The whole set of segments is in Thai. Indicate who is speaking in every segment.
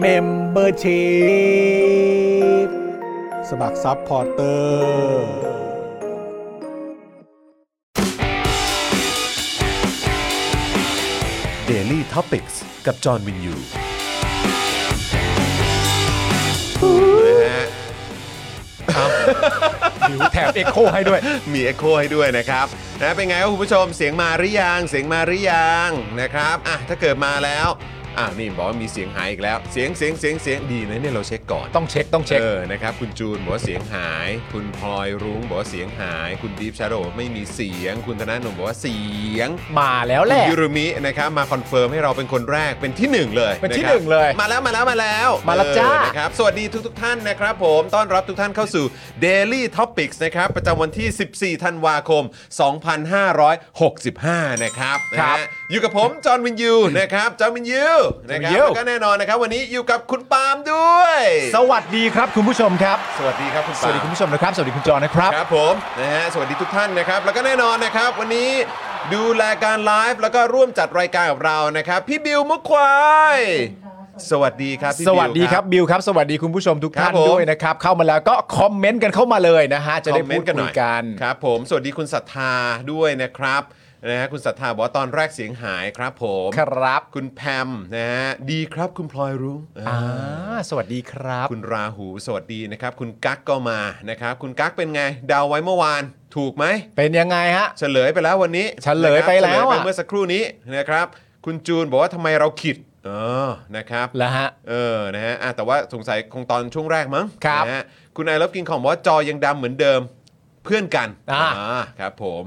Speaker 1: เมมเบอร์ชีพสมัครซัพพอร์เตอร์
Speaker 2: Daily t o p i c กกับจอห์นวินยู
Speaker 3: แถมเอ็กโคให้ด้วย
Speaker 4: มีเอ็โคให้ด้วยนะครับนะเป็นไงครับคุณผู้ชมเสียงมาหรือยังเสียงมาหรือยังนะครับอ่ะถ้าเกิดมาแล้วอ่ะนี่บอกว่ามีเสียงหายอีกแล้ว เสียงเสียงเสียงเสียงดีนะเนี่ยเราเช็คก่อน
Speaker 3: ต้องเช็คต้องเช็ค
Speaker 4: เออนะครับคุณจูนบอกว่าเสียงหาย คุณพลอยรุ้งบอกว่าเสียงหาย คุณดีฟชาโดไม่มีเสียง คุณธนาหนุ่มบอกว่าเสียง
Speaker 3: มาแล้วแห
Speaker 4: คุณ
Speaker 3: ละ
Speaker 4: ยูรุมินะครับมาคอนเฟิร์มให้เราเป็นคนแรกเป็นที่หนึ่งเลย
Speaker 3: เป็นที่
Speaker 4: ะครับ
Speaker 3: หนึ่งเลย
Speaker 4: มาแล้วมาแล้วมาแล้ว
Speaker 3: มาแล้วจ้า
Speaker 4: เออนะครับสวัสดีทุกทท่านนะครับผมต้อนรับทุกท่านเข้าสู่ Daily Topics นะครับประจำวันที่ 14 ธันวาคม 2565 นะครับนะฮะอยู่กับผมจอห์นวินยูนะครับจอห์นวินยูนะครับแล้วก็แน่นอนนะครับ วันนี้อยู่กับคุณปาล์มด้วย
Speaker 3: สวัสดีครับคุณผู้ชมครับ
Speaker 4: สวัสดีครับคุณ
Speaker 3: สวั
Speaker 4: ปา
Speaker 3: สดี
Speaker 4: ล์ม
Speaker 3: คุณผู้ชมนะครับ สวัสดีคุณจอนะครับ
Speaker 4: ครับผมนะฮะสวัสดีทุกท่านนะครับ แล้วก็แน่นอนนะครับ วันนี้ดูแลการไลฟ์แล้วก็ร่วมจัดรายการกับเรานะครับ พี่บิวมุกควายสวัสดีครับพี่
Speaker 3: ส
Speaker 4: บิว
Speaker 3: วัสดีครับบิวครับ สวัสดีคุณผู้ชมทุก
Speaker 4: ครั
Speaker 3: ท่าน
Speaker 4: บผม
Speaker 3: ด้วยนะครับ เข้ามาแล้วก็คอมเมนต์กันเข้ามาเลยนะฮะ จะได้
Speaker 4: คอมเม
Speaker 3: พู
Speaker 4: น
Speaker 3: ด
Speaker 4: ต์กันห
Speaker 3: คุ
Speaker 4: น่
Speaker 3: ย
Speaker 4: อย
Speaker 3: กัน
Speaker 4: ครับผมสวัสดีคุณศรัทธาด้วยนะครับนะฮะคุณศรัทธาบอกว่าตอนแรกเสียงหายครับผม
Speaker 3: ครับ
Speaker 4: คุณแพมนะฮะดีครับคุณพลอยรุ้งเอออ
Speaker 3: อ่าสวัสดีครับ
Speaker 4: คุณราหูสวัสดีนะครับ คุณกั๊กก็มานะครับ คุณกั๊กเป็นไงเดาวไว้เมื่อวานถูกไหม
Speaker 3: เป็นยังไงฮะ
Speaker 4: เฉลยไปแล้ววันนี้
Speaker 3: เฉลยไปแล้ว
Speaker 4: นะครับเฉยไป
Speaker 3: อะ
Speaker 4: เมื่อสักครู่นี้นะครับ คุณจูนบอกว่าทำไมเราขิดเออนะครับ
Speaker 3: แล้วฮะ
Speaker 4: เออนะฮะอ่ะแต่ว่าสงสัยคงตอนช่วงแรกมั้ง
Speaker 3: ครับ
Speaker 4: นะฮะคุณนายรับกินของบอกว่าจอยังดำเหมือนเดิมเพื่อนกันครับผม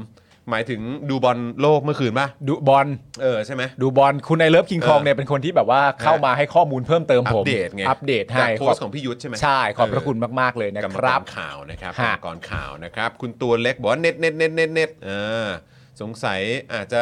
Speaker 4: หมายถึงดูบอลโลกเมื่อคืนป่ะ
Speaker 3: ดูบอล
Speaker 4: เออใช่ไหม
Speaker 3: ดูบอล คุณไอเลิฟคิงคอง
Speaker 4: เออ
Speaker 3: เนี่ยเป็นคนที่แบบว่าเข้ามาให้ข้อมูลเพิ่มเติม
Speaker 4: อั
Speaker 3: ผ
Speaker 4: ป
Speaker 3: ม
Speaker 4: เดตไง
Speaker 3: อัปเดตให้
Speaker 4: จากโพสต์ของพี่ยุทธใช่ไหม
Speaker 3: ใช่ ขอบพระ
Speaker 4: เ
Speaker 3: คุณมากๆเลยนะ
Speaker 4: กรรมการ
Speaker 3: คั
Speaker 4: ร
Speaker 3: บ
Speaker 4: ข่าวนะครับกร
Speaker 3: ฮะ
Speaker 4: รมการข่าวนะครับ คุณตัวเล็กบอกว่าเน็ตเน็ตเน็ตเน็ตเน็ตเออสงสัยอาจจะ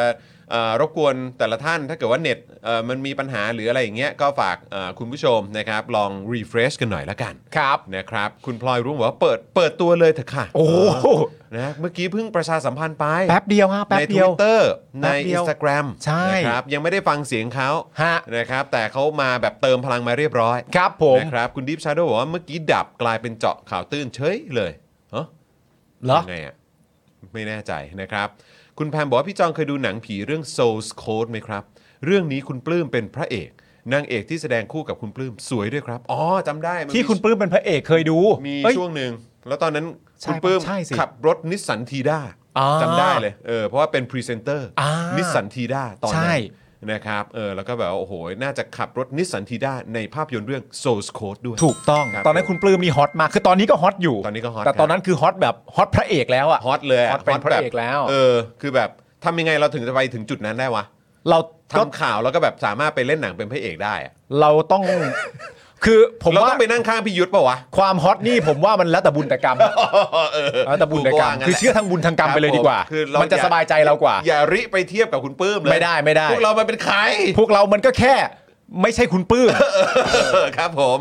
Speaker 4: เอ่อรบกวนแต่ละท่านถ้าเกิดว่าเน็ตเอ่อมันมีปัญหาหรืออะไรอย่างเงี้ยก็ฝากเอ่อคุณผู้ชมนะครับ ลองรีเฟรชกันหน่อยละกัน
Speaker 3: ครับ
Speaker 4: นะครับ คุณพลอยรุ้งบอกว่าเปิดเปิดตัวเลยเถอะค่ะ
Speaker 3: โอ้โห
Speaker 4: เนะเมื่อกี้เพิ่งประชาสัมพันธ์ไป
Speaker 3: แป๊บเดียวฮะแป๊บ
Speaker 4: ใน
Speaker 3: เดียว
Speaker 4: Twitter ใน
Speaker 3: แป๊บเดียว
Speaker 4: Instagram
Speaker 3: ใช่
Speaker 4: นะครับยังไม่ได้ฟังเสียงเขา
Speaker 3: ฮะ
Speaker 4: นะครับแต่เขามาแบบเติมพลังมาเรียบร้อย
Speaker 3: ครับผม
Speaker 4: นะครับคุณดิฟชาโดบอกว่าเมื่อกี้ดับกลายเป็นเจาะข่าวตื้นเฉยเลยเหรอ
Speaker 3: เหรอ
Speaker 4: ยังไงอ่ะไม่แน่ใจนะครับ คุณแพมบอกว่าพี่จองเคยดูหนังผีเรื่อง Soul's Code ไหมครับ เรื่องนี้คุณปลื้มเป็นพระเอกนางเอกที่แสดงคู่กับคุณปลื้มสวยด้วยครับอ๋อจำได้มันมี
Speaker 3: ที่คุณปลื้มเป็นพระเอกเคยดู
Speaker 4: มี
Speaker 3: เอ้ย
Speaker 4: ช่วงหนึ่งแล้วตอนนั้น
Speaker 3: ใช่
Speaker 4: คุณปลื้ม
Speaker 3: ใช่สิ
Speaker 4: ขับรถนิสสันทีด้า
Speaker 3: อ่า
Speaker 4: จำได้เลยเออเพราะว่าเป็นพรีเซนเตอร์
Speaker 3: อ่า
Speaker 4: นิสสันทีด้าตอน
Speaker 3: ใช่
Speaker 4: นั้นนะครับเออแล้วก็แบบว่าโอ้โหน่าจะขับรถนิสสันทีด้าในภาพยนตร์เรื่อง Soul's Code ด้วย
Speaker 3: ถูกต้อง
Speaker 4: ครับ
Speaker 3: ตอนนั้นคุณปลื้มนี่ฮอตมากคือตอนนี้ก็ฮอตอยู่
Speaker 4: ตอนนี้ก็ฮอต
Speaker 3: แต่
Speaker 4: ครับ
Speaker 3: ตอนนั้นคือฮอตแบบฮอตพระเอกแล้วอะ
Speaker 4: ฮอตเลยะ
Speaker 3: ฮอตเป็นพระเอก
Speaker 4: ฮตบบ
Speaker 3: แล้ว
Speaker 4: เออ คือแบบทำยังไงเราถึงจะไปถึงจุดนั้นได้วะ
Speaker 3: เราก็
Speaker 4: ทำข่าวแล้วก็แบบสามารถไปเล่นหนังเป็นพระเอกได้อะ
Speaker 3: เราต้อง คือผม
Speaker 4: เรา
Speaker 3: ว่า
Speaker 4: ต้องไปนั่งข้างพี่ยุทธป่าวะ
Speaker 3: ความฮอตนี่ผมว่ามันแล้วแต่บุญแต่ก รรมแล้วแต่บุญแต่กรรม
Speaker 4: กูก็ว่างั้น
Speaker 3: คือเชื่อทางบุญทางกรรม
Speaker 4: ครับ
Speaker 3: ไปเลยดีกว่า
Speaker 4: ผมคือเรามั
Speaker 3: มันจะสบายใจเรากว่า
Speaker 4: อย่าริไปเทียบกับคุณปื้มเลย
Speaker 3: ไม่ได้ไม่ได้
Speaker 4: พวกเรามันเป็นใคร
Speaker 3: พวกเรามันก็แค่ ไม่ใช่คุณป ลื้ม
Speaker 4: เออครับผม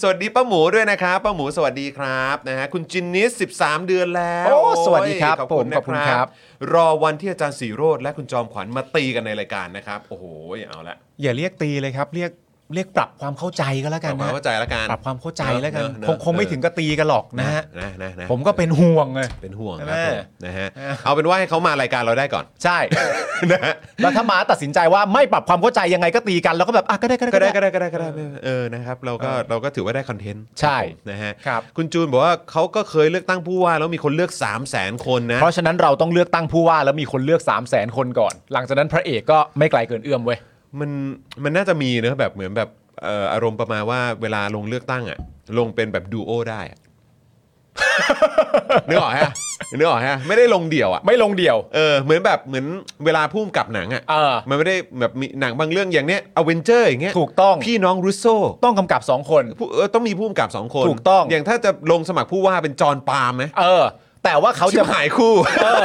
Speaker 4: สวัสดีป้าหมูด้วยนะครับป้าหมูสวัสดีครับนะฮะคุณจินนิส 13 เดือนแล้ว
Speaker 3: โอ้สวัสดีครับ
Speaker 4: โย
Speaker 3: ผมขอบคุณ
Speaker 4: นะครับ รอวันที่อาจารย์สีโรดและคุณจอมขวัญมาตีกันในรายการนะครับ โอ้โหอย่าเอาละ
Speaker 3: อย่าเรียกตีเลยครับ เรียก เรียกปรับความเข้าใจก็แล้ว
Speaker 4: ป
Speaker 3: กั
Speaker 4: รั
Speaker 3: น
Speaker 4: บค
Speaker 3: นะ
Speaker 4: วามเข้าใจละกัน
Speaker 3: ปรับความเข้าใจแล้วกัน
Speaker 4: เนอะเนอะ
Speaker 3: คงคงไม่
Speaker 4: เออ
Speaker 3: ถึงกระตีกันหรอกนะฮะ
Speaker 4: นะนะนะ
Speaker 3: ผมก็เป็นห่วงเลย
Speaker 4: เป็นห่วง
Speaker 3: ใช่
Speaker 4: ค
Speaker 3: ไหม
Speaker 4: รับผมนะฮะ
Speaker 3: เออ
Speaker 4: เอาเป็นว่าให้เขามารายการเราได้ก่อน
Speaker 3: ใช่
Speaker 4: นะฮะ
Speaker 3: แล้วถ้าหมาตัดสินใจว่าไม่ปรับความเข้าใจยังไงก็ตีกันแล้วก็แบบอ่ะก็ได้ก็ได้
Speaker 4: ก็
Speaker 3: ก็
Speaker 4: ได้
Speaker 3: ได้
Speaker 4: ก็ได้ก็ได้ก็ได้ไม่เออนะครับเราก็เราก็ถือว่าได้คอนเทนต์
Speaker 3: ใช่
Speaker 4: ครับผมนะฮะ
Speaker 3: ครับ
Speaker 4: คุณจูนบอกว่าเขาก็เคยเลือกตั้งผู้ว่าแล้วมีคนเลือก3 0 0 0 0 0คนนะ
Speaker 3: เพราะฉะนั้นเราต้องเลือกตั้งผู้ว่าแล้วมีคนเลือก 3 0 0แสนคนก่อน หลังจากนั้นพระเอกก็ไม่ไกลเกินเอื้อมเว้ย
Speaker 4: มันมันน่าจะมีเนอะแบบเหมือนแบบเอ่ออารมณ์ประมาณว่าเวลาลงเลือกตั้งอะลงเป็นแบบดูโอได้อะ นึกออกฮะนึกออกฮะไม่ได้ลงเดี่ยวอะ
Speaker 3: ไม่ลงเดี่ยว
Speaker 4: เออเหมือนแบบเหมือนเวลาพุ่มกับหนังอะ
Speaker 3: เออ
Speaker 4: มันไม่ได้แบบมีหนังบางเรื่องอย่างเนี้ยอเวนเจอร์อย่างเงี้ย
Speaker 3: ถูกต้อง
Speaker 4: พี่น้องรุสโซ
Speaker 3: ต้องกำกับ 2 คน
Speaker 4: ผู้เอ่อต้องมีพุ่มกับสองคน
Speaker 3: ถูกต้อง
Speaker 4: อย่างถ้าจะลงสมัครผู้ว่าเป็นจอร์นปาล์มไหม
Speaker 3: เออ แต่ว่าเขา
Speaker 4: เขาจะ
Speaker 3: จะ
Speaker 4: หายคู่
Speaker 3: เออ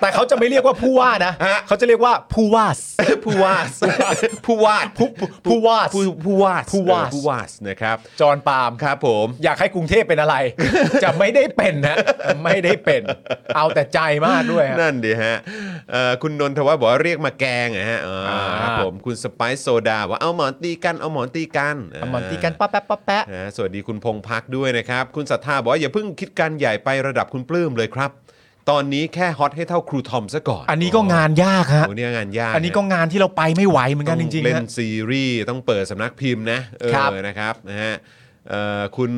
Speaker 3: แต่เขาจะไม่เรียกว่าผู้ว่านะ
Speaker 4: ฮะ
Speaker 3: เขาจะเรียกว่าผู้ว่าส
Speaker 4: ผู้ว่าส ผู้วาดผู้
Speaker 3: ผู้วาด
Speaker 4: ผู้ผู้วาด
Speaker 3: ผู้วาด
Speaker 4: เออผู้วาดนะครับ
Speaker 3: จอห์นปาล์ม
Speaker 4: ครับผม
Speaker 3: อยากให้กรุงเทพเป็นอะไร จะไม่ได้เป็นนะไม่ได้เป็น เอาแต่ใจมากด้วยฮะ
Speaker 4: นั่นดิฮะเอ่อคุณนนทวัฒน์บอกว่าเรียกมาแกงนะฮะอ่า
Speaker 3: อ่า
Speaker 4: ครับผมคุณสไปซ์โซดาบอกว่าเอาหมอนตีกันเอาหมอนตีกัน
Speaker 3: เอาหมอนตีกันป๊อปแป๊ะป๊อปแป๊ะ
Speaker 4: นะฮะสวัสดีคุณพงพักด้วยนะครับ คุณศรัทธาบอกว่าอย่าเพิ่งคิดการใหญ่ไประดับคุณปลื้มเลยครับ ตอนนี้แค่ฮอตให้เท่าครูทอมซะก่อน
Speaker 3: อันนี้ก็งานยากฮะ
Speaker 4: โอ้เนี่ยงานยาก
Speaker 3: อันนี้ก็งานที่เราไปไม่ไหวเหมือนกันจริง
Speaker 4: เล่
Speaker 3: ๆ
Speaker 4: น
Speaker 3: ฮะ
Speaker 4: ซีรีส์ต้องเปิดสำนักพิมพ์นะเออ
Speaker 3: ครับ
Speaker 4: นะครับนะฮะเอ่อคุณ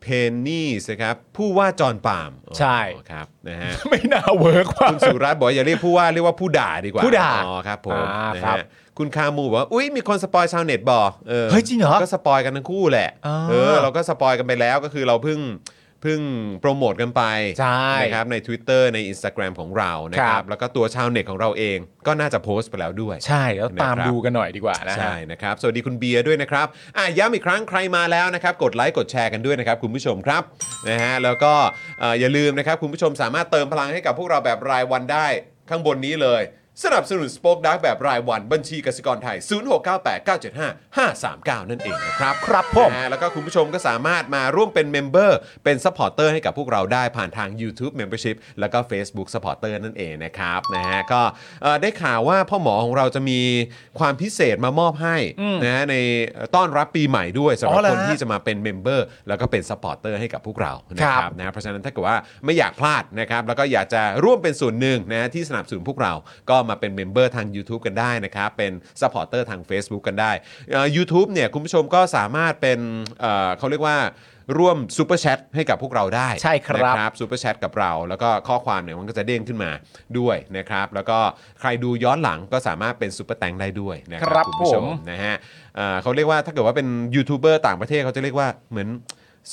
Speaker 4: เพนนี่นะครับผู้ว่าจอร์นปาล์มอ๋อ
Speaker 3: ใช่
Speaker 4: ครับนะฮะ
Speaker 3: ไม่น่าเวิร์กว่า
Speaker 4: คุณสุรัตน์บอกว่าอย่าเรียกผู้ว่าเรียกว่าผู้ด่าดีกว่า
Speaker 3: ผู้ด่า
Speaker 4: อ๋อครับผม
Speaker 3: อ่า
Speaker 4: นะครับ ฮะคุณคามูบอกว่าอุ้ยมีคนสปอยชาวเน็ตบอกอ
Speaker 3: เฮ้ยจริงเหรอ
Speaker 4: ก็สปอยกันทั้งคู่แหละ
Speaker 3: อ่า
Speaker 4: เออเราก็สปอยกันไปแล้วก็คือเราเพิ่งเพิ่งโปรโมทกันไป
Speaker 3: ใช่
Speaker 4: นะครับใน Twitter ใน Instagram ของเรานะค
Speaker 3: ครั
Speaker 4: รับ
Speaker 3: บ
Speaker 4: แล้วก็ตัวชาวเน็ตของเราเองก็น่าจะโพสต์ไปแล้วด้วย
Speaker 3: ใช่แล้วตาม
Speaker 4: นะครับ
Speaker 3: ดูกันหน่อยดีกว่านะฮะ
Speaker 4: ใช่นะครับ สวัสดีคุณเบียร์ด้วยนะครับอ่ะย้ำอีกครั้งใครมาแล้วนะครับ กดไลค์กดแชร์กันด้วยนะครับ คุณผู้ชมครับนะฮะแล้วก็เอ่ออย่าลืมนะครับ คุณผู้ชมสามารถเติมพลังให้กับพวกเราแบบรายวันได้ข้างบนนี้เลย สนับสนุนสป็อคดักแบบรายวันบัญชีกสิกรไทย 0698975539 นั่นเองนะครับ
Speaker 3: ครับผม
Speaker 4: นะฮะแล้วก็คุณผู้ชมก็สามารถมาร่วมเป็นเมมเบอร์เป็นซัพพอร์เตอร์ให้กับพวกเราได้ผ่านทาง YouTube Membership แล้วก็ Facebook Supporter นั่นเองนะครับนะฮะก็เอ่อได้ข่าวว่าพ่อหมอของเราจะมีความพิเศษมามอบให้นะฮะในเอ่อต้อนรับปีใหม่ด้วยสำห
Speaker 3: อ๋
Speaker 4: รับ
Speaker 3: อเหรอ
Speaker 4: คน
Speaker 3: ฮะ
Speaker 4: ที่จะมาเป็นเมมเบอร์แล้วก็เป็นซัพพอร์เตอร์ให้กับพวกเรานะ
Speaker 3: ค
Speaker 4: ค
Speaker 3: รั
Speaker 4: รับบ นะฮะเพราะฉะนั้นถ้าเกิดว่าไม่อยากพลาดนะครับแล้วก็อยากจะร่วมเป็นส่วนหนึ่งนะฮะที่สนับสนุนพวกเราก็มาเป็นเมมเบอร์ทาง YouTube กันได้นะครับเป็นซัพพอร์เตอร์ทาง Facebook กันได้ยูทูบเนี่ยคุณผู้ชมก็สามารถเป็นเอ่อเขาเรียกว่าร่วมซูเปอร์แชทให้กับพวกเราได้
Speaker 3: ใช่ครับ
Speaker 4: นะ ซูเปอร์แชทกับเราแล้วก็ข้อความเนี่ยมันก็จะเด้งขึ้นมาด้วยนะครับ แล้วก็ใครดูย้อนหลังก็สามารถเป็นซูเปอร์แตงได้ด้วยนะ
Speaker 3: ค
Speaker 4: ค
Speaker 3: รั
Speaker 4: รับบ คุณผู้ชม
Speaker 3: ผม
Speaker 4: นะฮะเอ่อเขาเรียกว่าถ้าเกิดว่าเป็นยูทูบเบอร์ต่างประเทศเขาจะเรียกว่าเหมือน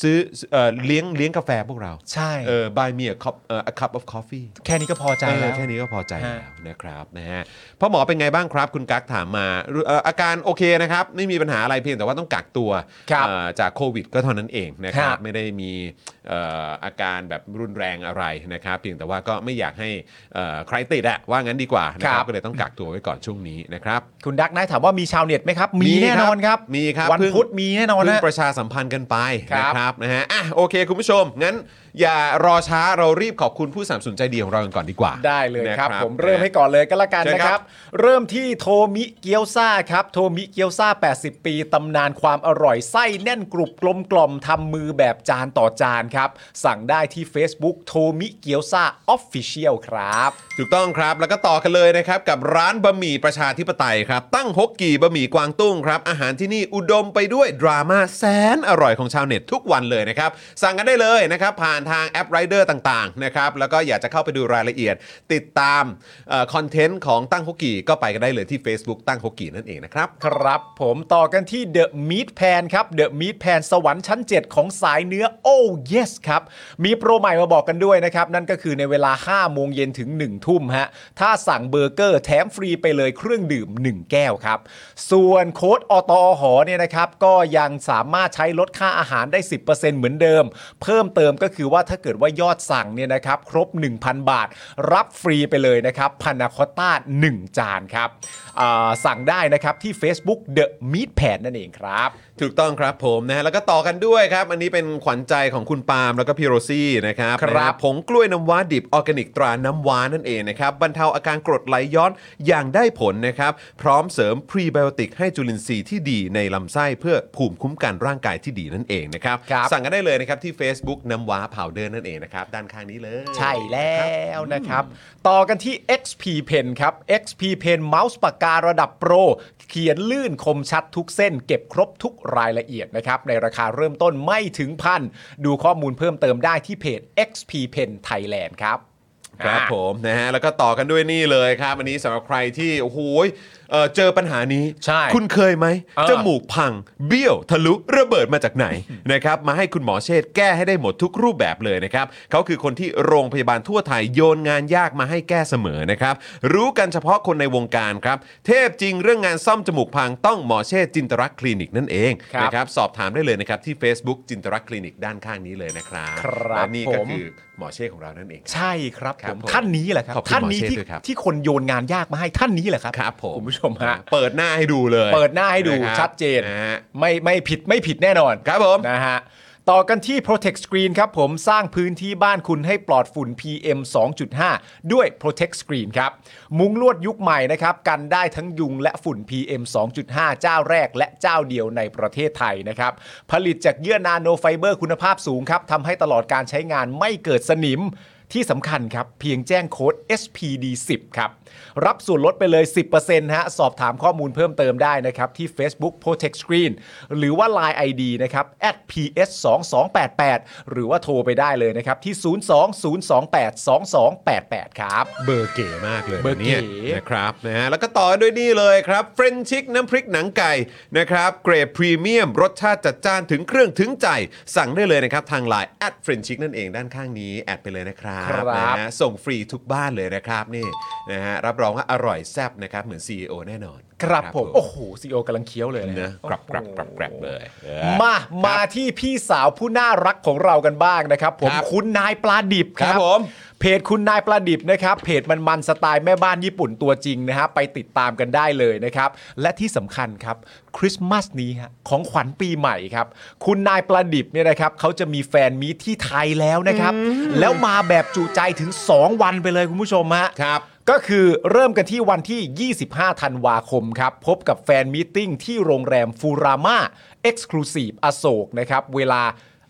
Speaker 4: ซื้อเอ่อเลี้ยงเลี้ยงกาแฟพวกเรา
Speaker 3: ใช่
Speaker 4: เออ buy me a cup เอ่อ a cup of coffee
Speaker 3: แค่นี้ก็พอใจแล้ว
Speaker 4: เออแค่นี้ก็พอใจ
Speaker 3: ฮะ
Speaker 4: แล้วนะครับนะฮะพ่อหมอเป็นไงบ้างครับ คุณกั๊กถามมาเอ่ออาการโอเคนะครับ ไม่มีปัญหาอะไรเพียงแต่ว่าต้องกักตัว
Speaker 3: ครับ
Speaker 4: เอ่อจากโควิดก็เท่านั้นเองนะครั
Speaker 3: ครับ บ
Speaker 4: ไม่ได้มีเอ่ออาการแบบรุนแรงอะไรนะครับ เพียงแต่ว่าก็ไม่อยากให้เอ่อใครติดอะว่างั้นดีกว่านะค
Speaker 3: ครั
Speaker 4: รับบ ก็เลยต้องกักตัวไว้ก่อนช่วงนี้นะครับ
Speaker 3: คุณดักนายถามว่ามีชาวเน็ตไหมครับ มี
Speaker 4: มีครับ
Speaker 3: แน่นอนครับ
Speaker 4: มีครับ
Speaker 3: วัน
Speaker 4: เพิ่ง
Speaker 3: พุธมีแน่นอน
Speaker 4: เพิ่ง
Speaker 3: นะ
Speaker 4: ประชาสัมพันธ์กันไป
Speaker 3: ครั
Speaker 4: นะ
Speaker 3: บ
Speaker 4: ครับนะฮะอ่ะโอเค คุณผู้ชม งั้นอย่ารอช้าเรารีบขอบคุณผู้สนัมสนุนใจดีของเรากันก่อนดีกว่า
Speaker 3: ได้เลย
Speaker 4: นะครับ
Speaker 3: ผมเริ่มให้ก่อนเลยก็แล้วกัน
Speaker 4: เชิญ
Speaker 3: นะ
Speaker 4: ค
Speaker 3: ค
Speaker 4: รั
Speaker 3: รับ บ เริ่มที่โทมิเกียวซาครับ โทมิเกียวซา80 ปี ตำนานความอร่อยไส้แน่นกรุบกลมกล่อมทำมือแบบจานต่อจานครับ สั่งได้ที่ Facebook โทมิเกียวซาออฟฟิเชียลครับ
Speaker 4: ถูกต้องครับ แล้วก็ต่อกันเลยนะครับ กับร้านบะหมี่ประชาธิปไตยครับ ตั้งฮกกี่บะหมี่กวางตุ้งครับ อาหารที่นี่อุดมไปด้วยดราม่าแสนอร่อยของชาวเน็ตทุกวันเลยนะครับ สั่งกันได้เลยนะครับ ผ่านทางแอปไรเดอร์ต่างๆนะครับแล้วก็อยากจะเข้าไปดูรายละเอียด ติดตามคอนเทนต์ของตั้งฮกกี่ก็ไปกันได้เลยที่ Facebook ตั้งฮกกี่นั่นเองนะครับ
Speaker 3: ครับผมต่อกันที่ The Meat Pan ครับ The Meat Pan สวรรค์ชั้น 7 ของสายเนื้อ Oh yes ครับ มีโปรใหม่มาบอกกันด้วยนะครับ นั่นก็คือในเวลา 5 โมงเย็นถึง 1 ทุ่มฮะ ถ้าสั่งเบอร์เกอร์แถมฟรีไปเลยเครื่องดื่ม 1 แก้วครับ ส่วนโค้ดอตอหอเนี่ยนะครับ ก็ยังสามารถใช้ลดค่าอาหารได้ 10%เหมือนเดิม เพิ่มเติมก็คือว่าถ้าเกิดว่ายอดสั่งเนี่ยนะครับ ครบ 1,000 บาท รับฟรีไปเลยนะครับพานาคอตต้า 1 จานครับ อ่าสั่งได้นะครับที่ Facebook The Meat Pan นั่นเองครับ
Speaker 4: ถูกต้องครับผมนะฮะแล้วก็ต่อกันด้วยครับ อันนี้เป็นขวัญใจของคุณปาล์มแล้วก็พี่โรซี่นะครับ
Speaker 3: ครับ
Speaker 4: นะฮะผงกล้วยน้ำว้าดิบออร์แกนิกตราน้ำว้านั่นเองนะครับบรรเทาอาการกรดไหลย้อนอย่างได้ผลนะครับ พร้อมเสริมพรีไบโอติกให้จุลินทรีย์ที่ดีในลำไส้เพื่อภูมิคุ้มกันร่างกายที่ดีนั่นเองนะครับ
Speaker 3: ครับ
Speaker 4: สั่งกันได้เลยนะครับที่ Facebook น้ำว้าพาวเดอร์นั่นเองนะครับด้านข้างนี้เลย
Speaker 3: ใช่แล้วนะครับ ต่อกันที่ XP Pen ครับ XP Pen เมาส์ปากการะดับโปร เขียนลื่นคมชัดทุกเส้น เก็บครบทุกรายละเอียดนะครับ ในราคาเริ่มต้นไม่ถึงพัน ดูข้อมูลเพิ่มเติมได้ที่เพจ XP Pen Thailand ครับ
Speaker 4: ครับผมนะฮะแล้วก็ต่อกันด้วยนี่เลยครับอันนี้สำหรับใครที่โอ้โหยเอ่อเจอปัญหานี้
Speaker 3: ใช่
Speaker 4: คุณเคยไหม
Speaker 3: เออ
Speaker 4: จมูกพัง เบี้ยว ทะลุระเบิดมาจากไหน นะครับมาให้คุณหมอเชษฐ์แก้ให้ได้หมดทุกรูปแบบเลยนะครับเขาคือคนที่โรงพยาบาลทั่วไทยโยนงานยากมาให้แก้เสมอนะครับรู้กันเฉพาะคนในวงการครับเทพจริงเรื่องงานซ่อมจมูกพังต้องหมอเชษฐ์จินตรักษณ์คลินิกนั่นเอง
Speaker 3: ครับ
Speaker 4: นะครับสอบถามได้เลยนะครับที่ Facebook จินตรักษณ์คลินิกด้านข้างนี้เลยนะครับ
Speaker 3: ครับ
Speaker 4: และนี่ก็
Speaker 3: ผม
Speaker 4: คือหมอเชษฐ์ของเรานั่นเอง
Speaker 3: ใช่ครับ
Speaker 4: ครับ
Speaker 3: ผม
Speaker 4: ผม
Speaker 3: ท่านนี้แหละครับ
Speaker 4: ขอบคุณ
Speaker 3: ท่านนี้
Speaker 4: หมอเช
Speaker 3: ที่
Speaker 4: ษฐ์ด้วยครับ
Speaker 3: ที่คนโยนงานยากมาให้ท่านนี้แหละครับ
Speaker 4: ครับผม
Speaker 3: คุณผู้ชมฮะ
Speaker 4: เปิดหน้าให้ดูเลย
Speaker 3: เปิดหน้าให้ดู
Speaker 4: ะครับ
Speaker 3: ชัดเจน
Speaker 4: นะฮะ
Speaker 3: ไม่ไม่ผิดไม่ผิดแน่นอน
Speaker 4: ครับผม
Speaker 3: นะฮะต่อกันที่ Protect Screen ครับผมสร้างพื้นที่บ้านคุณให้ปลอดฝุ่น PM 2.5 ด้วย Protect Screen ครับ มุ้งลวดยุคใหม่นะครับ กันได้ทั้งยุงและฝุ่น PM 2.5 เจ้าแรกและเจ้าเดียวในประเทศไทยนะครับ ผลิตจากเยื่อนาโนไฟเบอร์คุณภาพสูงครับทำให้ตลอดการใช้งานไม่เกิดสนิม ที่สำคัญครับ เพียงแจ้งโค้ด SPD10 ครับ รับส่วนลดไปเลย 10%ฮะ สอบถามข้อมูลเพิ่มเติมได้นะครับ ที่ Facebook Protect Screen หรือว่า Line ID นะครับ @ps2288 หรือว่าโทรไปได้เลยนะครับ ที่ 020282288 ครับ
Speaker 4: เบอร์เก๋มากเลย
Speaker 3: เบอร์เก๋
Speaker 4: นี่ยนะครับนะฮะแล้วก็ต่อด้วยนี่เลยครับเฟรนชิกน้ำพริกหนังไก่นะครับเกรดพรีเมียม รสชาติจัดจ้านถึงเครื่องถึงใจ สั่งได้เลยนะครับ ทางไลน์แอดเฟรนชิกนั่นเองด้านข้างนี้ แอดไปเลยนะครับ
Speaker 3: ครับ
Speaker 4: นะฮะส่งฟรีทุกบ้านเลยนะครับนี่นะฮะรับรองว่าอร่อยแซ่บนะครับ เหมือน CEO แน่นอน
Speaker 3: ครับผม โอ้โหซีโอกำลังเคี้ยวเลยนะ
Speaker 4: นะกรับกรับกรับกรับเลยเออ
Speaker 3: มา มาที่พี่สาวผู้น่ารักของเรากันบ้างนะครับ ผม
Speaker 4: ครับ
Speaker 3: คุณนายปลาดิบครั
Speaker 4: ครับ บผม
Speaker 3: เพจคุณนายประดิบนะครับ เพจมันมันๆสไตล์แม่บ้านญี่ปุ่นตัวจริงนะฮะไปติดตามกันได้เลยนะครับ และที่สำคัญครับคริสต์มาสนี้ฮะของขวัญปีใหม่ครับ คุณนายประดิบเนี่ยนะครับเขาจะมีแฟนมีตที่ไทยแล้วนะครับ แล้วมาแบบจุใจถึง 2 วันไปเลยคุณผู้ชมฮะ
Speaker 4: ครับ
Speaker 3: ก็คือเริ่มกันที่วันที่ 25 ธันวาคมครับ พบกับแฟนมีตติ้งที่โรงแรมฟูรามาเอ็กซ์คลูซีฟอโศกนะครับ เวลา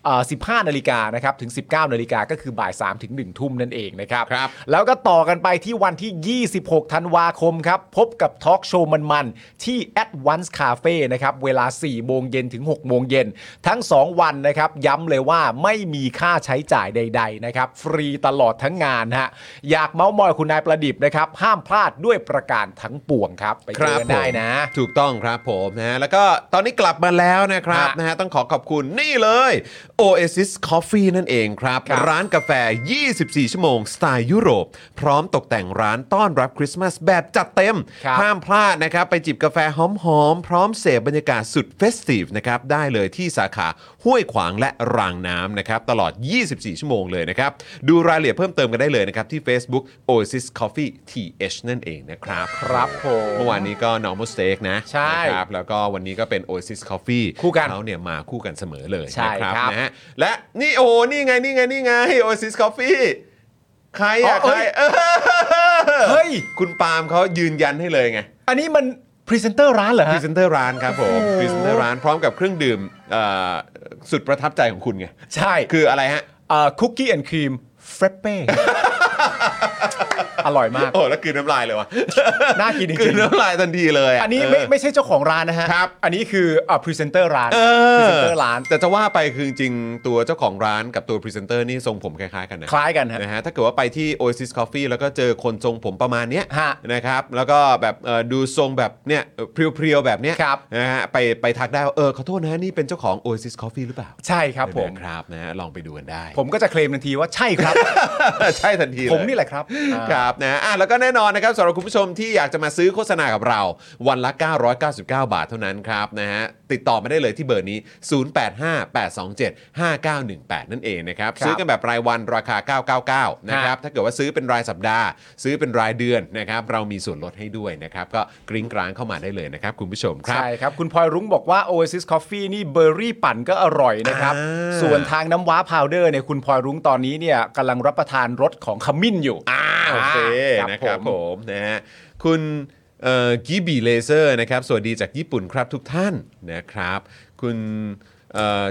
Speaker 3: เอ่อ15 นาฬิกานะครับ ถึง 19 นาฬิกาก็คือบ่าย 3 ถึง 1 ทุ่มนั่นเองนะครับ
Speaker 4: ครับ
Speaker 3: แล้วก็ต่อกันไปที่วันที่ 26 ธันวาคมครับ พบกับทอล์กโชว์มันๆ ที่ Advance Cafe นะครับ เวลา 4 โมงเย็นถึง 6 โมงเย็น ทั้ง 2 วันนะครับ ย้ำเลยว่าไม่มีค่าใช้จ่ายใด ๆ นะครับ ฟรีตลอดทั้งงานฮะ อยากเมาส์มอยคุณนายประดิษฐ์นะครับ ห้ามพลาดด้วยประการทั้งปวงครับ ไปเจอกันได้นะ
Speaker 4: ผมถูกต้องครับผมนะฮะแล้วก็ตอนนี้กลับมาแล้วนะครับ
Speaker 3: ฮะ
Speaker 4: นะฮะต้องขอขอบคุณนี่เลย Oasis Coffee นั่นเองครับ
Speaker 3: ครับ
Speaker 4: ร้านกาแฟ 24 ชั่วโมง สไตล์ยุโรป พร้อมตกแต่งร้านต้อนรับคริสต์มาสแบบจัดเต็ม
Speaker 3: ครับ
Speaker 4: ห้ามพลาดนะครับ ไปจิบกาแฟหอมๆ พร้อมเสพบรรยากาศสุดเฟสทีฟนะครับ ได้เลยที่สาขาห้วยขวางและรางน้ำนะครับ ตลอด 24 ชั่วโมงเลยนะครับ ดูรายละเอียดเพิ่มเติมกันได้เลยนะครับ ที่ Facebook Oasis Coffee TH นั่นเองนะครับ
Speaker 3: ครับผม
Speaker 4: เมื่อวานนี้ก็ normal steak นะ
Speaker 3: ใช่
Speaker 4: นะครับแล้วก็วันนี้ก็เป็น Oasis Coffee
Speaker 3: คู่กัน
Speaker 4: เขาเนี่ยมาคู่กันเสมอเลย
Speaker 3: ใช่
Speaker 4: นะครับ นะฮะและนี่โอ้โหนี่ไง นี่ไง นี่ไง Oasis Coffee ใคร
Speaker 3: อ๋อ
Speaker 4: อะ
Speaker 3: เอ้
Speaker 4: ใคร
Speaker 3: ย
Speaker 4: เออ
Speaker 3: เฮ้ย
Speaker 4: คุณปาล์มเขายืนยันให้เลยไง
Speaker 3: อันนี้มันพรีเซนเตอร์ร้านเหรอ
Speaker 4: พรี
Speaker 3: ฮะ
Speaker 4: เซนเตอร์ร้านครับผม
Speaker 3: โอ้โห
Speaker 4: พรีเซนเตอร์ร้านพร้อมกับเครื่องดื่มเอ่อสุดประทับใจของคุณไง
Speaker 3: ใช่
Speaker 4: คืออะไรฮะ
Speaker 3: คุกกี้แอนด์ครีมเฟรป เป้ อร่อยมาก
Speaker 4: โอ้แล้วกลืนน้ำลายเลยวะ
Speaker 3: น่ากินจ
Speaker 4: กลื
Speaker 3: ริ
Speaker 4: น
Speaker 3: งๆ
Speaker 4: น้ำลายทันทีเลยะ
Speaker 3: อันนี้ไม่
Speaker 4: เ
Speaker 3: ไม่ใช่เจ้าของร้านนะฮะ
Speaker 4: ครับ
Speaker 3: อันนี้คืออ่าพรีเซนเตอร์ร้าน
Speaker 4: เอ
Speaker 3: พรี
Speaker 4: อ
Speaker 3: เซนเตอร์ร้าน
Speaker 4: แต่จะว่าไปคือจริงๆตัวเจ้าของร้านกับตัวพรีเซนเตอร์นี่ทรงผมคล้ายๆกันนะ
Speaker 3: คล้ายกันฮะ
Speaker 4: นะฮะถ้าเกิดว่าไปที่ Oasis Coffee แล้วก็เจอคนทรงผมประมาณเนี้ย
Speaker 3: ฮะ
Speaker 4: นะครับแล้วก็แบบเอ่อดูทรงแบบเนี้ยเอ่อเพรียวๆแบบเนี้ย
Speaker 3: ครับ
Speaker 4: นะฮะไปไปทักได้ว่าเออขอโทษนะนี่เป็นเจ้าของ Oasis Coffee หรือเปล่า
Speaker 3: ใช่ครับผม
Speaker 4: นะครับนะฮะลองไปดูกันได้
Speaker 3: ผมก็จะเคลมทันทีว่าใช่ครับ
Speaker 4: ใช่ทันทีเลย
Speaker 3: ผมนี่แหละครับอ่า
Speaker 4: ครับนะอ่ะแล้วก็แน่นอนนะครับสำหรับคุณผู้ชมที่อยากจะมาซื้อโฆษณากับเรา วันละ 999 บาทเท่านั้นครับนะฮะ ติดต่อมาได้เลยที่เบอร์นี้ 0858275918 นั่นเองนะครับ
Speaker 3: ครับ
Speaker 4: ซื้อกันแบบรายวันราคา 999 นะครับ ถ้าเกิดว่าซื้อเป็นรายสัปดาห์ ซื้อเป็นรายเดือนนะครับ เรามีส่วนลดให้ด้วยนะครับ ก็กริ้งกรางเข้ามาได้เลยนะครับ คุณผู้ชมครับ
Speaker 3: ใช่ครับ คุณพลอยรุ้งบอกว่า Oasis Coffee นี่เบอร์รี่ปั่นก็อร่อยนะครับ
Speaker 4: อ่า
Speaker 3: ส่วนทางน้ำว้าพาวเดอร์เนี่ยคุณพลอยรุ้งตอนนี้เนี่ยกำลังรับประทานรสของขมิ้นอยู่
Speaker 4: อ่าโอเคนะครับผมมนะฮะคุณกิบีเลเซอร์นะครับสวัสดีจากญี่ปุ่นครับทุกท่านนะครับ คุณเอ่อ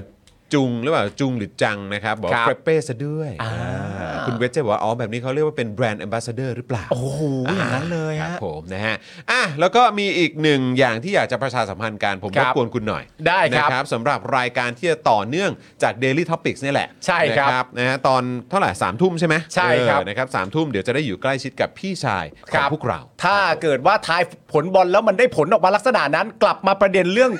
Speaker 4: จุงหรือเปล่าจุงหรือจังนะครับ บอก
Speaker 3: ครับ
Speaker 4: เฟรเป้ซะด้วยอ่าคุณเวจเจบอกว่าอ๋อแบบนี้เขาเรียกว่าเป็นแบรนด์ a m b a s s a d o r หรือเปล่า
Speaker 3: โอ้โหอย่างนั้นเลย
Speaker 4: ครับ
Speaker 3: ฮะ
Speaker 4: ผมนะฮะอ่ะแล้วก็มีอีกหนึ่งอย่างที่อยากจะประชาสัมพันธ์การผม
Speaker 3: ค
Speaker 4: ร
Speaker 3: รั
Speaker 4: บบ กวนคุณหน่อย
Speaker 3: ได้ครับ
Speaker 4: นะครับสำหรับรายการที่จะต่อเนื่องจาก Daily Topics เนี่ยแหละ
Speaker 3: ใช่ครับ
Speaker 4: นะนะฮะตอนเท่าไหร่สามทุ่มใช่ไหม
Speaker 3: ใช่ครับ
Speaker 4: เออนะครับสามทุ่มเดี๋ยวจะได้อยู่ใกล้ชิดกับพี่ชายข
Speaker 3: ค
Speaker 4: อง
Speaker 3: รับ
Speaker 4: พวกเรา
Speaker 3: ถ้าเกิดว่าทายผลบอลแล้วมันได้ผลออกมาลักษณะนั้น กลับมาประเด็นเรื่อง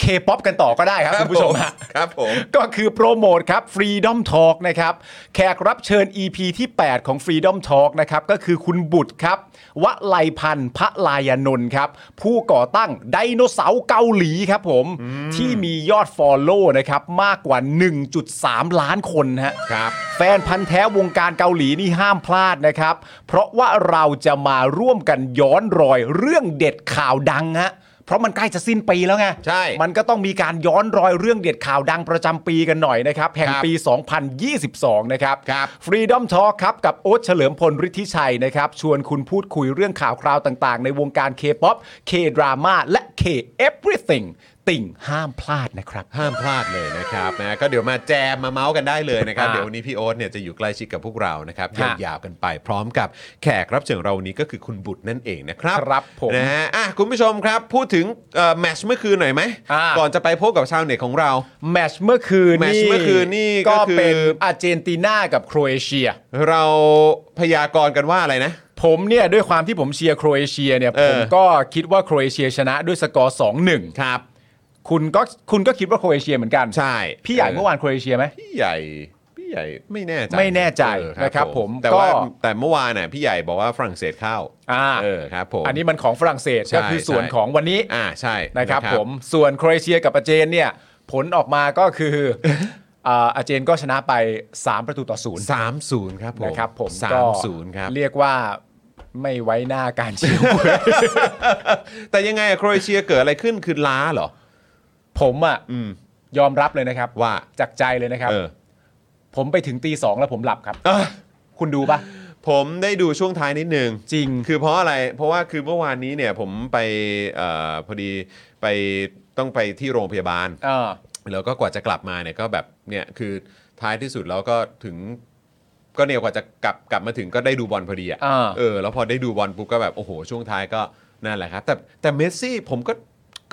Speaker 3: เคป๊อปกันต่อก็ได้ครับคุณผู้ชมฮะ
Speaker 4: ครับผม
Speaker 3: ก็คือโปรโมทครับ Freedom Talk นะครับแขกรับเชิญ EP ที่ 8 ของ Freedom Talk นะครับก็คือคุณบุตรครับวลัยพันธ์พระลายนนท์ครับ ผู้ก่อตั้งไดโนเสาร์เกาหลีครับผม ที่มียอด Follow นะครับมากกว่า 1.3 ล้านคนฮะ
Speaker 4: ครับ
Speaker 3: แฟนพันธ์แท้วงการเกาหลีนี่ห้ามพลาดนะครับ เพราะว่าเราจะมาร่วมกันย้อนรอยเรื่องเด็ดข่าวดังฮะ เพราะมันใกล้จะสิ้นปีแล้วไง
Speaker 4: ใช่
Speaker 3: มันก็ต้องมีการย้อนรอยเรื่องเด็ดข่าวดังประจำปีกันหน่อยนะครับ แห่ง
Speaker 4: ครับ
Speaker 3: ปี 2022 นะครับ
Speaker 4: ครับ
Speaker 3: Freedom Talk ครับ กับโอ๊ตเฉลิมพลฤทธิชัยนะครับ ชวนคุณพูดคุยเรื่องข่าวคราวต่างๆ ในวงการ K-POP K-drama และ K-everything ติ่งห้ามพลาดนะครับ
Speaker 4: ห้ามพลาดเลยนะครับนะก็เดี๋ยวมาแจมมาเมาส์กันได้เลยนะครับ
Speaker 3: อ่า
Speaker 4: เดี๋ยววันนี้พี่โอ๊ตเนี่ยจะอยู่ใกล้ชิดกับพวกเรานะครับ
Speaker 3: ฮะ
Speaker 4: ยาวๆกันไปพร้อมกับแขกรับเชิญของเราวันนี้ก็คือคุณบุตรนั่นเองนะครับ
Speaker 3: ครับผม
Speaker 4: นะฮะอ่ะคุณผู้ชมครับพูดถึงแมชเมื่อคืนหน่อยไหม
Speaker 3: อ่า
Speaker 4: ก่อนจะไปพบกับชาวเน็ตของเรา
Speaker 3: แมตชเมื่อคืน
Speaker 4: แมตช์เมื่อคืนนี่ก็
Speaker 3: ก็
Speaker 4: คือ
Speaker 3: เป็นอาร์เจนตินากับโครเอเชีย
Speaker 4: เราพยากรณ์กันว่าอะไรนะ
Speaker 3: ผมเนี่ยด้วยความที่ผมเชียร์โครเอเชียเนี่ย
Speaker 4: เออ
Speaker 3: ผมก็คิดว่าโครเอเชียชนะด้วยสกอร์สองหนึ่ง
Speaker 4: ครับ
Speaker 3: คุณก็คุณก็คิดว่าโครเอเชียเหมือนกัน
Speaker 4: ใช่
Speaker 3: พี่ใหญ่เมื่อวานโครเอเชียไหม
Speaker 4: พี่ใหญ่พี่ใหญ่ไม่แน่ใจ
Speaker 3: ไม่แน่ใจ
Speaker 4: เออ
Speaker 3: นะครับผม
Speaker 4: แต่
Speaker 3: ก็
Speaker 4: ว่าแต่เมื่อวานน่ะพี่ใหญ่บอกว่าฝรั่งเศสเข้า
Speaker 3: อ่า
Speaker 4: เออครับผม
Speaker 3: อันนี้มันของฝรั่งเศส
Speaker 4: ใช่
Speaker 3: ก็คือส่วน
Speaker 4: ใช่
Speaker 3: ของวันนี้
Speaker 4: อ่าใช่
Speaker 3: นะครับผมส่วนโครเอเชียกับอาร์เจนเนี่ยผลออกมาก็คือ อ่าอาร์เจนก็ชนะไป 3 ประตูต่อศูนย์
Speaker 4: สามศูนย์ครับผม
Speaker 3: นะครับผม
Speaker 4: สา
Speaker 3: ก็
Speaker 4: มศูนย์ครับ
Speaker 3: เรียกว่าไม่ไว้หน้าการเชียร์
Speaker 4: แต่ยังไงอะโครเอเชียเกิดอะไรขึ้นคือล้าเหรอ
Speaker 3: ผมอ่ะ
Speaker 4: อืม
Speaker 3: ยอมรับเลยนะครับ
Speaker 4: ว่า
Speaker 3: จากใจเลยนะครับ
Speaker 4: เออ
Speaker 3: ผมไปถึงตีสองแล้วผมหลับครับ
Speaker 4: เอ้อ
Speaker 3: คุณดูปะ
Speaker 4: ผมได้ดูช่วงท้ายนิดนึง
Speaker 3: จริง
Speaker 4: คือเพราะอะไร เพราะว่าคือเมื่อวานนี้เนี่ยผมไปเออพอดีไปต้องไปที่โรงพยาบาล
Speaker 3: เออ
Speaker 4: แล้วก็กว่าจะกลับมาเนี่ยก็แบบเนี่ยคือท้ายที่สุดแล้วก็ถึงก็เนี่ยกว่าจะกลับกลับมาถึงก็ได้ดูบอลพอดีอ่ะ
Speaker 3: อ่า
Speaker 4: เออแล้วพอได้ดูบอลปุ๊บก็แบบโอ้โหช่วงท้ายก็นั่นแหละครับแต่แต่เมสซี่ผมก็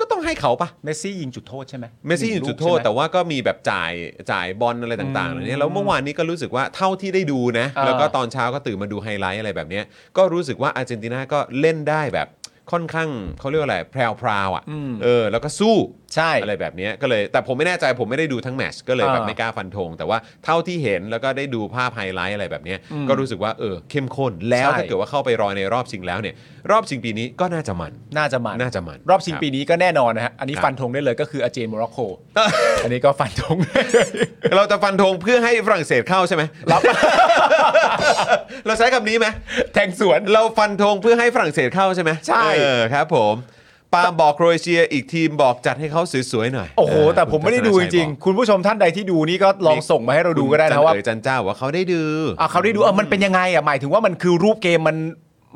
Speaker 4: ก็ต้องให้เขาปะ
Speaker 3: เมสซี่ยิงจุดโทษใช่ไหม
Speaker 4: เมสซี่ยิงจุดโท
Speaker 3: ลูก
Speaker 4: ษ
Speaker 3: ใช่ไหม
Speaker 4: แต่ว่าก็มีแบบจ่ายจ่ายบอลอะไรต่างๆเหล่านี้แล้วเมื่อวานนี้ก็รู้สึกว่าเท่าที่ได้ดูนะ
Speaker 3: อ่า
Speaker 4: แล้วก็ตอนเช้าก็ตื่นมาดูไฮไลท์อะไรแบบเนี้ยก็รู้สึกว่าอาร์เจนตินาก็เล่นได้แบบค่อนข้างเขาเรียกว่าอะไรแพรวพราวๆอ่ะเออแล้วก็สู้
Speaker 3: ใช่
Speaker 4: อะไรแบบเนี้ยก็เลยแต่ผมไม่แน่ใจผมไม่ได้ดูทั้งแมตชก็เลยแบบ
Speaker 3: อ่า
Speaker 4: ไม่กล้าฟันธงแต่ว่าเท่าที่เห็นแล้วก็ได้ดูภาพไฮไลท์อะไรแบบเนี้ย
Speaker 3: อืม
Speaker 4: ก็รู้สึกว่าเออเข้มข้นแล้ว
Speaker 3: ใช่
Speaker 4: ถ้าเกิดว่าเข้าไปรอในรอบชิงแล้วเนี่ย รอบชิงปีนี้ก็น่าจะมัน
Speaker 3: น่าจะมัน
Speaker 4: น่าจะมัน
Speaker 3: รอบชิง
Speaker 4: ครับ
Speaker 3: ปีนี้ก็แน่นอนนะฮะ อันนี้ฟันธงได้เลยก็คืออาร์เจนโมร็อกโกอันนี้ก็ฟั นธง
Speaker 4: เราจะฟันธงเพื่อให้ฝรั่งเศสเข้า ใช่ไหมเรา เราใช้คำนี้ไหม
Speaker 3: แทงสวน
Speaker 4: เราฟันธงเพื่อให้ฝรั่งเศสเข้าใช่ไหม
Speaker 3: ใช่
Speaker 4: เออครับผมปาล์มบอกโครเอเชียอีกทีมบอกจัดให้เขาสวยๆหน่อย
Speaker 3: โอ้โห แต่ผมไม่ได้ดูจริงๆ
Speaker 4: คุณ
Speaker 3: คุณผู้ชมท่านใดที่ดูนี่ก็ลองส่งมาให้เราดูก็ได้
Speaker 4: จั
Speaker 3: นะว่า
Speaker 4: เอ๋ยจันเจ้าว่าเขาได้ดู
Speaker 3: อ่ะเขาได้ดูเออมันเป็นยังไงอ่ะหมายถึงว่ามันคือรูปเกมมัน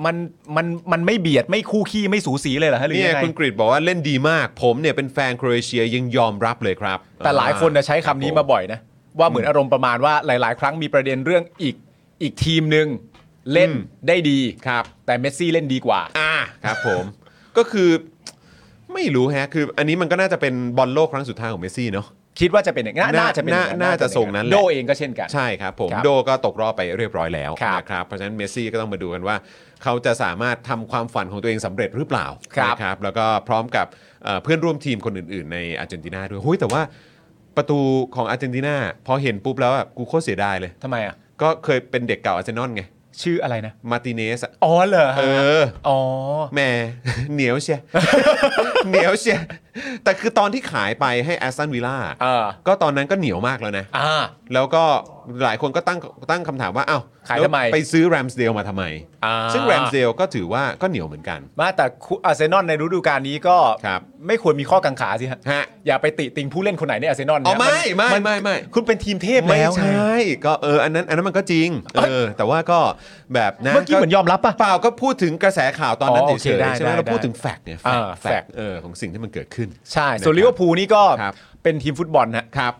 Speaker 3: มันมันมันไม่เบียดไม่คู่ขี้ไม่สูสีเลยเหรอฮะหรือ
Speaker 4: เนี่ย
Speaker 3: ยังไง
Speaker 4: คุณกริดบอกว่าเล่นดีมาก ผมเนี่ยเป็นแฟนโครเอเชียยังยอมรับเลยครับ
Speaker 3: แต่หลายคนนะใช้คำนี้มา
Speaker 4: รับผ
Speaker 3: บ่อยนะ ว่าเหมือนอารมณ์ประมาณว่าหลาย ๆ ครั้งมีประเด็นเรื่องอีกอีกทีมหนึ่งเล่น
Speaker 4: อืม
Speaker 3: ได้ดี
Speaker 4: ครับ
Speaker 3: แต่เมสซี่เล่นดีกว่า
Speaker 4: อ่าครับผม ก็คือไม่รู้แฮะคืออันนี้มันก็น่าจะเป็นบอลโลกครั้งสุดท้ายของเมสซี่เนาะ
Speaker 3: คิดว่าจะเป็นอย่างนั้นน่าจะเป็นอย่ง
Speaker 4: น่าน่าจะทรงนั้นแหละ
Speaker 3: โดเองก็เช่นกัน
Speaker 4: ใช่ครับผม
Speaker 3: ครับ
Speaker 4: โดก็ตกรอบไปเรียบร้อยแล้ว
Speaker 3: ครับ
Speaker 4: นะครับเพราะฉะนั้นเมสซี่ก็ต้องมาดูกันว่า เขาจะสามารถทำความฝันของตัวเองสำเร็จหรือเปล่า
Speaker 3: ครับ
Speaker 4: นะครับแล้วก็พร้อมกับเอ่อเพื่อนร่วมทีมคนอื่นๆในอาร์เจนตินาด้วยหุ้ยแต่ว่าประตูของอาร์เจนตินาพอเห็นปุ๊บแล้วอะกูโคตรเสียดายเลย
Speaker 3: ทำไมอ่ะ
Speaker 4: ก็เคยเป็นเด็กเก่าอาร์เซนอลไง
Speaker 3: ชื่ออะไรนะ
Speaker 4: มาร์ติเนสอะ
Speaker 3: อ๋อเหรอ
Speaker 4: เออ
Speaker 3: อ๋อ
Speaker 4: แหม่ เหนียวเชีย เหนียวเชีย แต่คือตอนที่ขายไปให้แอสตันวิลล่า
Speaker 3: เออ
Speaker 4: ก็ตอนนั้นก็เหนียวมากแล้วนะ
Speaker 3: อ่า
Speaker 4: แล้วก็หลายคนก็ตั้งตั้งคำถามว่า เอ้า
Speaker 3: ขาย
Speaker 4: แล้ว
Speaker 3: ทำไม
Speaker 4: ไปซื้อแรมสเดลมาทำไม
Speaker 3: อ่า
Speaker 4: ซึ่งแรมสเดลก็ถือว่าก็เหนียวเหมือนกัน
Speaker 3: มาแต่คุอาร์เซนอลในฤดูกาลนี้ก็
Speaker 4: ครับ
Speaker 3: ไม่ควรมีข้อกังขาสิฮะ
Speaker 4: ฮะ
Speaker 3: อย่าไปติติงผู้เล่นคนไหนในอาร์เซนอลนะ
Speaker 4: อ๋อไม่ไม่
Speaker 3: น
Speaker 4: ไม่ไม่
Speaker 3: คุณเป็นทีมเทพ
Speaker 4: ไม่
Speaker 3: แล้ว
Speaker 4: ใช
Speaker 3: ไง่
Speaker 4: ก็เอออันนั้นอันนั้นมันก็จริง เออ แต่ว่าก็แบบนะ
Speaker 3: เมื่อกี้เหมือนยอมรับป่ะ
Speaker 4: เปล่าก็พูดถึงกระแสข่าวตอนนั้น
Speaker 3: อ๋อโอ
Speaker 4: เฉ
Speaker 3: เค
Speaker 4: ย
Speaker 3: ได้
Speaker 4: ๆใช่ไหม
Speaker 3: ได้
Speaker 4: เราพูด
Speaker 3: ได้
Speaker 4: ถึงแฟกต์เนี่ย
Speaker 3: อ่า
Speaker 4: แฟก
Speaker 3: fact
Speaker 4: ต์เออของสิ่งที่มันเกิดขึ้น
Speaker 3: ใช่ส่วน
Speaker 4: นะครับ
Speaker 3: ลิเวอร์พูลนี่ก็
Speaker 4: ครับ
Speaker 3: เป็นทีมฟุตบอลนะฮะ
Speaker 4: ครับ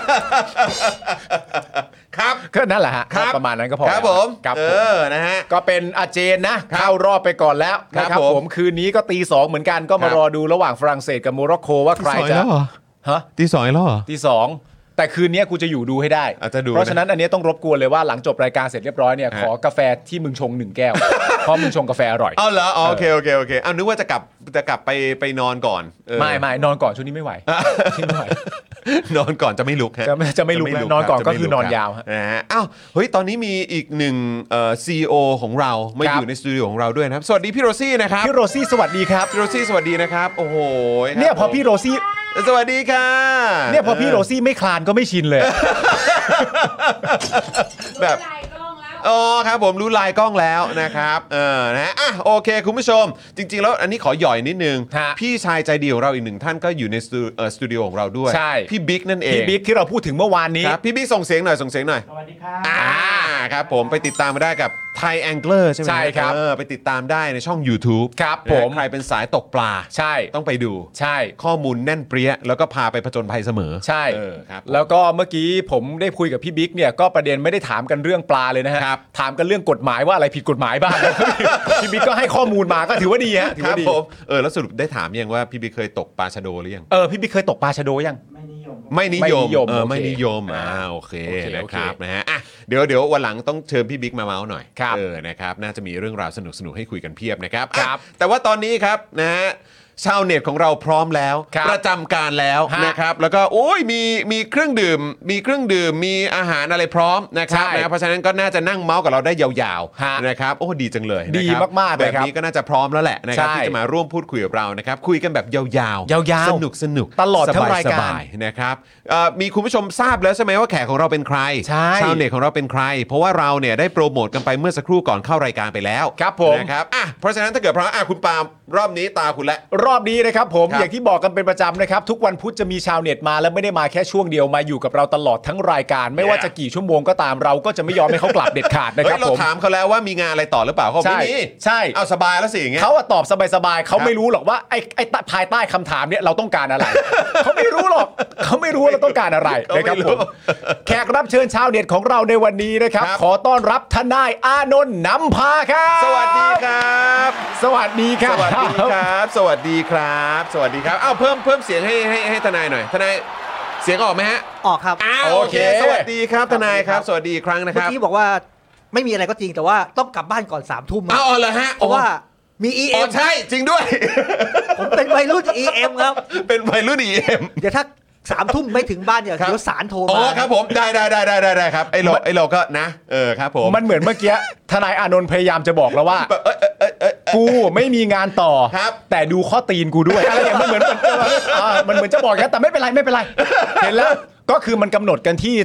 Speaker 4: ครับ
Speaker 3: ก็นั่นแหละฮะประมาณนั้นก็พอ
Speaker 4: ครับผม
Speaker 3: ครับ
Speaker 4: เอ
Speaker 3: ผม
Speaker 4: อนะฮะ
Speaker 3: ก็เป็นอาเจนนะ
Speaker 4: ครับ
Speaker 3: เข้ารอบไปก่อนแล้ว
Speaker 4: ครับ
Speaker 3: นะครับ
Speaker 4: ผม
Speaker 3: ผมคืนนี้ก็ตีสองเหมือนกันก็
Speaker 4: ครั
Speaker 3: มา
Speaker 4: บ
Speaker 3: รอดูระหว่างฝรั่งเศสกับโมร็อกโกว่าใครจะฮะ
Speaker 4: ตีสองแล้วเหรอ
Speaker 3: ตีสองแต่คืนนี้กูจะอยู่ดูให้ได้
Speaker 4: อาจจะดู
Speaker 3: เพราะฉะนั้นอันนี้ต้องรบกวนเลยว่าหลังจบรายการเสร็จเรียบร้อยเนี่ย
Speaker 4: ฮะ
Speaker 3: ขอกาแฟที่มึงชงหนึ่งแก้ว เพราะมึงชงกาแฟอร่อย
Speaker 4: เอาเหรออ๋อโอเคโอเคโอเคเอานึกว่าจะกลับจะกลับไปไปนอนก่อนเออ
Speaker 3: ไม่ไม่นอนก่อนช่วงนี้ไม่ไหว ไม่ไหว
Speaker 4: นอนก่อนจะไม่ลุกฮะ
Speaker 3: จะไม่จะไม่ลุกแล้วนอนก่อน
Speaker 4: จะไม่
Speaker 3: ก็คือนอน
Speaker 4: ลุรับ
Speaker 3: ยาวฮะ
Speaker 4: นะฮะอ้าวเฮ้ยตอนนี้มีอีกหนึ่งซีโอ CEO ของเรามา
Speaker 3: ครั
Speaker 4: อบ ยู่ในสตูดิโอของเราด้วยนะครับ สวัสดีพี่โรซี่นะครับ
Speaker 3: พี่โรซี่สวัสดีครับ
Speaker 4: พี่โรซี่สวัสดีนะครับ โอ้โหครับ
Speaker 3: เนี่ยพอพี่โรซี่
Speaker 4: สวัสดีค่ะ
Speaker 3: เนี่ยพอพี่โรซี่ไม่คลานก็ไม่ชินเลย
Speaker 4: แบบ
Speaker 5: ใจกล้องแล้ว
Speaker 4: อ๋อครับผมรู้ลายกล้องแล้วนะครับเออนะอ่ะโอเค คุณผู้ชม จริง ๆ แล้วอันนี้ขอหย่อยนิดนึง
Speaker 3: ฮะ
Speaker 4: พี่ชายใจดีของเราอีกหนึ่งท่านก็อยู่ในสตูเอ่อสตูดิโอของเราด้วย
Speaker 3: ใช่
Speaker 4: พี่บิ๊กนั่นเอง
Speaker 3: พี่บิ๊กที่เราพูดถึงเมื่อวานนี้
Speaker 4: ครับพี่บิ๊กส่งเสียงหน่อย ส่งเสียงหน่อย สวัสดีครับอ่าครับผมไปติดตามมาได้กับไทยแองเก e r ใช่ไหม
Speaker 3: ใช่ครับ
Speaker 4: เออไปติดตามได้ในช่อง YouTube
Speaker 3: ครับ
Speaker 4: นะ
Speaker 3: ผม
Speaker 4: ใครเป็นสายตกปลา
Speaker 3: ใช่
Speaker 4: ต้องไปดู
Speaker 3: ใช่
Speaker 4: ข้อมูลแน่นเปรี้ย แล้วก็พาไปผจญภัยเสมอ
Speaker 3: ใช่
Speaker 4: เออครับ
Speaker 3: แล้วก็เมื่อกี้ผมได้คุยกับพี่บิ๊กเนี่ยก็ประเด็นไม่ได้ถามกันเรื่องปลาเลยนะฮะ
Speaker 4: ครับ
Speaker 3: ถามกันเรื่องกฎหมายว่าอะไร ผิดกฎหมายบ้าง พี่บิ๊กก็ให้ข้อมูลมาก็ถือว่าดีฮะถือ
Speaker 4: ครั
Speaker 3: ว่า
Speaker 4: บ
Speaker 3: ดี
Speaker 4: ผมเออแล้วสรุปได้ถามยังว่าพี่บิ๊กเคยตกปลาชะโดหรือยัง
Speaker 3: เออพี่บิ๊กเคยตกปลาชะโดยัง
Speaker 4: ไม่
Speaker 3: ไม่
Speaker 4: นิยม
Speaker 3: นิยม
Speaker 4: เอ
Speaker 3: โอ
Speaker 4: อ
Speaker 3: เค
Speaker 4: ไม่นิยมอ่าโอเค
Speaker 3: โอเค
Speaker 4: นะครับ
Speaker 3: โอเค
Speaker 4: นะฮะอ่ะเดี๋ยวเดี๋ยววันหลังต้องเชิญพี่บิ๊กมาเมาส์หน่อย
Speaker 3: ครับ
Speaker 4: เออนะครับน่าจะมีเรื่องราวสนุกสนุกๆให้คุยกันเพียบนะครับ
Speaker 3: ครับ
Speaker 4: อ่ะแต่ว่าตอนนี้ครับนะฮะชาวเน็ตของเราพร้อมแล้ว
Speaker 3: ครับ
Speaker 4: ประจำการแล้ว
Speaker 3: ฮะ
Speaker 4: นะครับแล้วก็โอ้ยมีมีเครื่องดื่ม มีเครื่องดื่มมีอาหารอะไรพร้อมนะครับ
Speaker 3: ใช่
Speaker 4: นะเพราะฉะนั้นก็น่าจะนั่งเมาส์กับเราได้ยาว
Speaker 3: ฮะ
Speaker 4: ๆนะครับโอ้ดีจังเลยนะ
Speaker 3: ดี
Speaker 4: ครับ
Speaker 3: มากๆเลยครับ
Speaker 4: แบบนี้ก็น่าจะพร้อมแล้วแหละนะครับ
Speaker 3: ใช่
Speaker 4: ที่จะมาร่วมพูดคุยกับเรานะครับคุยกันแบบยาวๆ
Speaker 3: ยาวๆ
Speaker 4: สนุกสนุกๆ
Speaker 3: ตลอดทั้งรายการ
Speaker 4: สบๆ นะครับเอ่อมีคุณผู้ชมทราบแล้วใช่ไหมว่าแขกของเราเป็นใคร
Speaker 3: ใช่
Speaker 4: ชาวเน็ตของเราเป็นใคร เพราะว่าเราเนี่ยได้โปรโมทกันไปเมื่อสักครู่ก่อนเข้ารายการไปแล้ว
Speaker 3: ครับผม
Speaker 4: นะครับอ่ะเพราะฉะนั้นถ้าเกิดพร้อมอ่ะคุณปาล์มรอบนี้ตาคุณละ
Speaker 3: รอบนี้นะครับผม
Speaker 4: ครับ
Speaker 3: อย่างที่บอกกันเป็นประจำนะครับ ทุกวันพุธจะมีชาวเน็ตมาและไม่ได้มาแค่ช่วงเดียวมาอยู่กับเราตลอดทั้งรายการ ไม่ว่าจะกี่ชั่วโมงก็ตามเราก็จะไม่ยอมให้เขากลับเด็ดขาดนะค
Speaker 4: เฮ้
Speaker 3: รั
Speaker 4: ย
Speaker 3: บ
Speaker 4: เรา
Speaker 3: ผม
Speaker 4: ถามเขาแล้วว่ามีงานอะไรต่อหรือเปล่าเขาบอก
Speaker 3: ใช่
Speaker 4: ไม่มี
Speaker 3: ใช่
Speaker 4: เอาสบายแล้วสิอย่างเงี้ย
Speaker 3: เขาอะตอบสบายๆเขา
Speaker 4: ครับ
Speaker 3: ไม่รู้หรอกว่าไอ้ไอ้ภายใต้คำถามเนี่ยเราต้องการอะไร เขาไม่รู้หรอกเขาไม่รู้ว่าเราต้องการอะไร
Speaker 4: เขา
Speaker 3: นะค
Speaker 4: ไม่
Speaker 3: รับ
Speaker 4: รู้
Speaker 3: ผม แขกรับเชิญชาวเน็ตของเราในวันนี้นะครับ
Speaker 4: ครับ
Speaker 3: ขอต้อนรับทนายอานนท์นำพาครับ
Speaker 4: สวัสดีครับ
Speaker 3: สวัสดีค
Speaker 4: ส
Speaker 3: รับ
Speaker 4: วัสดีครับ สวัสดีครับ สวัสดีครับเอาเพิ่มเพิ่มเสียงให้ให้ให้ทนายหน่อยทนายเสียงออกไหมฮะ
Speaker 6: ออกครับ
Speaker 4: อ้าว
Speaker 3: โอ
Speaker 4: โอ
Speaker 3: เค
Speaker 4: เค สวัสดีครับทนายครับ สวัสดีอีกครั้งนะค
Speaker 6: เมื่อ
Speaker 4: รับ
Speaker 6: กี้บอกว่าไม่มีอะไรก็จริงแต่ว่าต้องกลับบ้านก่อนสามทุ่ม
Speaker 4: เอาเอาเหรอฮะ
Speaker 6: เพราะว่ามี
Speaker 4: อ๋อ
Speaker 6: EM
Speaker 4: ใช่จริงด้วย
Speaker 6: ผมเป็นวัยรุ่น EM ครับ
Speaker 4: เป็นวัยรุ่นเอ็ม
Speaker 6: เดี๋ยวถ้าสามทุ่มไม่ถึงบ้านเนี่ย
Speaker 4: ครับ
Speaker 6: เดี๋ยวสารโทร
Speaker 4: อ๋อ
Speaker 6: มา
Speaker 4: ครับผมได้ได้ได้ได้ได้ได้ครับไอ้เราไอ้เราก็นะ เออครับผม
Speaker 3: มันเหมือนเมื่อกี้ทนายอานนท์พยายามจะบอกแล้วว่า
Speaker 4: แบบเอ้ยเอ้ยเอ้ยเอ้ย
Speaker 3: กูไม่มีงานต่อ
Speaker 4: ครับ
Speaker 3: แต่ดูข้อตีนกูด้วยอะไรอย่างมันเหมือนมันอ่ามันเหมือนจะบอกนะแต่ไม่เป็นไรไม่เป็นไร เห็นแล้วก็คือมันกำหนดกันที่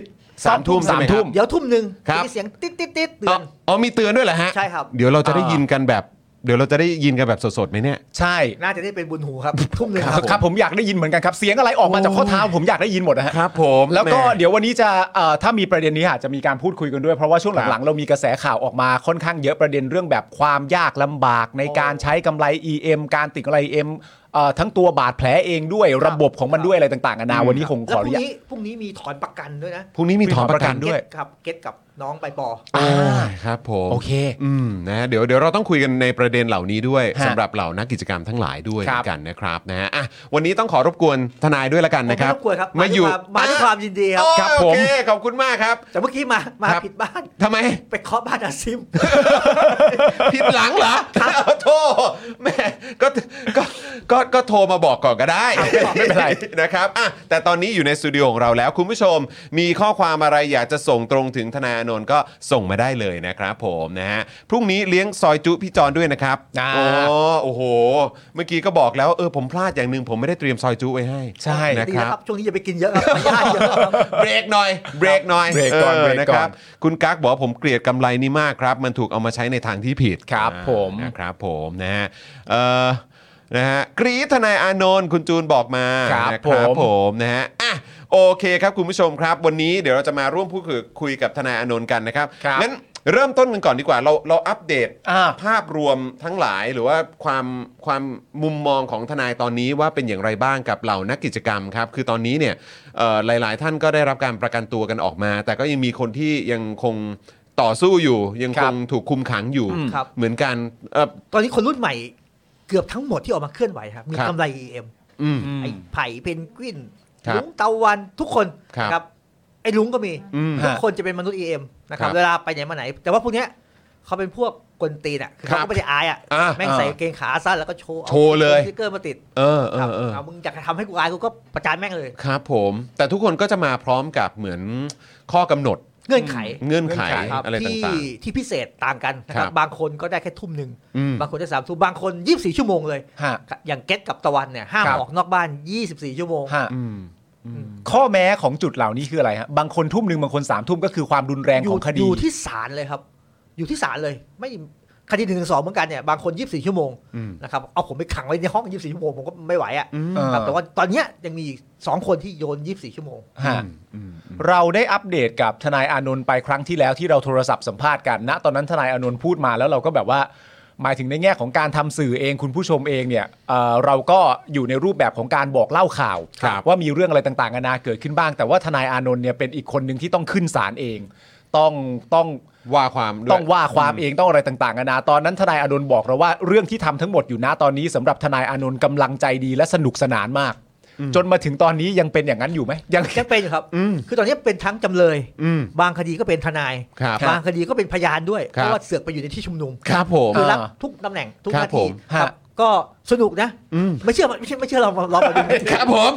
Speaker 4: สามทุ่ม
Speaker 3: สามทุ่ม
Speaker 6: เดี๋ยวทุ่มหนึ่ง
Speaker 4: ครับ
Speaker 6: มีเสียงติ๊ดติ๊ดติ๊ดเตื
Speaker 4: อ๋
Speaker 6: อ
Speaker 4: อน อ๋อมีเตือนด้วยเหรอฮะ
Speaker 6: ใช่ครับ
Speaker 4: เดี๋ยวเราจะได้
Speaker 3: อ่ายิ
Speaker 4: ยินกันแบบ เดี๋ยวเราจะได้ยินกันแบบสดๆไหมเนี่ย
Speaker 3: ใช่
Speaker 6: น่าจะได้เป็นบุญหูครับ ทุ่มหนึ่ง
Speaker 3: ค
Speaker 6: ค
Speaker 3: รั
Speaker 6: รั
Speaker 3: บบ ครับผมอยากได้ยินเหมือนกันครับ เสียงอะไรออกมาจากข้อเท้าผมอยากได้ยินหมดนะฮะ
Speaker 4: ครับผม
Speaker 3: แล้วก็
Speaker 4: แม่
Speaker 3: เดี๋ยววันนี้จะเอ่อถ้ามีประเด็นนี้อาจจะมีการพูดคุยกันด้วยเพราะว่าช่วงหลังๆเรามีกระแสข่าวออกมาค่อนข้างเยอะประเด็นเรื่องแบบความยากลำบากในการใช้กำไร EM การติดกำไร EM เอ่อทั้งตัวบาดแผลเองด้วยระบบของมันด้วยอะไรต่างๆนานาวันนี้คงข
Speaker 6: แล้ว
Speaker 3: ออ
Speaker 6: พ
Speaker 3: นุ
Speaker 6: รุ่ง
Speaker 3: ญาต
Speaker 6: นี้พรุ่งนี้มีถอนประกันด้วยนะ
Speaker 4: พรุ่งนี้มีถอนประกันด้วย
Speaker 6: เก็ตครับเก็ตกับน้องใบปอ
Speaker 4: โอ้ยครับผม
Speaker 3: โอเค
Speaker 4: อืมนะเดี๋ยวเดี๋ยวเราต้องคุยกันในประเด็นเหล่านี้ด้วย
Speaker 3: ฮะ
Speaker 4: สำหรับเหล่านักกิจกรรมทั้งหลายด้วยเห
Speaker 3: ครั
Speaker 4: มื
Speaker 3: บ
Speaker 4: อนกันนะครับนะฮะอ่ะวันนี้ต้องขอรบกวนทนายด้วยละกันนะครับ
Speaker 6: ไม่รบกวนครับ
Speaker 4: มาอยู่
Speaker 6: มาด้วยความมาด้วยความยินดีครับ
Speaker 4: โอ้ย
Speaker 3: ครับผม
Speaker 4: โอเคขอบคุณมากครับ
Speaker 6: แต่เมื่อกี้มามา
Speaker 4: ครับ
Speaker 6: ผิดบ้าน
Speaker 4: ทำไม
Speaker 6: ไปเคาะบ้านอาซิม
Speaker 4: ผิดหลังเหรอโทษแม่ก็ก็ก็ ก็ก็โทรมาบอกก่อนก็ได้ ไม่เป็นไรนะครับอ่ะแต่ตอนนี้อยู่ในสตูดิโอของเราแล้วคุณผู้ชม มีข้อความอะไรอยากจะส่งตรงถึงธนาอานนท์ก็ส่งมาได้เลยนะครับผมนะฮะพรุ่งนี้เลี้ยงซอยจุพี่จอนด้วยนะครับ
Speaker 3: อ่า
Speaker 4: โอ้โอ้โห เมื่อกี้ก็บอกแล้วเออผมพลาดอย่างหนึ่งผมไม่ได้เตรียมซอยจุไว้ให้
Speaker 3: ใช่
Speaker 4: นะ
Speaker 6: ดี
Speaker 4: ค
Speaker 6: นะ
Speaker 4: รับ
Speaker 6: ครับช่วงนี้อย่าไปกินเยอะครับไม่ได้เยอะครับ
Speaker 4: เบรกหน่อย เบรกหน่อย
Speaker 3: เบรกก่อนเบรกก่อน
Speaker 4: นะครับ คุณกั๊กบอกว่าผมเกลียดกำไรนี่มากครับ มันถูกเอามาใช้ในทางที่ผิด
Speaker 3: ครับ
Speaker 4: อ่า
Speaker 3: ผม
Speaker 4: นะครับผมนะฮะเอ่อนะฮะกรีดทนายอานนท์คุณจูนบอกมา
Speaker 3: ครับ
Speaker 4: นะ
Speaker 3: ผม
Speaker 4: ผมนะฮะอ่ะโอเคครับคุณผู้ชมครับ วันนี้เดี๋ยวเราจะมาร่วมพูดคุยคุยกับทนายอานนท์กันนะครับ
Speaker 3: ครับ
Speaker 4: งั้นเริ่มต้นกันก่อนดีกว่าเราเราอัปเดต
Speaker 3: อ่า
Speaker 4: ภาพรวมทั้งหลายหรือว่าความความมุมมองของทนายตอนนี้ว่าเป็นอย่างไรบ้างกับเหล่านักกิจกรรมครับ คือตอนนี้เนี่ยเอ่อหลาย ๆ ท่านก็ได้รับการประกันตัวกันออกมา แต่ก็ยังมีคนที่ยังคงต่อสู้อยู่ ยังคงถูกคุมขังอยู่
Speaker 6: อืมครับ
Speaker 4: เหมือนกันเอ่อ
Speaker 6: ตอนนี้คนรุ่นใหม่เกือบทั้งหมดที่ออกมาเคลื่อนไหวครับมี
Speaker 4: ครับ
Speaker 6: กำไร EM
Speaker 4: อืม
Speaker 6: ไอ้ไผ่เพนกวิน
Speaker 4: ครับ
Speaker 6: ลุงเตาวันทุกคน
Speaker 4: ครับ
Speaker 6: ไอ้ลุงก็มี
Speaker 4: อืม
Speaker 6: ทุกคนจะเป็นมนุษย์ EM นะครั
Speaker 4: ครั
Speaker 6: บ
Speaker 4: บ
Speaker 6: เวลาไปไหนมาไหน แต่ว่าพวกเนี้ยเขาเป็นพวกกวนตีนอ่ะคือ
Speaker 4: ครับ
Speaker 6: เขาก็ไม่ได้อายอ่ะ
Speaker 4: อ่า
Speaker 6: แม่งใส่กางเกงขาสั้นแล้วก็โชว์อา
Speaker 4: โชว์เลย
Speaker 6: สติ๊กเกอร์มาติด
Speaker 4: เออเอ
Speaker 6: ครั
Speaker 4: อเออ
Speaker 6: เอามึงอยากจะทำให้กูอายกูก็ประจานแม่งเลย
Speaker 4: ครับผม แต่ทุกคนก็จะมาพร้อมกับเหมือนข้อกำหนด
Speaker 6: เงื่อนไข
Speaker 4: เงื่อนไข
Speaker 6: ครับ
Speaker 4: อะไร
Speaker 6: ที่
Speaker 4: ต่าง
Speaker 6: ที่พิเศษต่างกันนะค
Speaker 4: ค
Speaker 6: รั
Speaker 4: รั
Speaker 6: บบ บางคนก็ได้แค่ทุ่มหนึ่ง
Speaker 4: ๆอืม
Speaker 6: บางคนได้สามทุ่มบางคนยี่สิบสี่ชั่วโมงเลย
Speaker 3: ฮะ
Speaker 6: อย่างเก็ตกับตะวันเนี่ยห้าม
Speaker 3: ครับ
Speaker 6: ออกนอกบ้านยี่สิบสี่ชั่วโมง
Speaker 3: ฮะ
Speaker 4: อืม
Speaker 3: ข้อแม้ของจุดเหล่านี้คืออะไรฮะบางคนทุ่มหนึ่งบางคนสามทุ่มก็คือความรุนแรงของคดี
Speaker 6: ยู่ที่ศาลเลยครับ อยู่ที่ศาลเลย ไม่คดีหนึ่งถึงสองเหมือนกันเนี่ยบางคนยี่สิบสี่ชั่วโมง
Speaker 4: อืม
Speaker 6: นะครับเอาผมไปขังไว้ในห้องยี่สิบสี่ชั่วโมงผมก็ไม่ไหวอะ
Speaker 4: อืม
Speaker 3: เออ
Speaker 6: ครับแต่ว่าตอนเนี้ยยังมีอีกสองคนที่โยนยี่สิบสี่ชั่วโมง
Speaker 3: ฮะเราได้อัปเดตกับทนายอานนท์ไปครั้งที่แล้วที่เราโทรศัพท์สัมภาษณ์กันณตอนนั้นทนายอานนท์พูดมาแล้วเราก็แบบว่า หมายถึงในแง่ของการทำสื่อเองคุณผู้ชมเองเนี่ยเอ่อเราก็อยู่ในรูปแบบของการบอกเล่าข่าว
Speaker 4: ครับ
Speaker 3: ว่ามีเรื่องอะไรต่างๆนานาเกิดขึ้นบ้าง แต่ว่าทนายอานนท์เนี่ยเป็นอีกคนหนึ่งที่ต้องขึ้นศาลเอง ต้องต้อง
Speaker 4: ว่าความด้วย
Speaker 3: ต้องว่าความเองต้องอะไรต่างๆนานาตอนนั้นทนายอานนท์บอกเราว่าเรื่องที่ทำทั้งหมดอยู่นะตอนนี้สำหรับทนายอานนท์กำลังใจดีและสนุกสนานมาก จนมาถึงตอนนี้ยังเป็นอย่างนั้นอยู่ไหมยัง
Speaker 6: ยังเป็นอยู่ครับ คือตอนเนี้ยเป็นทั้งจำเลย
Speaker 4: อืม
Speaker 6: บางคดีก็เป็นทนาย
Speaker 4: ครับ
Speaker 6: บางคดีก็เป็นพยานด้วย
Speaker 4: ครับ
Speaker 6: เพราะว่าเสือกไปอยู่ในที่ชุมนุม
Speaker 4: ครับผม
Speaker 6: คือรับ
Speaker 3: อ่า
Speaker 6: ทุกตำแหน่งทุก
Speaker 4: ค
Speaker 6: ห
Speaker 4: รับ
Speaker 6: น้าที่
Speaker 4: ผม
Speaker 6: ครับ
Speaker 3: ฮะ
Speaker 6: ก็สนุกนะ
Speaker 4: อืม
Speaker 6: ไม่เชื่อไม่เชื่อไม่เชื่อเราเราไปดู
Speaker 4: ครับผม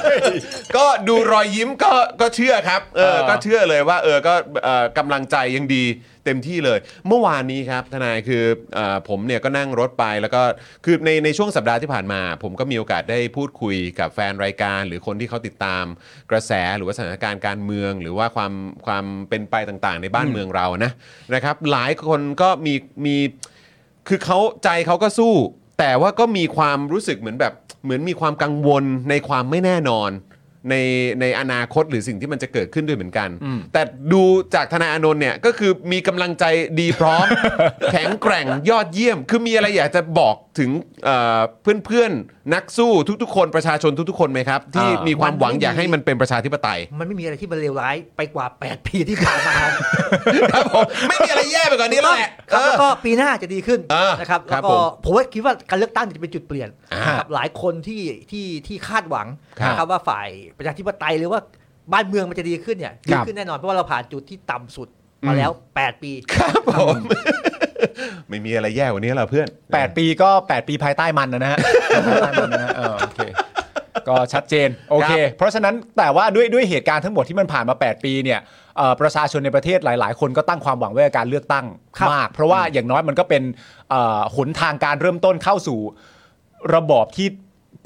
Speaker 4: ก็ดูรอยยิ้มก็ก็เชื่อครับ เอ
Speaker 3: เอ
Speaker 4: อ
Speaker 3: อ
Speaker 4: ก็เชื่อเลยว่า เออ ก็เอ่อกำลังใจยังดีเต็มที่เลย เมื่อวานนี้ครับทนายคือเอ่อผมเนี่ยก็นั่งรถไปแล้วก็คือในในช่วงสัปดาห์ที่ผ่านมา ผมก็มีโอกาสได้พูดคุยกับแฟนรายการ หรือคนที่เขาติดตามกระแสหรือว่าสถานการณ์การเมือง หรือว่าความความเป็นไปต่างๆ ในบ้านเมืองเรานะนะครับ หลายคนก็มีมี คือเขาใจเขาก็สู้ แต่ว่าก็มีความรู้สึกเหมือนแบบเหมือนมีความกังวลในความไม่แน่นอน ในในอนาคตหรือสิ่งที่มันจะเกิดขึ้นด้วยเหมือนกัน แต่ดูจากธนายอานนท์เนี่ยก็คือมีกำลังใจดีพ ร้อม แข็งแกร่งยอดเยี่ยม คือมีอะไรอยากจะบอกถึงเอ่อเพื่อนๆ นักสู้ทุกๆ คนประชาชนทุกๆ คนไหมครับ ที่
Speaker 3: อ่ามี
Speaker 4: มีความหวัง
Speaker 6: มันไม่มี
Speaker 4: อยากให้มันเป็นประชาธิปไตย
Speaker 6: มันไม่มีอะไรที่มันเลวร้ายไปกว่า 8 ปีที่ผ่านมา
Speaker 4: ครับผมไม่มีอะไรแย่ไปกว่านี้แล้วแหละ
Speaker 6: ค
Speaker 4: เอ
Speaker 6: รับ
Speaker 4: อ
Speaker 6: แล้วก็ปีหน้าจะดีขึ้น
Speaker 4: เออ
Speaker 6: นะครับ
Speaker 4: ครั
Speaker 6: แล้
Speaker 4: บ
Speaker 6: ว
Speaker 4: ผ
Speaker 6: ก็
Speaker 4: ม
Speaker 6: ผมว่าคิดว่าการเลือกตั้งจะเป็นจุดเปลี่ยน
Speaker 4: อ่า
Speaker 6: นะครับหลายคนที่ที่ที่คาดหวัง
Speaker 4: ครับ
Speaker 6: นะครับว่าฝ่ายประชาธิปไตยหรือว่าบ้านเมืองมันจะดีขึ้นเนี่ย
Speaker 4: ค
Speaker 6: ดี
Speaker 4: รับ
Speaker 6: ขึ้นแน่นอนเพราะว่าเราผ่านจุดที่ต่ำสุดมาแล้ว 8 ปี
Speaker 4: ครับผม ไม่มีอะไรแย่ก ว่านี้แล้วเพื่อน
Speaker 3: แปดปีก็ 8 ปีภายใต้มันนะฮะ ภายใต้มันนะฮะเออโอเคก็ชัดเจนโอเค เพราะฉะนั้นแต่ว่าด้วยด้วยเหตุการณ์ทั้งหมดที่มันผ่านมา 8 ปีเนี่ยเอ่อประชาชนในประเทศหลาย ๆ คนก็ตั้งความหวังไว้กับการเลือกตั้ง
Speaker 6: ครับ
Speaker 3: มาก เพราะว่าอย่างน้อยมันก็เป็นเอ่อหนทางการเริ่มต้นเข้าสู่ระบอบที่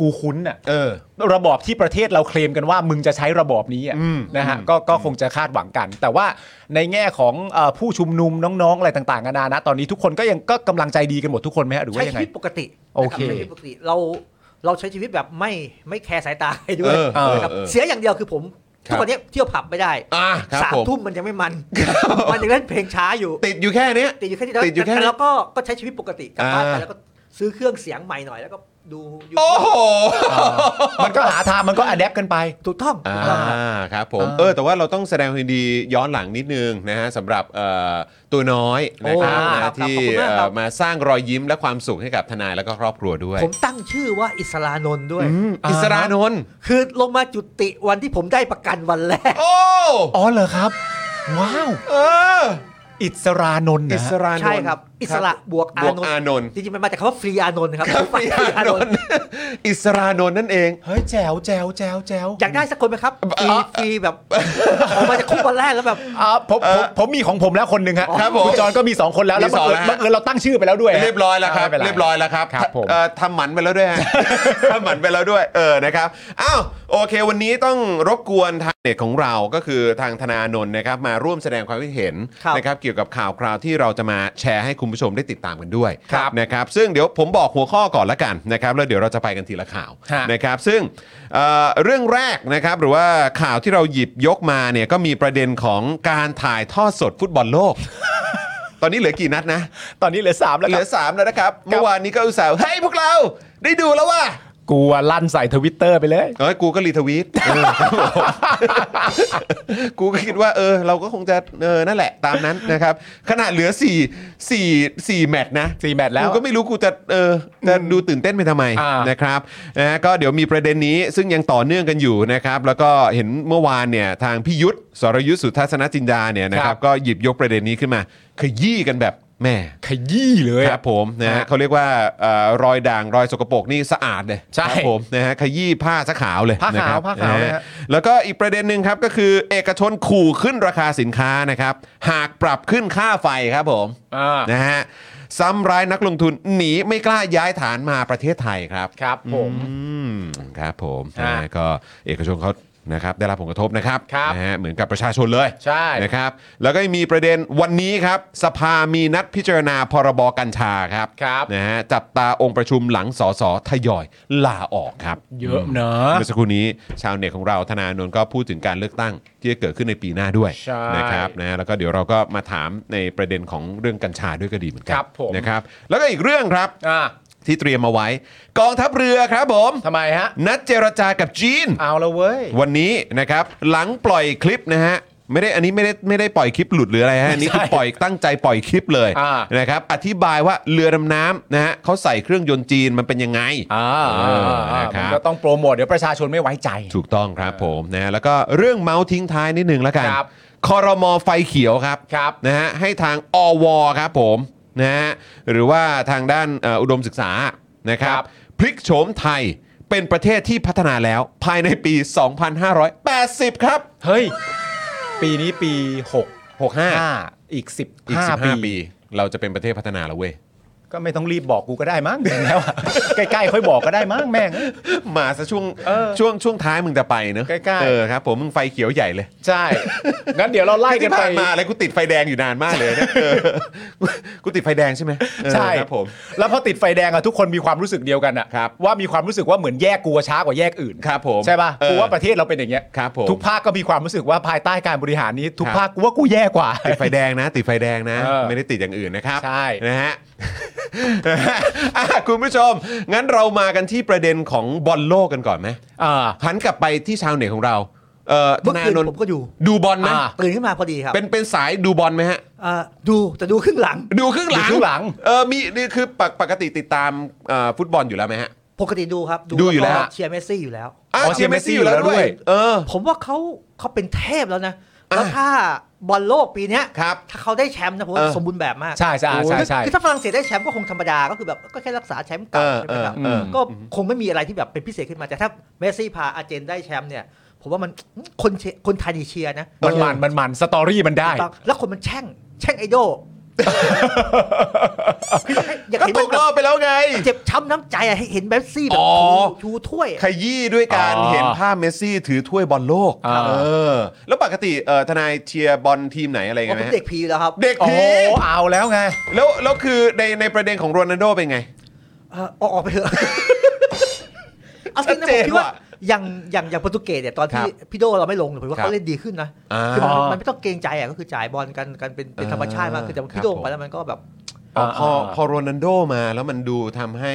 Speaker 3: กูคุ้นน่ะ
Speaker 4: เออ
Speaker 3: ระบอบที่ประเทศเราเคลมกันว่ามึงจะใช้ระบอบนี้อะ
Speaker 4: อืม
Speaker 3: นะฮะ
Speaker 4: อืม
Speaker 3: ก็ก็คงจะคาดหวังกัน แต่ว่าในแง่ของเอ่อผู้ชุมนุมน้องๆ อะไรต่างๆนานานะตอนนี้ทุกคนก็ยังก็กำลังใจดีกันหมดทุกคนไหมฮะหรือ
Speaker 6: ใช้
Speaker 3: ว่ายัง
Speaker 6: ชี
Speaker 3: ไง
Speaker 6: วิตปกติ
Speaker 3: โอเค
Speaker 6: นะครับใช้ชีวิตปกติเราเราใช้ชีวิตแบบไม่ไม่แคร์สายตาใครด้วย
Speaker 4: เออเออ
Speaker 6: นะครับ
Speaker 4: เออ
Speaker 6: เสียอย่างเดียวคือผม
Speaker 4: ครับ
Speaker 6: ทุกวันนี้เที่ยวผับไม่ได้
Speaker 4: อ่ะครับ
Speaker 6: สาม
Speaker 4: ผม
Speaker 6: ทุ่มมันยังไม่มันมันยังเล่นเพลงช้าอยู่
Speaker 4: ติดอยู่แค่เนี้ย
Speaker 6: ติดอยู่แค่นี้
Speaker 4: ติดอยู่แค่นี้
Speaker 6: แล้วก็ก็ใช้ชีวิตปกติกลับบ้านไป
Speaker 4: อ่า
Speaker 6: แล้วก็ซื้อเครื่องเสียงใหม่หน่อยแล้วก็ดูยู
Speaker 4: โอ้โห
Speaker 3: มันก็หาทางมันก็อัดแอปกันไป
Speaker 6: ถูกต้องถูกต้องครับ
Speaker 4: อ่าครับผม
Speaker 3: อ่า
Speaker 4: เออแต่ว่าเราต้องแสดงความยินดีย้อนหลังนิดนึงนะฮะสำหรับเอ่อตัวน้อยนะครับ
Speaker 3: โอ้
Speaker 4: นะครับ ที่
Speaker 6: ขอบคุณมากครับ
Speaker 4: เอ่อมาสร้างรอยยิ้มและความสุขให้กับทนายแล้วก็ครอบครัวด้วย
Speaker 6: ผมตั้งชื่อว่าอิสรานนท์ด้วย
Speaker 4: อืม
Speaker 3: อ่า
Speaker 4: อิสรานนท์
Speaker 6: คือลงมาจุติวันที่ผมได้ประกันวันแรก
Speaker 4: โอ้
Speaker 3: อ๋อเหรอครับ ว้าว
Speaker 4: เออ
Speaker 3: อิสรานนท์
Speaker 4: อิ
Speaker 3: นะ
Speaker 4: ส
Speaker 3: ฮะ
Speaker 4: รานนท์
Speaker 6: ใช่ครับ
Speaker 4: อ
Speaker 6: อิสระ
Speaker 4: ครับ
Speaker 6: บวกอา
Speaker 4: บวก
Speaker 6: นนท์
Speaker 4: อานนท์
Speaker 6: จริงๆมันมาจากคำว่าฟรีอานนท์นะครับ
Speaker 4: ฟรีอานนท์ อิสรานนท์นั่นเอง
Speaker 3: เฮ้ยแจ๋วแจ๋วแจ๋วแจ๋ว
Speaker 6: อยากได้สักคนไหมครับฟรี
Speaker 4: เอ่อ
Speaker 6: ฟรีแบบออกมาจากคุกวันแรกแล้วแบบ
Speaker 3: อ่าผมผมผมมีของผมแล้วคนหนึ่งฮะ
Speaker 4: ครับผม
Speaker 3: ณจอนก็มีสองคนแล้วแล้ว
Speaker 4: มีส
Speaker 3: บั
Speaker 4: อ
Speaker 3: ง
Speaker 4: ง
Speaker 3: เอิญ
Speaker 4: แล้วฮะ
Speaker 3: บังเอิญเราตั้งชื่อไปแล้วด้วยฮะ
Speaker 4: เรียบร้อยแล้วครับ
Speaker 3: ไม่ป็นไ
Speaker 4: เรียบร้อยแล้วครับ
Speaker 3: ครับผม
Speaker 4: เอ่อทำหมันไปแล้วด้วย ฮะ ทำหมันไปแล้วด้วย เออนะครับอ้าวโอเค วันนี้ต้องรบกวนทางเน็ตของเราก็คือทางธนาโนนท์นะครับ มาร่วมแสดงความคิดเห็น
Speaker 6: ครับ
Speaker 4: นะครับเกี่ยวกับข่าวคราวที่เราจะมาแชร์ให้คุณผู้ชมได้ติดตามกันด้วย
Speaker 3: ครับ
Speaker 4: นะครับซึ่งเดี๋ยวผมบอกหัวข้อก่อนละกันนะครับแล้วเดี๋ยวเราจะไปกันทีละข่าว
Speaker 3: ฮะ
Speaker 4: นะครับซึ่งเอ่อเรื่องแรกนะครับหรือว่าข่าวที่เราหยิบยกมาเนี่ยก็มีประเด็นของการถ่ายทอดสดฟุตบอลโลก ตอนนี้เหลือกี่นัดนะ
Speaker 3: ตอนนี้เหลือสามแล้ว
Speaker 4: เห
Speaker 3: ค
Speaker 4: ลื
Speaker 3: รั
Speaker 4: อบ 3แล้วนะครับ เมื่อวานนี้ก็อุตส่าห์ให้ยพวกเราได้ดูแล้วว่ะ
Speaker 3: กูอะลั่นใส่ทวิตเตอร์ไปเลย
Speaker 4: เอ้ยกูก็รีทวีตเออ กูก็คิดว่าเออ เราก็คงจะเออนั่นแหละตามนั้นนะครับ ขนาดเหลือ 4 4 4 แมตช์นะ
Speaker 3: สี่แมตช์แล้ว
Speaker 4: กูก็ไม่รู้กูจะเออจะดูตื่นเต้นไปทำไม
Speaker 3: อ่าน
Speaker 4: นะครับนะฮะก็เดี๋ยวมีประเด็นนี้ซึ่งยังต่อเนื่องกันอยู่นะครับ แล้วก็เห็นเมื่อวานเนี่ยทางพี่ยุทธสรยุทธสุทัศนจินดาเนี่ยนะครับก็หยิบยกประเด็นนี้ขึ้นมาขยี้กันแบบแม่
Speaker 3: ขยี้เลยอะ
Speaker 4: ครับผมนะฮะ
Speaker 3: ฮะ
Speaker 4: เขาเรียกว่าเอ่อรอยด่างรอยสกปรกนี่สะอาดเลย
Speaker 3: ใช่
Speaker 4: ครับผมนะฮะขยี้ผ้าสะขาวเลย
Speaker 3: ผ้าขาว
Speaker 4: นะครับ
Speaker 3: ผ้าขาว
Speaker 4: นะ
Speaker 3: เลย
Speaker 4: ฮะ
Speaker 3: ฮะ
Speaker 4: แล้วก็อีกประเด็นหนึ่งครับก็คือเอกชนขู่ขึ้นราคาสินค้านะครับ หากปรับขึ้นค่าไฟครับผม
Speaker 3: อ่า
Speaker 4: นะฮะซ้ำร้ายนักลงทุนหนีไม่กล้าย้ายฐานมาประเทศไทยครับ
Speaker 3: ครับผม
Speaker 4: อืมครับผม
Speaker 3: อ่ะ
Speaker 4: นะฮะก็เอกชนเขานะครับได้รับผลกระทบนะครับ
Speaker 3: ครับ
Speaker 4: นะฮะเหมือนกับประชาชนเลย
Speaker 3: ใช่
Speaker 4: นะครับ แล้วก็มีประเด็นวันนี้ครับ สภามีนัดพิจารณาพรบกัญชาครับ
Speaker 3: ครับ
Speaker 4: นะฮะจับตาองค์ประชุมหลังสสทยอยลาออกครับ
Speaker 3: เยอะเนอะ
Speaker 4: เมื่อสักครู่นี้ชาวเน็ตของเราธนาโนนท์ก็พูดถึงการเลือกตั้งที่จะเกิดขึ้นในปีหน้าด้วย
Speaker 3: ใช่
Speaker 4: นะครับนะฮะแล้วก็เดี๋ยวเราก็มาถามในประเด็นของเรื่องกัญชาด้วยก็ดีเหมือนกั
Speaker 3: ครับผม
Speaker 4: นะครับ แล้วก็อีกเรื่องครับ
Speaker 3: อ่า
Speaker 4: ที่เตรียมมาไว้ กองทัพเรือครับผม
Speaker 3: ทำไมฮะ
Speaker 4: นัดเจรจากับจีน
Speaker 3: เอาละเว้ย
Speaker 4: วันนี้นะครับ หลังปล่อยคลิปนะฮะ ไม่ได้อันนี้ไม่ได้ไม่ได้ปล่อยคลิปหลุดหรืออะไรฮะอันนี้คือปล่อยตั้งใจปล่อยคลิปเลย
Speaker 3: อ่า
Speaker 4: นะครับอธิบายว่าเรือดำน้ำนะฮะเขาใส่เครื่องยนต์จีนมันเป็นยังไง
Speaker 3: า
Speaker 4: เออนะค
Speaker 3: มัน
Speaker 4: รับ
Speaker 3: ก็ต้องโปรโมทเดี๋ยวประชาชนไม่ไว้ใจ
Speaker 4: ถูกต้องครับผมนะฮะแล้วก็เรื่องเมาส์ทิ้งท้ายนิดนึงแล้วกัน
Speaker 3: ครับ
Speaker 4: คอรมอไฟเขียวครับ
Speaker 3: ครับ
Speaker 4: นะฮะให้ทางอวครับผมนะฮะหรือว่าทางด้านเอ่ออุดมศึกษานะครับ
Speaker 3: ครับ
Speaker 4: พลิกโฉมไทยเป็นประเทศที่พัฒนาแล้วภายในปี 2580 ครับ
Speaker 3: เฮ้ย ปีนี้ปีหกห้า
Speaker 4: 65
Speaker 3: อีกสิบ
Speaker 4: อีก
Speaker 3: ห้าปี
Speaker 4: 15 ปี เราจะเป็นประเทศพัฒนาแล้วเว้ย
Speaker 3: ก็ไม่ต้องรีบบอกกูก็ได้มั้งถึงแล้วอะ ใกล้ๆค่อยบอกก็ได้มั้งแม่ง
Speaker 4: มาซะช่วง
Speaker 3: เออ
Speaker 4: ช่วงช่วงท้ายมึงจะไปเนอะ
Speaker 3: ใกล้ๆ
Speaker 4: เออครับผมมึงไฟเขียวใหญ่เลย
Speaker 3: ใช่ งั้นเดี๋ยวเราไล่กั
Speaker 4: ที่
Speaker 3: นไป
Speaker 4: ผ่านมาอะไรกูติดไฟแดงอยู่นานมากเลยนะเออกูติดไฟแดงใช่ไหมเออ
Speaker 3: ใช่
Speaker 4: ครับผม
Speaker 3: แล้วพอติดไฟแดงอะทุกคนมีความรู้สึกเดียวกันอะ
Speaker 4: ครับ
Speaker 3: ว่ามีความรู้สึกว่าเหมือนแยกกลัวช้ากว่าแยกอื่น
Speaker 4: ครับผม
Speaker 3: ใช่ป่ะ
Speaker 4: เออ
Speaker 3: กูว่าประเทศเราเป็นอย่างเงี้ย
Speaker 4: ครับผม
Speaker 3: ทุกภาคก็มีความรู้สึกว่าภายใต้การบริหารนี้ ทุก
Speaker 4: ครับ
Speaker 3: ภาคกูว่ากูแย่กว่า
Speaker 4: ติดไฟแดงนะ ติดไฟแดงนะ
Speaker 3: เออ
Speaker 4: ไม่ได้ติดอย่างอื่นนะครับ
Speaker 3: ใช่
Speaker 4: นะ ฮะ อ่ะคุณผู้ชม งั้นเรามากันที่ประเด็นของบอลโลกกันก่อนไหมหันกลับไปที่ชาวเน็ตของเรา เอ่อ
Speaker 6: เมื่อ
Speaker 4: ธนา
Speaker 6: คืน
Speaker 4: นนท์
Speaker 6: ผมก็ดู
Speaker 4: ดูบอลไหม
Speaker 3: อ่า
Speaker 6: ตื่นขึ้นมาพอดีครับ
Speaker 4: เป็นเป็นสายดูบอลไหมฮะ
Speaker 6: เอ่อดูแต่ดูครึ่งหลัง
Speaker 4: ดูครึ่งหลั
Speaker 3: ดู
Speaker 4: ง
Speaker 3: ครึ่งหลัง
Speaker 4: เออมีนี่คือปกปกติติดตามเอ่อฟุตบอลอยู่แล้วไหมฮะ
Speaker 6: ปกติดูครับ
Speaker 4: ดูอยู่แล้ว
Speaker 6: ก็เชียร์เมสซี่อยู่แล้ว
Speaker 4: อ่ะ
Speaker 3: อ๋อ
Speaker 4: เชียร์เมสซี่
Speaker 3: เชียร์เมสซี่
Speaker 4: อยู่แล้ว
Speaker 3: อยู่แล้ว
Speaker 4: ด้
Speaker 3: ด้
Speaker 4: ว
Speaker 3: วย ย
Speaker 4: เออ
Speaker 6: ผมว่าเขาเขาเป็นเทพแล้วนะแล้ว
Speaker 4: อ่ะ
Speaker 6: ถ้าบอลโลกปีเนี้ย
Speaker 4: ครับ
Speaker 6: ถ้าเขาได้แชมป์นะผมว่า
Speaker 4: เออ
Speaker 6: สมบูรณ์แบบมาก
Speaker 3: ใช่ใช่ใช่ใช่
Speaker 6: คือถ้าฝรั่งเศสได้แชมป์ก็คงธรรมดาก็คือแบบก็แค่รักษาแชมป์เก่า
Speaker 4: เออ
Speaker 6: ใช่ไหมครับ
Speaker 4: เออ
Speaker 3: เออ
Speaker 6: ก็คงไม่มีอะไรที่แบบเป็นพิเศษขึ้นมาแต่ถ้าเมสซี่พาอาร์เจนได้แชมป์เนี่ยผมว่ามันคนเชียร์คนไทยดีเชียร์นะ
Speaker 3: มันมันมันมันสตอรี่มันได้
Speaker 6: ถูกต้องแล้วคนมันแช่งแช่งไอดอลคืออยากให้อยาก
Speaker 4: ก็
Speaker 6: เห็น
Speaker 4: ต
Speaker 6: มัน
Speaker 4: ก
Speaker 6: แบ
Speaker 4: ร
Speaker 6: บ
Speaker 4: อบไปแล้วไง
Speaker 6: เจ็บช้ำน้ำใจอะให้เห็นเมสซี่แบบ
Speaker 4: อ๋อ
Speaker 6: ชูชูถ้วย
Speaker 4: ขยี้ด้วยการ
Speaker 3: อ๋อ
Speaker 4: เห็นภาพเมสซี่ถือถ้วยบอลโลก
Speaker 3: อ่า
Speaker 4: เออ แล้วปกติเอ่อทนายเชียร์บอลทีมไหนอะไร
Speaker 6: ผ
Speaker 4: กัน
Speaker 6: ม
Speaker 4: ไหม
Speaker 6: เป็น
Speaker 4: ฮะ
Speaker 6: เด็กผีอยู่แล้วครับ
Speaker 4: เด็ก
Speaker 3: โอ้
Speaker 4: ผี
Speaker 3: เอาแล้วไง
Speaker 4: แล้วแล้วคือในในประเด็นของโรนัลโดเป็นไง
Speaker 6: เอ่อออกไปเถอะ เอาจริงนะ
Speaker 4: ชัดเจ
Speaker 6: ผม
Speaker 4: น
Speaker 6: คิดว่า
Speaker 4: ว่ะ
Speaker 6: อย่างอย่างอย่างโปรตุเกสเนี่ยตอนที่พี่โดเราไม่ลงเนี่ยผมว่า
Speaker 4: ครับ
Speaker 6: เขาเล่นดีขึ้นนะ
Speaker 4: อ่า
Speaker 6: คือมัน
Speaker 3: อ๋อ
Speaker 6: มันไม่ต้องเกรงใจอ่ะก็คือจ่ายบอลกันกันเป็นเป็น
Speaker 4: อ่า
Speaker 6: ธรรมชาติมากคือแต่ว่า
Speaker 4: ครับ
Speaker 6: พี่โดลง
Speaker 4: ผ
Speaker 6: ไป
Speaker 4: ม
Speaker 6: แล้วมันก็แบบ
Speaker 4: พอพอ
Speaker 3: อ่า
Speaker 4: พอโรนัลโดมาแล้วมันดูทำให้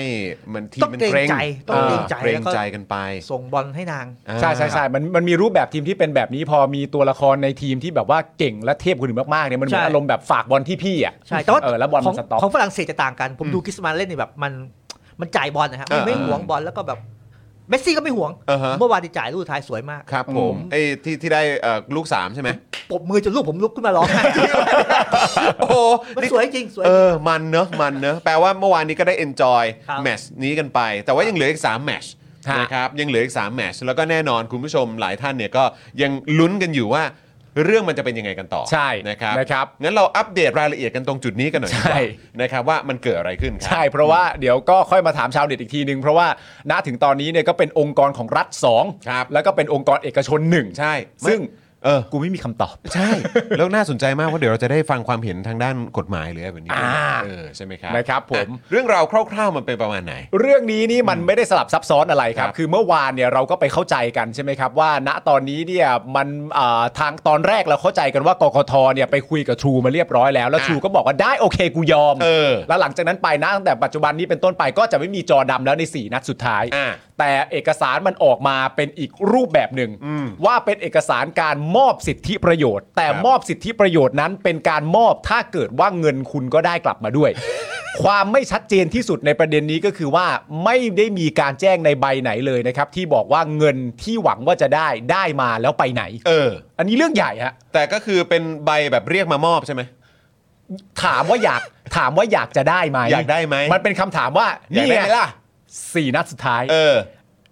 Speaker 4: มันทีม
Speaker 6: ต้อง
Speaker 4: มัน
Speaker 6: เกรง
Speaker 4: เกรง
Speaker 6: ใจต้องเกรงใจ
Speaker 4: เกร
Speaker 6: แล้
Speaker 4: ง
Speaker 6: วก็
Speaker 4: ใจกันไป
Speaker 6: ส่งบอลให้นาง
Speaker 4: อ่า
Speaker 3: ใช่ใช่ใช่มันมันมีรูปแบบทีมที่เป็นแบบนี้พอมีตัวละครในทีมที่แบบว่าเก่งและเทพคนอื่นมากๆเนี่ยมันเหมือ
Speaker 6: ใช่
Speaker 3: นอารมณ์แบบฝากบอลที่พี่อ่ะ
Speaker 6: ใช่แต่ว่า
Speaker 3: เออแล้วบอล
Speaker 6: ข
Speaker 3: มั
Speaker 6: อง
Speaker 3: นสต็อก
Speaker 6: ของฝรั่งเศสจะต่างกัน ผมดูกริสมาเล่นนี่แบบมันมันจ่ายบอลนะฮะไม่
Speaker 4: อ่า
Speaker 6: ไม่หวงบอลแล้วก็แบบเมสซี่ก็ไม่หวง
Speaker 4: อ่าฮะ
Speaker 6: เมื่อวานที่จ่ายลูกท้ายสวยมาก
Speaker 4: ครับผม
Speaker 3: อืม
Speaker 4: ไอ้ที่ที่ได้เอ่อลูกสามใช่ไหม
Speaker 6: ปรบมือจนลูกผมลุกขึ้นมาร้องไห้
Speaker 4: โอ้โห
Speaker 6: มัน
Speaker 4: นี่
Speaker 6: สวยจริงสวย
Speaker 4: เออมันเนอะมันเนอะแปลว่าเมื่อวานนี้ก็ได้ enjoy
Speaker 6: ครับ
Speaker 4: แมตชนี้กันไป แต่ว่ายังเหลืออีก3แมตช
Speaker 3: ฮะ
Speaker 4: นะครับยังเหลืออีก3แมตชแล้วก็แน่นอนคุณผู้ชมหลายท่านเนี่ยก็ยังลุ้นกันอยู่ว่าเรื่องมันจะเป็นยังไงกันต่อ
Speaker 3: ใช่
Speaker 4: นะครับ
Speaker 3: นะครับ
Speaker 4: งั้นเราอัปเดตรายละเอียดกันตรงจุดนี้กันหน่อยดีก
Speaker 3: ใช่
Speaker 4: ว่านะครับว่ามันเกิดอะไรขึ้นครับ
Speaker 3: ใช่ เพราะว่าเดี๋ยวก็ค่อยมาถามชาวเน็ตอีกทีนึง เพราะว่าณถึงตอนนี้เนี่ยก็เป็นองค์กรของรัฐ
Speaker 4: ครับ
Speaker 3: 2 แล้วก็เป็นองค์กรเอกชน 1
Speaker 4: ใช่ไม่
Speaker 3: ซึ่ง
Speaker 4: เออ
Speaker 3: กูไม่มีคำตอบ
Speaker 4: ใช่ แล้วน่าสนใจมากว่าเดี๋ยวเราจะได้ฟังความเห็นทางด้านกฎหมายหรืออะไรแบบนี้
Speaker 3: อ่า
Speaker 4: เออใช่ไหมครับ
Speaker 3: นะครับผม
Speaker 4: อ่ะเรื่องราวคร่าวๆมันเป็นประมาณไหน
Speaker 3: เรื่องนี้นี่มันไม่ได้สลับซับซ้อนอะไรครับ
Speaker 4: ครับ
Speaker 3: คือเมื่อวานเนี่ยเราก็ไปเข้าใจกันใช่ไหมครับว่าณตอนนี้เนี่ยมันอ่าทางตอนแรกเราเข้าใจกันว่ากกทเนี่ยไปคุยกับทรูมาเรียบร้อยแล้ว แล้ว
Speaker 4: อ่ะ
Speaker 3: ทรูก็บอกว่าได้โอเคกูยอม
Speaker 4: เออ
Speaker 3: แล้วหลังจากนั้นไปนะตั้งแต่ปัจจุบันนี้เป็นต้นไปก็จะไม่มีจอดำแล้วใน 4 นัดสุดท้าย
Speaker 4: อ่ะ
Speaker 3: แต่เอกสารมันออกมาเป็นอีกรูปแบบหนึ่ง
Speaker 4: อืม
Speaker 3: ว่าเป็นเอกสารการมอบสิทธิประโยชน์ แต่
Speaker 4: ครับ
Speaker 3: มอบสิทธิประโยชน์นั้นเป็นการมอบถ้าเกิดว่าเงินคุณก็ได้กลับมาด้วย ความไม่ชัดเจนที่สุดในประเด็นนี้ก็คือว่าไม่ได้มีการแจ้งในใบไหนเลยนะครับ ที่บอกว่าเงินที่หวังว่าจะได้ได้มาแล้วไปไหน
Speaker 4: เออ
Speaker 3: อันนี้เรื่องใหญ่ฮะ
Speaker 4: แต่ก็คือเป็นใบแบบเรียกมามอบใช่ไหม
Speaker 3: ถามว่าอยาก ถามว่าอยากจะได้ไหม
Speaker 4: อยากได้ไหม
Speaker 3: มันเป็นคำถามว่า
Speaker 4: อยาก
Speaker 3: นี่
Speaker 4: ได้
Speaker 3: ไง
Speaker 4: ไหมล่ะ
Speaker 3: สี่นัดสุดท้าย
Speaker 4: เออ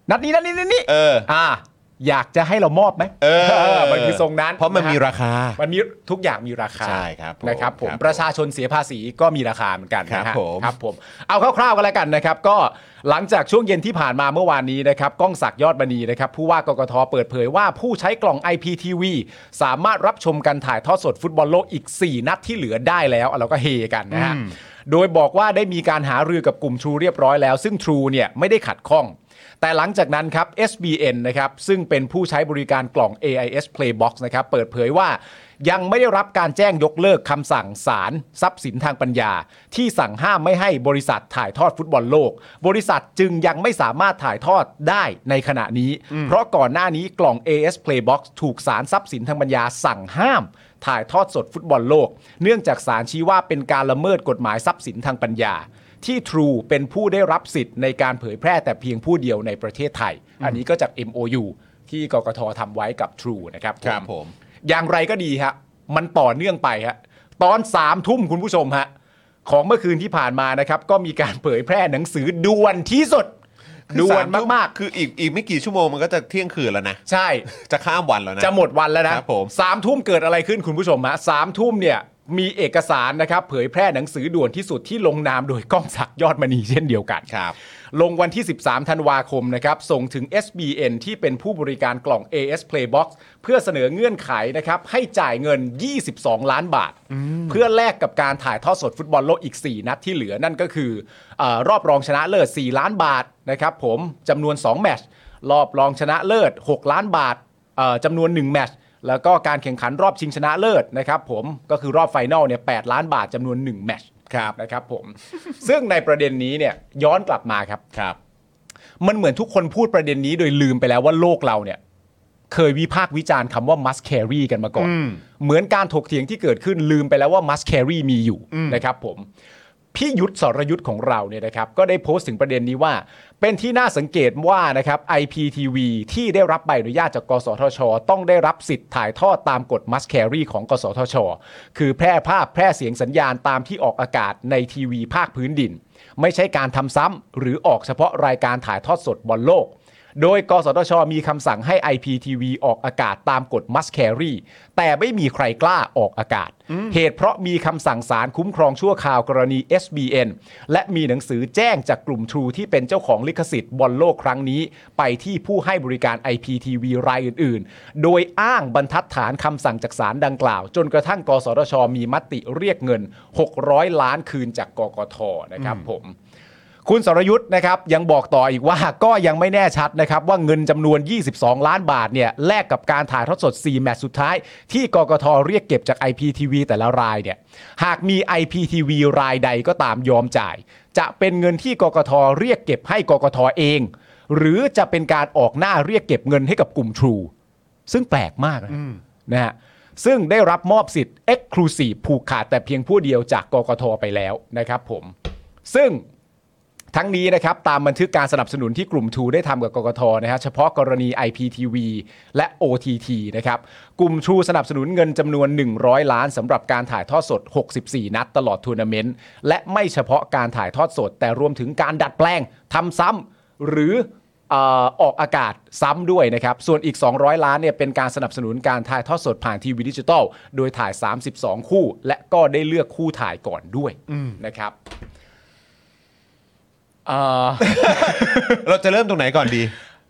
Speaker 3: นัดนี้นัดนี้นัดนี้
Speaker 4: เออ
Speaker 3: อ่า อยากจะให้เรามอบไหม
Speaker 4: เออ
Speaker 3: มันคือทรงนั้น
Speaker 4: เพราะมันมี
Speaker 3: ฮ
Speaker 4: ราคา
Speaker 3: มันมีทุกอย่างมีราคา
Speaker 4: ใช่ครับผม
Speaker 3: นะครับผม
Speaker 4: ครับผม
Speaker 3: ประชาชนเสียภาษีก็มีราคาเหมือนกัน
Speaker 4: ครับ
Speaker 3: นะฮะ
Speaker 4: ผม
Speaker 3: ครับผมเอาคร่าวๆกันแล้วกันนะครับ ก็หลังจากช่วงเย็นที่ผ่านมาเมื่อวานนี้นะครับก้องศักดิ์ยอดมณีนะครับผู้ว่ากกทเปิดเผยว่าผู้ใช้กล่อง IPTV สามารถรับชมการถ่ายทอดสดฟุตบอลโลกอีก 4 นัดที่เหลือได้แล้วเราก็เฮกันนะฮะโดยบอกว่าได้มีการหารือกับกลุ่ม True เรียบร้อยแล้ว ซึ่ง True เนี่ยไม่ได้ขัดข้อง แต่หลังจากนั้นครับ SBN นะครับซึ่งเป็นผู้ใช้บริการกล่อง AIS Playbox นะครับเปิดเผยว่ายังไม่ได้รับการแจ้งยกเลิกคำสั่งศาลทรัพย์สินทางปัญญา ที่สั่งห้ามไม่ให้บริษัทถ่ายทอดฟุตบอลโลก บริษัทจึงยังไม่สามารถถ่ายทอดได้ในขณะนี้ เพราะก่อนหน้านี้กล่อง AIS Playbox ถูกศาลทรัพย์สินทางปัญญาสั่งห้าม ถ่ายทอดสดฟุตบอลโลก เนื่องจากศาลชี้ว่าเป็นการละเมิดกฎหมายทรัพย์สินทางปัญญา ที่ True เป็นผู้ได้รับสิทธิ์ในการเผยแพร่แต่เพียงผู้เดียวในประเทศไทย อันนี้ก็จาก MOU ที่กกททำไว้กับ True นะครับ
Speaker 4: ครับผม
Speaker 3: อย่างไรก็ดีฮะมันต่อเนื่องไปฮะตอน3ามทุ่มคุณผู้ชมฮะของเมื่อคืนที่ผ่านมานะครับ ก็มีการเผยแพร่หนังสือด่วนที่สุดด่วนมาก
Speaker 4: คืออีกอีกไม่กี่ชั่วโมงมันก็จะเที่ยงคืนแล้วนะ
Speaker 3: ๆ ใช่
Speaker 4: จะข้ามวันแล้วนะ
Speaker 3: จะหมดวันแล้วนะครับ
Speaker 4: ผม
Speaker 3: สามทุ่มเกิดอะไรขึ้นคุณผู้ชมฮะสามทุ่มเนี่ยมีเอกสารนะครับ เผยแพร่หนังสือด่วนที่สุดที่ลงนามโดยก้องศักดิ์ยอดมณีเช่นเดียวกัน
Speaker 4: ครับ
Speaker 3: ลงวันที่ 13 ธันวาคมนะครับ ส่งถึง SBN ที่เป็นผู้บริการกล่อง AS Playbox เพื่อเสนอเงื่อนไขนะครับ ให้จ่ายเงิน 22 ล้านบาท เพื่อแลกกับการถ่ายทอดสดฟุตบอลโลกอีก 4 นัดที่เหลือนั่นก็คือเออรอบรองชนะเลิศ 4 ล้านบาทนะครับผมจำนวน 2 แมตช์รอบรองชนะเลิศ 6 ล้านบาทเอ่อจำนวน 1 แมตช์แล้วก็การแข่งขันรอบชิงชนะเลิศนะครับผมก็คือรอบไฟนอลเนี่ย8ล้านบาทจำนวน 1 แมตช์
Speaker 4: ครับ
Speaker 3: นะครับผม ซึ่งในประเด็นนี้เนี่ยย้อนกลับมาครับ
Speaker 4: ครับ
Speaker 3: มันเหมือนทุกคนพูดประเด็นนี้โดยลืมไปแล้วว่าโลกเราเนี่ยเคยวิพากษ์วิจารณ์คำว่า must carry กันมาก่อน เหมือนการถกเถียงที่เกิดขึ้นลืมไปแล้วว่า must carry มีอยู่นะครับผม พี่ยุทธสรยุทธของเราเนี่ยนะครับก็ได้โพสต์ถึงประเด็นนี้ว่า เป็นที่น่าสังเกตว่านะครับ IPTV ที่ได้รับใบอนุญาตจากกสทช ต้องได้รับสิทธิ์ถ่ายทอดตามกฎ must carry ของ กสทช คือแพร่ภาพแพร่เสียงสัญญาณตามที่ออกอากาศในทีวีภาคพื้นดิน ไม่ใช่การทำซ้ำหรือออกเฉพาะรายการถ่ายทอดสดบอลโลก โดย กสทช มีคำสั่งให้ IPTV ออกอากาศตามกฎ must carry แต่ไม่มีใครกล้าออกอากาศ เหตุเพราะมีคำสั่งศาลคุ้มครองชั่วคราวกรณี SBN และมีหนังสือแจ้งจากกลุ่ม True ที่เป็นเจ้าของลิขสิทธิ์บอลโลกครั้งนี้ ไปที่ผู้ให้บริการ IPTV รายอื่น ๆ โดยอ้างบรรทัดฐานคำสั่งจากศาลดังกล่าว จนกระทั่ง กสทช มีมติเรียกเงิน 600 ล้านคืนจากกกทนะครับผม คุณสรยุทธ์นะครับยังบอกต่ออีกว่า ก็ยังไม่แน่ชัดนะครับว่าเงินจำนวน 22 ล้านบาทเนี่ยแลกกับการถ่ายทอดสด 4 แมตช์สุดท้าย ที่กกทเรียกเก็บจาก IPTV แต่ละรายเนี่ยหากมี IPTV รายใดก็ตามยอมจ่าย จะเป็นเงินที่กกทเรียกเก็บให้กกทเอง หรือจะเป็นการออกหน้าเรียกเก็บเงินให้กับกลุ่ม True ซึ่งแปลกมากนะนะฮะซึ่งได้รับมอบสิทธิ์ Exclusive ผูกขาดแต่เพียงผู้เดียวจากกกทไปแล้วนะครับผม ซึ่ง ทั้งนี้นะครับตามบันทึกการสนับสนุนที่กลุ่มทูได้ทำกับกกทนะฮะเฉพาะกรณี IPTV และ OTT นะครับกลุ่มทูสนับสนุนเงินจำนวน 100 ล้านสำหรับการถ่ายทอดสด 64 นัดตลอดทัวร์นาเมนต์และไม่เฉพาะการถ่ายทอดสด แต่รวมถึงการดัดแปลงทำซ้ำหรือ เอ่อออกอากาศซ้ำด้วยนะครับ ส่วนอีก 200 ล้านเนี่ยเป็นการสนับสนุนการถ่ายทอดสดผ่านทีวีดิจิตอลโดยถ่าย 32 คู่ และก็ได้เลือกคู่ถ่ายก่อนด้วยนะครับเอ่อ
Speaker 4: เราจะเริ่มตรงไหนก่อนดี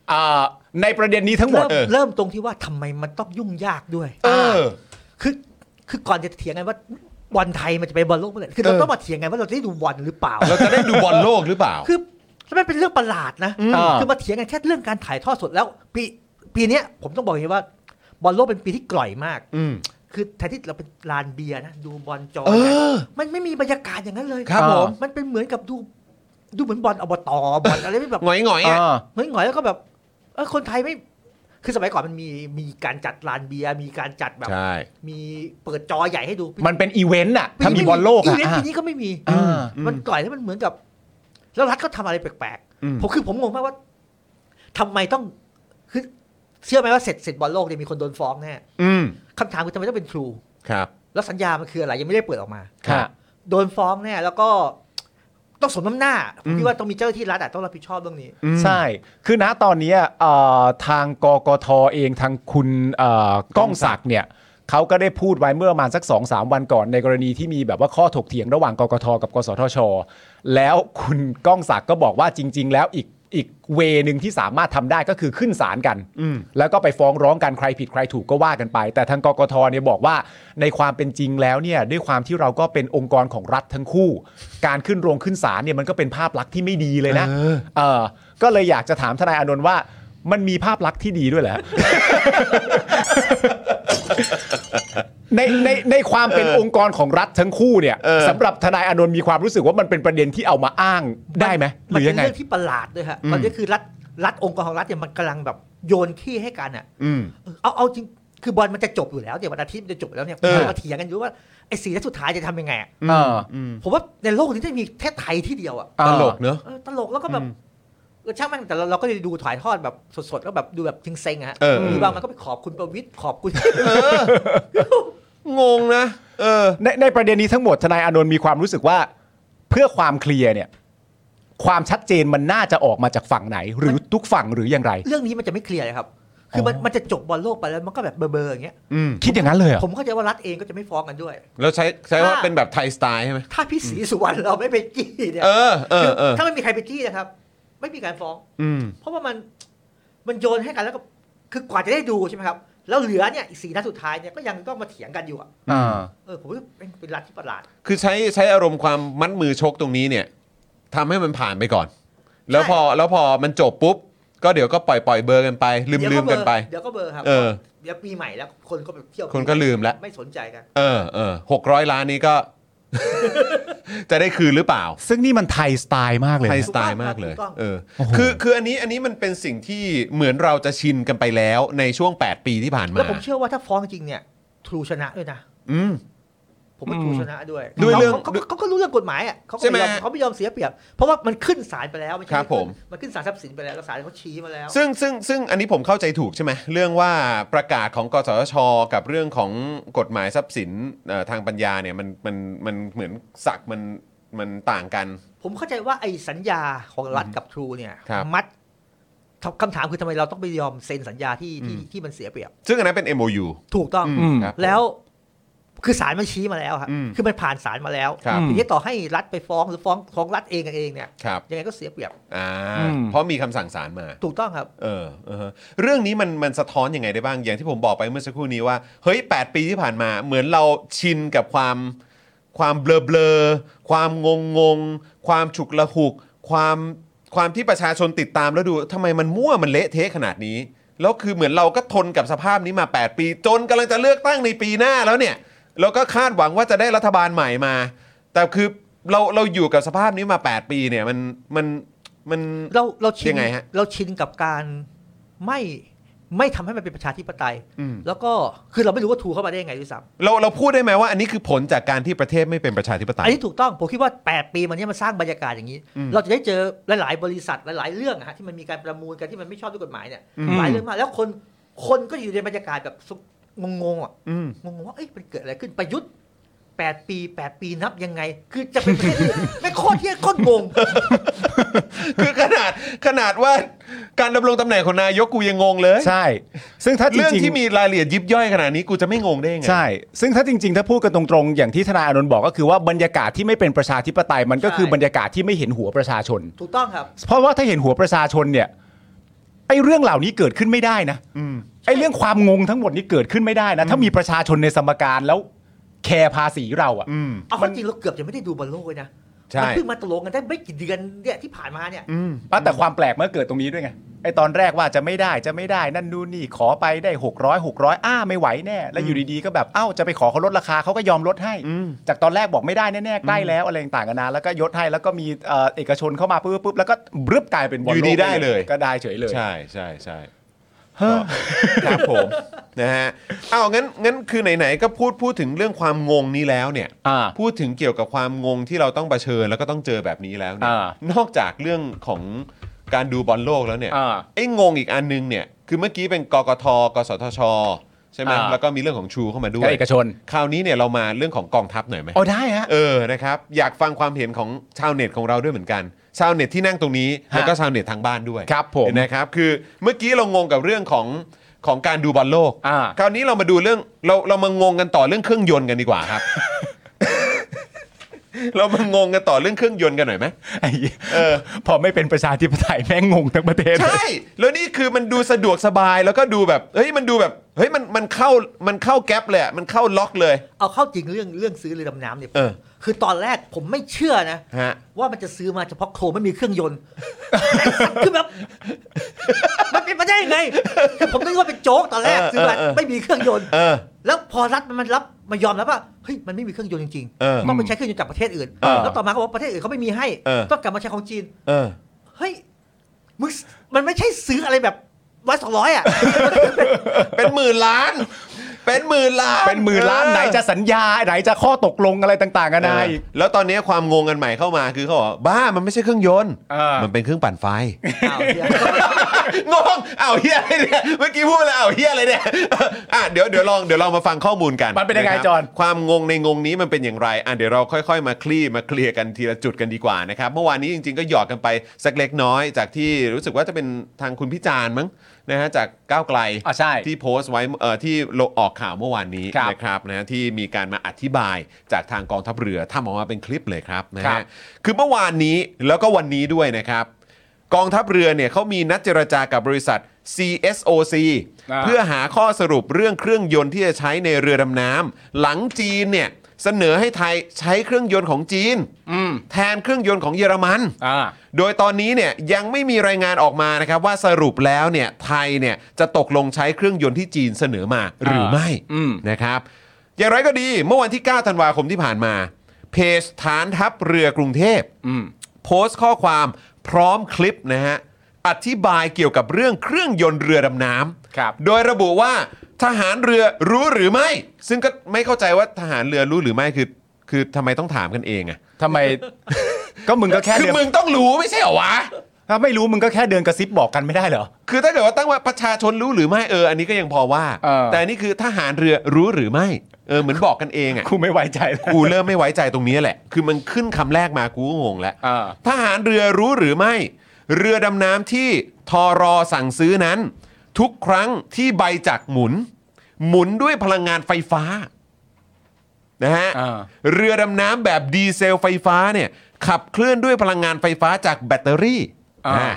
Speaker 3: เอ่อในประเด็นนี้ทั้งหม
Speaker 6: เริ่
Speaker 3: ด
Speaker 6: ม
Speaker 4: เออ
Speaker 6: เริ่มตรงที่ว่าทำไมมันต้องยุ่งยากด้วย
Speaker 4: เออ
Speaker 6: คือคือก่อนจะเถียงกันว่าบอลไทยมันจะไปบอลโลกเมื่อไหร่คือเรา
Speaker 4: เออ
Speaker 6: ต้องมาเถียงกันว่าเราจะได้ดูบอลหรือเปล่า
Speaker 4: เราจะได้ดูบอลโลกหรือเปล่า
Speaker 6: คือแล้วมันเป็นเรื่องประหลาดนะ
Speaker 3: อืม
Speaker 6: คือมาเถียงกันแค่เรื่องการถ่ายทอดสดแล้ว ปีปีเนี้ยผมต้องบอกอย่างนี้ว่า บอลโลกเป็นปีที่กร่อยมาก
Speaker 4: อืม
Speaker 6: คือแทนที่เราเป็นลานเบียร์นะ ดูบอลจอ
Speaker 4: เออ
Speaker 6: มันไม่มีบรรยากาศอย่างนั้นเลย
Speaker 3: ครับผม
Speaker 6: มันเป็นเหมือนกับดู ดูเหมือนบอลอบตบอลอะไรไม่แบบ
Speaker 4: หงอยหงอยๆ
Speaker 3: เอ่
Speaker 4: อ่ะ
Speaker 3: อ
Speaker 6: เหมือนหงอยแล้วก็แบบเออคนไทยไม่ คือสมัยก่อนมันมีมีการจัดลานเบียร์มีการจัดแบบ
Speaker 4: ใช่
Speaker 6: มีเปิดจอใหญ่ให้ดู
Speaker 3: มันเป็นอีเวนต์อะถ้ามีบอลโลก
Speaker 6: อี
Speaker 3: อะ
Speaker 6: เวนต์ปีนี้ก็ไม่มี
Speaker 3: อ่า
Speaker 6: มันก่อยแล้วมันเหมือนกับ แล้วรัฐก็ทำอะไรแปลก
Speaker 4: อืม
Speaker 6: ๆผมคือผมงงมากว่าทำไมต้องคือเชื่อไหมว่าเสร็จเสร็จบอลโลกเนี่ยมีคนโดนฟ้องแน่
Speaker 4: อืม
Speaker 6: คำถามคือทำไมต้องเป็นทรู
Speaker 4: ครับ
Speaker 6: แล้วสัญญามันคืออะไรยังไม่ได้เปิดออกมา
Speaker 4: ครับ
Speaker 6: โดนฟ้องแน่แล้วก็ต้องสมน้ำหน้าผมคิดว่าต้องมีเจ้าหน้าที่รัฐอะต้องรับผิดชอบเรื่องนี้
Speaker 3: ใช่ คือณตอนเนี้ยเอ่อทางกกทเองทางคุณเอ่อก้องศักดิ์เนี่ยเขาก็ได้พูดไว้เมื่อประมาณสัก2อสวันก่อนในกรณีที่มีแบบว่าข้อถกเถียงระหว่างกกทกับ กสทช แล้วคุณก้องศักดิ์ก็บอกว่าจริง ๆ แล้วอีกอีกเวนึงที่สามารถทำได้ก็คือขึ้นศาลกัน แล้วก็ไปฟ้องร้องกันใครผิดใครถูกก็ว่ากันไป แต่ทางกกทเนี่ยบอกว่าในความเป็นจริงแล้วเนี่ยด้วยความที่เราก็เป็นองค์กรของรัฐทั้งคู่ การขึ้นโรงขึ้นศาลเนี่ยมันก็เป็นภาพลักษณ์ที่ไม่ดีเลยนะ
Speaker 4: เออ
Speaker 3: เออก็เลยอยากจะถามทนายอานนท์ว่ามันมีภาพลักษณ์ที่ดีด้วยเหรอ ในในในความเป็นองค์กรของรัฐทั้งคู่เนี่ย
Speaker 4: เออ
Speaker 3: สำหรับทนายอานนท์มีความรู้สึกว่ามันเป็นประเด็นที่เอามาอ้างได้ไหมห
Speaker 6: มัน
Speaker 3: รือ
Speaker 6: เป็
Speaker 3: ยั
Speaker 6: น
Speaker 3: งไง
Speaker 6: เรื่องที่ประหลาดด้วยฮะตอนนี้คือรัฐรัฐองค์กรของรัฐเนี่ยมันกำลังแบบโยนขี้ให้กันอ่ะ
Speaker 4: อืม
Speaker 6: เอาเอาจริงคือบอลมันจะจบอยู่แล้วเนี่ยวันอาทิตย์มันจะจบแล้วเนี่ย
Speaker 4: เออ
Speaker 6: มาเถียงกันอยู่ว่าไอ้สีนัดสุดท้ายจะทำยังไงอะ
Speaker 3: เออ
Speaker 6: ผมว่าในโลกนี้จะมีแค่ไทยที่เดียวอ่ะ
Speaker 4: ตลกเนอะ
Speaker 6: เออตลกแล้วก็แบบเออช่างแม่งแต่เราเราก็ได้ดูถ่ายทอดแบบสดๆแล้วแบบดูแบบเซ็งๆอะฮะ
Speaker 4: เออ
Speaker 6: หรือบางมันก็ไปขอบคุณประวิทย์ขอบคุณ
Speaker 4: งงนะ เออ
Speaker 3: ในในประเด็นนี้ทั้งหมดทนายอานนท์มีความรู้สึกว่าเพื่อความเคลียร์เนี่ย ความชัดเจนมันน่าจะออกมาจากฝั่งไหน หรือทุกฝั่งหรืออย่างไร
Speaker 6: เรื่องนี้มันจะไม่เคลียร์เลยครับ คือมันมันจะจบบอลโลกไปแล้วมันก็แบบเบอร์ๆอย่างเงี้ย
Speaker 4: อืม
Speaker 3: คิดอย่างนั้นเลยเหรอ
Speaker 6: ผมเข้าใจว่ารัฐเองก็จะไม่ฟ้องกันด้วย
Speaker 4: แล้วใช้ใช้ว่าเป็นแบบไทยสไตล์ใช่ไหม
Speaker 6: ถ้าพี่ศรีสุวรรณเราไม่ไปจี้เนี่ย
Speaker 4: เออเออเออ
Speaker 6: ถ้าไม่มีใครไปจี้นะครับ ไม่มีการฟ้อง
Speaker 4: อืม
Speaker 6: เพราะว่ามันมันโยนให้กันแล้วก็คือกว่าจะได้ดูใช่ไหมครับ แล้วเหลือเนี่ยอีกสี่นัดสุดท้ายเนี่ยก็ยังต้องมาเถียงกันอยู่อะ
Speaker 4: อ่า
Speaker 6: เออผมว่าเป็นเป็นรัฐที่ประหลาด
Speaker 4: คือใช้ใช้อารมณ์ความมัดมือชกตรงนี้เนี่ยทำให้มันผ่านไปก่อน แล้วพอแล้วพอมันจบปุ๊บ ก็เดี๋ยวก็ปล่อยปล่อยเบอร์กันไป ลืม
Speaker 6: เดี๋ยว
Speaker 4: ลื
Speaker 6: ก็
Speaker 4: ม
Speaker 6: เบลอ
Speaker 4: กันไป
Speaker 6: เดี๋ยวก็เบลอร์ครับ
Speaker 4: เออ
Speaker 6: เดี๋ยวปีใหม่แล้วคนก็ไปเที่ยว
Speaker 4: คนก็ลืมแล้ว
Speaker 6: ไม่สนใจกัน
Speaker 4: เออเออหกร้อยล้านนี้ก็ จะได้คืนหรือเปล่า
Speaker 3: ซึ่งนี่มันไทยสไตล์มากเลย
Speaker 4: ไทย
Speaker 3: นะ
Speaker 4: สไตล์มากเลย
Speaker 6: ถูกต้อง
Speaker 4: เออ
Speaker 3: โอ้โห
Speaker 4: คือคืออันนี้อันนี้มันเป็นสิ่งที่เหมือนเราจะชินกันไปแล้วในช่วง 8 ปีที่ผ่านมา
Speaker 6: แล้วผมเชื่อว่าถ้าฟ้องจริงเนี่ยทรูชนะด้วยนะ
Speaker 4: อืม
Speaker 6: ผมว่า
Speaker 3: อืม
Speaker 6: ทรูชนะด้วย
Speaker 4: ด้วยเรื่อง
Speaker 6: ขาขาเขาก็รู้เรื่องกฎหมายอ่ะเขาก็
Speaker 4: ใช่ไหม
Speaker 6: ไม่ยอมเขาไม่ยอมเสียเปรียบ เพราะว่ามันขึ้นศาลไปแล้วไใช่
Speaker 4: ครับผม
Speaker 6: มันขึ้นศาลทรัพย์สินไปแล้วแล้วศาลเขาชี้มาแล้ว
Speaker 4: ซึ่งซึ่งซึ่งอันนี้ผมเข้าใจถูกใช่ไหมเรื่องว่าประกาศของกสทช กับเรื่องของกฎหมายทรัพย์สินเอ่อทางปัญญาเนี่ยมันมันมันเหมือนสักมันมันต่างกัน
Speaker 6: ผมเข้าใจว่าไอ้สัญญาของรัฐกับทรูเนี่ย
Speaker 4: ครับ
Speaker 6: มัดคำคำถามคือทำไมเราต้องไปยอมเซ็นสัญญาที่ที่
Speaker 4: อืม
Speaker 6: ที่มันเสียเปรียบ
Speaker 4: ซึ่งอันนั้นเป็น MOU
Speaker 6: ถูกต้อง
Speaker 4: อืมครับ
Speaker 6: แล้วคือศาลมันชี้มาแล้วครับ
Speaker 4: อืม
Speaker 6: คือมันผ่านศาลมาแล้ว
Speaker 4: ครับ
Speaker 6: ทีนี้ต่อให้รัฐไปฟ้องหรือฟ้องฟ้องรัฐเองกันเองเนี่ย
Speaker 4: ครับ
Speaker 6: ยังไงก็เสียเปรียบ
Speaker 4: อ่า
Speaker 3: อืม
Speaker 4: เพราะมีคำสั่งศาลมา
Speaker 6: ถูกต้องครับ
Speaker 4: เออเออฮะเรื่องนี้มันมันสะท้อนอยังไงได้บ้าง อย่างที่ผมบอกไปเมื่อสักครู่นี้ว่า เฮ้ย 8 ปีที่ผ่านมา เหมือนเราชินกับความความเบลอเบลอๆความงงงงๆความฉุกละหุก ความความที่ประชาชนติดตามแล้วดูทำไมมันมั่วมันเละเทะขนาดนี้ แล้วคือเหมือนเราก็ทนกับสภาพนี้มา 8 ปี จนกำลังจะเลือกตั้งในปีหน้าแล้วเนี่ยเราก็คาดหวังว่าจะได้รัฐบาลใหม่มา แต่คือเราเราอยู่กับสภาพนี้มา 8 ปีเนี่ยมันมันมัน
Speaker 6: เราเราชิ
Speaker 4: ยั
Speaker 6: น
Speaker 4: งไงฮะ
Speaker 6: เราชินกับการไม่ ไม่ทำให้มันเป็นประชาธิปไตย
Speaker 4: อืม
Speaker 6: แล้วก็คือเราไม่รู้ว่าทูเข้ามาได้ยังไงด้วยซ้
Speaker 4: เราเราพูดได้ไหมว่าอันนี้คือผลจากการที่ประเทศไม่เป็นประชาธิปไต
Speaker 6: ำอั
Speaker 4: ย
Speaker 6: นนี้ถูกต้องผมคิดว่า 8 ปีมันเนี้ยมันสร้างบรรยากาศอย่างนี้
Speaker 4: อืม
Speaker 6: เราจะได้เจอหลาย ๆ บริษัทหลาย ๆ เรื่องอะฮะที่มันมีการประมูลกันที่มันไม่ชอบด้วยกฎหมายเนี่ย
Speaker 4: อืม
Speaker 6: หลายเรื่องมากแล้วคนคนก็อยู่ในบรรยากาศแบบงงๆอ่ะ
Speaker 4: อืม
Speaker 6: งงว่าเอ้ยมันเกิดอะไรขึ้นประยุทธ์ 8 ปี 8 ปีนับยังไง คือจะเป็นประเทศที่ ไม่โคตรเที่ยโคตรงง
Speaker 4: คือขนาดขนาดว่าการดำรงตำแหน่งของนายกกูยังงงเลย
Speaker 3: ใช่ ซึ่งถ้าจริงๆ
Speaker 4: เรื่องที่มีรายละเอียดยิบย่อยขนาดนี้กูจะไม่งงได้ยังไง
Speaker 3: ใช่ ซึ่งถ้าจริง ๆ ถ้าพูดกันตรงๆ อย่างที่ธนาอานนท์บอกก็คือว่าบรรยากาศที่ไม่เป็นประชาธิปไตยมันก็
Speaker 6: ใช่
Speaker 3: คือบรรยากาศที่ไม่เห็นหัวประชาชน
Speaker 6: ถูกต้องครับ
Speaker 3: เพราะว่าถ้าเห็นหัวประชาชนเนี่ยไอ้เรื่องเหล่านี้เกิดขึ้นไม่ได้นะไอ้เรื่องความงงทั้งหมดนี้เกิดขึ้นไม่ได้นะ ถ้ามีประชาชนในสมการแล้วแคร์ภาษีเราอะ
Speaker 4: อืม
Speaker 6: เอาความจริงเราเกือบจะไม่ได้ดูบอลโลกเลยนะ
Speaker 4: ใช่
Speaker 6: มัเพิ่งมาตกลงกันได้ไม่กี่เดือนเนี่ยที่ผ่านมาเนี่ย
Speaker 4: อืม
Speaker 3: อ่ะแต่ความแปลกมันก็เกิดตรงนี้ด้วยไงไอตอนแรกว่าจะไม่ได้จะไม่ได้นั่นนู่นนี่ขอไปได้ 600 600 อ้าไม่ไหวแน่ แล้วอยู่ดีๆก็แบบเอ้าจะไปขอเขาลดราคาเขาก็ยอมลดให้
Speaker 4: อืม
Speaker 3: จากตอนแรกบอกไม่ได้แน่ๆใกล้แล้วอะไรต่างกันานาแล้วก็ยศให้แล้วก็มีเอ่อเอกชนเข้ามาปุ๊บปุ๊บแล้วก็บรึบกลายเป็นบอล
Speaker 4: อยู่
Speaker 3: โล
Speaker 4: ดี
Speaker 3: ก
Speaker 4: ได้เลย
Speaker 3: ก็ได้เฉยเลย
Speaker 4: ใช่ใช่ใช่ก็ครับผม นะฮะอ้าวงั้นงั้นคือไหนๆก็พูดพูดถึงเรื่องความงงนี้แล้วเนี่ย
Speaker 3: อ่า
Speaker 4: พูดถึงเกี่ยวกับความงงที่เราต้องเผชิญแล้วก็ต้องเจอแบบนี้แล้วเนี่ย
Speaker 3: อ่าน
Speaker 4: อกจากเรื่องของการดูบอลโลกแล้วเนี่ย
Speaker 3: อ่า
Speaker 4: ไอ้งงอีกอันนึงเนี่ยคือเมื่อกี้เป็นกกทกสทช ใช่ไหม
Speaker 3: อ่า
Speaker 4: แล้วก็มีเรื่องของชูเข้ามาด้ว
Speaker 3: ก็
Speaker 4: ย
Speaker 3: เอกชน
Speaker 4: คราวนี้เนี่ยเรามาเรื่องของกองทัพหน่อยไหม
Speaker 3: อ๋อได้ฮะ
Speaker 4: เออ นะครับ อยากฟังความเห็นของชาวเน็ตของเราด้วยเหมือนกัน ชาวเน็ตที่นั่งตรงนี้ แล้วก็ชาวเน็ตทางบ้านด้วย
Speaker 3: ครับผม
Speaker 4: นะครับ คือเมื่อกี้เรางงกับเรื่องของของการดูบอลโลก
Speaker 3: อ่า
Speaker 4: คราวนี้เรามาดูเรื่องเราเรามางงกันต่อเรื่องเครื่องยนต์กันดีกว่า ครับ เรามางงกันต่อเรื่องเครื่องยนต์กันหน่อยไหม
Speaker 3: ไอ้
Speaker 4: เออ
Speaker 3: พอไม่เป็นประชาธิปไตยแม่งงงทั้งประเทศเลย
Speaker 4: ใช่ แล้วนี่คือมันดูสะดวกสบายแล้วก็ดูแบบเฮ้ยมันดูแบบเฮ้ยมันมันเข้ามันเข้าแก๊ปเลยอะมันเข้าล็อกเลย
Speaker 6: เอาเข้าจริงเรื่องเรื่องซื้อเรือดำน้ำเนี่ย
Speaker 4: เออ
Speaker 6: คือตอนแรกผมไม่เชื่อนะ
Speaker 4: ฮะ
Speaker 6: ว่ามันจะซื้อมาเฉพาะโครงไม่มีเครื่องยนต์ คือแบบ มันเป็นไปได้ยังไงคือผมก็นึกว่าเป็นโจ๊กตอนแรก
Speaker 4: เออ
Speaker 6: ซื้อมา
Speaker 4: เออเออ
Speaker 6: ไม่มีเครื่องยนต์
Speaker 4: เออ
Speaker 6: แล้วพอรัฐมันรับมายอมรับว่าเฮ้ยมันไม่มีเครื่องยนต์จริง
Speaker 4: เออ
Speaker 6: ๆต้องไปใช้เครื่องยนต์จากประเทศอื่น
Speaker 4: เออ
Speaker 6: แล้วต่อมาเขาบอกว่าประเทศอื่นเขาไม่มีให้
Speaker 4: เออ
Speaker 6: ต้องกลับมาใช้ของจีน
Speaker 4: เออ
Speaker 6: เฮ้ยมึงมันไม่ใช่ซื้ออะไรแบบวันสอง ร้อยอ่ะ
Speaker 4: เป็นหมื่นล้าน เป็นหมื่นล้าน
Speaker 3: เป็นหมื่นล้าน
Speaker 4: เออ
Speaker 3: ไหนจะสัญญาไหนจะข้อตกลงอะไรต่างๆกั
Speaker 4: เอน
Speaker 3: นา
Speaker 4: อ
Speaker 3: อีก
Speaker 4: แล้วตอนนี้ความงงกันใหม่เข้ามาคือเขาบอกว่าบ้ามันไม่ใช่เครื่องยนต์
Speaker 3: เออ
Speaker 4: มันเป็นเครื่องปั่นไฟ
Speaker 6: อ้าวเดี๋ยว
Speaker 4: งงอ้าวเฮียอะไรเนี่ย เมื่อกี้พูดแล้วอ้าวเฮียอะไรเนี่ย อ่ะเดี๋ยวเดี๋ยวลองเดี๋ยวเรามาฟังข้อมูลกัน
Speaker 3: มันเป็นยังไง
Speaker 4: ะคบ
Speaker 3: จอห์น
Speaker 4: ความงงในงงนี้มันเป็นอย่างไร อ่ะเดี๋ยวเราค่อยๆ มาคลี่มาเคลียร์กันทีละจุดกันดีกว่านะครับ เมื่อวานนี้จริงๆก็หยอกกันไปสักเล็กน้อย จากที่รู้สึกว่าจะเป็นทางคุณพิจารณ์มั้งนะฮะจากก้าวไกล
Speaker 3: อ่ะใช่
Speaker 4: ที่โพสต์ไว้เอ่อที่ลงออกข่าวเมื่อวานนี้
Speaker 3: ครับ
Speaker 4: นะครับนะฮะที่มีการมาอธิบายจากทางกองทัพเรือทำออกมาเป็นคลิปเลยครับนะ
Speaker 3: ครั
Speaker 4: ฮะ
Speaker 3: บ
Speaker 4: คือเมื่อวานนี้แล้วก็วันนี้ด้วยนะครับ กองทัพเรือเนี่ยเขามีนัดเจรจากับบริษัท CSOC
Speaker 3: อ่า
Speaker 4: เพื่อหาข้อสรุปเรื่องเครื่องยนต์ที่จะใช้ในเรือดำน้ำหลังจีนเนี่ยเสนอให้ไทยใช้เครื่องยนต์ของจีน
Speaker 3: อืม
Speaker 4: แทนเครื่องยนต์ของเยอรมัน
Speaker 3: อ่า
Speaker 4: โดยตอนนี้เนี่ยยังไม่มีรายงานออกมานะครับว่าสรุปแล้วเนี่ยไทยเนี่ยจะตกลงใช้เครื่องยนต์ที่จีนเสนอมาหรือไม่
Speaker 3: อืม
Speaker 4: นะครับ อย่างไรก็ดีเมื่อวันที่ 9 ธันวาคมที่ผ่านมา เพจฐานทัพเรือกรุงเทพ
Speaker 3: อืม
Speaker 4: โพสต์ข้อความพร้อมคลิปนะฮะ อธิบายเกี่ยวกับเรื่องเครื่องยนต์เรือดำน้ำ
Speaker 3: ครับ
Speaker 4: โดยระบุว่าทหารเรือรู้หรือไม่ ซึ่งก็ไม่เข้าใจว่าทหารเรือรู้หรือไม่คือคือทำไมต้องถามกันเองอะ
Speaker 3: ทำไม ก็มึงก็แค่
Speaker 4: คือ
Speaker 3: เดิน
Speaker 4: มึงต้องรู้ไม่ใช่เหรอวะ
Speaker 3: ถ้าไม่รู้มึงก็แค่เดินกระซิบบอกกันไม่ได้เหรอ
Speaker 4: คือถ้าเกิดว่าตั้งว่าประชาชนรู้หรือไม่เอออันนี้ก็ยังพอว่า
Speaker 3: เออ
Speaker 4: แต่อันนี่คือทหารเรือรู้หรือไม่เออเหมือนบอกกันเองอ่ะ
Speaker 3: กูไม่ไว้ใจแล้ว
Speaker 4: กูเริ่มไม่ไว้ใจตรงนี้แหละ คือมันขึ้นคำแรกมากูก็งงแล้ว
Speaker 3: เออ
Speaker 4: ทหารเรือรู้หรือไม่ เรือดำน้ำที่ทอรอสั่งซื้อนั้น ทุกครั้งที่ใบจักรหมุน หมุนด้วยพลังงานไฟฟ้านะฮะ
Speaker 3: เออ
Speaker 4: เรือดำน้ำแบบดีเซลไฟฟ้าเนี่ยขับเคลื่อนด้วยพลังงานไฟฟ้าจากแบตเตอรี่
Speaker 3: อ่า
Speaker 4: อ่า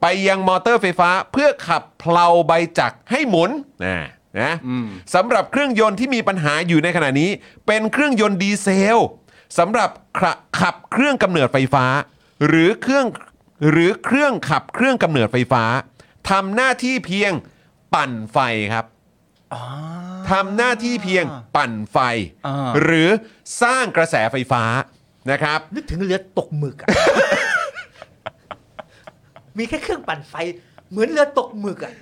Speaker 4: ไปยังมอเตอร์ไฟฟ้าเพื่อขับเพลาใบจักรให้หมุนนะนะสำหรับเครื่องยนต์ที่มีปัญหาอยู่ในขณะนี้ เป็นเครื่องยนต์ดีเซลสำหรับขะขับเครื่องกำเนิดไฟฟ้า หรือเครื่องหรือเครื่องขับเครื่องกำเนิดไฟฟ้าทำหน้าที่เพียงปั่นไฟครับทำหน้าที่เพียงปั่นไฟ
Speaker 3: อ่า
Speaker 4: หรือสร้างกระแสไฟฟ้านะครับ
Speaker 6: นึกถึงเรือตกหมึกอะ มีแค่เครื่องปั่นไฟ เหมือนเรือตกหมึกอะ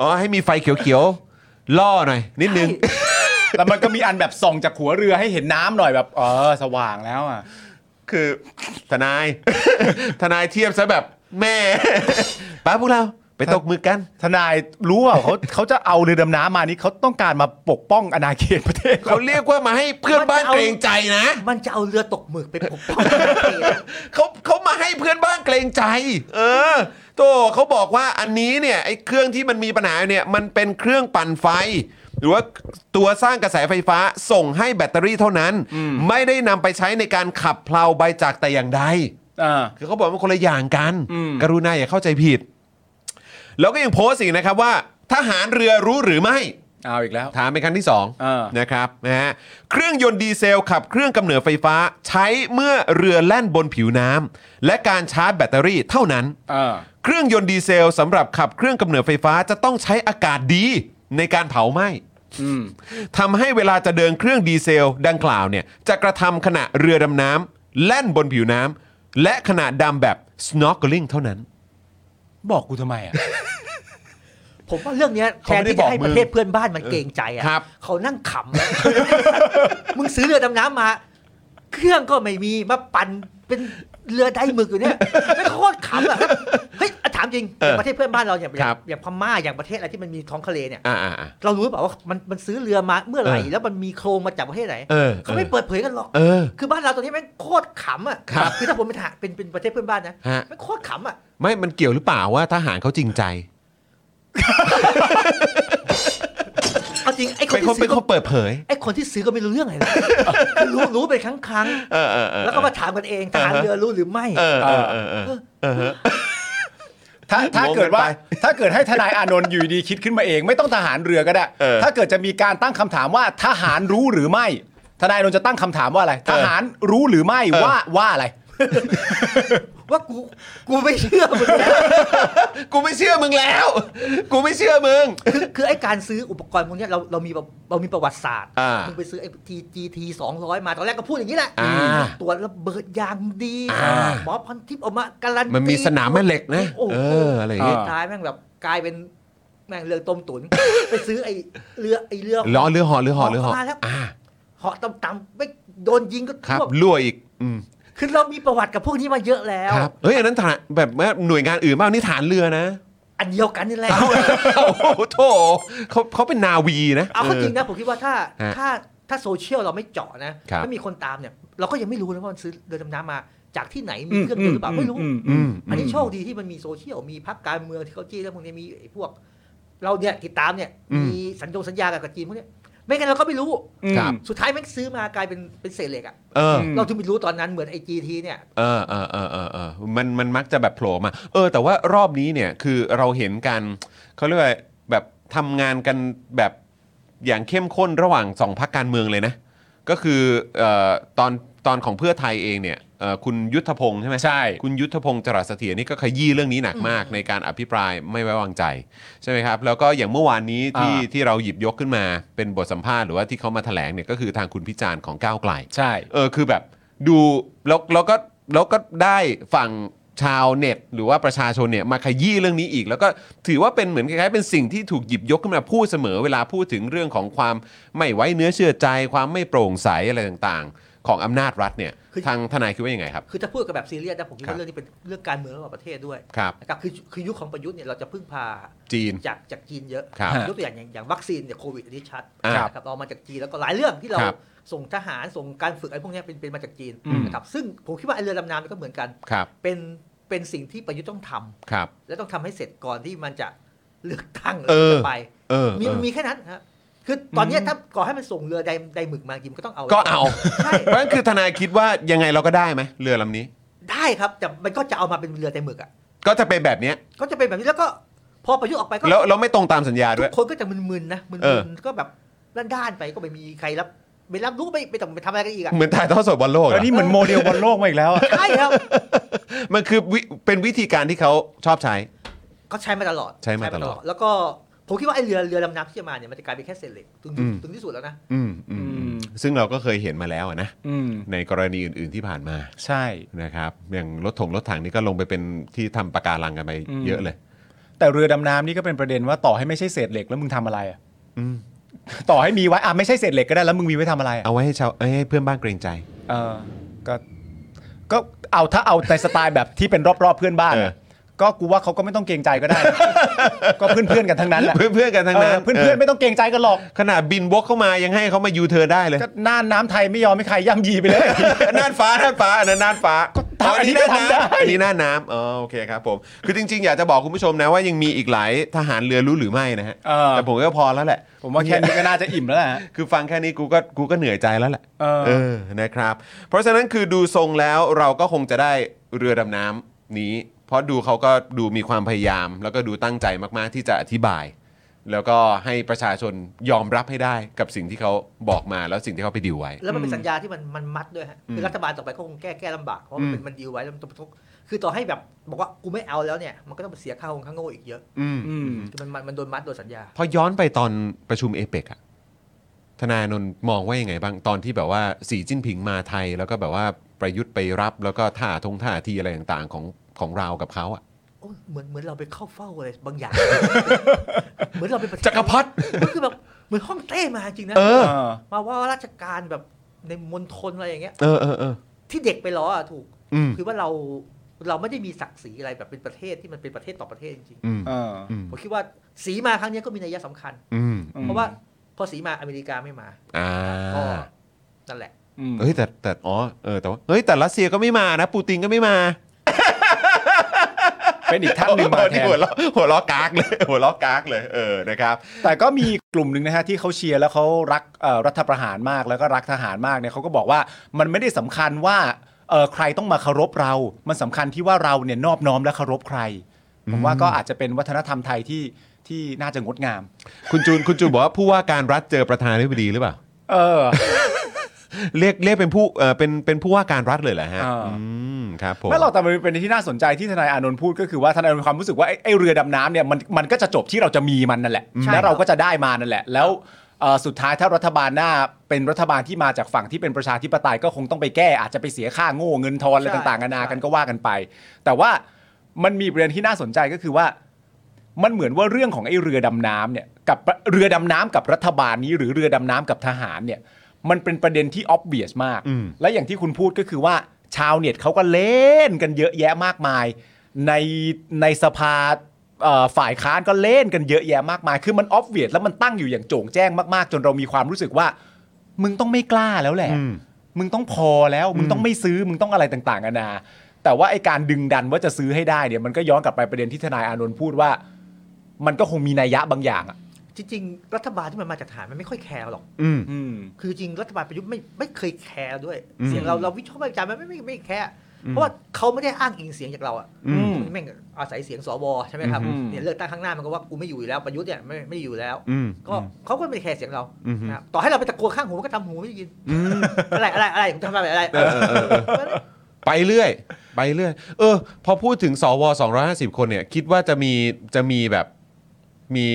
Speaker 4: อ๋อให้มีไฟเขียวๆล่อหน่อย นิดนึง
Speaker 3: แล้วมันก็มีอันแบบส่องจากหัวเรือให้เห็นน้ำหน่อยแบบเออสว่างแล้วอ่ะ
Speaker 4: คือทนาย ทนายเทียบซะแบบแม่ ป้าพวกเราไปตกหมือกัน
Speaker 3: ทนายรู้ว่าเขาเขาจะเอาเรือดำน้ำมานี่เขาต้องการมาปกป้องอาณาเขตประเทศ
Speaker 4: เขาเรียกว่ามาให้เพื่อนบ้านเกรงใจนะ
Speaker 6: มันจะเอาเรือตกหมึกไปปก ป้อง
Speaker 4: เขาเขามาให้เพื่อนบ้านเกรงใจ เออโตเขาบอกว่าอันนี้เนี่ยไอ้เครื่องที่มันมีปัญหาเนี่ยมันเป็นเครื่องปั่นไฟ หรือว่าตัวสร้างกระแสไฟฟ้าส่งให้แบตเตอรี่เท่านั้น ไม่ได้นำไปใช้ในการขับเพลาใบจากแต่อย่างใด
Speaker 3: อ่า
Speaker 4: คือเขาบอกว่าคนละอย่างกัน กรุณาอย่าเข้าใจผิด แล้วก็ยังโพสต์อีกนะครับว่าทหารเรือรู้หรือไม่
Speaker 3: เอาอีกแล้ว
Speaker 4: ถามเป็นครั้งที่
Speaker 3: เออ
Speaker 4: 2นะครับนะฮะเครื่องยนต์ดีเซลขับเครื่องกำเนิดไฟฟ้าใช้เมื่อเรือแล่นบนผิวน้ำและการชาร์จแบตเตอรี่เท่านั้น
Speaker 3: เออ
Speaker 4: เครื่องยนต์ดีเซลสำหรับขับเครื่องกำเนิดไฟฟ้าจะต้องใช้อากาศดีในการเผาไหม้ทำให้เวลาจะเดินเครื่องดีเซลดังกล่าวเนี่ยจะกระทำขณะเรือดำน้ำแล่นบนผิวน้ำและขณะดำแบบ snorkeling เท่านั้น
Speaker 3: บอกกูทำไมอ่ะ
Speaker 6: ผมว่าเรื่องเนี้ยแท
Speaker 4: เขา
Speaker 6: น
Speaker 4: ไม่ได้
Speaker 6: ที่จะให้
Speaker 4: บอกมึง
Speaker 6: ประเทศเพื่อนบ้านมันเกรงใจอ่ะ
Speaker 4: ครับ
Speaker 6: เขานั่งขำนะ มึงซื้อเรือดำน้ำมา เครื่องก็ไม่มีมาปั่นเป็นเรือไดหมึกอยู่เนี่ยไม่โคตรขำอ่ะเฮ้ยอ่ะถามจริงอย่างประเทศเพื่อนบ้านเราอย่างอย่างอย่างพม่าอย่างประเทศอะไรที่มันมีท้องทะเลเนี่ย
Speaker 4: อ่าอ่าอ่า
Speaker 6: เรารู้หรือเปล่าว่ามันมันซื้อเรือมาเมื่อไหร่
Speaker 4: เออ
Speaker 6: แล้วมันมีโครงมาจากประเทศไหน
Speaker 4: เออ
Speaker 6: เขาไม่เปิดเผยกันหรอก
Speaker 4: เออ
Speaker 6: คือบ้านเราตอนนี้แม่งโคตรขำอ่ะ
Speaker 4: ครับ
Speaker 6: คือถ้าผมเป็นทหารเป็นเป็นประเทศเพื่อนบ้านนะ
Speaker 4: ฮะ
Speaker 6: แม่งโคตรขำอ่ะ
Speaker 4: ไม่มันเกี่ยวหรือเปล่าว่าทหารเขาจริงใจ
Speaker 6: เอาจริงไอ้คน
Speaker 4: เป็นค
Speaker 6: ที่
Speaker 4: น
Speaker 6: ซื้
Speaker 4: เป็
Speaker 6: อน ก็
Speaker 4: คนเปิดเผย
Speaker 6: ไอ้คนที่ซื้อก็ไม่รู้เรื่องอะไร เลยคือรู้รู้เป็นครั้งครั้ง
Speaker 4: เออเออเออ
Speaker 6: แล้วก็มาถามกันเองทหารเรือรู้หรือไม่
Speaker 4: เออเออเออเออเออฮะ
Speaker 3: ถ้าถ้า
Speaker 4: โม้เกิน
Speaker 3: เกิดว่า
Speaker 4: ไป
Speaker 3: ถ้าเกิดให้ทนายอานนท์อยู่ดีคิดขึ้นมาเอง ไม่ต้องทหารเรือก็ได้
Speaker 4: เออ
Speaker 3: ถ้าเกิดจะมีการตั้งคำถามว่าทหารรู้หรือไม่ ทนายอานนท์จะตั้งคำถามว่าอะไร ทหารรู้หรือไม่
Speaker 4: เออ
Speaker 3: ว่าว่าอะไร
Speaker 6: ว่ากูกูไม่เชื่อมึงนะ
Speaker 4: กูไม่เชื่อมึงแล้ว กูไม่เชื่อมึง
Speaker 6: คือคือไอ้การซื้ออุปกรณ์พวกเนี้ยเราเรามีประเรามีประวัติศาสตร์
Speaker 4: อ่ามึ
Speaker 6: มึงไปซื้อไอ้ทีจีทีสองร้อยมาตอนแรกก็พูดอย่างนี้แหละ
Speaker 4: อ่า
Speaker 6: ตัวจระเบิดยางดี
Speaker 4: อ่า
Speaker 6: หมอพรทิพย์ออกมาการันตี
Speaker 4: มันมีสนามแม่เหล็กนะ
Speaker 6: โอ้โห
Speaker 4: เออ อะไรอย่างเงี้ย
Speaker 6: สุดท้ายแม่งแบบกลายเป็นแม่งเรือต้มตุ๋น ไปซื้อไอ้เรือไอ้เรือ
Speaker 4: ล้อเรือเหอเรือเหอเรือเหอ
Speaker 6: มาแล้ว
Speaker 4: อ่า
Speaker 6: เหาะต่ำๆไม่โดนยิงก็
Speaker 4: ครับ
Speaker 6: ท่วม
Speaker 4: รั่วอีก อืม
Speaker 6: คือเรามีประวัติกับพวกนี้มาเยอะแล้ว
Speaker 4: ครับ เฮ้ย อันนั้นฐานแบบว่าหน่วยงานอื่นบ้างนี่ฐานเรือนะ
Speaker 6: อันเดียวกันนี่แหละ
Speaker 4: เอาโอ้โถเขาเขาเป็นนาวีนะ
Speaker 6: เอาเข้าจริงนะผมคิดว่าถ้า
Speaker 4: ฮะ
Speaker 6: ถ้าถ้าโซเชียลเราไม่เจาะนะครับ ไม่มีคนตามเนี่ย เราก็ยังไม่รู้นะว่ามันซื้อเรือดำน้ำมา จากที่ไหนมีเครื่องยนต์หรือเปล่าไม่รู้
Speaker 4: อืม
Speaker 6: อันนี้โชคดีที่มันมีโซเชียลมีพักการเมืองที่เขาจี้แล้วพวกนี้มีไอ้พวก เราเนี่ยติดตามเนี่ย
Speaker 4: อืม
Speaker 6: มีสัญญงสัญญากับจีนพวกเนี้ยไม่งั้นเราก็ไม่รู้
Speaker 4: ครับ
Speaker 6: สุดท้ายแม่งซื้อมากลายเป็นเป็นเศษเหล็กอะ
Speaker 4: เออ
Speaker 6: เราถึงไปรู้ตอนนั้นเหมือนไอจีทีเนี่ย
Speaker 4: เออเออเออเออเออมันมันมักจะแบบโผล่มา เออ แต่ว่ารอบนี้เนี่ยคือเราเห็นกันเขาเรียกว่าแบบทำงานกันแบบอย่างเข้มข้นระหว่างสองพักการเมืองเลยนะ ก็คือเอ่อตอนตอนของเพื่อไทยเองเนี่ยเอ่อคุณยุทธพงศ์ใช่ไหม
Speaker 3: ใช่
Speaker 4: คุณยุทธพงศ์จรัสเสถียรนี่ก็ขยี้เรื่องนี้หนักมากในการอภิปรายไม่ไว้วางใจใช่ไหมครับ แล้วก็อย่างเมื่อวานนี้ที่ที่เราหยิบยกขึ้นมาเป็นบทสัมภาษณ์หรือว่าที่เขามาแถลงเนี่ยก็คือทางคุณพิจารณ์ของก้าวไกล
Speaker 3: ใช่
Speaker 4: เออคือแบบดูแล้วแล้วก็แล้วก็ได้ฝั่งชาวเน็ต หรือว่าประชาชนเนี่ยมาขยี้เรื่องนี้อีก แล้วก็ถือว่าเป็นเหมือนคล้ายๆเป็นสิ่งที่ถูกหยิบยกขึ้นมาพูดเสมอเวลาพูดถึงเรื่องของความไม่ไว้เนื้อเชื่อใจ ความไม่โปร่งใสอะไรต่างๆ ของอำนาจรัฐเนี่ย
Speaker 6: คือ
Speaker 4: ทางทนายคิดว่ายังไงครับ
Speaker 6: คือถ้าพูดกันแบบซีเรียสนะผมคิด
Speaker 4: ครับ
Speaker 6: ว่าเรื่องนี้เป็นเรื่องการเมืองระหว่างประเทศด้วย
Speaker 4: ครับ
Speaker 6: นะครับคือคือยุคของประยุทธ์เนี่ยเราจะพึ่งพา
Speaker 4: จีน
Speaker 6: จากจากจีนเยอะ
Speaker 4: ครับ
Speaker 6: ยกตัวอย่างอย่างอย่างวัคซีนเนี่ยโควิดอันนี้ชัด
Speaker 4: อ่า
Speaker 6: นะครับเรามาจากจีนแล้วก็หลายเรื่องที่เรา
Speaker 4: ครับ
Speaker 6: ส่งทหารส่งการฝึกอะไรพวกเนี้ยเป็นเป็นมาจากจีน
Speaker 4: อืม
Speaker 6: นะครับซึ่งผมคิดว่าไอเรือดำน้ำมันก็เหมือนกัน
Speaker 4: ครับ
Speaker 6: เป็นเป็นสิ่งที่ประยุทธ์ต้องทำ
Speaker 4: ครับ
Speaker 6: และต้องทำให้เสร็จก่อนที่มันจะเลือกตั้ง
Speaker 4: เออ
Speaker 6: ไป
Speaker 4: เออ
Speaker 6: มี
Speaker 4: เออ
Speaker 6: มีแค่นั้นฮะคือตอนเนี้ยถ้าก่อให้มันส่งเรือใดใดหมึกมากินก็ต้องเอา
Speaker 4: ก็เอา
Speaker 6: ใช่
Speaker 4: เพราะฉะนั้นคือทนายคิดว่ายังไงเราก็ได้ไหมเรือลำนี้
Speaker 6: ได้ครับแต่มันก็จะเอามาเป็นเรือใดหมึกอ่ะ
Speaker 4: ก็จะเป็นแบบเนี้ย
Speaker 6: ก็จะเป็นแบบนี้แล้วก็พอประยุทธ์ออกไปก็
Speaker 4: แล้วเราไม่ตรงตามสัญญาด้
Speaker 6: ทุ
Speaker 4: วย
Speaker 6: กคนก็จะมึนๆนะมึ
Speaker 4: เออ
Speaker 6: นๆก็แบบด้านๆไปก็ไม่มีใครรับไม่รับรู้ไม่ไม่ต้องไปทำอะไรกันอีกอ่ะ
Speaker 4: เหมือนถ่ายทอดสดบอลโลกเหร
Speaker 3: แล้
Speaker 4: อ
Speaker 3: วนี่เหมือนโมเดลบอลโลกมาอีกแล้วอะ
Speaker 6: ใช่ครับ
Speaker 4: มันคือวิเป็นวิธีการที่เขาชอบใช้
Speaker 6: ก็ใช้มาตลอด
Speaker 4: ใช้มาตลอด
Speaker 6: แล้วก็ผมคิดว่าไอ้เรือเรือดำน้ำที่จะมาเนี่ยมันจะกลายเป็นแค่เศษเหล็กถึง
Speaker 4: อืม
Speaker 6: ถึงที่สุดแล้วนะ
Speaker 4: อืมอืมอืมซึ่งเราก็เคยเห็นมาแล้วอะนะ
Speaker 3: อืม
Speaker 4: ในกรณีอื่น ๆที่ผ่านมา
Speaker 3: ใช่
Speaker 4: นะครับ อย่างรถถงรถถังนี่ก็ลงไปเป็นที่ทำปะการังกันไปเยอะเลย
Speaker 3: แต่เรือดำน้ำนี่ก็เป็นประเด็นว่าต่อให้ไม่ใช่เศษเหล็กแล้วมึงทำอะไรอ่ะต่อให้มีไว้อ่ะไม่ใช่เศษเหล็กก็ได้แล้วมึงมีไว้ทำอะไรอ่ะ
Speaker 4: เอาไว้ให้ชาวเอ้ยให้เพื่อนบ้านเกรงใจ
Speaker 3: เออก็ก็เอาถ้าเอาในสไตล์แบบที่เป็นรอบๆเพื่อนบ้านอะ
Speaker 4: เออ
Speaker 3: ก็กูว่าเขาก็ไม่ต้องเกรงใจก็ได้นะก็เพื่อนๆกันทั้งนั้นแหละ
Speaker 4: เพื่อนเพื่อนๆกันทั้งนั้น
Speaker 3: เออเพื่อนๆไม่ต้องเกรงใจกันหรอก
Speaker 4: ขนาดบินวกเข้ามายังให้เขามายูเธอได้เลย
Speaker 3: ก็น่านน้ำไทยไม่ยอมให้ใครย่ำยีไปเลย
Speaker 4: น่านฟ้าน่านฟ้าอันนั้นน่านฟ้า
Speaker 3: ก็ทำอันนี้
Speaker 4: น่าน
Speaker 3: ก็ทำได้
Speaker 4: น้ำอันนี้น่านน้ำอ๋อโอเคครับผมคือจริง ๆ อยากจะบอกคุณผู้ชมนะว่ายังมีอีกหลายทหารเรือรู้หรือไม่นะฮะแต่ผมก็พอแล้วแหละ
Speaker 3: ผมว่าแค่นี้ก็น่าจะอิ่มแล้วแหละ
Speaker 4: คือฟังแค่นี้กูก็กูก็เหนื่อยใจแล้วแหละ
Speaker 3: เออ
Speaker 4: นะครับ เพราะฉะนั้นคือดูทรงแล้วเราก็คงจะได้เรือดำน้ำนี้ เพราะดูเขาก็ดูมีความพยายาม แล้วก็ดูตั้งใจมาก ๆ ที่จะอธิบาย แล้วก็ให้ประชาชนยอมรับให้ได้กับสิ่งที่เขาบอกมาแล้วสิ่งที่เขาไปดีลไว้
Speaker 6: แล้วมันเป็นสัญญาที่มันมันมัดด้วยฮะคือรัฐบาลต่อไปก็คงแก้แก้ลำบากเพราะมันเป็นมันดีลไว้แล้วมันต้องคือต่อให้แบบบอกว่ากูไม่เอาแล้วเนี่ยมันก็ต้องเสียค่าของข้างโง่อีกเยอะ
Speaker 4: อืม
Speaker 3: อืม
Speaker 6: คือมันมันมันโดนมัดโดยสัญญา
Speaker 4: พอย้อนไปตอนประชุมเอเปกอะธนาโนนท์มองว่ายังไงบ้างตอนที่แบบว่าสีจิ้นผิงมาไทย แล้วก็แบบว่าประยุทธ์ไปรับ แล้วก็ท่าทงท่าทีอะไรต่างๆของของเรากับเขาอะ
Speaker 6: โอ้ยเหมือนเหมือนเราไปเข้าเฝ้าอะไรบางอย่าง เหมือนเราไป
Speaker 4: จักรพรรดิ
Speaker 6: มันคือแบบเหมือนห้องเต้มาจริงนะ
Speaker 4: เออ
Speaker 6: มาว่าราชการแบบในมณฑลอะไรอย่างเงี้ย
Speaker 4: เออเออเออ
Speaker 6: ที่เด็กไปล้ออะถูก
Speaker 4: อืม
Speaker 6: คือว่าเราเราไม่ได้มีศักดิ์ศรีอะไรแบบเป็นประเทศที่มันเป็นประเทศต่อประเทศจริง
Speaker 4: อืม
Speaker 3: เออ
Speaker 4: อืม
Speaker 6: ๆผมคิดว่าสีมาครั้งเนี้ยก็มีนัยสำคัญ
Speaker 4: อืม
Speaker 3: อืม
Speaker 6: เพราะว่าพอสีมาอเมริกาไม่มา
Speaker 4: อ่า
Speaker 6: ก็นั่นแหละ
Speaker 3: อืม
Speaker 4: เฮ้ยแต่แต่อ๋อเออแต่ว่าเฮ้ยแต่รัสเซียก็ไม่มานะ ปูตินก็ไม่มา
Speaker 3: เป็นอีกท่านหนึ่งมาแท
Speaker 4: หัวน ล้อหัวล้อกากเลย หัวล้อกากเลยเออนะครับ
Speaker 3: แต่ก็มีกลุ่มหนึ่งนะฮะที่เขาเชียร์แล้วเขารักเอ่อรัฐประหารมากแล้วก็รักทหารมากเนี่ยเขาก็บอกว่ามันไม่ได้สำคัญว่าเอ่อใครต้องมาเคารพเรา มันสำคัญที่ว่าเราเนี่ยนอบน้อมและเคารพใคร ผมว่าก็อาจจะเป็นวัฒนธรรมไทยที่ที่น่าจะงดงาม
Speaker 4: คุณจูนคุณจูนบอกว่าผู้ว่าการรัฐเจอประธานาธิบดีหรือเปล่า
Speaker 3: เออ
Speaker 4: เรียกเรียกเป็นผู้เออเป็นเป็นผู้ว่าการรัฐเลยเหรอฮะ
Speaker 3: อ่า
Speaker 4: อืมครับผม
Speaker 3: ไม่หรอกแต่มันเป็นที่น่าสนใจที่ทนายอานนท์พูดก็คือว่าทนายอานนท์มีความรู้สึกว่าไอ้ไอ้เรือดำน้ำเนี่ยมันมันก็จะจบที่เราจะมีมันนั่นแหละ
Speaker 6: ใช่
Speaker 3: และเราก็จะได้มานั่นแหละ แล้วเอ่อสุดท้ายถ้ารัฐบาลหน้าเป็นรัฐบาลที่มาจากฝั่งที่เป็นประชาธิปไตยก็คงต้องไปแก้อาจจะไปเสียค่าโง่เงินทอนอะไรต่างๆนานากันก็ว่ากันไป แต่ว่ามันมีประเด็นที่น่าสนใจก็คือว่า มันเหมือนว่าเรื่องของไอ้เรือดำน้ำเนี่ยกับเรือดำน้ำกับรัฐบาลนี้ หรือเรือดำน้ำกับทหารเนี่ยมันเป็นประเด็นที่ออบเ i ียสมาก และอย่างที่คุณพูดก็คือว่าชาวเน็ตเขาก็เล่นกันเยอะแยะมากมาย ในในสภาเอ่อฝ่ายค้านก็เล่นกันเยอะแยะมากมาย คือมันออบเ i ียสแล้วมันตั้งอยู่อย่างโจ่งแจ้งมากๆ จนเรามีความรู้สึกว่า มึงต้องไม่กล้าแล้วแหละ มึงต้องพอแล้ว มึงต้องไม่ซื้อ มึงต้องอะไรต่างๆนานา แต่ว่าไอการดึงดันว่าจะซื้อให้ได้เนี่ยมันก็ย้อนกลับไปประเด็นที่ทนายอานนท์พูดว่า มันก็คงมีนัยยะบางอย่างอ่ะ
Speaker 6: จริง ๆ รัฐบาลที่มันมาจากฐานมันไม่ค่อยแคร์หรอก
Speaker 4: อืม
Speaker 3: อืม
Speaker 6: คือจริงรัฐบาลประยุทธ์ไม่ไม่เคยแคร์ด้วย
Speaker 4: อืม
Speaker 6: เสียงเราเราวิเคราะห์วิจารณ์มันไม่ไม่ไม่แคร์เพราะว่าเขาไม่ได้อ้างอิงเสียงจากเราอะ
Speaker 4: อืม
Speaker 6: แม่งอาศัยเสียงสวใช่ไหมครับ
Speaker 3: อืม
Speaker 6: เนี่ยเลือกตั้งข้างหน้ามันก็ว่ากูไม่อยู่อยู่แล้วประยุทธ์เนี่ยไม่ไม่อยู่แล้ว
Speaker 4: อืม
Speaker 6: ก็เขาก็ไม่ได้แคร์เสียงเรา
Speaker 4: อือฮึ
Speaker 6: นะครับต่อให้เราไปตะโกนข้างหูมันก็ทำหูไม่ได้ยินอะไรอะไรอะไรผมทำอะไรอะไร
Speaker 4: เออเออเออเออไปเรื่อย ไปเรื่อย เออ พอพูดถึงสว250 คนเนี่ย คิดว่าจะมีจะมีแบบมี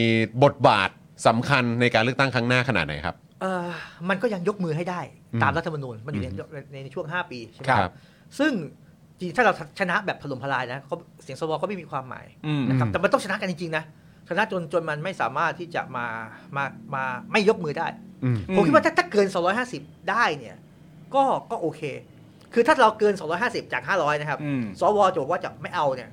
Speaker 4: บทบาทสำคัญในการเลือกตั้งครั้งหน้าขนาดไหนครับ
Speaker 6: เออมันก็ยังยกมือให้ได้
Speaker 4: อืม
Speaker 6: ตามรัฐธรรมนูญมันอยู่ในในในช่วง 5 ปีใช่ไหม
Speaker 4: ครับ
Speaker 6: ครับซึ่งจริงๆถ้าเราชนะแบบถล่มทลายนะเขาเสียงสวก็ไม่มีความหมาย
Speaker 3: อืม
Speaker 6: นะครับแต่มันต้องชนะกันจริง ๆ นะ ชนะจนจนมันไม่สามารถที่จะมามามาไม่ยกมือได้
Speaker 4: อืม
Speaker 6: ผมคิดว่าถ้าถ้าเกิน 250 ได้เนี่ย ก็ก็โอเค คือถ้าเราเกิน 250 จาก 500 นะครับ
Speaker 3: อืม
Speaker 6: สวจะบอกว่าจะไม่เอาเนี่ย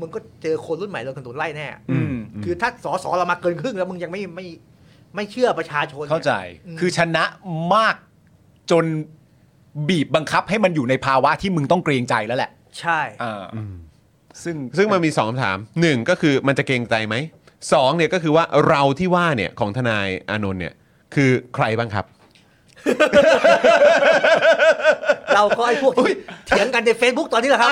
Speaker 6: มึงก็เจอคนรุ่นใหม่โดนกระตุนไล่แน่
Speaker 3: อืม
Speaker 6: คือถ้าสสเรามาเกินครึ่งแล้วมึงยังไม่ไม่ไม่เชื่อประชาชนนี่ย
Speaker 3: เข้าใจ
Speaker 6: อืม
Speaker 3: คือชนะมากจนบีบบังคับให้มันอยู่ในภาวะที่มึงต้องเกรงใจแล้วแหละ
Speaker 6: ใช่
Speaker 3: อ่าซึ่ง
Speaker 4: ซึ่งมันมี2คำถาม 1 ก็คือมันจะเกรงใจไหมสองเนี่ยก็คือว่าเราที่ว่าเนี่ยของทนายอานนท์เนี่ย คือใครบ้างครับ
Speaker 6: เราก็ไอ้พวกที่เถียงกันใน Facebook ตอนนี้แหละครับ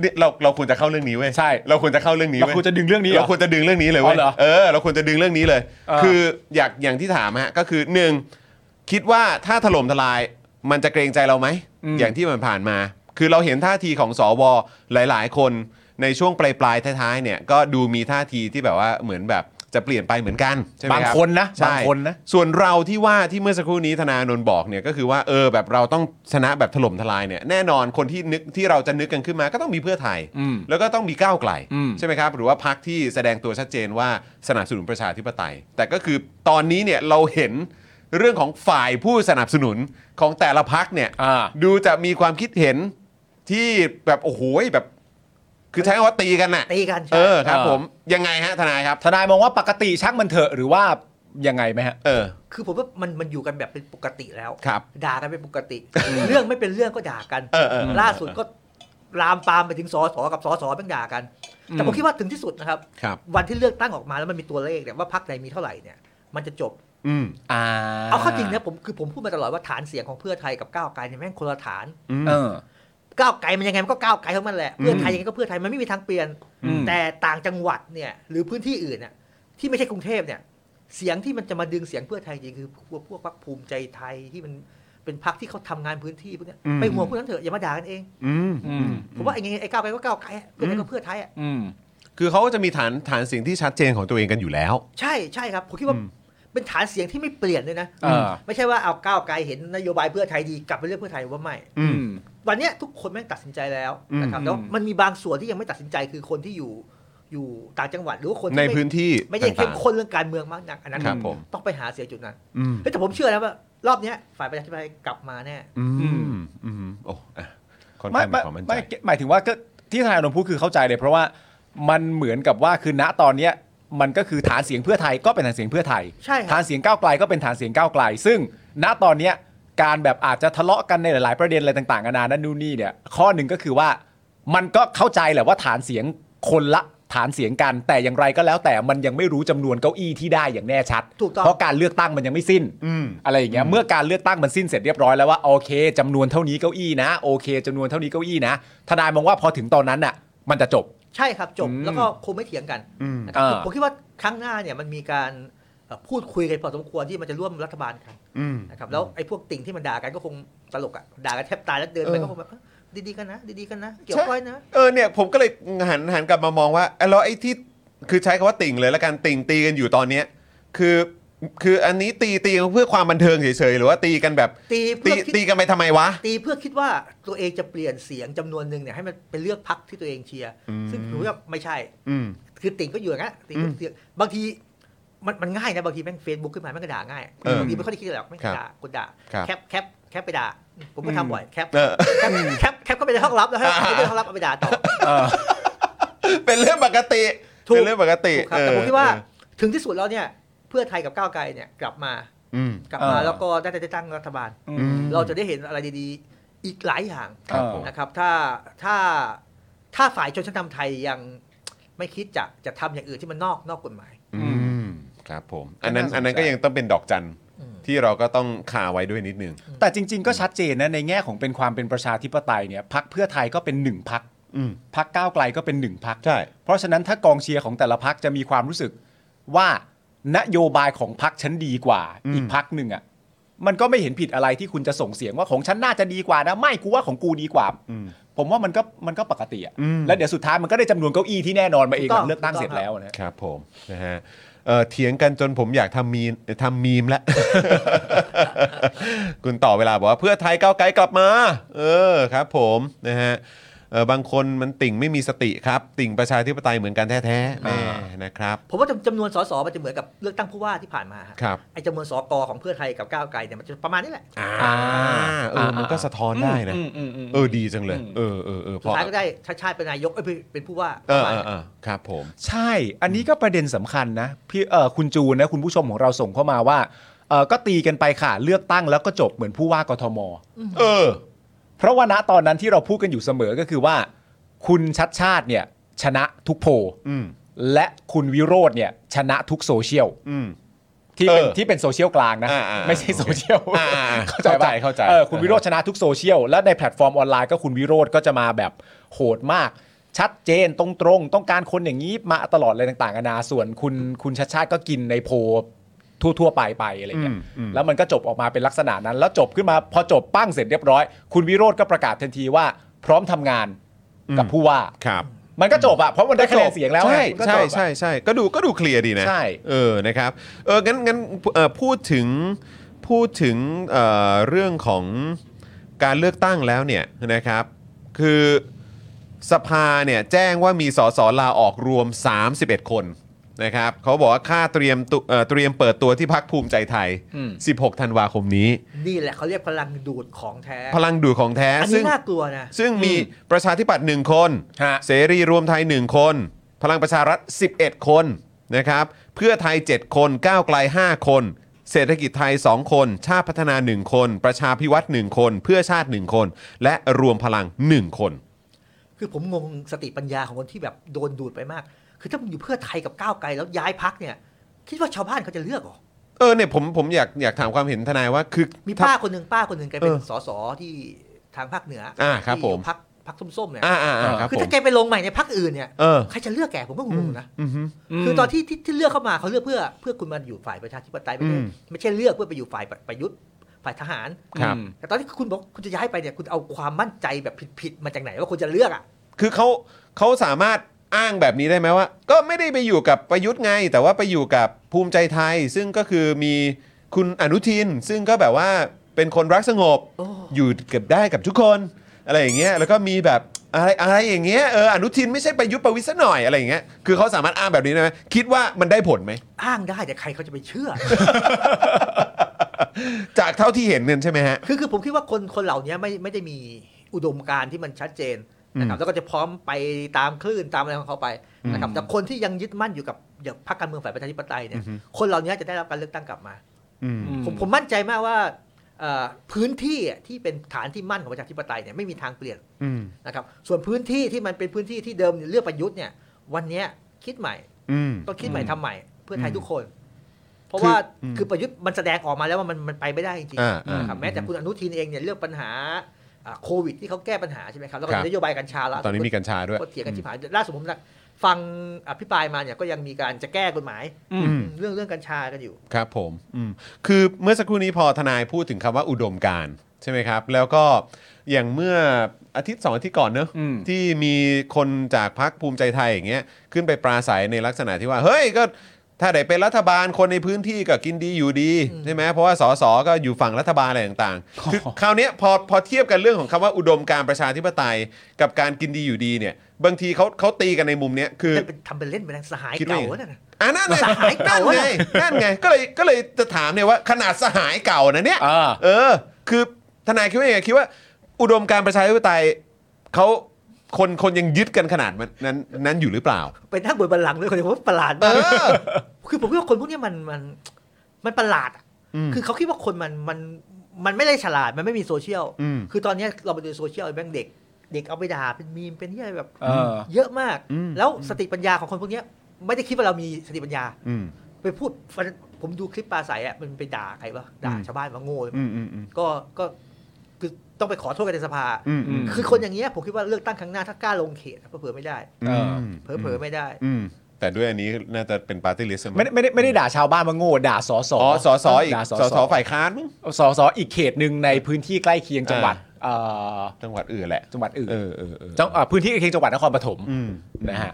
Speaker 4: เนี่ยเราเราควรจะเข้าเรื่องนี้เว้ย
Speaker 3: ใช่
Speaker 4: เราควรจะเข้าเรื่องนี้
Speaker 3: เรา
Speaker 4: เว้ย
Speaker 3: ควรจะดึงเรื่องนี้เหร
Speaker 4: เรา
Speaker 3: อ
Speaker 4: ควรจะดึงเรื่องนี้เลยเว้
Speaker 3: อ๋อ
Speaker 4: ย
Speaker 3: เหรอ
Speaker 4: เออเราควรจะดึงเรื่องนี้เลย
Speaker 3: เออ
Speaker 4: คืออยากอย่างที่ถามฮะก็คือหนึ่งคิดว่าถ้าถล่มทลายมันจะเกรงใจเราไหมอย่างที่มันผ่านมา คือเราเห็นท่าทีของสวหลาย ๆ คนในช่วงปลายๆท้ายๆเนี่ยก็ดูมีท่าทีที่แบบว่าเหมือนแบบ จะเปลี่ยนไปเหมือนกันใช่ไหม
Speaker 3: บาง
Speaker 4: รับ
Speaker 3: คนนะ
Speaker 4: ใช่
Speaker 3: บางคนนะ
Speaker 4: ส่วนเราที่ว่าที่เมื่อสักครู่นี้ธนาโนนบอกเนี่ยก็คือว่าเออแบบเราต้องชนะแบบถล่มทลายเนี่ยแน่นอนคนที่นึกที่เราจะนึกกันขึ้นมาก็ต้องมีเพื่อไทย
Speaker 3: อืม
Speaker 4: แล้วก็ต้องมีก้าวไกล
Speaker 3: อืม
Speaker 4: ใช่ไหมครับ หรือว่าพักที่แสดงตัวชัดเจนว่าสนับสนุนประชาธิปไตย แต่ก็คือตอนนี้เนี่ยเราเห็นเรื่องของฝ่ายผู้สนับสนุนของแต่ละพักเนี่ย
Speaker 3: อ่า
Speaker 4: ดูจะมีความคิดเห็นที่แบบโอ้โหแบบ คือใช้คำว่าตีกันน่ะ
Speaker 6: ตีกันใช่
Speaker 4: เออครับ
Speaker 3: เออ
Speaker 4: ผมยังไงฮะทนายครับ
Speaker 3: ทนายมองว่าปกติช่างมันเถอะหรือว่ายังไงไหมฮะ
Speaker 4: เออ
Speaker 6: คือผมว่ามันมันอยู่กันแบบเป็นปกติแล้ว
Speaker 4: ครับ
Speaker 6: ด่ากันเป็นปกติ เรื่องไม่เป็นเรื่องก็ด่ากัน
Speaker 4: เออเออเออ
Speaker 6: ล่าสุดก็ลามปามไปถึงสอสอกับสอสอเป็นด่ากัน แต่ผมคิดว่าถึงที่สุดนะครับ
Speaker 4: ครับ
Speaker 6: วันที่เลือกตั้งออกมาแล้วมันมีตัวเลขเนี่ยว่าพักไหนมีเท่าไหร่เนี่ย มันจะจบ
Speaker 4: อืม
Speaker 3: อ่า
Speaker 6: เอาเข้อจริงนะผมคือผมพูดมาตลอดว่าฐานเสียงของเพื่อไทยกับก้าวไกลเนี่ยแม่งคนละฐาน
Speaker 4: อืม
Speaker 3: เออ
Speaker 6: ก้าวไกลมันยังไงมันก็ก้าวไกลของมันแหละ
Speaker 4: อืม
Speaker 6: เพื่อไทยยังไงก็เพื่อไทยมันไม่มีทางเปลี่ยน
Speaker 3: อืม
Speaker 6: แต่ต่างจังหวัดเนี่ยหรือพื้นที่อื่นเนี่ยที่ไม่ใช่กรุงเทพเนี่ย เสียงที่มันจะมาดึงเสียงเพื่อไทยจริงคือพวกพวกพรรคภูมิใจไทยที่มันเป็นพรรคที่เขาทำงานพื้นที่พวกเนี้ย
Speaker 4: อืม
Speaker 6: ไปห่วงพวกนั้นเถอะอย่ามาด่ากันเอง
Speaker 4: อืม
Speaker 3: อืม
Speaker 6: ผมว่าไอ้ไงไอ้ก้าวไกลก็ก้าวไกลอะเพื่อไทยก็เพื่อไทยอ่ะ
Speaker 3: อืม
Speaker 4: คือเขาก็จะมีฐานฐานเสียงที่ชัดเจนของตัวเองกันอยู่แล้ว
Speaker 6: ใช่ใช่ครับผมคิดว่าเป็นฐานเสียงที่ไม่เปลี่ยนเลยนะ
Speaker 3: อ่า
Speaker 6: ไม่ใช่ว่าเอาก้าวไกลเห็นนโยบายเพื่อไทยดีกลับไปเลือกเพื่อไทยว่าไม่
Speaker 4: อืม
Speaker 6: วันเนี้ยทุกคนแม่งตัดสินใจแล้วนะครับ
Speaker 3: อืม
Speaker 6: แล้วมันมีบางส่วนที่ยังไม่ตัดสินใจคือคนที่อยู่อยู่ต่างจังหวัดหรือว่าคนที่
Speaker 4: ใน
Speaker 6: ไม่
Speaker 4: พื้นที่
Speaker 6: ไม่ได้เข้ม
Speaker 4: ต่าง
Speaker 6: ข้นเรื่องการเมืองมากนักอันนั้น
Speaker 4: ครับผม
Speaker 6: ต้องไปหาเสียจุดนั้น
Speaker 4: ๆอืม
Speaker 6: เฮ้ยแต่ผมเชื่อนะว่ารอบเนี้ยฝ่ายประชาธิปไตยกลับมาแน่
Speaker 4: อืมอืมโอ้อ่ะค่อนข้างมีความมั่นใจ
Speaker 3: ไม่หมายถึงว่าก็ที่ทนายอนนท์พูดคือเข้าใจเลย เพราะว่ามันเหมือนกับว่าคือณตอนเนี้ยมันก็คือฐานเสียงเพื่อไทยก็เป็นฐานเสียงเพื่อไทย
Speaker 6: ใช่ค
Speaker 3: ฐา
Speaker 6: รั
Speaker 3: น
Speaker 6: บ
Speaker 3: เสียงก้าวไกลก็เป็นฐานเสียงก้าวไกล ซึ่งณตอนเนี้ยการแบบอาจจะทะเลาะกันในหลาย ๆ ประเด็นอะไรต่างๆนานานั่นนู่นนี่เนี่ยข้อหนึ่งก็คือว่ามันก็เข้าใจแหละว่าฐานเสียงคนละฐานเสียงกัน แต่อย่างไรก็แล้วแต่มันยังไม่รู้จำนวนเก้าอี้ที่ได้อย่างแน่ชัด
Speaker 6: ถูกต้อง
Speaker 3: เพราะการเลือกตั้งมันยังไม่สิ้น
Speaker 4: อืม
Speaker 3: อะไรอย่างเงี้ยเมื่อการเลือกตั้งมันสิ้นเสร็จเรียบร้อยแล้วว่าโอเคจำนวนเท่านี้เก้าอี้นะโอเคจำนวนเท่านี้เก้าอี้นะทนายมองว่าพอถึงตอนนั้นน่ะ มันจะจบ
Speaker 6: ใช่ครับจบ
Speaker 3: อืม
Speaker 6: แล้วก็คงไม่เถียงกัน
Speaker 4: อืม
Speaker 6: นะครับ
Speaker 3: อ่า
Speaker 6: ผมคิดว่าครั้งหน้าเนี่ยมันมีการเอ่อพูดคุยกันพอสมควรที่มันจะร่วมรัฐบาลกัน
Speaker 4: อืม
Speaker 6: นะครับแล้วไอ้พวกติ่งที่มันด่ากันก็คงตลกอ่ะด่ากันแทบตายแล้วเดินไปก็คงแบบเอ้อดีๆกันนะ ดีๆกันนะ เกี่ยวก้อยนะ
Speaker 4: เออเนี่ยผมก็เลยหันหันกลับมามองว่าเอ้ยแล้วไอ้ที่คือใช้คำว่าติ่งเลยละกันติ่งตีกันอยู่ตอนเนี้ยคือคืออันนี้ตีตีเพื่อความบันเทิงเฉยๆหรือว่าตีกันแบบ
Speaker 6: ตี
Speaker 4: ตี
Speaker 6: เพื่อคิด
Speaker 4: ตีกันไปทำไมวะ
Speaker 6: ตีเพื่อคิดว่าตัวเองจะเปลี่ยนเสียงจำนวนหนึ่งเนี่ยให้มันเป็นเลือกพักที่ตัวเองเชียร์ซึ่งผมว่าไม่ใช่
Speaker 4: อืม
Speaker 6: คือติ่งก็อยู่อย่างนั้นติ่งก็เสียงบางทีมันมันง่ายนะบางทีแม่งเฟซบุ๊กขึ้นมาแม่งก็ด่าง่าย
Speaker 4: เออบ
Speaker 6: างทีไม่ค่อยได้คิดหรอกแม่ง
Speaker 4: ครับ
Speaker 6: ด่าคนด่า
Speaker 4: ครับ
Speaker 6: แคปแคปแคปไปด่า ผมก็ทำบ่อยแคป
Speaker 4: เอ อ
Speaker 6: แคปแคปแคปก็ไปในห้องลับแล้วให้ไปในห้องลับเอาไปด่าต่อ
Speaker 4: เป็นเรื่องปกติ
Speaker 6: ถูก
Speaker 4: เป็นเรื่องปกติ
Speaker 6: ถูกครับ
Speaker 4: เออ
Speaker 6: แต่ผมคิดว่า
Speaker 4: เออ
Speaker 6: ถึงที่สุดแล้วเนี่ยเพื่อไทยกับก้าวไกลเนี่ยกลับมา
Speaker 4: อืม
Speaker 6: กลับมา
Speaker 3: เออ
Speaker 6: แล้วก็ได้ได้ตั้งรัฐบาล
Speaker 3: อื
Speaker 4: ม
Speaker 3: ม
Speaker 6: เราจะได้เห็นอะไรดีๆ อีกหลายอย่าง
Speaker 4: ครับผม
Speaker 6: นะครับถ้าถ้าถ้าฝ่ายชนชั้นนำไทยยังไม่คิดจะจะทำอย่างอื่นที่มันนอกนอกกฎหมาย
Speaker 4: อืมครับผม อันนั้น
Speaker 3: น่าสนใจ
Speaker 4: อันนั้นก็ยังต้องเป็นดอกจัน
Speaker 6: อืม
Speaker 4: ที่เราก็ต้องคาไว้ด้วยนิดนึง
Speaker 3: แต่จริง ๆ ก็ชัดเจนนะในแง่ของเป็นความเป็นประชาธิปไตยเนี่ยพักเพื่อไทยก็เป็นหนึ่งพัก
Speaker 4: อืม
Speaker 3: พักก้าวไกลก็เป็นหนึ่งพัก
Speaker 4: ใช่
Speaker 3: เพราะฉะนั้นถ้ากองเชียร์ของแต่ละพักจะมีความรู้สึกว่านโยบายของพักฉันดีกว่า
Speaker 4: อืม
Speaker 3: อีกพักหนึ่งอะ่ะมันก็ไม่เห็นผิดอะไรที่คุณจะส่งเสียงว่าของฉันน่าจะดีกว่านะไม่กูว่าของกูดีกว่า
Speaker 4: อืม
Speaker 3: ผมว่ามันก็มันก็ปกติอะ
Speaker 4: อืม
Speaker 3: แล้วเดี๋ยวสุดท้ายมันก็ได้จำนวนเก้าอี้ที่แน่นอนมาเอง
Speaker 6: ถูก
Speaker 3: หลัง
Speaker 6: ต้อง
Speaker 3: เลือกตั้งเสร็จแล้วนะ
Speaker 4: ครับผมนะฮะเอ่อเถียงกันจนผมอยากทำมีมทำมีมแล้ว คุณต่อเวลาบอกว่าเพื่อไทยก้าวไกลกลับมา เออครับผมนะฮะเอ่อบางคนมันติ่งไม่มีสติครับ ติ่งประชาธิปไตยเหมือนกันแท้ๆแหม่นะครับ
Speaker 6: ผมว่าจำจำนวนสสมันจะเหมือนกับเลือกตั้งผู้ว่าที่ผ่านมาฮะ
Speaker 4: ครับ
Speaker 6: ไอ้จำนวนสกของเพื่อไทยกับก้าวไกลเนี่ยมันจะประมาณนี้แหละ
Speaker 4: อ่า
Speaker 3: อ่า
Speaker 4: เออมันก็สะท้อนได้นะ
Speaker 3: อืมอืมอืมอืม
Speaker 4: เออดีจังเลยเออเออเออ
Speaker 6: สุดท้ายก็ได้ชาติชาติเป็นนายกเอ้ยเป็นเป็นผู้ว่า
Speaker 4: เอ
Speaker 6: ประ
Speaker 4: อ
Speaker 6: มาณ
Speaker 4: เออ
Speaker 6: นั้น
Speaker 4: เออครับผม
Speaker 3: ใช่ อันนี้ก็ประเด็นสำคัญนะพี่เอ่อคุณจูนนะคุณผู้ชมของเราส่งเข้ามาว่าเอ่อก็ตีกันไปค่ะเลือกตั้งแล้วก็จบเหมือนผู้ว่ากทม
Speaker 4: เออ
Speaker 3: เพราะว่าณตอนนั้นที่เราพูดกันอยู่เสมอก็คือว่า คุณชัดชาติเนี่ยชนะทุกโพล
Speaker 4: อืม
Speaker 3: และคุณวิโรธเนี่ยชนะทุกโซเชียล
Speaker 4: อืม
Speaker 3: ที่เป็น
Speaker 4: เออ
Speaker 3: ที่เป็นโซเชียลกลางนะ
Speaker 4: อ่าอ่า
Speaker 3: ไม่ใช่โซเชียล
Speaker 4: อ่าอ่า
Speaker 3: เข้าใจปะ
Speaker 4: เข้าใจเข้าใจ
Speaker 3: ออคุณวิโรธชนะทุกโซเชียลและในแพลตฟอร์มออนไลน์ก็คุณวิโรธก็จะมาแบบโหดมาก ชัดเจนตรงตรงๆต้องการคนอย่างนี้มาตลอดอะไรต่างๆนานาส่วนคุณคุณชัดชาติก็กินในโพลทั่วๆไปไปอะไรเงี้ย
Speaker 4: อืมอืม
Speaker 3: แล้วมันก็จบออกมาเป็นลักษณะนั้น แล้วจบขึ้นมาพอจบปั้งเสร็จเรียบร้อย คุณวิโรธก็ประกาศทันทีว่า พร้อมทำงานกับผู้ว่า
Speaker 4: ครับ
Speaker 3: มันก็จบอะเพราะมันได้คะแนนเสียงแล้วไง
Speaker 4: ใช่
Speaker 3: มันก็
Speaker 4: ใช่
Speaker 3: จบอะ
Speaker 4: ใช่ใช่ก็ดูก็ดูเคลียร์ดีนะ
Speaker 3: ใช่
Speaker 4: เออนะครับเอองั้นงั้นเอ่อพูดถึงพูดถึงเอ่อเรื่องของการเลือกตั้งแล้วเนี่ยนะครับ คือสภาเนี่ยแจ้งว่ามีสสลาออกรวม 31 คนนะครับเขาบอกว่าค่าเตรียมตุเอ่อเตรียมเปิดตัวที่พักภูมิใจไทย 16 ธันวาคมนี้
Speaker 6: นี่แหละเขาเรียกพลังดูดของแท้
Speaker 4: พลังดูดของแท้
Speaker 6: อันนี้
Speaker 4: ซึ่ง
Speaker 6: น่ากลัวนะ
Speaker 4: ซึ่งมีประชาธิปัตย์หนึ่งคน
Speaker 3: ฮะ
Speaker 4: เสรีรวมไทยหนึ่งคน พลังประชารัฐ 11 คนนะครับ เพื่อไทย 7 คน ก้าวไกล 5 คน เศรษฐกิจไทย 2 คน ชาติพัฒนา 1 คน ประชาพิวัตร1คน เพื่อชาติ 1 คน และรวมพลัง 1 คน
Speaker 6: คือผมงงสติปัญญาของคนที่แบบโดนดูดไปมาก คือถ้ามึงอยู่เพื่อไทยกับก้าวไกลแล้วย้ายพักเนี่ย คิดว่าชาวบ้านเขาจะเลือกเหรอ
Speaker 4: เออเนี่ยผมผมอยากอยากถามความเห็นทนายว่าคือ
Speaker 6: มี
Speaker 4: ถ้
Speaker 6: ป้าคนหนึ่งป้าคนหนึ่งแกเป็น
Speaker 4: เออ
Speaker 6: สสที่ทางภาคเหนือ
Speaker 4: อ่า
Speaker 6: อ่า
Speaker 4: ครับผม
Speaker 6: พักพักส้มๆเนี่ย
Speaker 4: อ่าอ่าอ่าครับ
Speaker 6: คือ
Speaker 4: ผม
Speaker 6: ถ้าแกไปลงใหม่ในพักอื่นเนี่ย
Speaker 4: เออ
Speaker 6: ใครจะเลือกแกผมก็งงนะ
Speaker 4: อือฮึ
Speaker 6: คือตอนที่ที่ที่เลือกเข้ามาเขาเลือกเพื่อ เพื่อคุณมาอยู่ฝ่ายประชาธิปไตยไม่
Speaker 4: อื
Speaker 6: ใช่
Speaker 4: ม
Speaker 6: ไม่ใช่เลือกเพื่อไปอยู่ฝ่ายประยุทธ์ฝ่ายทหาร
Speaker 4: ครับ
Speaker 6: แต่ตอนที่คุณบอกคุณจะย้ายไปเนี่ยคุณเอาความมั่นใจแบบผิดๆมาจากไหนว่าคุณจะเลือกอ่ะ
Speaker 4: คือเขาเขาสามารถอ้างแบบนี้ได้ไหมว่า ก็ไม่ได้ไปอยู่กับประยุทธ์ไง แต่ว่าไปอยู่กับภูมิใจไทย ซึ่งก็คือมีคุณอนุทิน ซึ่งก็แบบว่าเป็นคนรักสงบ
Speaker 6: โอ้
Speaker 4: อยู่กับได้กับทุกคนอะไรอย่างเงี้ยแล้วก็มีแบบอะไรอะไรอย่างเงี้ยเอออนุทินไม่ใช่ประยุทธ์ประวิทย์ซะหน่อยอะไรอย่างเงี้ยคือเขาสามารถอ้างแบบนี้ได้ไหมคิดว่ามันได้ผลไหม
Speaker 6: อ้างได้แต่ใครเขาจะไปเชื่อ
Speaker 4: จากเท่าที่เห็นเงินใช่ไหมฮะ
Speaker 6: คือคือผมคิดว่าคนคนเหล่านี้ไม่ไม่ได้มีอุดมการณ์ที่มันชัดเจนนะครับแล้วก็จะพร้อมไปตามคลื่นตามอะไรของเขาไปนะครับแต่คนที่ยังยึดมั่นอยู่กับอย่างพรรคการเมืองฝ่ายประชาธิปไตยเนี่ยคนเหล่านี้จะได้รับการเลือกตั้งกลับมา
Speaker 4: อืม
Speaker 6: ผมผมมั่นใจมากว่าเอ่อพื้นที่อ่ะที่เป็นฐานที่มั่นของประชาธิปไตยเนี่ยไม่มีทางเปลี่ยน
Speaker 4: อืม
Speaker 6: นะครับส่วนพื้นที่ที่มันเป็นพื้นที่ที่เดิมเนี่ยเลือกประยุทธ์เนี่ยวันเนี้ยคิดใหม่
Speaker 4: อืม
Speaker 6: ต้องคิดใหม่ทำใหม่ เพื่อไทยทุกคน เพราะ
Speaker 4: คือ
Speaker 6: ว่า
Speaker 4: อืม
Speaker 6: คือประยุทธ์มันแสดงออกมาแล้วว่ามันมันไปไม่ได้จริงๆ
Speaker 4: อ่าอ่า
Speaker 6: นะครับแม้แต่คุณอนุทินเองเนี่ยเรื่องปัญหาอ่าโควิดที่เขาแก้ปัญหาใช่ไหมครับ แล้วก็
Speaker 4: ครับ
Speaker 6: นโยบายกัญชาแล้ว
Speaker 4: ตอนนี้มีกัญชาด้วย
Speaker 6: ก็เถียงกันที่ผ่านล่าสุดผมนะฟังอภิปรายมาเนี่ยก็ยังมีการจะแก้กฎหมาย
Speaker 4: อืม
Speaker 6: เรื่องเรื่องกัญชากันอยู่
Speaker 4: ครับผมอืมคือเมื่อสักครู่นี้พอทนายพูดถึงคำว่าอุดมการณ์ใช่ไหมครับ แล้วก็อย่างเมื่ออาทิตย์สองอาทิตย์ก่อนเนอะ
Speaker 3: อืม
Speaker 4: ที่มีคนจากพรรคภูมิใจไทยอย่างเงี้ยขึ้นไปปราศัยในลักษณะที่ว่า เฮ้ยก็ถ้าได้เป็นรัฐบาลคนในพื้นที่ก็กินดีอยู่ดีใช่ไหมเพราะว่าสสก็อยู่ฝั่งรัฐบาลอะไรต่างๆคือคราวเนี้ยพอพอเทียบกันเรื่องของคำว่าอุดมการณ์ประชาธิปไตยกับการกินดีอยู่ดีเนี่ยบางทีเขาเขาตีกันในมุมเนี้ยคือ
Speaker 6: แต่เป็นทำเป็นเล่นไปนะสหาย
Speaker 4: คิดว่า
Speaker 6: เก่า
Speaker 4: อย่าง
Speaker 6: น่นน่ะ
Speaker 4: อ่ะนั่นไง
Speaker 6: สหายเก่า
Speaker 4: นั่นไง
Speaker 6: อะ
Speaker 4: นั่นไงก็เลยก็เลยจะถามเนี่ยว่าขนาดสหายเก่านะเนี่ย
Speaker 3: เออ
Speaker 4: เออ คือทนายคิดว่ายังไงคิดว่า อุดมการณ์ประชาธิปไตยเขาคนคนยังยึดกันขนาดมันนั้นนั้นอยู่หรือเปล่า
Speaker 6: ไปนั่งบนบัลลังก์ด้วยคนเดียวผมประหลาด
Speaker 4: เอ
Speaker 6: มาก
Speaker 4: อ
Speaker 6: คือผมคิดว่าคนพวกเนี้ยมันมันมันประหลาดอะ
Speaker 4: อืม
Speaker 6: คือเขาคิดว่าคนมันมันมันไม่ได้ฉลาดมันไม่มีโซเชียล
Speaker 4: อืม
Speaker 6: คือตอนเนี้ยเราไปดูโซเชียลแม่งเด็ก เด็กเอาไปด่าเป็นมีมเป็นที่อะไรแบบ
Speaker 3: เออ
Speaker 6: เยอะมาก
Speaker 4: อืม
Speaker 6: แล้วสติปัญญาของคนพวกเนี้ยไม่ได้คิดว่าเรามีสติปัญญา
Speaker 4: อืม
Speaker 6: ไปพูดวันผมดูคลิปปลาใสอ่ะมันไปด่าใครวะด่า
Speaker 4: อืม
Speaker 6: ชาวบ้านว่าโง่
Speaker 4: อืมอืมอืม
Speaker 6: ก็ก็คือต้องไปขอโทษกันในสภา
Speaker 4: อืมอืม
Speaker 6: คือคนอย่างเงี้ยผมคิดว่าเลือกตั้งครั้งหน้าถ้ากล้าลงเขตอะเผื่อๆไม่ได้
Speaker 3: เออ
Speaker 6: เผลอๆไม่ได้
Speaker 4: อืมแต่ด้วยอันนี้น่าจะเป็นปาร์ตี้ลิสต์
Speaker 3: ไม่ได้ไม่ได้ไม่ได้ด่าชาวบ้านว่าโง่ด่าสอสอ
Speaker 4: อ๋อสอสออีก
Speaker 3: ด่าส
Speaker 4: สอ
Speaker 3: อ
Speaker 4: ส
Speaker 3: ส
Speaker 4: อ
Speaker 3: อ
Speaker 4: ฝ่ายค้านมั้ง
Speaker 3: สอสออีกเขตหนึ่งในพื้นที่ใกล้เคียงจังหวัดเอ่อ
Speaker 4: จังหวัดอื่นแหละ
Speaker 3: จังหวัดอื่น
Speaker 4: เออเออเออ
Speaker 3: จังเอ่อพื้นที่ใกล้เคียงจังหวัดนครปฐม
Speaker 4: อืม
Speaker 3: นะฮะ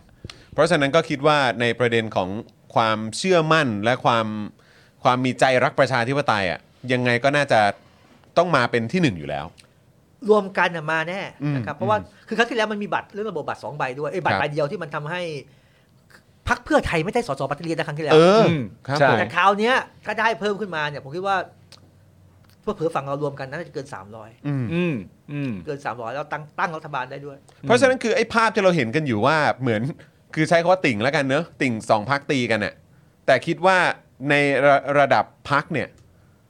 Speaker 4: เพราะฉะนั้นก็คิดว่าในประเด็นของความเชื่อมั่นและความความมีใจรักประชาธิปไตยอ่ะยังไงก็น่าจะต้องมาเป็นที่หนึ่งอยู่แล้ว
Speaker 6: รวมกันน่ะมาแน่
Speaker 4: อืม
Speaker 6: นะครับเพราะว่าคือครั้งที่แล้วมันมีบัตรเรื่องระบบบัตรสองใบด้วยเอ้ยบัต
Speaker 4: ครั
Speaker 6: ร
Speaker 4: บ
Speaker 6: ใบเดียวที่มันทำให้พักเพื่อไทยไม่ได้สสปฏิริษีนะครั้งที่แล้ว
Speaker 4: เออ
Speaker 3: ม
Speaker 4: ครับ
Speaker 3: ใช่
Speaker 4: ผม
Speaker 6: แต่คราวเนี้ยถ้าได้เพิ่มขึ้นมาเนี่ย ผมคิดว่าเพื่อเผื่อฝั่งเรารวมกันน่าจะเกินสามร้อย
Speaker 4: อืม
Speaker 3: อืมอืม
Speaker 6: เกิน 300 แล้วตั้งตั้งรัฐบาลได้ด้วย
Speaker 4: เพราะฉะนั้นคือไอ้ภาพที่เราเห็นกันอยู่ว่าเหมือนคือใช้คำว่าติ่งแล้วกันเนอะติ่งสองพักตีกันน่ะแต่คิดว่าในระระดับพักเนี่ย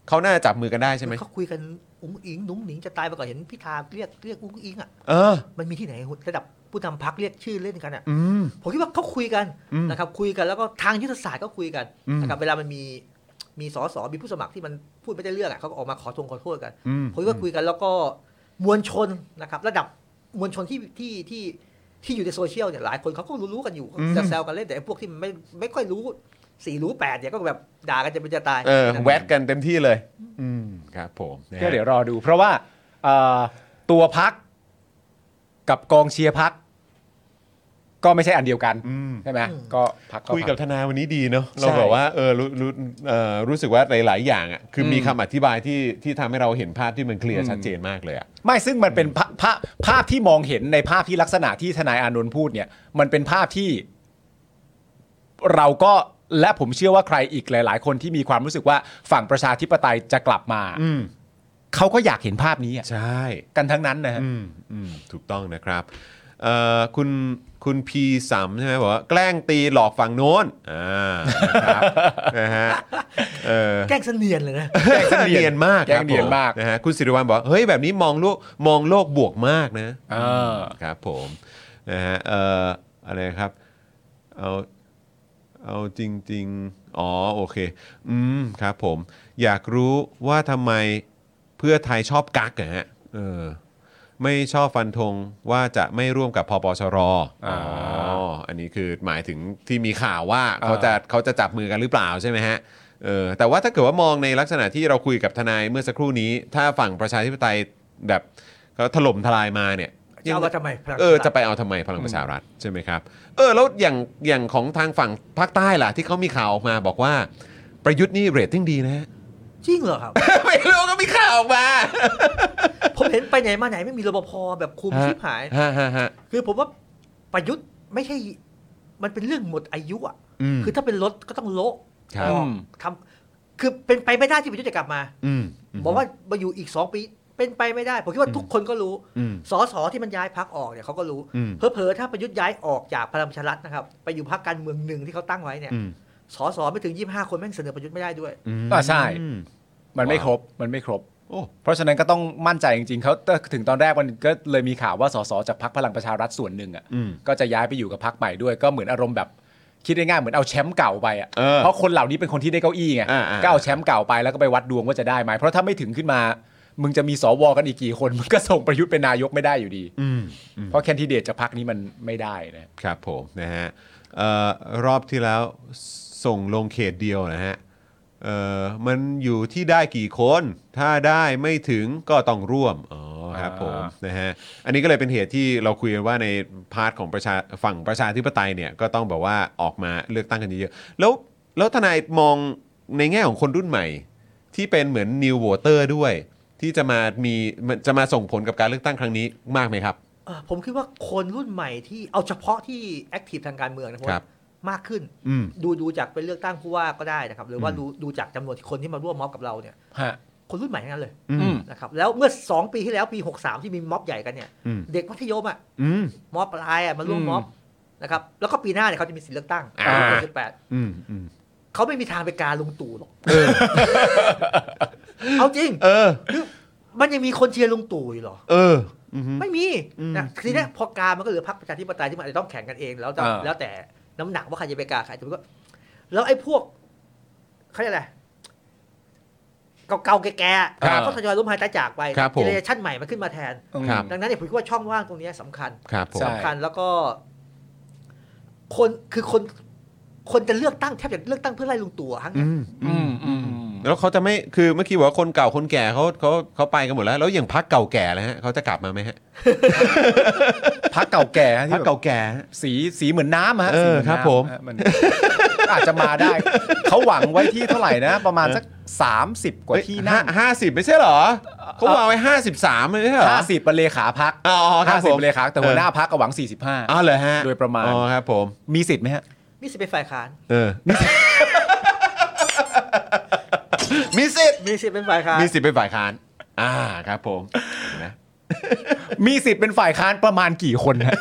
Speaker 4: เขาน่าจะจับมือกันได้ใช่ไหม
Speaker 6: เขาคุยกันอุ้งอิงหนุ้งหนิงจะตายไปก่อนเห็นพิธาเรียกเรียกอุ้งอิงอ่ะ
Speaker 4: เออ
Speaker 6: มันมีที่ไหนระดับผู้นำพักเรียกชื่อเล่นกันอ่ะ
Speaker 4: อืม
Speaker 6: ผมคิดว่าเขาคุยกัน
Speaker 4: อืม
Speaker 6: นะครับ คุยกันแล้วก็ทางยุทธศาสตร์ก็คุยกัน
Speaker 4: อืม
Speaker 6: นะครับ เวลามันมีมีสสมีผู้สมัครที่มันพูดไม่ได้เรื่องอ่ะเขาก็ออกมาขอทงขอโทษกัน
Speaker 4: อืม
Speaker 6: ผมคิดว่าคุยกันแล้วก็มวลชนนะครับ ระดับมวลชนที่ที่ที่ที่อยู่ในโซเชียลเนี่ยหลายคนเขาก็รู้ๆกันอยู่
Speaker 4: อืม
Speaker 6: แซวๆกันเล่นแต่ไอ้พวกที่มันไม่ไม่ค่อยรู้สี่รู้แปดเนี่ยก็แบบด่ากันจะเป็นจะตาย
Speaker 4: เออแวดกันเต็มที่เลย อืมครับผมนะ
Speaker 3: ก็
Speaker 4: ฮะ
Speaker 3: เดี๋ยวรอดู เพราะว่าเอ่อตัวพักกับกองเชียร์พัก ก็ไม่ใช่อันเดียวกันใช่ไหมก็พัก
Speaker 4: คุยกับ
Speaker 3: พั
Speaker 4: ทนายวันนี้ดีเนาะ
Speaker 3: ใช่
Speaker 4: เราแบบว่าเออรู้รู้เอ่อรู้สึกว่าหลาย ๆ อย่างอ่ะคืออ
Speaker 3: ม
Speaker 4: มีคำอธิบายที่ที่ทำให้เราเห็นภาพที่มันเคลียร์ชัดเจนมากเลยอ่ะ
Speaker 3: ไม่ซึ่งมันเป็นภาพภาพภาพที่มองเห็นในภาพที่ลักษณะที่ทนายอานนท์พูดเนี่ย มันเป็นภาพที่ เราก็และผมเชื่อว่าใครอีกหลาย ๆ คนที่มีความรู้สึกว่าฝั่งประชาธิปไตยจะกลับมา
Speaker 4: อืม
Speaker 3: เขาก็อยากเห็นภาพนี้อะ
Speaker 4: ใช่
Speaker 3: กันทั้งนั้นนะฮะ
Speaker 4: อืม อืมถูกต้องนะครับเอ่อคุณคุณพีสามใช่ไหมบอกว่าแกล้งตีหลอกฝั่งโน้นอ่านะครับ นะฮะเออ
Speaker 6: แกล้งเสนียนเลยนะ
Speaker 4: แกล้งเนียนมาก
Speaker 3: แกล้งเนียนมาก
Speaker 4: ครับผนะฮะคุณสิริวัลบอกว่าเฮ้ยแบบนี้มองโลกมองโลกบวกมากนะ
Speaker 3: เออ
Speaker 4: ครับผมนะฮะเอ่ออะไรครับเอาเอาจริง ๆ อ๋อโอเค อืมครับผม อยากรู้ว่าทำไมเพื่อไทยชอบกักอะฮะเออไม่ชอบฟันธงว่าจะไม่ร่วมกับพปชรออ๋ออันนี้คือหมายถึงที่มีข่าวว่าเขาจะเขาจะจับมือกันหรือเปล่าใช่ไหมฮะ เออแต่ว่าถ้าเกิดว่ามองในลักษณะที่เราคุยกับทนายเมื่อสักครู่นี้ ถ้าฝั่งประชาธิปไตยแบบเขาถล่มทลายมาเนี่ย
Speaker 6: จะเอามาทำไมพลังประชารัฐ
Speaker 4: เออจะไปเอาทำไมพลังประชารัฐใช่ไหมครับเออแล้วอย่างอย่างของทางฝั่งภาคใต้ล่ะ ที่เขามีข่าวออกมาบอกว่า ประยุทธ์นี่เรตติ้งดีนะฮะ
Speaker 6: จริงเหรอครับ
Speaker 4: ไม่รู้ก็มีข่าวออกมา
Speaker 6: ผมเห็นไปไหนมาไหนไม่มีรปภแบบคุมชิบหาย
Speaker 4: ฮะฮะฮะ
Speaker 6: คือผมว่าประยุทธ์ไม่ใช่ มันเป็นเรื่องหมดอายุอ่ะ
Speaker 4: อืม
Speaker 6: คือถ้าเป็นรถก็ต้องโละ
Speaker 4: ครับ
Speaker 6: ออกทำคือเป็นไปไม่ได้ที่ประยุทธ์จะกลับมา
Speaker 4: อืม
Speaker 6: บอกว่ามาอยู่อีกสองปี เป็นไปไม่ได้ ผมคิดว่าทุกคนก็รู้
Speaker 4: อืม
Speaker 6: สสที่มันย้ายพักออกเนี่ยเขาก็รู้
Speaker 4: อืม
Speaker 6: เพอเพอๆถ้าประยุทธ์ย้ายออกจากพลังประชารัฐนะครับ ไปอยู่พักการเมืองหนึ่งที่เขาตั้งไว้เนี่ย
Speaker 4: อืม
Speaker 6: สสไม่ถึง 25 คนแม่งเสนอประยุทธ์ไม่ได้ด้วย
Speaker 4: อืม
Speaker 3: อ่ะใช่
Speaker 4: อืม
Speaker 3: มันไม่
Speaker 4: ว้าว
Speaker 3: ครบมันไม่ครบ
Speaker 4: โอ้
Speaker 3: เพราะฉะนั้นก็ต้องมั่นใจจริงๆเขาถึงตอนแรกมันก็เลยมีข่าวว่าสสจากพรรคพลังประชารัฐส่วนหนึ่งอ่ะ
Speaker 4: อืม
Speaker 3: ก็จะย้ายไปอยู่กับพรรคใหม่ด้วยก็เหมือนอารมณ์แบบ คิดง่ายๆเหมือนเอาแชมป์เก่าไปอ่ะ
Speaker 4: เออ
Speaker 3: เพราะคนเหล่านี้เป็นคนที่ได้เก้าอี้ไง
Speaker 4: อ่าๆ
Speaker 3: ก็เอาแชมป์เก่าไปแล้วก็ไปวัดดวงว่าจะได้ไหมเพราะถ้าไม่ถึงขึ้นมา มึงจะมีสวกันอีกกี่คนมึงก็ส่งประยุทธ์เป็นนายกไม่ได้อยู่ดี
Speaker 4: อืม
Speaker 3: เพราะแคนดิเดตจากพรรคนี้มันไม่ได้นะครับ
Speaker 4: ผมนะฮะเอ่อรอบที่แล้วส่งลงเขตเดียวนะฮะเอ่อมันอยู่ที่ได้กี่คน ถ้าได้ไม่ถึงก็ต้องร่วมอ๋อครับผมนะฮะอันนี้ก็เลยเป็นเหตุที่เราคุยกันว่าในพาร์ทของประชาฝั่งประชาธิปไตยเนี่ยก็ต้องแบบว่าออกมาเลือกตั้งกันเยอะๆแล้วแล้วทนายมองในแง่ของคนรุ่นใหม่ ที่เป็นเหมือนนิวโวเตอร์ด้วย ที่จะมามีมันจะมาส่งผลกับการเลือกตั้งครั้งนี้มากไหมครับ
Speaker 6: เอ่อผมคิดว่าคนรุ่นใหม่ที่เอาเฉพาะที่แอคทีฟทางการเมืองนะผม
Speaker 4: ครับ
Speaker 6: มากขึ้น
Speaker 4: อืม
Speaker 6: ดูดูจากไปเลือกตั้งผู้ว่าก็ได้นะครับ หรือว่าดูดูจากจำนวนคนที่มาร่วมม็อบกับเราเนี่ย
Speaker 3: ฮะ
Speaker 6: คนรุ่นใหม่ทั้งนั้นเลย
Speaker 4: อืม
Speaker 6: นะครับ แล้วเมื่อ 2 ปีที่แล้วปี 63 ที่มีม็อบใหญ่กันเนี่ย
Speaker 4: อืม
Speaker 6: เด็กมัธยมอ่ะ
Speaker 4: อืม
Speaker 6: ม็อบปลายอ่ะมาร่วมม็อบนะครับ แล้วก็ปีหน้าเนี่ยเขาจะมีสิทธิเลือกตั้ง
Speaker 4: อ่า
Speaker 6: ปี68
Speaker 4: อืมอืม
Speaker 6: เขาไม่มีทางไปกาลงตู่หรอกเอาจริง
Speaker 4: เออ
Speaker 6: คือมันยังมีคนเชียร์ลงตู่อยู่เหรอ
Speaker 4: เอออือฮึ
Speaker 6: ไม่มี
Speaker 4: อืม
Speaker 6: นะทีเนี้ยพอกามันก็เหลือพรรคประชาธิปไตยที่มันอาจจะต้องแข่งกันเองแล้วแต่
Speaker 3: อ่า
Speaker 6: แล้วแต่น้ำหนักว่าใครจะไปกาใครจะไปก็ แล้วไอ้พวกเขาเรียกอะไรเก่าๆแก่ๆ
Speaker 4: ครับ
Speaker 6: ก็ทยอยล้มหายตายจากไป
Speaker 4: ครับผม
Speaker 6: เจเนเรชั่นใหม่มันขึ้นมาแทน
Speaker 4: ครับ
Speaker 6: ดังนั้นเนี่ยผมคิดว่าช่องว่างตรงเนี้ยสำคัญ
Speaker 4: ครับผม
Speaker 3: ใช่
Speaker 6: สำคัญแล้วก็ คนคือคน คนจะเลือกตั้งแทบจะเลือกตั้งเพื่อไล่ลุงตู่อะฮะ
Speaker 4: อืม
Speaker 3: อืมอืม
Speaker 4: แล้วเขาจะไม่ คือเมื่อกี้บอกว่าคนเก่าคนแก่เขาเขาเขาไปกันหมดแล้ว แล้วอย่างพักเก่าแก่แล้วฮะเขาจะกลับมาไหมฮะ
Speaker 3: พรรคเก่าแก่ฮะที่
Speaker 4: พัก
Speaker 3: แบบ
Speaker 4: เก่าแก่ฮะ
Speaker 3: สีสีเหมือนน้ำฮะ
Speaker 4: เออ
Speaker 3: สีหนน้ำ
Speaker 4: ครับผม
Speaker 3: ฮะน อาจจะมาได้ เขาหวังไว้ที่เท่าไหร่นะ ประมาณสัก 30 กว่าที่นั่ง
Speaker 4: ห้าสิบไม่ใช่เหรอเขาวางไว้ห้าสิบสามไม่ใช่เหรอ
Speaker 3: ห้าสิบเป็นเลขาพัก
Speaker 4: อ๋อครับ
Speaker 3: ห้า
Speaker 4: ผ
Speaker 3: สิบ
Speaker 4: ม
Speaker 3: เลขาแต่หัวหน้าพักก็หวัง
Speaker 4: เอออ๋อเหรอฮะ
Speaker 3: โดยประมาณ
Speaker 4: อ๋อครับผม
Speaker 3: 45 มีสิทธิ์ไหมฮะ
Speaker 6: นี่สิเป็นฝ่ายค้าน
Speaker 4: เอ อ มีสิทธิ์
Speaker 6: นี่สิเป็นฝ่ายค้าน
Speaker 4: มีสิทธิ์เป็นฝ่ายค้าน อ่าครับผมเห็นไหม
Speaker 3: มีสิทธิ์เป็นฝ่ายค้านประมาณกี่คนฮะ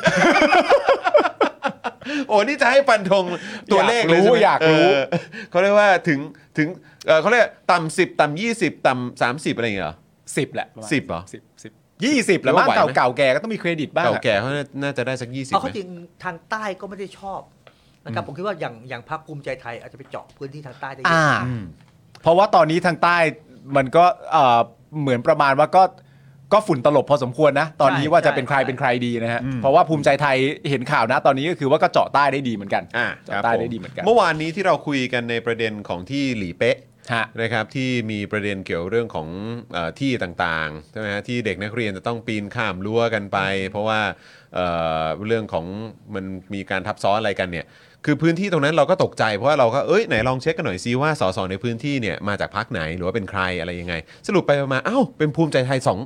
Speaker 4: โอ้นี่จะให้ฟันธงตัวเลขเลยใช่ไหม
Speaker 3: อยากรู้อยากรู้
Speaker 4: เออเขาเรียกว่าถึงถึงเออเขาเรียกต่ำสิบต่ำยี่สิบต่ำสามสิบอะไรอย่างเงี้ยเหรอ
Speaker 3: สิบแหละประมาณ
Speaker 4: สิบเหรอ
Speaker 3: สิบสิบยี่สิบแล้วบ้าง
Speaker 4: แล้วไหวไหม
Speaker 3: เก่าเก่าๆแก่ก็ต้องมีเครดิตบ้าง
Speaker 4: เก่า
Speaker 3: อะ
Speaker 4: แก่เขาน่าจะได้สักยี่สิบ
Speaker 6: เอา
Speaker 4: ไหม
Speaker 6: เข้าจริงทางใต้ก็ไม่ได้ชอบนะครับผมคิดว่าอย่างอย่างพรรคภูมิใจไทยอาจจะไปเจาะพื้นที่ทางใต้ได้เย
Speaker 3: อ่า
Speaker 6: อะ
Speaker 4: อืม
Speaker 3: เพราะว่าตอนนี้ทางใต้มันก็เอ่อเหมือนประมาณว่าก็ก็ฝุ่นตลบพอสมควรนะ ตอนนี้
Speaker 6: ใช่
Speaker 3: ว่าจะเป็น
Speaker 6: ใช่
Speaker 3: ใครเป็นใครดีนะฮะ
Speaker 4: อืม
Speaker 3: เพราะว่าภูมิใจไทยเห็นข่าวนะ ตอนนี้ก็คือว่าก็เจาะใต้ได้ดีเหมือนกัน
Speaker 4: อ่า
Speaker 3: เจาะใต้ได้ดีเหมือนกัน
Speaker 4: เมื่อวานนี้ที่เราคุยกันในประเด็นของที่หลีเป๊ะ
Speaker 3: ฮะ
Speaker 4: นะครับที่มีประเด็นเกี่ยวเรื่องของเออที่ต่างๆใช่ไหมฮะที่เด็กนักเรียนจะต้องปีนข้ามรั้วกันไป เพราะว่าเอ่อเรื่องของมันมีการทับซ้อนอะไรกันเนี่ยคือพื้นที่ตรงนั้นเราก็ตกใจเพราะว่าเราก็เอ้ยไหนลองเช็คกันหน่อยซิว่าสสในพื้นที่เนี่ยมาจากพักไหนหรือว่าเป็นใครอะไรยังไง สรุปไปมาเอ้าวเป็นภูมิใจไทยสอง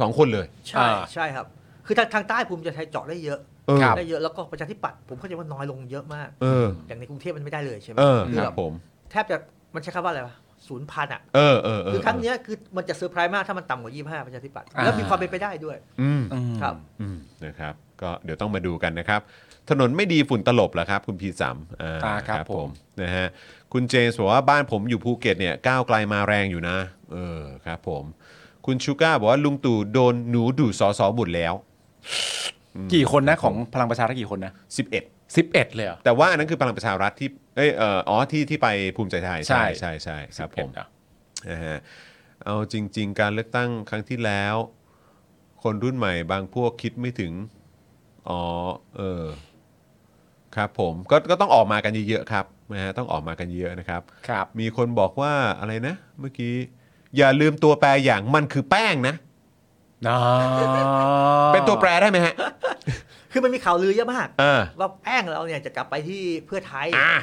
Speaker 4: สองคนเลย
Speaker 6: ใช่
Speaker 3: อ่า
Speaker 6: ใช่ครับ คือทางทางใต้ภูมิใจไทยเจาะได้เยอะ
Speaker 4: เออ
Speaker 6: ได้เยอะแล้วก็ประชาธิปัตย์ผมเข้าใจว่าน้อยลงเยอะมาก
Speaker 4: เออ
Speaker 6: อย่างในกรุงเทพมันไม่ได้เลยใช่ไหม
Speaker 4: เออ
Speaker 6: คื
Speaker 4: ครั
Speaker 6: แบบ
Speaker 4: ผม
Speaker 6: แทบจะมันใช้คำว่าอะไรวะศูนย์พันอ่ะ
Speaker 4: เออเออเออ
Speaker 6: คือครั้งเนี้ยคือมันจะเซอร์ไพรส์มากถ้ามันต่ำกว่า25ประชาธิปัตย์
Speaker 3: อ่า
Speaker 6: แล้วมีความเป็นไปได้ด้วย
Speaker 4: อืม
Speaker 6: ครับ
Speaker 4: อืมนะครับก็เดี๋ยวต้องมาดูกันนะครับ ถนนไม่ดีฝุ่นตลบเหรอครับ คุณพีสามอ่า
Speaker 3: อ่าครับผม
Speaker 4: นะฮะคุณเจมส์บอกว่าบ้านผมอยู่ภูเก็ตเนี่ยก้าวไกลมาแรงอยู่นะเออครับผมคุณชูก้าบอกว่าลุงตู่โดนหนูดูดสอสอบุตรแล้ว
Speaker 3: กี่คนนะของพลังประชารัฐกี่คนนะ
Speaker 4: 11
Speaker 3: 11 เลยเหรอ
Speaker 4: แต่ว่าอันนั้นคือพลังประชารัฐที่เอยเอ่ออ๋อที่ที่ไปภูมิใจไทย
Speaker 3: ใช่
Speaker 4: ใช่ใช่ครับผม
Speaker 3: 11เหอ
Speaker 4: นะฮะเอาจริง ๆ การเลือกตั้งครั้งที่แล้ว คนรุ่นใหม่บางพวกคิดไม่ถึง อ๋อ เออ ครับผมก็ก็ต้องออกมากันเยอะๆครับนะฮะต้องออกมากันเยอะนะครับ
Speaker 3: ครับ
Speaker 4: มีคนบอกว่าอะไรนะ เมื่อกี้ อย่าลืมตัวแปรอย่างมันคือแป้งนะ
Speaker 3: อ๋อ
Speaker 4: เป็นตัวแปรได้ไหมฮะ
Speaker 6: คือมันมีข่าวลือเยอะมาก
Speaker 4: เออ
Speaker 6: ว่าแป้งเราเนี่ยจะกลับไปที่เพื่อไทย
Speaker 4: อ่ะ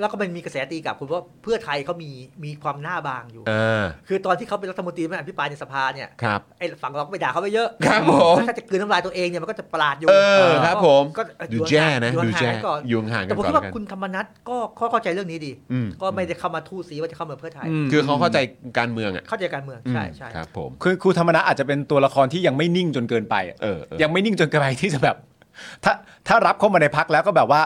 Speaker 6: แล้วก็มันมีกระแสตีกลับคุณว่าเพื่อไทยเขามีมีความหน้าบางอยู่
Speaker 4: เออ
Speaker 6: คือตอนที่เขาเป็นรัฐมนตรีเป็นอภิปรายในสภาเนี่ย
Speaker 4: ครับ
Speaker 6: ไอ้ฝั่งเราก็ไปด่าเขาไปเยอะ
Speaker 4: ครับผม
Speaker 6: ถ้าจะกลืนน้ำลายตัวเองเนี่ยมันก็จะประหลาดอยู่
Speaker 4: เออครับผม
Speaker 6: ก็
Speaker 4: ดูแจ้นะ
Speaker 6: อยู่
Speaker 4: ดูแจ้
Speaker 6: ห่างๆก่อน
Speaker 4: อยู่ห่างๆกัน
Speaker 6: แต่ผม
Speaker 4: ก่อนแล้
Speaker 6: คิด
Speaker 4: ว
Speaker 6: ว่า
Speaker 4: กัน
Speaker 6: คุณธรรมนัทก็เข้าใจเรื่องนี้ดี
Speaker 4: อืม
Speaker 6: ก็ไม่ได้เข้ามาทู่สีว่าจะเข้ามาเพื่อไทย
Speaker 4: คือเขาเข้าใจการเมืองอ่ะ
Speaker 6: เข้าใจการเมืองใช่ใช่
Speaker 4: ครับผม
Speaker 3: คือครูธรรมนัสอาจจะเป็นตัวละครที่ยังไม่นิ่งจนเกินไปอะ
Speaker 4: เออเออ
Speaker 3: ยังไม่นิ่งจนเกินไปที่จะแบบ ถ้าถ้ารับเข้ามาในพักแล้วก็แบบว่า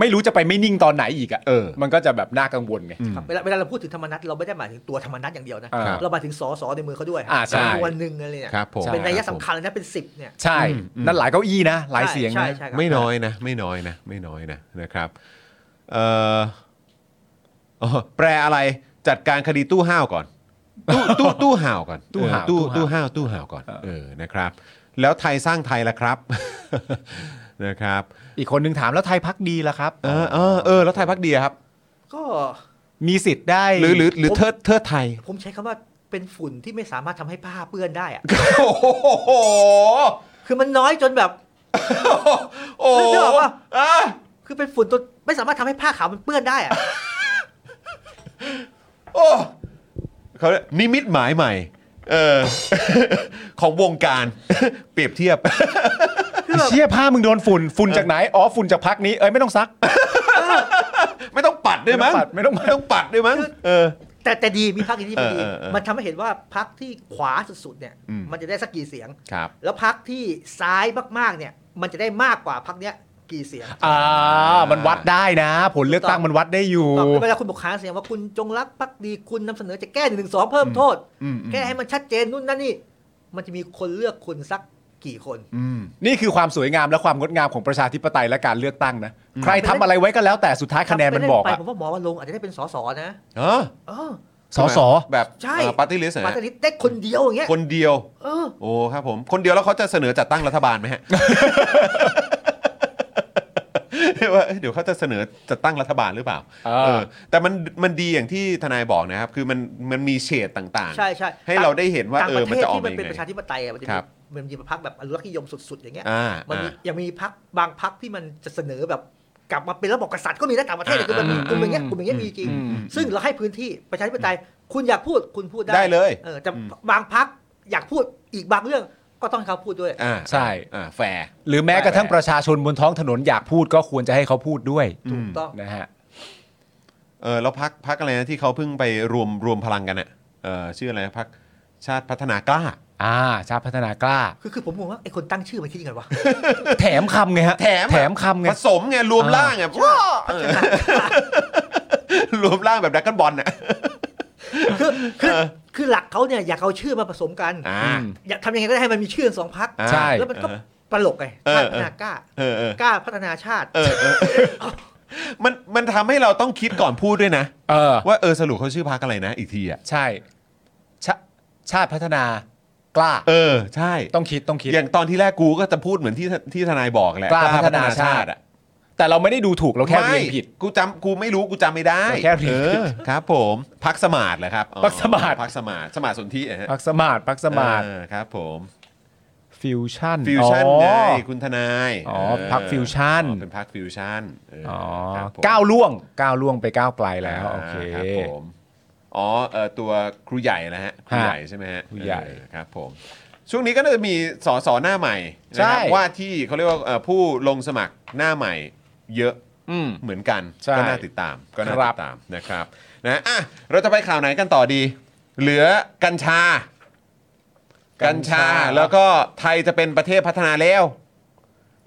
Speaker 3: ไม่รู้จะไปไม่นิ่งตอนไหนอีกอ่ะ
Speaker 4: เออ
Speaker 3: มันก็จะแบบน่ากังวลไง
Speaker 6: ครับเวลาเวลาเราพูดถึงธรรมนัตเราไม่ได้หมายถึงตัวธรรมนัตอย่างเดียวนะครับ เราหมายถึงสอสอในมือเขาด้วย
Speaker 3: อ่าใช่
Speaker 6: ตัวหนึ่งเลยเนี่ย
Speaker 4: ครับผม
Speaker 6: เป็นนัยสำคัญเลยนะเป็นสิบเนี่ย
Speaker 3: ใช่ นั่นหลายเก้าอี้นะ หลายเสียง
Speaker 6: ใช่
Speaker 3: นะ
Speaker 6: ใช่ครับ
Speaker 4: ไม่น้อยนะ ไม่น้อยนะ ไม่น้อยนะนะครับเอ่ออ๋อแปลอะไรจัดการคดีตู้ห้าวก่อน ตู้ ตู้ตู้ห่าวก่อน
Speaker 3: ตู้ห่าว
Speaker 4: เออตู้
Speaker 3: ตู้
Speaker 4: ตู้
Speaker 3: ห่า
Speaker 4: ห่าว วตู้ห่าวก่อนเออนะครับ แล้วไทยสร้างไทยละครับ นะครับ
Speaker 3: อีกคนนึงถามแล้วไทยพักดีละครับ
Speaker 4: เออเออเออแล้วไทยพักดีอะครับ
Speaker 6: ก็
Speaker 3: มีสิทธิ์ได้
Speaker 4: หรือหรือหรือเทิดเทิดไทย
Speaker 6: ผมใช้คำว่าเป็นฝุ่นที่ไม่สามารถทำให้ผ้าเปื้อนได้อะ
Speaker 4: โอ้โห
Speaker 6: คือมันน้อยจนแบบ
Speaker 4: โอ้โห
Speaker 6: นึกออกปะ
Speaker 4: อ่ะ
Speaker 6: คือเป็นฝุ่นตัวไม่สามารถทำให้ผ้าขาวมันเปื้อนได้อะ
Speaker 4: โอ้เขาเรียกนิมิตหมายใหม่เออ ของวงการ เปรียบเทียบ
Speaker 3: เชี่ยผ้ามึงโดนฝุ่นฝุ่นจากไหนอ๋อฝุ่นจากพักนี้เอ้ยไม่ต้องซัก
Speaker 4: ไม่ต้องปัดด้วยมั้ง
Speaker 3: ไม่ต้องปัด
Speaker 4: ไม่ต้องปัดด้วยมั้งเออ
Speaker 6: แต่แต่ดีมีพักอย่างนี้ที่มันดี
Speaker 4: เออเออเออ
Speaker 6: มันทำให้เห็นว่าพักที่ขวาสุดๆเนี่ย
Speaker 4: อืม
Speaker 6: มันจะได้สักกี่เสียง
Speaker 4: ครับ
Speaker 6: แล้วพักที่ซ้ายมากๆเนี่ย มันจะได้มากกว่าพักเนี้ยกี่เสียง
Speaker 3: อ่ามันวัดได้นะ ผลเลือกตั้งมันวัดได้อยู่
Speaker 6: ต่อไปเวลาคุณบอกค้างเสียงว่าคุณจงรักพักดีคุณนำเสนอจะแก้หนึ่งสองเพิ่มโทษ
Speaker 4: อืมอืม
Speaker 6: แก้ให้มันชัดเจนนู่นนั่นนี่ มันจะมีคนเลือกคุณสักกี่คน
Speaker 4: อืม
Speaker 3: นี่คือความสวยงามและความงดงามของประชาธิปไตยและการเลือกตั้งนะ ใครทำอะไรไว้ก็แล้วแต่สุดท้ายคะแนนมันบอก
Speaker 6: ไป
Speaker 3: อะ
Speaker 6: ผมว่าหมอวันลงอาจจะได้เป็นสสนะ
Speaker 4: เออ
Speaker 6: เออ
Speaker 3: สอสอ
Speaker 4: แบบ
Speaker 6: ใช่
Speaker 4: ปาร์ตี้ลิสต์
Speaker 6: ปาร์ตี้ลิสต์ได้คนเดียวอย่างเงี้ย
Speaker 4: คนเดียว
Speaker 6: เออ
Speaker 4: โอ้ครับผม คนเดียวแล้วเขาจะเสนอจัดตั้งรัฐบาลไหมฮะ ว่าเอ้ยเดี๋ยวเขาจะเสนอจัดตั้งรัฐบาลหรือเปล่า
Speaker 3: เออ
Speaker 4: เออ แต่มันมันดีอย่างที่ทนายบอกนะครับ คือมันมันมีเฉดต่างๆ
Speaker 6: ใช่ใช่
Speaker 4: ให้เราได้เห็นว่า
Speaker 6: ต่ง
Speaker 4: เออ
Speaker 6: ป
Speaker 4: มัน
Speaker 6: ระทศ
Speaker 4: จะออก
Speaker 6: ที่
Speaker 4: มา
Speaker 6: มั
Speaker 4: ยั
Speaker 6: น
Speaker 4: ง
Speaker 6: เป็น
Speaker 4: ไง
Speaker 6: ประชาธิปไตยอะมันจะ
Speaker 4: ค
Speaker 6: มี
Speaker 4: รับ
Speaker 6: มันมีพักแบบอนุรักษ์นิยมสุด ๆ อย่างเงี้ย
Speaker 4: อ่า
Speaker 6: มันมี
Speaker 4: อ่า
Speaker 6: ยังมีพักบางพักที่มันจะเสนอแบบกลับมาเป็นระบอบกษัตริย์ก็มีนะต่างประเทศเนี่ยคือมัน
Speaker 4: อ่า
Speaker 6: มีกลุ่มอย่างเงี้ยกลุ่มอย่างเงี้ยมีจริง ซึ่งเราให้พื้นที่ประชาธิปไตย คุณอยากพูดคุณพูดได้
Speaker 4: ได้เลย
Speaker 6: ออแต่
Speaker 4: อืม
Speaker 6: บางพักอยากพูดอีกบางเรื่องก็ต้องให้เขาพูดด้วย
Speaker 4: อ่า
Speaker 3: ใช่
Speaker 4: อ่าแฟร์
Speaker 3: หรือแม้กระทั่งประชาชนบนท้องถนนอยากพูดก็ควรจะให้เขาพูดด้วย
Speaker 6: ถูกต้อง
Speaker 3: นะฮะ
Speaker 4: เออแล้วพักพักอะไรนะที่เขาเพิ่งไปรวมรวมพลังกันอ่ะเออชื่ออะไรนะพักชาติพัฒนากล้า
Speaker 3: อ่าชาติพัฒนากล้า
Speaker 6: คือคือผมงงว่าไอ้คนตั้งชื่อมันคิดยังไงวะ
Speaker 3: แถมคำไงฮะ
Speaker 4: แถมอะ
Speaker 3: แถมคำไง
Speaker 4: ผสมไงรวม
Speaker 3: อ่า
Speaker 4: ร่างไงว้า เออรวมร่างแบบดักกันบอลน่ะ
Speaker 6: คือคือคือหลักเขาเนี่ยอยากเอาชื่อมาผสมกัน
Speaker 4: อ่า
Speaker 6: อยากทำยังไงก็ได้ให้มันมีชื่อสองพัก
Speaker 4: อ่า
Speaker 3: ใช่
Speaker 6: แล้วมันก็
Speaker 4: เออ
Speaker 6: ตลกไงชาติ
Speaker 4: เออ
Speaker 6: พัฒนากล้า
Speaker 4: เออเออก
Speaker 6: ล้าพัฒนาชาติ
Speaker 4: เออเออมันมันทำให้เราต้องคิดก่อนพูดด้วยนะ
Speaker 3: เออ
Speaker 4: ว่าเออสรุปเขาชื่อพักอะไรนะ อีกทีอ่ะ
Speaker 3: ใช่ชาชาติพัฒนากล้า
Speaker 4: เออ ใช่
Speaker 3: ต้องคิดต้องคิด
Speaker 4: อย่างตอนที่แรกกูก็จะพูดเหมือนที่ที่ทนายบอกแหละ
Speaker 3: กล้าพัฒนาชาติ
Speaker 4: อ่ะ
Speaker 3: แต่เราไม่ได้ดูถูกเราแค่เรียนผิด
Speaker 4: ไม่กูจำกูไม่รู้กูจำไม่ได้
Speaker 3: เราแค่เรียน
Speaker 4: ออ
Speaker 3: ผิด
Speaker 4: ครับผมพักสมาร์ทเหรอครับอ๋อ
Speaker 3: พรรคสมาร์ท
Speaker 4: พักสมาร์ทสมาร์ทสนธิเหรอฮะ
Speaker 3: พักสมาร์ทพักสมาร์ท
Speaker 4: เออครับผม
Speaker 3: ฟิวชั่น
Speaker 4: ฟิวชั่น
Speaker 3: อ๋อ
Speaker 4: ไงคุณทนาย
Speaker 3: อ๋อ
Speaker 4: เ
Speaker 3: พรรคฟิวชั่น
Speaker 4: อ๋อเป็นพักฟิวชั่นเออ
Speaker 3: อ๋อ
Speaker 4: ครับผม
Speaker 3: ก้าวล่วงก้าวล่วงไปก้าวไกลแล้วโอเค
Speaker 4: าครับผมอ๋อเออตัวครูใหญ่นะฮะครูใหญ่ใช่ไหมฮะ
Speaker 3: ครูใหญ่
Speaker 4: เออครับผมช่วงนี้ก็น่าจะมีสอสอหน้าใหม่
Speaker 3: ใช่
Speaker 4: นะครับว่าที่เขาเรียกว่าเอ่อผู้ลงสมัครหน้าใหม่ เยอะ
Speaker 3: อืม
Speaker 4: เหมือนกัน
Speaker 3: ใช่
Speaker 4: ก็น่าติดตามก็น่า
Speaker 3: ครั
Speaker 4: ติ
Speaker 3: บ
Speaker 4: ดตามนะครับนะอ่ะเราจะไปข่าวไหนกันต่อดี เหลือกัญชา กัญชาแล้วก็ไทยจะเป็นประเทศพัฒนาแล้ว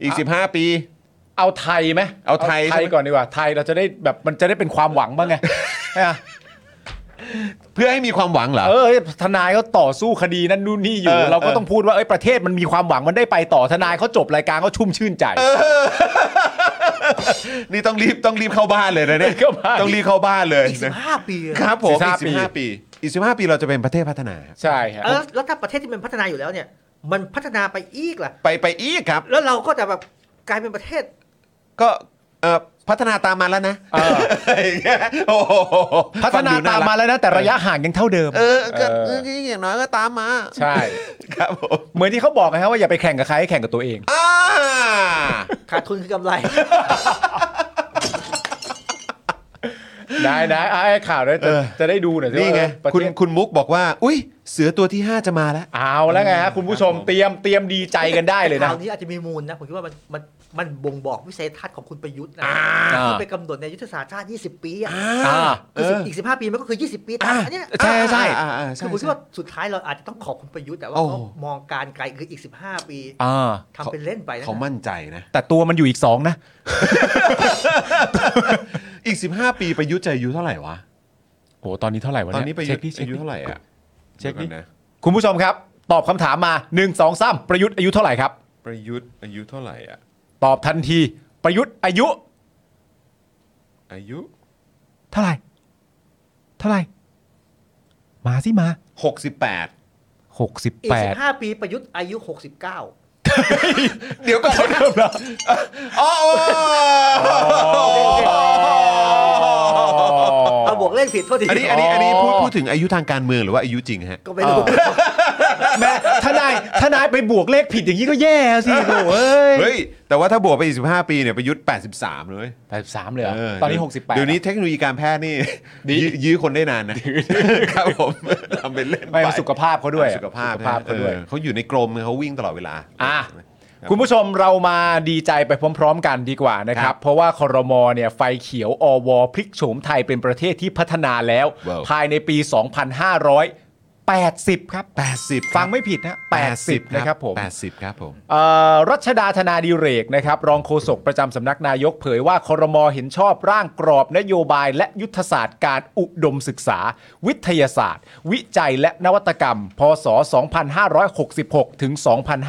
Speaker 4: อีก 15 ปี
Speaker 3: เอาไทยไหม
Speaker 4: เอาไทย
Speaker 3: ไทย
Speaker 4: ใช่ไหม
Speaker 3: ก่อนดีกว่าไทยเราจะได้แบบมันจะได้เป็นความหวัง บ้างไง อ่ะ
Speaker 4: เพื่อให้มีความหวังเหรอ
Speaker 3: เออทนายเขาต่อสู้คดีนั่นนู่นนี่อยู่
Speaker 4: เออ
Speaker 3: เราก็ต้องพูดว่าเอ้ยประเทศมันมีความหวังมันได้ไปต่อทนายเขาจบรายการเขาชุ่มชื่นใจ
Speaker 4: นี่ต้องรีบต้องรีบเข้าบ้านเลยนะเนี่ย
Speaker 3: เข้าบ้าน
Speaker 4: ต้องรีบเข้าบ้านเลย
Speaker 6: อีกสิ
Speaker 4: นะ
Speaker 6: บห้าปีอะ
Speaker 4: ครับผมอีก
Speaker 3: 15
Speaker 4: 15 ปี อีก 15 ปีเราจะเป็นประเทศพัฒนา
Speaker 3: ใช่ฮะ
Speaker 6: แล้วแล้วถ้าประเทศที่มันพัฒนาอยู่แล้วเนี่ย มันพัฒนาไปอีกล่ะ
Speaker 4: ไปไปอีกครับ
Speaker 6: แล้วเราก็จะแบบกลายเป็นประเทศ
Speaker 4: ก็เอ่อพัฒนาตามมาแล้วนะอย่างเงี้ยโอ้โห
Speaker 3: พัฒนา
Speaker 4: ฟังดู
Speaker 3: ตาม
Speaker 4: รัก
Speaker 3: มาแล้วนะแต่ระยะห่างยังเท่าเดิม
Speaker 4: เออก็
Speaker 3: เออ
Speaker 4: อย่างน้อยก็ตามมา
Speaker 3: ใช่
Speaker 4: ครับผม
Speaker 3: เหมือนที่เขาบอกนะฮะว่าอย่าไปแข่งกับใครให้แข่งกับตัวเอง
Speaker 4: อ่า
Speaker 6: ขาดทุนคือกำไร
Speaker 3: ได้ ได้ไอ้ข่าวได้จะจะได้ดูหน่อยสิ
Speaker 4: นี่ไง
Speaker 3: ว่าประ
Speaker 4: คุณ
Speaker 3: เทศ
Speaker 4: คุณมุกบอกว่า อุ้ย เสือตัวที่ 5 จะมาแล้ว
Speaker 3: เอาแล้วไงฮะคุณผู้ชมเตรียมเตรียมดีใจกันได้เลยนะ
Speaker 6: ข่าวนี้อาจจะมีมูลนะ ผมคิดว่ามันมันมันบ่งบอกวิสัยทัศน์ของคุณประยุทธ์นะ
Speaker 3: อ่า
Speaker 6: ที่ไปกำหนดในยุทธศาสตร์ชาติ 20 ปีอ่ะ
Speaker 3: อ่า
Speaker 6: คือสิบอีก 15 ปีมันก็คือ 20 ปีตามอันเนี้ย
Speaker 3: ใช่ใช่
Speaker 4: อ่าอ่าใช่
Speaker 6: คือผมคิด
Speaker 4: ใช่
Speaker 6: ว่าสุดท้ายเราอาจจะต้องขอบคุณประยุทธ์แต่ว่า
Speaker 4: โอ้
Speaker 6: เขามองการไกลคืออีก 15 ปี
Speaker 3: อ่า
Speaker 6: ทำเป็นเล่นไปนะ
Speaker 4: เขามั่นใจนะ
Speaker 3: แต่ตัวมันอยู่อีกสองนะ
Speaker 4: อีก 15 ปีประยุทธ์จะอายุเท่าไหร่วะ
Speaker 3: โอ้ตอนนี้เท่าไหร่วะ
Speaker 4: ตอน
Speaker 3: เนี่ย
Speaker 4: นี้ประยุ
Speaker 3: เช็
Speaker 4: ท
Speaker 3: ค
Speaker 4: ธ์
Speaker 3: ดิช็ค
Speaker 4: อายุ
Speaker 3: ดิ
Speaker 4: เท่าไหร่อ่ะ
Speaker 3: เช็คดิ
Speaker 4: ดี๋ยวก่อนนะ
Speaker 3: คุณผู้ชมครับ ตอบคำถามมา 1 2 3 ประยุทธ์อายุเท่าไหร่ครับ
Speaker 4: ประยุทธ์อายุเท่าไหร่อ่ะ
Speaker 3: ตอบทันที ประยุทธ์อายุ
Speaker 4: อายุ
Speaker 3: เท่าไหร่ เท่าไหร่ มาสิมา
Speaker 4: 68
Speaker 6: อีก
Speaker 3: 68
Speaker 6: 15 ปีประยุทธ์อายุ 69
Speaker 4: เดี๋ยวก่อนนะอ๋อโอ้
Speaker 6: เอาบวกเล่นผิดเท่าที
Speaker 4: อันนี้อันนี้อันนี้พูดพูดถึงอายุทางการเมืองหรือว่าอายุจริงฮะ
Speaker 6: ก็ไม่รู้
Speaker 3: แม่ทนายทนายไปบวกเลขผิดอย่างนี้ก็แย่สิโอ้เอ้ย
Speaker 4: เฮ้ย แต่ว่าถ้าบวกไปอีก15 ปีเนี่ยประยุทธ์ 83 เลย
Speaker 3: 83เลยเหรอ
Speaker 4: เ
Speaker 3: ตอนนี้
Speaker 4: เดี๋ยว
Speaker 3: 68
Speaker 4: เดี๋ยวนี้เทคโนโลยีการแพทย์นี่
Speaker 3: ดี
Speaker 4: ยื้อยื้อคนได้นานนะ ครับผมทำเป็นเล่น
Speaker 3: ไม่สุขภาพเขาด้วย
Speaker 4: สุขภาพ
Speaker 3: สุขภาพเขาด้วย
Speaker 4: ออเขาอยู่ในกรมเขาวิ่งตลอดเวลา
Speaker 3: อ่ะคุณผู้ชมเรามาดีใจไปพร้อม ๆ กันดีกว่านะค
Speaker 4: ครั
Speaker 3: รับ
Speaker 4: บ
Speaker 3: เพราะว่าคอรมอเนี่ยไฟเขียวอวพลิกโฉมไทยเป็นประเทศที่พัฒนาแล้ว
Speaker 4: ว้าว
Speaker 3: ภายในปี 2580 ครับ
Speaker 4: 80
Speaker 3: ฟังไม่ผิดนะ 80 นะครับผม
Speaker 4: 80 ครับผม
Speaker 3: เอ่อรัชดาธนาดิเรกนะครับรองโฆษกประจำสำนักนายกเผยว่าครมเห็นชอบร่างกรอบนโยบายและยุทธศาสตร์การอุดมศึกษา วิทยาศาสตร์ วิจัยและนวัตกรรม พศ 2566 ถึง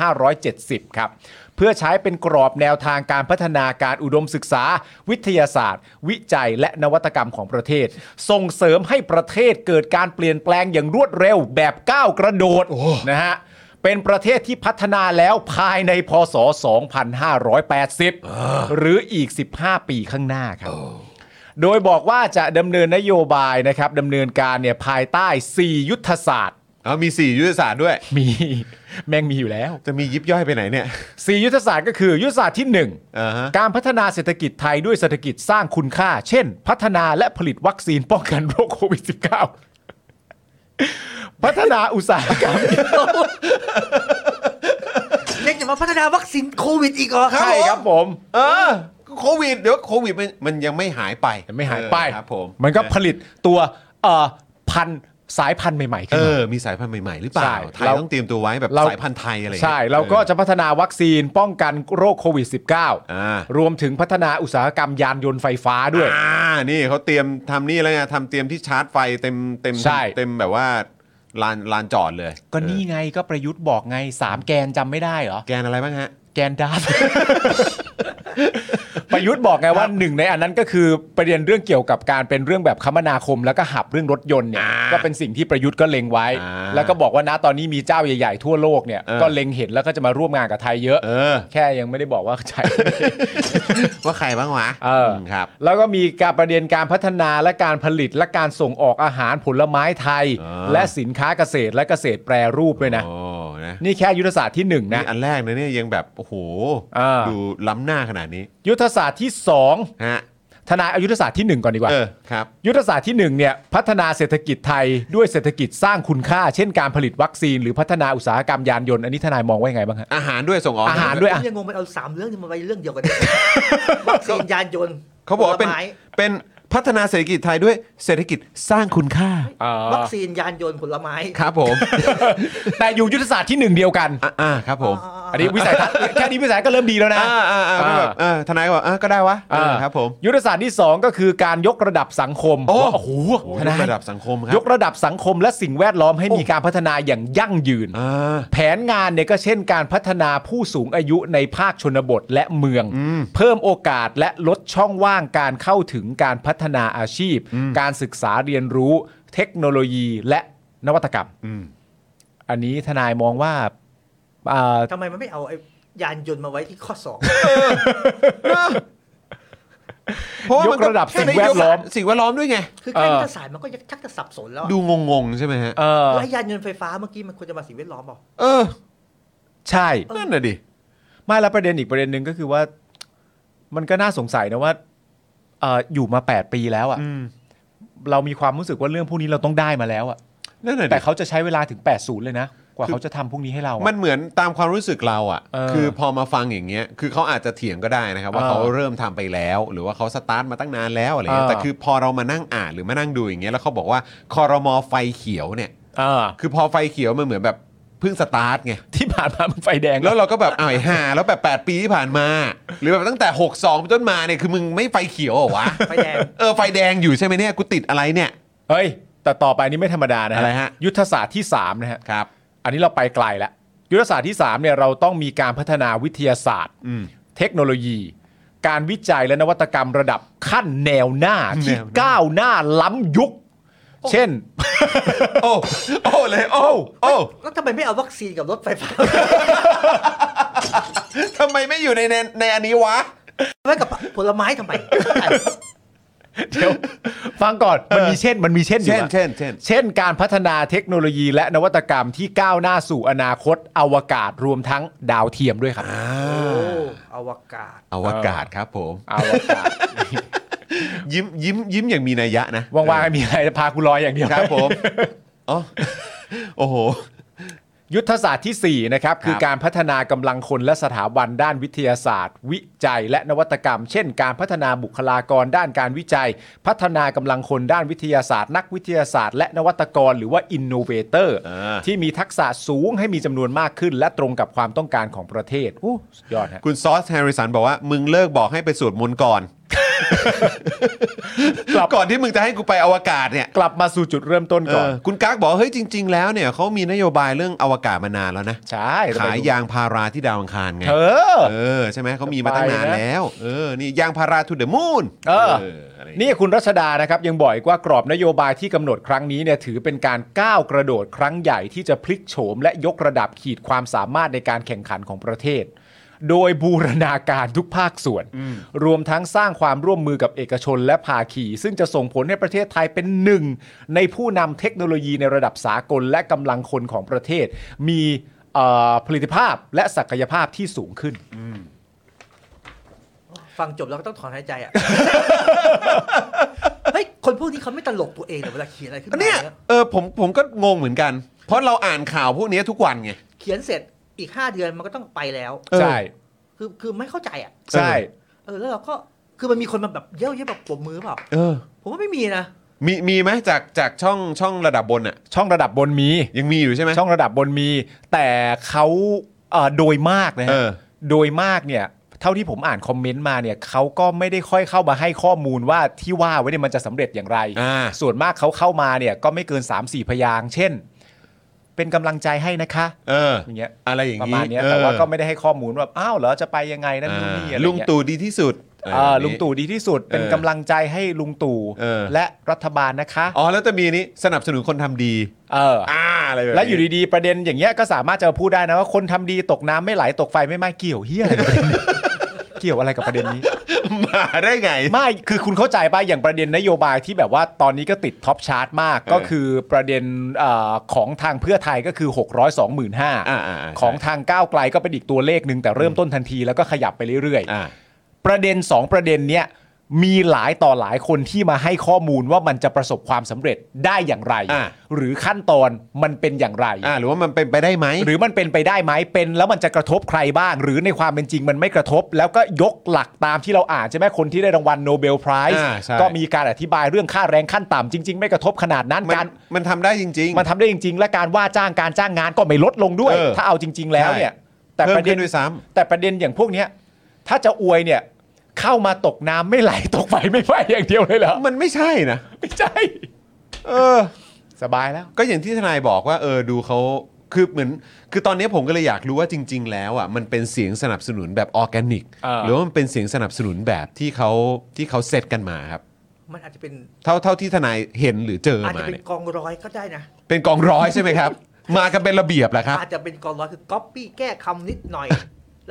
Speaker 3: 2570 ครับ เพื่อใช้เป็นกรอบแนวทางการพัฒนาการอุดมศึกษา วิทยาศาสตร์ วิจัยและนวัตกรรมของประเทศ ส่งเสริมให้ประเทศเกิดการเปลี่ยนแปลงอย่างรวดเร็วแบบก้าวกระโดดนะฮะ เป็นประเทศที่พัฒนาแล้วภายในพศ 2580 หรืออีก 15 ปีข้างหน้าครับ โดยบอกว่าจะดำเนินนโยบายนะครับดำเนินการเนี่ยภายใต้ 4 ยุทธศาสตร์
Speaker 4: เอามี 4 ยุทธศาสตร์ด้วย
Speaker 3: มี แม่งมีอยู่แล้ว
Speaker 4: จะมียิบย่อยไปไหนเนี่ย
Speaker 3: 4 ยุทธศาสตร์ก็คือยุทธศาสตร์ที่ 1
Speaker 4: อ่าฮะ
Speaker 3: การพัฒนาเศรษฐกิจไทยด้วยเศรษฐกิจสร้างคุณค่า เช่น พัฒนาและผลิตวัคซีนป้องกันโรคโควิด -19 พัฒนาอุตสาหกรรม
Speaker 6: เล่นจะมาพัฒนาวัคซีนโควิดอีกเหรอ
Speaker 3: ใช่ครับผม
Speaker 4: เออโควิดเดี๋ยวโควิดมันมันยังไม่หายไป
Speaker 3: ยังไม่หายไป
Speaker 4: เออครับผม
Speaker 3: นก็ผลิตตัวเอ่อพันธุ์สายพันธุ์ใหม่ ๆ ขึ้
Speaker 4: เอน
Speaker 3: มา
Speaker 4: อ มีสายพันธุ์ใหม่ ๆ หรือเป
Speaker 3: ใช่
Speaker 4: ล่าไทย
Speaker 3: เรา
Speaker 4: ต้องเตรียมตัวไว้แบบ
Speaker 3: เร
Speaker 4: สายพันธุ์ไทยอะไรอย่ง
Speaker 3: ใช่
Speaker 4: งี้ย
Speaker 3: เราก็
Speaker 4: ออ
Speaker 3: จะพัฒนาวัคซีนป้องกันโรคโควิด
Speaker 4: อ่า
Speaker 3: -19 รวมถึงพัฒนาอุตสาหกรรมยานยนต์ไฟฟ้าด้วย
Speaker 4: อ่า นี่เขาเตรียมทำนี่แล้วไงทำเตรียมที่ชาร์จไฟเต็มเต็ม
Speaker 3: ใช่
Speaker 4: เต็มแบบว่าลานลานจอดเลย
Speaker 3: ก็นี่ไงก็ประยุทธ์บอกไง 3 แกนจำไม่ได้เหรอ
Speaker 4: แกนอะไรบ้างฮะ
Speaker 3: แกนดาร์ ประยุทธ์บอกไงว่าหนึ่งในอันนั้นก็คือประเด็นเรื่องเกี่ยวกับการเป็นเรื่องแบบคมนาคม แล้วก็หับเรื่องรถยนต์เนี่ย
Speaker 4: อ่า
Speaker 3: ก็เป็นสิ่งที่ประยุทธ์ก็เล็งไว้
Speaker 4: อ่า
Speaker 3: แล้วก็บอกว่านะตอนนี้มีเจ้าใหญ่ๆทั่วโลกเนี่ย
Speaker 4: เออ
Speaker 3: ก็เล็งเห็นแล้วก็จะมาร่วมงานกับไทยเยอะ
Speaker 4: เออ
Speaker 3: แค่ยังไม่ได้บอกว่าใช่
Speaker 4: ว่าใครบ้างวะ
Speaker 3: เออ
Speaker 4: มครับ
Speaker 3: แล้วก็มีการประเด็นการพัฒนาและการผลิตและการส่งออกอาหารผลไม้ไทย
Speaker 4: อ่า
Speaker 3: และสินค้าเกษตรและเกษตรแปรรูปด้วยนะ
Speaker 4: โอ้นะ
Speaker 3: นี่แค่ยุทธศาสตร์ที่หนึ่ง
Speaker 4: นี่
Speaker 3: นะ
Speaker 4: อันแรกนะเนี่ยยังแบบโอ้โห
Speaker 3: อ่า
Speaker 4: ดูล้ำหน้าขนาดนี้
Speaker 3: ยุทธศาสตร์ที่สอง
Speaker 4: ฮะ
Speaker 3: ทนายเอายุทธศาสตร์ที่หนึ่งก่อนดีกว่า
Speaker 4: เออครับ
Speaker 3: ยุทธศาสตร์ที่หนึ่งเนี่ยพัฒนาเศรษฐกิจไทยด้วยเศรษฐกิจสร้างคุณค่า เช่นการผลิตวัคซีนหรือพัฒนาอุตสาหกรรมยานยนต์อันนี้ทนายมองไว้ไงบ้างฮะ
Speaker 4: อาหารด้วยส่งออก
Speaker 3: อาหารด้วย
Speaker 6: ผ
Speaker 3: อ่ะ
Speaker 6: มยังงงไปเอาสามเรื่องนี้มาไว้เรื่องเดียวกันเนี่ยวัคซีนยานยนต์
Speaker 4: เขาบอกว่าเป็น
Speaker 6: ผลไม้
Speaker 4: เป็นพัฒนาเศรษฐกิจไทยด้วยเศรษฐกิจสร้างคุณค่า
Speaker 6: วัคซีนยานยนต์ผลไม้
Speaker 4: ครับผม
Speaker 3: แต่อยู่ยุทธศาสตร์ที่หนึ่งเดียวกัน
Speaker 4: อ่ะอ่าครับผม
Speaker 3: อันนี้วิสัยทัศน์แค่นี้วิสัยทัศน์ก็เริ่มดีแล้วนะ
Speaker 4: อ่าอ่าอ่าก็แบบเออทนายก็บอกอ่าก็ได้วะเออครับผม
Speaker 3: ยุทธศาสตร์ที่ 2 ก็คือการยกระดับสังคม
Speaker 4: โอ้
Speaker 3: ว่า
Speaker 4: โห
Speaker 3: ทนาย
Speaker 4: ระดับสังคมครับ
Speaker 3: ยกระดับสังคมและสิ่งแวดล้อมให้มีการพัฒนาอย่างยั่งยืน
Speaker 4: อ่า
Speaker 3: แผนงานเนี่ยก็เช่นการพัฒนาผู้สูงอายุในภาคชนบทและเมือง เพิ่มโอกาสและลดช่องว่างการเข้าถึงการพัฒนาอาชีพ การศึกษาเรียนรู้ เทคโนโลยีและนวัตกรรม
Speaker 4: อืม
Speaker 3: อันนี้ทนายมองว่าอ่า
Speaker 6: ทำไมมันไม่เอาไอ้ยานยนต์มาไว้ที่ข้อสอง
Speaker 4: เพราะว่ามัน
Speaker 3: ยกระดับสิ่งแวดล้อม
Speaker 4: สิ่งแวดล้อมด้วยไง
Speaker 6: คือแค่
Speaker 3: เออ
Speaker 6: นิตยสารมันก็ชักจะสับสนแล้วอะ
Speaker 4: ดูงงๆใช่ไหมฮะ
Speaker 3: เออ
Speaker 6: แล้วยานยนต์ไฟฟ้าเมื่อกี้มันควรจะมาสิ่งแวดล้อมเปล่า
Speaker 4: เออ
Speaker 3: ใช่
Speaker 4: นั่นน่ะดิ
Speaker 3: ไม่แล้วประเด็นอีกประเด็นหนึ่งก็คือว่า มันก็น่าสงสัยนะว่าเอ่ออยู่มา 8 ปีแล้ว
Speaker 4: อืม
Speaker 3: อะ่ะเรามีความรู้สึกว่าเรื่องพวกนี้เราต้องได้มาแล้วอะ
Speaker 4: นั่นน่ะ
Speaker 3: ่ะแต่
Speaker 4: ดิ
Speaker 3: เขาจะใช้เวลาถึง 80 เลยนะ กว่าเขาจะทำพวกนี้ให้เราอะ
Speaker 4: มันเหมือนตามความรู้สึกเราอ่ะ
Speaker 3: เออ
Speaker 4: คือพอมาฟังอย่างเงี้ย คือเขาอาจจะเถียงก็ได้นะครับ ว่า
Speaker 3: เออ
Speaker 4: เขาเริ่มทำไปแล้ว หรือว่าเขาสตาร์ทมาตั้งนานแล้วอะไรเงี้ย
Speaker 3: เออ
Speaker 4: แต่คือพอเรามานั่งอ่านหรือมานั่งดูอย่างเงี้ย แล้วเขาบอกว่าคอรมอไฟเขียวเนี่ย
Speaker 3: เออ
Speaker 4: คือพอไฟเขียวมันเหมือนแบบเพิ่งสตาร์ท ไง
Speaker 3: ที่ผ่านมามันไฟแดง
Speaker 4: แล้วเราก็แบบอ้าวไอ้ห่าแล้วแบบ 8 ปีที่ผ่านมา หรือแบบตั้งแต่ 62เป็นต้นมาเนี่ย คือมึงไม่ไฟเขียวเหรอ วะ
Speaker 6: ไฟแดง
Speaker 4: เออ ไฟแดงอยู่ใช่ไหมเนี่ย กูติดอะไรเนี่ย
Speaker 3: เฮ้ย แต่ต่อไปนี้ไม่ธรรมดานะ
Speaker 4: อะไรฮะ
Speaker 3: ยุทธศาสตร์ที่ 3 นะฮะ
Speaker 4: ครับ
Speaker 3: อันนี้เราไปไกลแล้วยุทธศาสตร์ที่3เนี่ยเราต้องมีการพัฒนาวิทยาศาสตร์
Speaker 4: อืม
Speaker 3: เทคโนโลยี การวิจัยและนวัตกรรมระดับขั้นแนวหน้าที่
Speaker 4: แนวหน้า
Speaker 3: ก้าวหน้าล้ำยุค เช่น
Speaker 4: โอ้ โอ้เลย โอ้ โอ้
Speaker 6: แล้วทำไมไม่เอาวัคซีนกับรถไฟฟ้า
Speaker 4: ทำไมไม่อยู่ในในในอันนี้วะ
Speaker 6: ไว้กับผลไม้ทำไม
Speaker 3: เดี๋ยวฟังก่อน มันมีเช่นมันมีเช่นอยู่
Speaker 4: เช่น
Speaker 3: อะ
Speaker 4: เช่นเช่น
Speaker 3: เช่นการพัฒนาเทคโนโลยีและนวัตกรรมที่ก้าวหน้าสู่อนาคต อวกาศรวมทั้งดาวเทียมด้วยครับ
Speaker 6: โอ้อวกาศ
Speaker 4: อวกาศครับผม
Speaker 3: อวกาศ
Speaker 4: ยิ้มยิ้มยิ้มอย่างมีนัยยะนะ
Speaker 3: ว่างๆให้มีอะไรพากูลอยอย่างเดียว
Speaker 4: ครับผมอ๋อโอ้โห
Speaker 3: ยุทธศาสตร์ทีสี่4นะครับ คือ
Speaker 4: ครับ
Speaker 3: การพัฒนากำลังคนและสถาบันด้านวิทยาศาสตร์ วิจัยและนวัตกรรม เช่น การพัฒนาบุคลากรด้านการวิจัย พัฒนากำลังคนด้านวิทยาศาสตร์ นักวิทยาศาสตร์และนวัตกรหรือว่าอินโนเวเตอร์
Speaker 4: อ่า
Speaker 3: ที่มีทักษะสูงให้มีจำนวนมากขึ้น และตรงกับความต้องการของประเทศอู้สุดยอดฮะ
Speaker 4: คุณซอสแฮร์ริสันบอกว่า มึงเลิกบอกให้ไปสวดมนต์ก่อน
Speaker 3: กลับ
Speaker 4: ก่อนที่มึงจะให้กูไปอวกาศเนี่ย
Speaker 3: กลับมาสู่จุดเริ่มต้น
Speaker 4: เอ
Speaker 3: ก่อน
Speaker 4: อคุณกั๊กบอกว่าเฮ้ยจริง ๆ แล้วเนี่ยเขามีนโยบายเรื่องอวกาศมานานแล้วนะ
Speaker 3: ใช่
Speaker 4: ขายยางพาราที่ดาวอังคารไง
Speaker 3: เออ
Speaker 4: เออ ใช่ไหมเขามีมาตั้งนานแล้ว เออ นี่ยางพาราทูเดอะมูน
Speaker 3: เออ
Speaker 4: อะไร
Speaker 3: นี่คุณรัชดานะครับยังบอกอีกว่ากรอบนโยบายที่กำหนดครั้งนี้เนี่ยถือเป็นการก้าวกระโดดครั้งใหญ่ที่จะพลิกโฉมและยกระดับขีดความสามารถในการแข่งขันของประเทศ โดยบูรณาการทุกภาคส่วน รวมทั้งสร้างความร่วมมือกับเอกชนและภาคี ซึ่งจะส่งผลให้ประเทศไทยเป็นหนึ่ง ในผู้นำเทคโนโลยีในระดับสากลและกำลังคนของประเทศ มีเอ่อผลิตภาพและศักยภาพที่สูงขึ้น
Speaker 6: ฟังจบแล้วก็ต้องถอนหายใจ อ่ะ เฮ้ย คนพวกนี้เขาไม่ตลกตัวเองเหรอเวลาเขียนอะไรขึ้นมา
Speaker 4: เนี่ย
Speaker 6: เนี่ย
Speaker 4: เออ ผม ผมก็งงเหมือนกัน เพราะเราอ่านข่าวพวกนี้ทุกวันไง
Speaker 6: เขียนเสร็จอีกห้าเดือนมันก็ต้องไปแล้ว
Speaker 4: เออ
Speaker 3: ใช่
Speaker 6: คือคือไม่เข้าใจอ่ะ
Speaker 3: ใช่
Speaker 6: เออแล้วเราก็คือมันมีคนมาแบบเย้ยเย้ยแบบปมมือเปล่า
Speaker 4: เออ
Speaker 6: ผมว่าไม่มีนะ
Speaker 4: มี มีไหมจาก จากช่อง ช่องระดับบนอะ
Speaker 3: ช่องระดับบนมี
Speaker 4: ยังมีอยู่ใช่ไหม
Speaker 3: ช่องระดับบนมี แต่เขาเอ่อโดยมากนะ
Speaker 4: เอ
Speaker 3: ฮะ
Speaker 4: อ
Speaker 3: โดยมากเนี่ย เท่าที่ผมอ่านคอมเมนต์มาเนี่ยเขาก็ไม่ได้ค่อยเข้ามาให้ข้อมูลว่าที่ว่าไว้เนี่ยมันจะสำเร็จอย่างไร
Speaker 4: อ่า
Speaker 3: ส่วนมากเขาเข้ามาเนี่ยก็ไม่เกิน 3-4 พยางค์เช่น เป็นกำลังใจให้นะคะ
Speaker 4: เออ
Speaker 3: อย่างเงี้ย
Speaker 4: อะไรอย่าง
Speaker 3: ป
Speaker 4: งี้
Speaker 3: ระมาณเนี้ยแต่ว่าก็ไม่ได้ให้ข้อมูลว่าอ้าวเหรอจะไปยังไงนั่นนู่นนี่อะไร
Speaker 4: อ่าลุง
Speaker 3: เงี้ย
Speaker 4: ตู่ดีที่สุด
Speaker 3: เออ
Speaker 4: แบบนี้
Speaker 3: ลุงตู่ดีที่สุดเป็นกำลังใจให้ลุงตู่
Speaker 4: เออ
Speaker 3: และรัฐบาลนะคะ
Speaker 4: อ๋อแล้วจะมีนี้สนับสนุนคนทำดี
Speaker 3: เออ
Speaker 4: อ่าอะไรแบบนี้
Speaker 3: และอยู่ดีๆ ประเด็นอย่างเงี้ยก็สามารถจะมาพูดได้นะว่าคนทำดีตกน้ำไม่ไหลตกไฟไม่ไหม้เกี่ยวเฮียอะไรกับ ประเด็นนี้ เกี่ยวอะไรกับประเด็นนี้
Speaker 4: มาได้ไง
Speaker 3: ไม่คือคุณเข้าใจป่ะอย่างประเด็นนโยบายที่แบบว่าตอนนี้ก็ติดท็อปชาร์ตมาก ก็คือประเด็นเอ่อของทางเพื่อไทยก็คือ 6 2 5 0 0
Speaker 4: อ่าๆๆ
Speaker 3: 0ของทางก้าวไกลก็เป็นอีกตัวเลขหนึ่งแต่เริ่มต้นทันทีแล้วก็ขยับไปเรื่อยๆ
Speaker 4: อ่า
Speaker 3: ประเด็น 2 ประเด็นเนี้ยมีหลายต่อหลายคนที่มาให้ข้อมูลว่ามันจะประสบความสำเร็จได้อย่างไร
Speaker 4: อ่ะ
Speaker 3: หรือขั้นตอนมันเป็นอย่างไร
Speaker 4: อ่าหรือว่ามันเป็นไปได้ไหม
Speaker 3: หรือมันเป็นไปได้ไหมเป็นแล้วมันจะกระทบใครบ้าง หรือในความเป็นจริงมันไม่กระทบ แล้วก็ยกหลักตามที่เราอ่านใช่ไหมคนที่ได้รางวัลโนเบลไพรส์
Speaker 4: อ่าใช่
Speaker 3: ก็มีการอธิบายเรื่องค่าแรงขั้นต่ำจริง ๆ ไม่กระทบขนาดนั้น
Speaker 4: มัน
Speaker 3: การ
Speaker 4: มันทำได้จริง
Speaker 3: มันทำได้จริง ๆ และการว่าจ้างการจ้างงานก็ไม่ลดลงด้วย
Speaker 4: เออ
Speaker 3: ถ้าเอาจริง ๆ แล้วเนี่ย
Speaker 4: ใช่
Speaker 3: แต่
Speaker 4: เพิ่
Speaker 3: ป
Speaker 4: ม
Speaker 3: ระเด็
Speaker 4: ขึ้
Speaker 3: น
Speaker 4: นด้วยซ้
Speaker 3: แต่ประเด็นอย่างพวกเนี้ยถ้าจะอวยเนี่ยเข้ามาตกน้ำไม่ไหลตกไฟไม่ไหม้อย่างเดียวเลยเหรอ
Speaker 4: ำมันไม่ใช่นะ
Speaker 3: ไม่ใช่
Speaker 4: เออ
Speaker 3: สบายแล้ว
Speaker 4: ก็อย่างที่ทนายบอกว่าเออดูเขาคือเหมือน คือตอนนี้ผมก็เลยอยากรู้ว่าจริง ๆ แล้วอ่ะมันเป็นเสียงสนับสนุนแบบออร์แกนิก
Speaker 3: เออ
Speaker 4: หรือว่ามันเป็นเสียงสนับสนุนแบบที่เขาที่เขาเซตกันมาครับ
Speaker 6: มันอาจจะเป็น
Speaker 4: เท่าเท่าที่ทนายเห็นหรือเจอ
Speaker 6: อาจจะ
Speaker 4: มา
Speaker 6: เป็น
Speaker 4: เนี่ย
Speaker 6: กองร้อยก็ได้นะ
Speaker 4: เป็นกองร้อยใช่ไหมครับ มากันเป็นระเบียบแหละครับ
Speaker 6: อาจจะเป็นกองร้อยคือก๊อปปี้แก้คำนิดหน่อย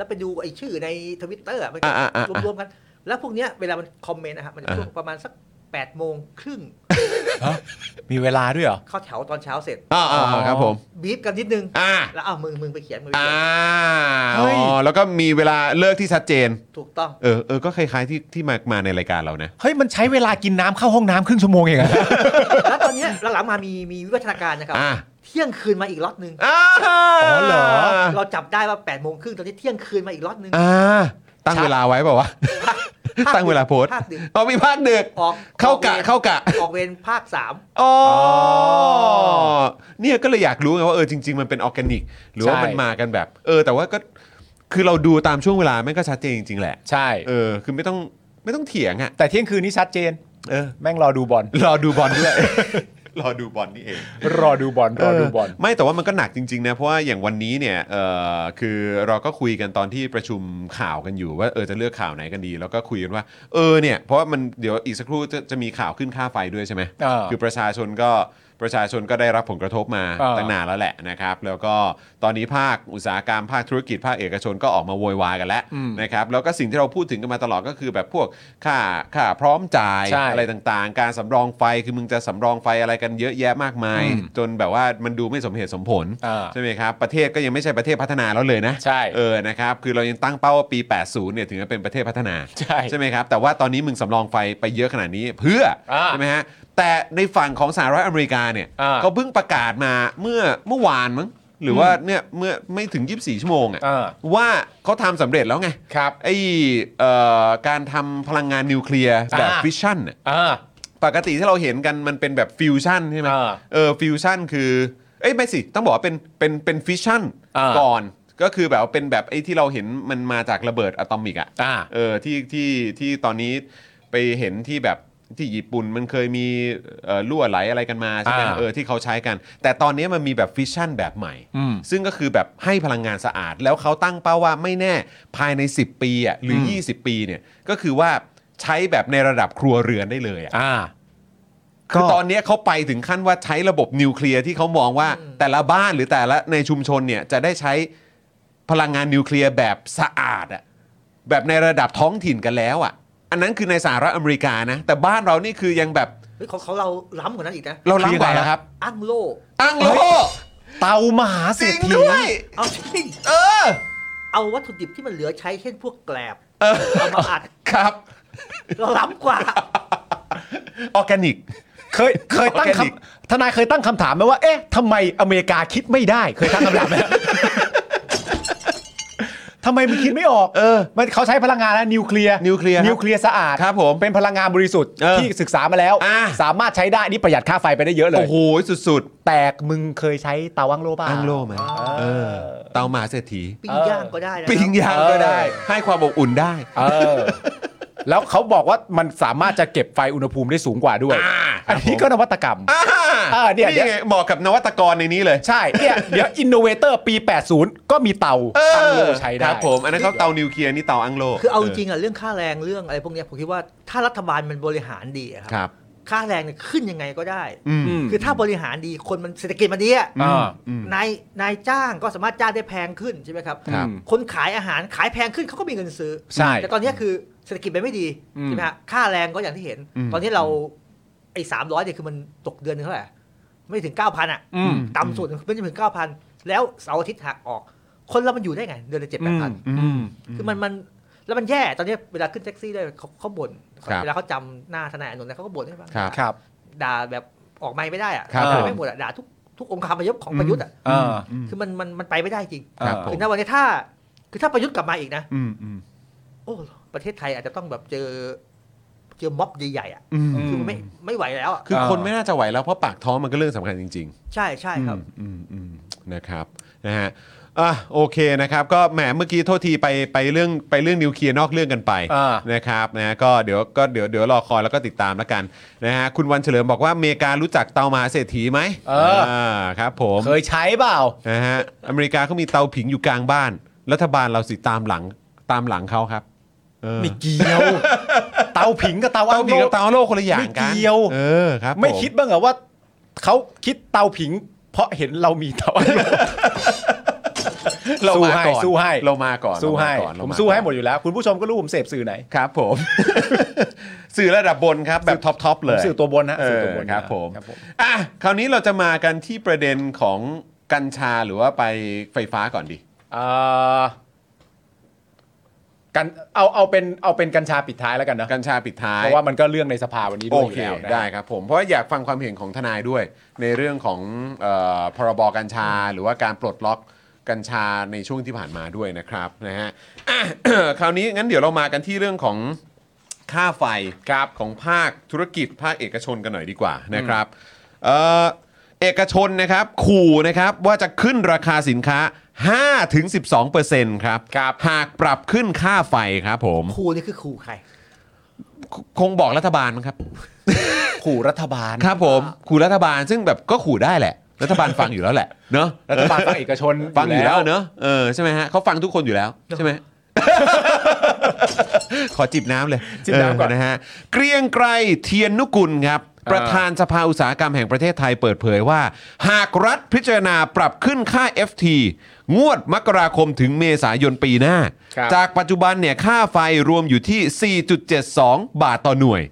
Speaker 6: แล้วไปดูไอ้ชื่อในทวิตเตอร์มันก็
Speaker 4: อ่าอ่าอ่าร
Speaker 6: วมๆกัน แล้วพวกเนี้ยเวลามันคอมเมนต์นะครับมันจะ
Speaker 4: อ่า
Speaker 6: ช่วงประมาณสัก8ปดโมงครึ่ง
Speaker 3: มีเวลาด้วยเหรอ
Speaker 6: เข้าแถวตอนเช้าเสร็จ
Speaker 4: อ่าอ่าอ่าครับผม
Speaker 6: บีฟกันนิดนึง
Speaker 4: อ่า
Speaker 6: แล้วเอามึงมึงไปเขียนมึงไป
Speaker 4: อ่า
Speaker 6: เขียน
Speaker 3: เฮ้
Speaker 4: อ๋
Speaker 3: ย
Speaker 4: อแล้วก็มีเวลาเลิกที่ชัดเจน
Speaker 6: ถูกต้อง
Speaker 4: เออเออก็คล้ายๆที่ที่มามาในรายการเรานะ
Speaker 3: เฮ้ยมันใช้เวลากินน้ำเข้าห้องน้ำครึ่งชั่วโมงเองอะ
Speaker 6: แล้วตอนเนี้ยหลังๆมามีมีวิวัฒนาการนะครับ
Speaker 4: อ่า
Speaker 6: เที่ยงคืนมาอีกล็อตหนึ่ง
Speaker 4: อ๋
Speaker 3: อเหรอ
Speaker 6: เราจับได้ว่า8ปดโมงครึ่งตอนนี้เที่ยงคืนมาอีกล็อตหนึ่ง
Speaker 4: อ่าตั้งเวลาไว้เปล่าวะ
Speaker 6: ภาค
Speaker 4: ตั้งเวลาโพสต์
Speaker 6: ภาคดึก
Speaker 4: เอามีภาคดึก
Speaker 6: ออก
Speaker 4: เข้ากะ
Speaker 6: ออวร
Speaker 4: เข้ากะ
Speaker 6: ออกเวรภาคสาม
Speaker 4: อ๋อ เนี่ยก็เลยอยากรู้ไงว่าเออจริง ๆ มันเป็นออร์แกนิก หรือว่า
Speaker 3: ใช่
Speaker 4: มันมากันแบบ เออ แต่ว่าก็คือเราดูตามช่วงเวลามันก็ชัดเจนจริง ๆ แหละ
Speaker 3: ใช่
Speaker 4: เออ คือไม่ต้องไม่ต้องเถียงอ่ะ
Speaker 3: แต่เที่ยงคืนนี้ชัดเจน
Speaker 4: เออ
Speaker 3: แม่งรอดูบอล
Speaker 4: รอดูบอลด้วย รอดูบอลนี่เอง
Speaker 3: รอดูบอล รอดูบอล
Speaker 4: เไม่แต่ว่ามันก็หนักจริงๆนะเพราะว่าอย่างวันนี้เนี่ยเอ่อคือเราก็คุยกันตอนที่ประชุมข่าวกันอยู่ว่าเออจะเลือกข่าวไหนกันดี แล้วก็คุยกันว่าเออเนี่ยเพราะว่ามันเดี๋ยวอีกสักครู่จะจะมีข่าวขึ้นค่าไฟด้วยใช่ไหม
Speaker 3: เออ
Speaker 4: คือประชาชนก็ประชาชนก็ได้รับผลกระทบมา
Speaker 3: เออ
Speaker 4: ตั้งนานแล้วแหละนะครับ แล้วก็ตอนนี้ภาคอุตสาหกรรมภาคธุรกิจภาคเอกชนก็ออกมาโวยวายกันแล้วนะครับแล้วก็สิ่งที่เราพูดถึงกันมาตลอดก็คือแบบพวกค่าค่าพร้อมจ่าย
Speaker 3: ใช่
Speaker 4: อะไรต่างๆ การสำรองไฟคือมึงจะสำรองไฟอะไรกันเยอะแยะมากมาย จนแบบว่ามันดูไม่สมเหตุสมผล
Speaker 3: อ่า
Speaker 4: ใช่ไหมครับ ประเทศก็ยังไม่ใช่ประเทศพัฒนาแล้วเลยนะ
Speaker 3: ใช่
Speaker 4: เออนะครับคือเรายังตั้งเป้าว่าปี 80เนี่ยถึงจะเป็นประเทศพัฒนา
Speaker 3: ใช่
Speaker 4: ไหมครับแต่ว่าตอนนี้มึงสำรองไฟไปเยอะขนาดนี้เพื่ออาใช่ไหมฮะแต่ในฝั่งของสหรัฐอเมริกาเนี่ย
Speaker 3: อ่า
Speaker 4: เขาเพิ่งประกาศมาเมื่อเมื่อวานมั้งหรือว่าเนี่ยเมื่อไม่ถึง 24 ชั่วโมงอะ
Speaker 3: อ่า
Speaker 4: ว่าเขาทำสำเร็จแล้วไง
Speaker 3: ครับ
Speaker 4: ไอเอ่อการทำพลังงานนิวเคลียร์แบบ
Speaker 3: อ่า
Speaker 4: ฟิชชั่นอะ
Speaker 3: อ่า
Speaker 4: ปกติที่เราเห็นกันมันเป็นแบบฟิวชั่นใช่ไหม
Speaker 3: อ่า
Speaker 4: เออฟิวชั่นคือเอ้ยไม่สิ ต้องบอกว่าเป็นเป็นเป็นฟิชชั่น
Speaker 3: อ่า
Speaker 4: ก่อนก็คือแบบว่าเป็นแบบไอ้ที่เราเห็นมันมาจากระเบิดอะตอมิกอ่ะ
Speaker 3: อ่า
Speaker 4: เออที่ที่ที่ตอนนี้ไปเห็นที่แบบที่ญี่ปุ่นมันเคยมีเอ่อรั่วไหลอะไรกันมาใช่ไหม
Speaker 3: อ่า
Speaker 4: เออที่เขาใช้กัน แต่ตอนนี้มันมีแบบฟิชชั่นแบบใหม่
Speaker 3: อืม
Speaker 4: ซึ่งก็คือแบบให้พลังงานสะอาด แล้วเขาตั้งเป้าว่าไม่แน่ภายใน 10 ปีอ่ะหรืออ
Speaker 3: ม
Speaker 4: ยี่สิบปีเนี่ยก็คือว่าใช้แบบในระดับครัวเรือนได้เลยอ่ะ
Speaker 3: อ่า
Speaker 4: คือตอนเนี้ยเขาไปถึงขั้นว่าใช้ระบบนิวเคลียร์ที่เขามองว่าแต่ละบ้านหรือแต่ละในชุมชนเนี่ยจะได้ใช้พลังงานนิวเคลียร์แบบสะอาดอะแบบในระดับท้องถิ่นกันแล้วอะอันนั้นคือในสหรัฐอเมริกานะ แต่บ้านเรานี่คือยังแบบ
Speaker 6: เฮ้ยของเขาเราล้ำกว่านั้นอีกนะ
Speaker 4: เราล้ำกว่า
Speaker 3: คือยังไงอะ
Speaker 4: นะครับ
Speaker 6: อั้งโล
Speaker 4: อังโล
Speaker 3: เตามหาเศ
Speaker 4: จ
Speaker 3: ร
Speaker 4: ริ
Speaker 3: ษ
Speaker 4: ง
Speaker 3: ฐี
Speaker 4: ด้วย
Speaker 6: เอาจริง
Speaker 4: เออ
Speaker 6: เอาวัตถุดิบที่มันเหลือใช้เช่นพวกแกลบ
Speaker 4: เออ
Speaker 6: เอามาอัด
Speaker 4: ครับ
Speaker 6: เราล้ำกว่า
Speaker 4: ออร์แกนิก
Speaker 3: เคยเคยตั้ง
Speaker 4: ออร์แกนิก
Speaker 3: คำทนายเคยตั้งคำถามไหมว่า เอ๊ะทำไมอเมริกาคิดไม่ได้ เคยตั้งคำถามไหม ทำไมมันคิดไม่ออก
Speaker 4: เออ
Speaker 3: มันเขาใช้พลังงานนะนิวเคลียร์
Speaker 4: นิวเคลียร์
Speaker 3: นิวเคลียร์สะอาด
Speaker 4: ครับผม
Speaker 3: เป็นพลังงานบริสุทธิ์
Speaker 4: เออ
Speaker 3: ที่ศึกษามาแล้ว
Speaker 4: อ่า
Speaker 3: สามารถใช้ได้นี่ประหยัดค่าไฟไปได้เยอะเลย
Speaker 4: โอ้โหสุด
Speaker 3: แต่มึงเคยใช้เตาอั้งโล
Speaker 4: ๆ
Speaker 3: บ้า
Speaker 4: อังโลไหมเออ เตาหมาเศรษฐี
Speaker 6: ปิ้งย่างก็ได้นะ
Speaker 4: ปิ้งยางก็ได้ ให้ความอบอุ่นได้
Speaker 3: เออ แล้วเขาบอกว่ามันสามารถจะเก็บไฟอุณหภูมิได้สูงกว่าด้วย
Speaker 4: อ่า
Speaker 3: อันนี้ก็นวัตกรรม
Speaker 4: อ่า
Speaker 3: อ่าเนี่ย
Speaker 4: นี่ไงเหมาะกับนวัตกรในนี้เลย
Speaker 3: ใช่เนี่ยเดี๋ยวอินโนเวเตอร์ปี 80 ก็มีเตาตั้งโลใช้ได้
Speaker 4: ครับผม อันนั้นเขาเตานิวเคลียร์นี่เตาอังโล
Speaker 6: คือเอาจริงๆอะเรื่องค่าแรงเรื่องอะไรพวกเนี้ยผมคิดว่าถ้ารัฐบาลมันบริหารดีอะค
Speaker 4: ครับ รับ
Speaker 6: ค่าแรงเนี่ยขึ้นยังไงก็ได้
Speaker 4: อืม
Speaker 3: ม
Speaker 6: คือถ้าบริหารดีคนมันเศรษฐกิจมันดีอะ
Speaker 3: อ่า
Speaker 4: อืม
Speaker 6: นายนายจ้างก็สามารถจ้างได้แพงขึ้นใช่ไหมครับ
Speaker 4: ครับ
Speaker 6: คนขายอาหารขายแพงขึ้นเขาก็มีเงินซื้อ
Speaker 3: ใช่
Speaker 6: แต่ตอนเนี้ยคือเศรษฐกิจมันไม่ดี
Speaker 3: อืม
Speaker 6: ใช่ไหมฮะค่าแรงก็อย่างที่เห็น
Speaker 4: อืม
Speaker 6: ตอนนี้เราไอ้สามร้อยเนี่ยคือมันตกเดือนนึงเท่าไหร่ไม่ถึงเก้าพันอ่ะ
Speaker 3: อืม
Speaker 6: ต่ำสุดไม่ถึงเก้าพันแล้วเสาร์อาทิตย์หักออก คนเรามันอยู่ได้ไง เดือนละเจ็ดแปดพัน
Speaker 4: อืม
Speaker 6: คือมันมันแล้วมันแย่ตอนเนี้ยเวลาขึ้นแท็กซี่ด้วยเขาเขาบ่น
Speaker 4: ครับ
Speaker 6: เวลาเขาจำหน้าทนายอานนท์นะเขาก็บ่นให้ฟัง
Speaker 4: ครับ
Speaker 3: ครับ
Speaker 6: ด่าแบบออกไม่ไม่ได้อะ
Speaker 4: ครับผ
Speaker 6: ด่า
Speaker 4: ม
Speaker 6: ไม่หมดอะด่าทุกทุกองค์คาพยพของประยุทธ์อะ
Speaker 3: อ่า
Speaker 4: อืม
Speaker 6: คือมันมันมันไปไม่ได้จริง
Speaker 4: ครับผ
Speaker 3: โอ้
Speaker 4: ม
Speaker 6: คือณวันนี้ถ้า คือถ้าประยุทธ์กลับมาอีกนะ
Speaker 4: อืมอืม
Speaker 6: โอ้ประเทศไทยอาจจะต้องแบบเจอเจอม็อบใหญ่ๆอ่ะ
Speaker 4: อืม
Speaker 6: คือไม่ไม่ไหวแล้วอะ
Speaker 4: คือคนไม่น่าจะไหวแล้วเพราะปากท้องมันก็เรื่องสำคัญจริง ๆ
Speaker 6: ใช่ใช่ครับ
Speaker 4: อืมอืมอืมนะครับนะฮะอ่ะโอเคนะครับ ก็แหมเมื่อกี้โทษทีไปไปเรื่องไปเรื่องนิวเคลียร์นอกเรื่องกันไป
Speaker 3: อ่า
Speaker 4: นะครับนะก็เดี๋ยวก็เดี๋ยวเดี๋ยวรอคอยแล้วก็ติดตามแล้วกันนะฮะคุณวันเฉลิมบอกว่าอเมริการู้จักเตามหาเศรษฐีไหมอ่าครับผม
Speaker 3: เคยใช้เปล่า
Speaker 4: นะฮะอเมริกาเขามีเตาผิงอยู่กลางบ้าน รัฐบาลเราสิตามหลังตามหลังเขาครับเออ
Speaker 3: ไม่เกี่ยว เตาผิงกับเตา
Speaker 4: เตา
Speaker 3: อ้าง
Speaker 4: ผิ
Speaker 3: โล
Speaker 4: งกั
Speaker 3: ก
Speaker 4: บเตาโลกคนละอย่างกั
Speaker 3: ไม่
Speaker 4: น
Speaker 3: เกี่ยว
Speaker 4: เออครับ
Speaker 3: ไม่
Speaker 4: ผ
Speaker 3: คิดบ้างเหรอว่าเขาคิดเตาผิง เพราะเห็นเรามีเตาอ้างโลก
Speaker 4: เรา
Speaker 3: สู้
Speaker 4: มา
Speaker 3: ให้
Speaker 4: ก่อน
Speaker 3: สู้ให้
Speaker 4: เรามาก่อน
Speaker 3: สู้ให้
Speaker 4: เราาก่อนเรา
Speaker 3: ผมา สู้ให้
Speaker 4: ก่อน
Speaker 3: หมดอยู่แล้ว คุณผู้ชมก็รู้ผมเสพสื่อไหน
Speaker 4: ครับ ผม สื่อระดับบนครับ แบบท็อปทอปเลย
Speaker 3: สื่อตัวบนนะ
Speaker 4: เอ
Speaker 3: สื่อ
Speaker 4: อ
Speaker 3: ตัวบนนะครับ
Speaker 4: ผม
Speaker 3: ครับผม
Speaker 4: อ่ะคราวนี้เราจะมากันที่ประเด็นของกัญชาหรือว่าไปไฟฟ้าก่อนดี
Speaker 3: เอ่อกันเอาเอาเป็นเอาเป็นกัญชาปิดท้ายแล้วกันเนอะ
Speaker 4: กัญชาปิดท้าย
Speaker 3: เพราะว่ามันก็เรื่องในสภาวันนี้ด้
Speaker 4: โอ
Speaker 3: วยอ
Speaker 4: เค
Speaker 3: ยู่แล้วนะ
Speaker 4: ได้ครับผมเพราะว่าอยากฟังความเห็นของทนายด้วย ในเรื่องของเออพรบกัญชาหรือว่าการปลดล็อกกัญชาในช่วงที่ผ่านมาด้วยนะครับนะฮะ อ่ะ คราวนี้งั้นเดี๋ยวเรามากันที่เรื่องของ ค่าไฟครับของภาคธุรกิจภาคเอกชนกันหน่อยดีกว่านะครับเอ่อเอกชนนะครับขู่นะครับว่าจะขึ้นราคาสินค้า 5-12%ครับครับหากปรับขึ้นค่าไฟครับผม
Speaker 6: ครูนี่คือครูใคร
Speaker 4: คงบอกรัฐบาลมั้งครับ
Speaker 3: ขู่รัฐบาล
Speaker 4: ครับผมขู่รัฐบาลซึ่งแบบก็ขู่ได้แหละ รัฐบาลฟังอยู่แล้วแหละ เนอะ
Speaker 3: รัฐบาลฟังเอกชน
Speaker 4: ฟังอยู่แล้วเนอะเออใช่ไหมฮะเขาฟังทุกคนอยู่แล้วใช่ไหม ขอจิบน้ำเลย
Speaker 3: จิบน้ำก่อน
Speaker 4: เนะฮะเกรียงไกรเทียนนุกุลครับ ประธานสภาอุตสาหกรรมแห่งประเทศไทยเปิดเผยว่า หากรัฐพิจารณาปรับขึ้นค่า FT งวดมกราคมถึงเมษายนปีหน้า
Speaker 3: ครับ
Speaker 4: จากปัจจุบันเนี่ยค่าไฟรวมอยู่ที่ 4.72 บาทต่อหน่วย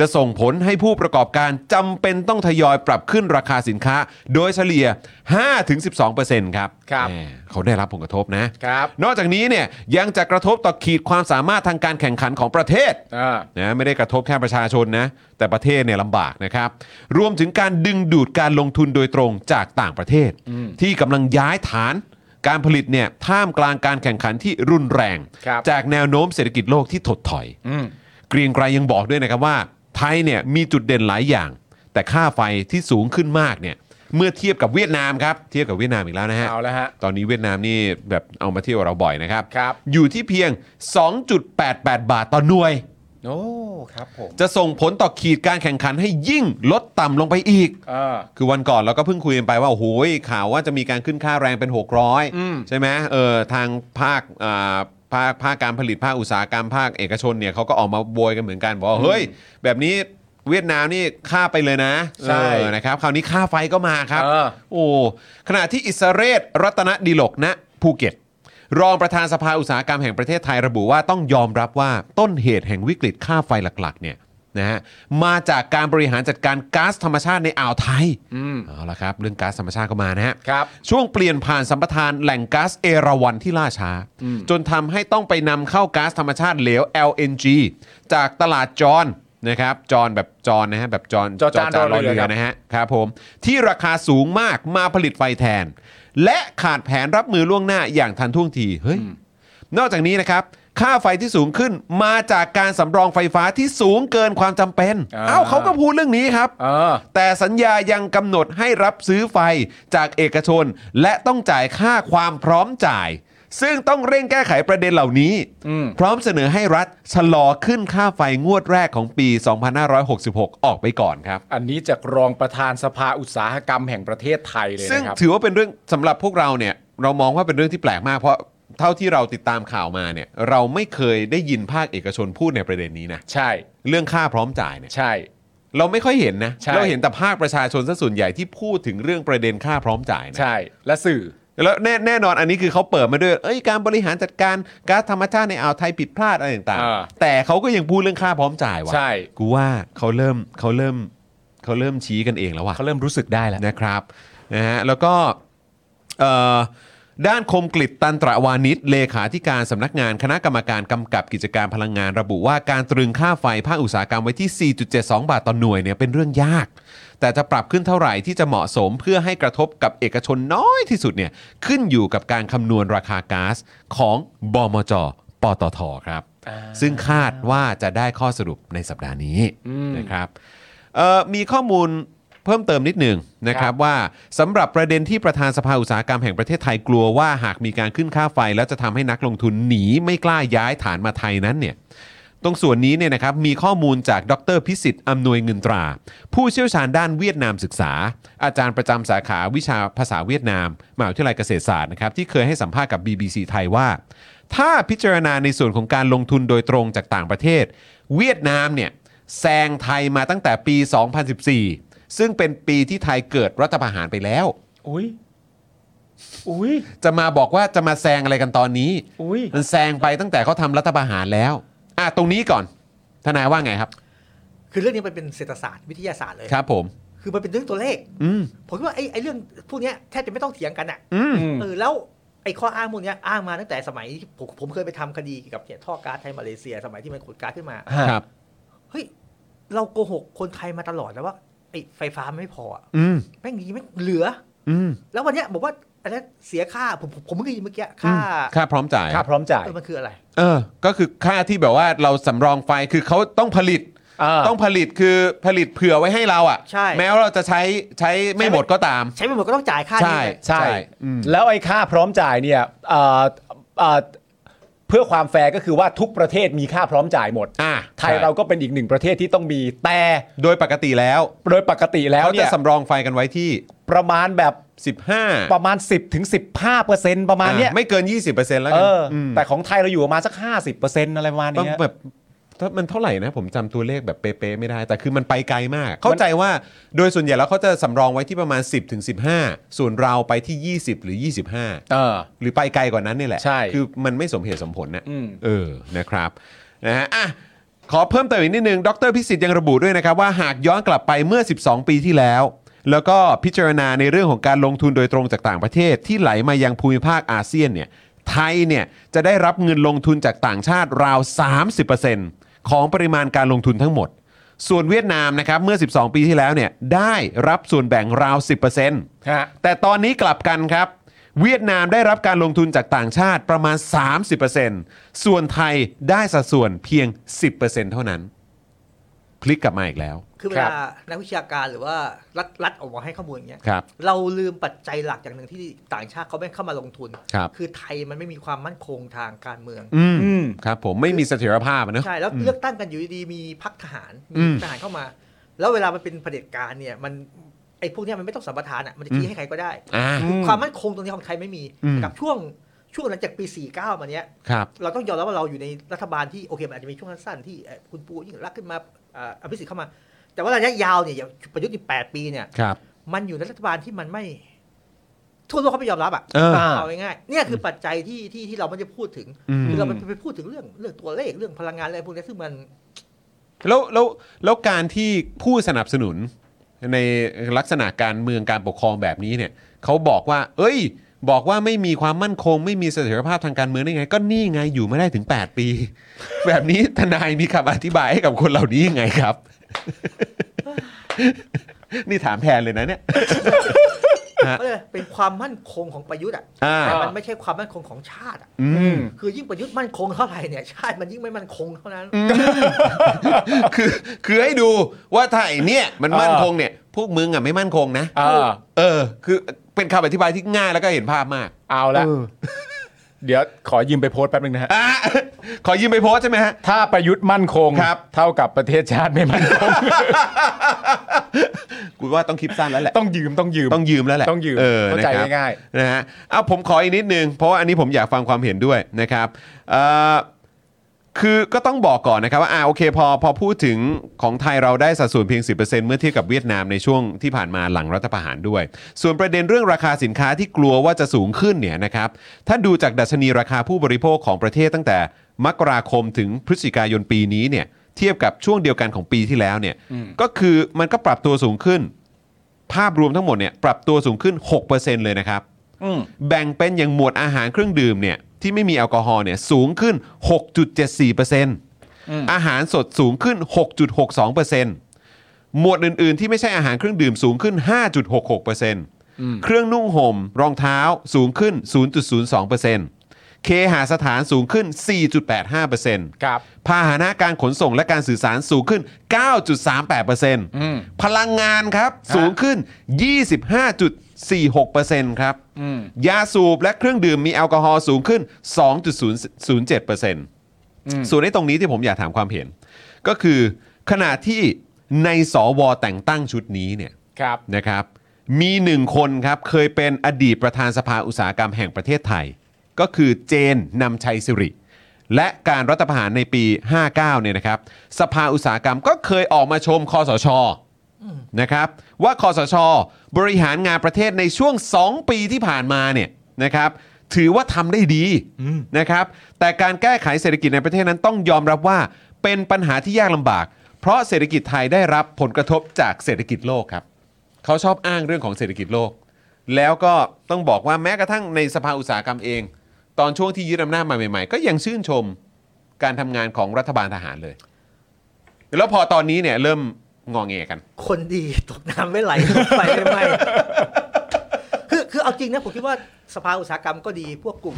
Speaker 4: จะส่งผลให้ผู้ประกอบการจำเป็นต้องทยอยปรับขึ้นราคาสินค้า โดยเฉลี่ย 5-12%ครับ
Speaker 3: ครับ
Speaker 4: แหมเขาได้รับผลกระทบนะ
Speaker 3: ครับ
Speaker 4: นอกจากนี้เนี่ยยังจะกระทบต่อขีดความสามารถทางการแข่งขันของประเทศ
Speaker 3: อ่า
Speaker 4: นะไม่ได้กระทบแค่ประชาชนนะแต่ประเทศเนี่ยลำบากนะครับ รวมถึงการดึงดูดการลงทุนโดยตรงจากต่างประเทศ ที่กำลังย้ายฐานการผลิตเนี่ยท่ามกลางการแข่งขันที่รุนแรง
Speaker 3: ครับ
Speaker 4: จากแนวโน้มเศรษฐกิจโลกที่ถดถอย
Speaker 3: อืม
Speaker 4: เกรียงไกรยังบอกด้วยนะครับว่า ไทยเนี่ยมีจุดเด่นหลายอย่าง แต่ค่าไฟที่สูงขึ้นมากเนี่ยเมื่อเทียบกับเวียดนามครับเทียบกับเวียดนามอีกแล้วนะฮะ
Speaker 3: เอาแล้วฮะ
Speaker 4: ตอนนี้เวียดนามนี่แบบเอามาเที่ยวเราบ่อยนะครับ
Speaker 3: ครับ
Speaker 4: อยู่ที่เพียง 2.88 บาทต่อหน่วย
Speaker 3: โอ้ครับผม
Speaker 4: จะส่งผลต่อขีดการแข่งขันให้ยิ่งลดต่ำลงไปอีก
Speaker 3: เออ
Speaker 4: คือวันก่อนเราก็เพิ่งคุยกันไปว่าโอ้โหข่าวว่าจะมีการขึ้นค่าแรงเป็น
Speaker 3: อืม
Speaker 4: 600 ใช่ไหมเออทางภาคอ่าภาคภาคการผลิตภาคอุตสาหกรรมภาคเอกชนเนี่ยเขาก็ออกมาโวยกันเหมือนกันบอกว่าเฮ้ย แบบนี้เวียดนามนี่ค่าไปเลยนะ
Speaker 3: ใช่
Speaker 4: เออนะครับคราวนี้ค่าไฟก็มาครับ
Speaker 3: เออ
Speaker 4: โอ้ขณะที่อิสเรศรัตนดิลกณภูเก็ต รองประธานสภาอุตสาหกรรมแห่งประเทศไทยระบุว่าต้องยอมรับว่าต้นเหตุแห่งวิกฤตค่าไฟหลักๆเนี่ยนะฮะมาจากการบริหารจัดการก๊าซธรรมชาติในอ่าวไทย
Speaker 3: อืม
Speaker 4: เอาละครับ เรื่องก๊าซธรรมชาติก็มานะฮะ
Speaker 3: ครับ
Speaker 4: ช่วงเปลี่ยนผ่านสัมปทานแหล่งก๊าซเอราวัณที่ล่าช้า จนทำให้ต้องไปนำเข้าก๊าซธรรมชาติเหลว LNG จากตลาดจอนนะครับจอนแบบจอนนะฮะแบบจอน
Speaker 3: จอจานรอเรือครับ
Speaker 4: นะฮะครับผม ที่ราคาสูงมากมาผลิตไฟแทน และขาดแผนรับมือล่วงหน้าอย่างทันท่วงทีเฮ้ยนอกจากนี้นะครับ ค่าไฟที่สูงขึ้นมาจากการสำรองไฟฟ้าที่สูงเกินความจำเป็น
Speaker 3: อ่า
Speaker 4: เอ้าเขาก็พูดเรื่องนี้ครับ
Speaker 3: เออ
Speaker 4: แต่สัญญายังกำหนดให้รับซื้อไฟจากเอกชน และต้องจ่ายค่าความพร้อมจ่าย ซึ่งต้องเร่งแก้ไขประเด็นเหล่านี้ พร้อมเสนอให้รัฐชะลอขึ้นค่าไฟงวดแรกของปี 2566 ออกไปก่อนครับ
Speaker 3: อันนี้จากรองประธานสภาอุตสาหกรรมแห่งประเทศไทยเลย
Speaker 4: ซึ่ง
Speaker 3: นะครับ
Speaker 4: ถือว่าเป็นเรื่องสำหรับพวกเราเนี่ยเรามองว่าเป็นเรื่องที่แปลกมากเพราะเท่าที่เราติดตามข่าวมาเนี่ยเราไม่เคยได้ยินภาคเอกชนพูดในประเด็นนี้นะ
Speaker 3: ใช่
Speaker 4: เรื่องค่าพร้อมจ่ายเนี่ย
Speaker 3: ใช่
Speaker 4: เราไม่ค่อยเห็นนะ
Speaker 3: ใช่
Speaker 4: เราเห็นแต่ภาคประชาชนซะส่วนใหญ่ที่พูดถึงเรื่องประเด็นค่าพร้อมจ่ายนะ
Speaker 3: ใช่ และสื่อ
Speaker 4: แล้วแน่แน่นอนอันนี้คือเขาเปิดมาด้วยเอ้ยการบริหารจัดการก๊าซธรรมชาติในอ่าวไทยผิดพลาดอะไรต่าง
Speaker 3: อ่า
Speaker 4: ๆ แต่เขาก็ยังพูดเรื่องค่าพร้อมจ่ายว่ะ
Speaker 3: ใช่
Speaker 4: กูว่าเขาเริ่มเขาเริ่มเขาเริ่มชี้กันเองแล้วว่ะ
Speaker 3: เขาเริ่มรู้สึกได้แล้ว
Speaker 4: นะครับนะฮะแล้วก็เอ่อด้านคมกลิตตันตระวานิชเลขาธิการสำนักงานคณะกรรมการกำกับกิจการพลังงานระบุว่าการตรึงค่าไฟภาคอุตสาหกรรมไว้ที่ 4.72 บาทต่อหน่วยเนี่ยเป็นเรื่องยาก แต่จะปรับขึ้นเท่าไหร่ที่จะเหมาะสมเพื่อให้กระทบกับเอกชนน้อยที่สุดเนี่ยขึ้นอยู่กับการคำนวณราคาก๊าซของบมจปตทครับ ซึ่งคาดว่าจะได้ข้อสรุปในสัปดาห์นี้นะครับ เอ่อมีข้อมูลเพิ่มเติมนิดหนึ่งนะครับว่าสำหรับประเด็นที่ประธานสภาอุตสาหกรรมแห่งประเทศไทยกลัวว่าหากมีการขึ้นค่าไฟ แล้วจะทำให้นักลงทุนหนีไม่กล้าย้ายฐานมาไทยนั้นเนี่ยตรงส่วนนี้เนี่ยนะครับมีข้อมูลจากดรพิสิทธิ์อำนวยเงินตรา ผู้เชี่ยวชาญด้านเวียดนามศึกษา อาจารย์ประจำสาขาวิชาภาษาเวียดนามมหาวิทยาลัยเกษตรศาสตร์นะครับที่เคยให้สัมภาษณ์กับ BBC ไทยว่า ถ้าพิจารณาในส่วนของการลงทุนโดยตรงจากต่างประเทศ เวียดนามเนี่ย แซงไทยมาตั้งแต่ปี 2014 ซึ่งเป็นปีที่ไทยเกิดรัฐประหารไปแล้ว
Speaker 1: อุ้ย อุ้ย
Speaker 4: จะมาบอกว่าจะมาแซงอะไรกันตอนนี้
Speaker 1: อุ้ย
Speaker 4: มันแซงไปตั้งแต่เขาทำรัฐประหารแล้วอ่ะตรงนี้ก่อน ทนายว่าไงครับ
Speaker 6: คือเรื่องนี้มันเป็นเศรษฐศาสตร์วิทยาศาสตร์เลย
Speaker 4: ครับผม
Speaker 6: คือมันเป็นเรื่องตัวเลข
Speaker 4: อืม
Speaker 6: ผมคิดว่าไอ้ไอ้เรื่องพวกเนี้ยแทบจะไม่ต้องเถียงกันอ่ะ
Speaker 4: อืม
Speaker 6: เออแล้วไอ้ข้ออ้างพวกเนี้ยอ้างมาตั้งแต่สมัยที่ผมผมเคยไปทำคดีเกี่ยวกับเนี่ยท่อก๊าซไทยมาเลเซีย สมัยที่มันขุดก๊าซขึ้นมา
Speaker 4: ครับ
Speaker 6: เฮ้ย เราโกหกคนไทยมาตลอดแล้วว่าไอ้ไฟฟ้ามันไม่พออะ
Speaker 4: อืม
Speaker 6: แม่งดีแม่งเหลือ
Speaker 4: อืม
Speaker 6: แล้ววันเนี้ยบอกว่าอันนั้นเสียค่าผมผมผมเพิ่งได้ยินเมื่อกี้ค่า
Speaker 4: ค่าพร้อมจ่าย
Speaker 3: ค่าพร้อมจ่าย
Speaker 6: เออมันคืออะไร
Speaker 4: เออ ก็คือค่าที่แบบว่าเราสำรองไฟ คือเขาต้องผลิต
Speaker 3: ต้
Speaker 4: ต้
Speaker 3: อ
Speaker 4: อง งผลิตคือผลิตเผื่อไว้ให้เราอ่ะ
Speaker 6: ใช่
Speaker 4: แม้ว่าเราจะใช้ใช้ไม่หมดก็ตาม
Speaker 6: ใช้ไปหมดก็ต้องจ่ายค่า
Speaker 4: ใช่
Speaker 6: นี้ไป
Speaker 3: ใช่
Speaker 4: ใช่อืม
Speaker 3: แล้วไอ้ค่าพร้อมจ่ายเนี่ยเอ่อเอ่อเพื่อความแฟร์ก็คือว่าทุกประเทศมีค่าพร้อมจ่ายหมด
Speaker 4: อ่ะ
Speaker 3: ไทยเราก็เป็นอีกหนึ่งประเทศที่ต้องมี แต่
Speaker 4: โดยปกติแล้ว
Speaker 3: โดยปกติแล้ว
Speaker 4: เขาจะ
Speaker 3: เนี่ย
Speaker 4: สำรองไฟกันไว้ที่
Speaker 3: ประมาณแบบ
Speaker 4: 15
Speaker 3: ประมาณ 10ถึง15เปอร์เซ็นต์ประมาณเนี้ย
Speaker 4: อ่ไม่เกิน 20%แล้ว
Speaker 3: เอ
Speaker 4: กัน
Speaker 3: ออ
Speaker 4: ม
Speaker 3: แต่ของไทยเราอยู่ประมาณสัก 50เปอร์เซ็นต์อะไรประมาณ
Speaker 4: ต้อง
Speaker 3: เนี้ย
Speaker 4: แบบถ้ามันเท่าไหร่นะ ผมจำตัวเลขแบบเป๊ะๆไม่ได้ แต่คือมันไปไกลมาก เข้าใจว่าโดยส่วนใหญ่แล้วเขาจะสำรองไว้ที่ประมาณ 10-15ถึง15ส่วนเราไปที่ 20 หรือ 25
Speaker 3: เออ
Speaker 4: หรือไปไกลกว่านั้นเนี่ยแหละ
Speaker 3: ใช่
Speaker 4: คือมันไม่สมเหตุสมผลนะ
Speaker 3: อืม
Speaker 4: เออ นะครับ นะฮะ อ่ะ ขอเพิ่มเติมอีกนิดนึง ดรพิสิทธิ์ยังระบุด้วยนะครับ ว่าหากย้อนกลับไปเมื่อ 12 ปีที่แล้ว แล้วก็พิจารณาในเรื่องของการลงทุนโดยตรงจากต่างประเทศ ที่ไหลมายังภูมิภาคอาเซียนเนี่ย ไทยเนี่ย จะได้รับเงินลงทุนจากต่างชาติราว 30%ของปริมาณการลงทุนทั้งหมด ส่วนเวียดนามนะครับ เมื่อ 12 ปีที่แล้วเนี่ย ได้รับส่วนแบ่งราว 10%
Speaker 3: ฮะ
Speaker 4: แต่ตอนนี้กลับกันครับ เวียดนามได้รับการลงทุนจากต่างชาติประมาณ 30%ส่วนไทยได้สัดส่วนเพียง 10%เท่านั้น พลิกกลับมาอีกแล้ว
Speaker 6: คือเวลานักวิชาการหรือว่ารัฐรัฐออกมาให้ข้อมูลอย่างเงี้ย
Speaker 4: ครับ
Speaker 6: เราลืมปัจจัยหลักอย่างหนึ่งที่ต่างชาติเขาไม่เข้ามาลงทุน
Speaker 4: ครับ
Speaker 6: อไทยมันไม่มีความมั่นคงทางการเมือง
Speaker 4: อืม
Speaker 3: อืม
Speaker 4: ครับผมไม่มีเสถียรภาพอะเนอะ
Speaker 6: ใช่ แล้วเลือกตั้งกันอยู่ดีๆมีพักทหาร
Speaker 4: อื
Speaker 6: มี
Speaker 4: ม
Speaker 6: ทหารเข้ามา แล้วเวลามันเป็นเผด็จการเนี่ยมันไอ้พวกเนี้ยมันไม่ต้องสัมปทานอ่ะมันจะ
Speaker 4: อื
Speaker 6: ชี้
Speaker 4: ม
Speaker 6: ให้ใครก็ได้
Speaker 4: อ่า
Speaker 6: ความมั่นคงตรงนี้ของไทยไม่มี
Speaker 4: อืม
Speaker 6: กับช่วงช่วงหลังจากปี 49 มาเนี้ย
Speaker 4: ครับ
Speaker 6: เราต้องยอมรับว่าเราอยู่ในรัฐบาลที่โอเคมันอาจจะมีช่วงสั้นๆที่เอ่อคุณปูยิ่งรักษณ์ขึ้นมาเอ่ออภิสิทธิ์เข้ามา แต่ว่าระยะยาวเนี่ยอย่างประยุทธ์นี่แปดปีเนี่ย
Speaker 4: ครับ
Speaker 6: มันอยู่ในรัฐบาลที่มันไม่ ทั่วโลกเขาไม่ยอมรับอ่ะ
Speaker 4: เออ
Speaker 3: อ่า
Speaker 6: เอาง่ายๆเนี่ยคือปัจจัยที่ที่ที่เราไม่ได้พูดถึง
Speaker 4: อืม
Speaker 6: คือเราไปไปพูดถึงเรื่องเรื่องตัวเลขเรื่องพลังงานอะไรพวกเนี้ยซึ่งมัน
Speaker 4: แล้วแล้วแล้วการที่ผู้สนับสนุนในลักษณะการเมืองการปกครองแบบนี้เนี่ยเขาบอกว่า เอ้ย บอกว่าไม่มีความมั่นคง ไม่มีเสถียรภาพทางการเมืองได้ไง ก็นี่ไงอยู่มาได้ถึง 8 ปี แบบนี้ทนายมีคำอธิบายให้กับคนเหล่านี้ยังไงครับ นี่ถามแทนเลยนะเนี่ย ฮะ
Speaker 6: ก็เลยเป็นความมั่นคงของประยุทธ์อ่ะ
Speaker 4: อ่า
Speaker 6: แต่มันไม่ใช่ความมั่นคงของชาติอ่ะ
Speaker 4: อืม
Speaker 6: คือยิ่งประยุทธ์มั่นคงเท่าไหร่เนี่ยชาติมันยิ่งไม่มั่นคงเท่านั้น
Speaker 4: คือคือให้ดูว่าถ้าไอเนี่ยมันมั่นคงเนี่ย พวกมึงอ่ะไม่มั่นคงนะ
Speaker 3: เออ
Speaker 4: เออ คือเป็นคำอธิบายที่ง่ายแล้วก็เห็นภาพมาก
Speaker 3: เอาละ
Speaker 5: เดี๋ยวขอยืมไปโพสต์แป๊บนึงนะฮะ
Speaker 4: อ่ะ ขอยืมไปโพสต์ใช่ไหมฮะ
Speaker 5: ถ้าประยุทธ์มั่นคง
Speaker 4: ครับ
Speaker 5: เท่ากับประเทศชาติไม่มั่นคง
Speaker 4: กูว่าต้องคลิปสั้นแล้วแหละ
Speaker 5: ต้องยืมต้องยืม
Speaker 4: ต้องยืมแล้วแหละ
Speaker 5: ต้องยืม
Speaker 4: เออ
Speaker 5: เข้าใจ
Speaker 4: นะครับ
Speaker 5: ง่าย
Speaker 4: นะฮะเอาผมขออีกนิดนึง เพราะว่าอันนี้ผมอยากฟังความเห็นด้วยนะครับเอ่อคือก็ต้องบอกก่อนนะครับว่าอ่าโอเคพอพอพูดถึงของไทยเราได้สัดส่วนเพียง 10%เมื่อเทียบกับเวียดนามในช่วงที่ผ่านมาหลังรัฐประหารด้วย ส่วนประเด็นเรื่องราคาสินค้าที่กลัวว่าจะสูงขึ้นเนี่ยนะครับถ้าดูจากดัชนีราคาผู้บริโภคของประเทศตั้งแต่มกราคมถึงพฤศจิกายนปีนี้เนี่ยเทียบกับช่วงเดียวกันของปีที่แล้วเนี่ยก็คือมันก็ปรับตัวสูงขึ้น ภาพรวมทั้งหมดเนี่ยปรับตัวสูงขึ้น 6%เลยนะครับ แบ่งเป็นอย่างหมวดอาหารเครื่องดื่มเนี่ยที่ไม่มีแอลกอฮอล์เนี่ยสูงขึ้น 6.74%อาหารสดสูงขึ้น 6.62%หมวดอื่น ๆ ที่ไม่ใช่อาหารเครื่องดื่มสูงขึ้น 5.66%เครื่องนุ่งห่มรองเท้าสูงขึ้น 0.02%เคหาสถานสูงขึ้น 4.85%
Speaker 5: ครับ
Speaker 4: พาหนะการขนส่งและการสื่อสารสูงขึ้น 9.38%พลังงานครับสูงขึ้น 25.46%ครับ ยาสูบและเครื่องดื่มมีแอลกอฮอล์สูงขึ้น 2.07%ส่วนในตรงนี้ที่ผมอยากถามความเห็น ก็คือขณะที่ในสวแต่งตั้งชุดนี้เนี่ย
Speaker 5: ครับ
Speaker 4: นะครับมีหนึ่งคนครับเคยเป็นอดีตประธานสภาอุตสาหกรรมแห่งประเทศไทย ก็คือเจนนำชัยสิริ และการรัฐประหารในปี 59เนี่ยนะครับสภาอุตสาหกรรมก็เคยออกมาชมคอสชนะครับว่าคอสช บริหารงานประเทศในช่วง 2 ปีที่ผ่านมาเนี่ยนะครับถือว่าทำได้ดีนะครับแต่การแก้ไขเศรษฐกิจในประเทศนั้นต้องยอมรับว่าเป็นปัญหาที่ยากลำบาก เพราะเศรษฐกิจไทยได้รับผลกระทบจากเศรษฐกิจโลกครับ เขาชอบอ้างเรื่องของเศรษฐกิจโลก แล้วก็ต้องบอกว่าแม้กระทั่งในสภาอุตสาหกรรมเอง ตอนช่วงที่ยึดอำนาจมาใหม่ ๆ ก็ยังชื่นชมการทำงานของรัฐบาลทหารเลย แล้วพอตอนนี้เนี่ยเริ่มงองเงกัน
Speaker 6: คนดีตกน้ำไม่ไหลตกไฟไม่ไหม้ คือคือเอาจริงนะผมคิดว่าสภาอุตสาหกรรมก็ดีพวกกลุ่ม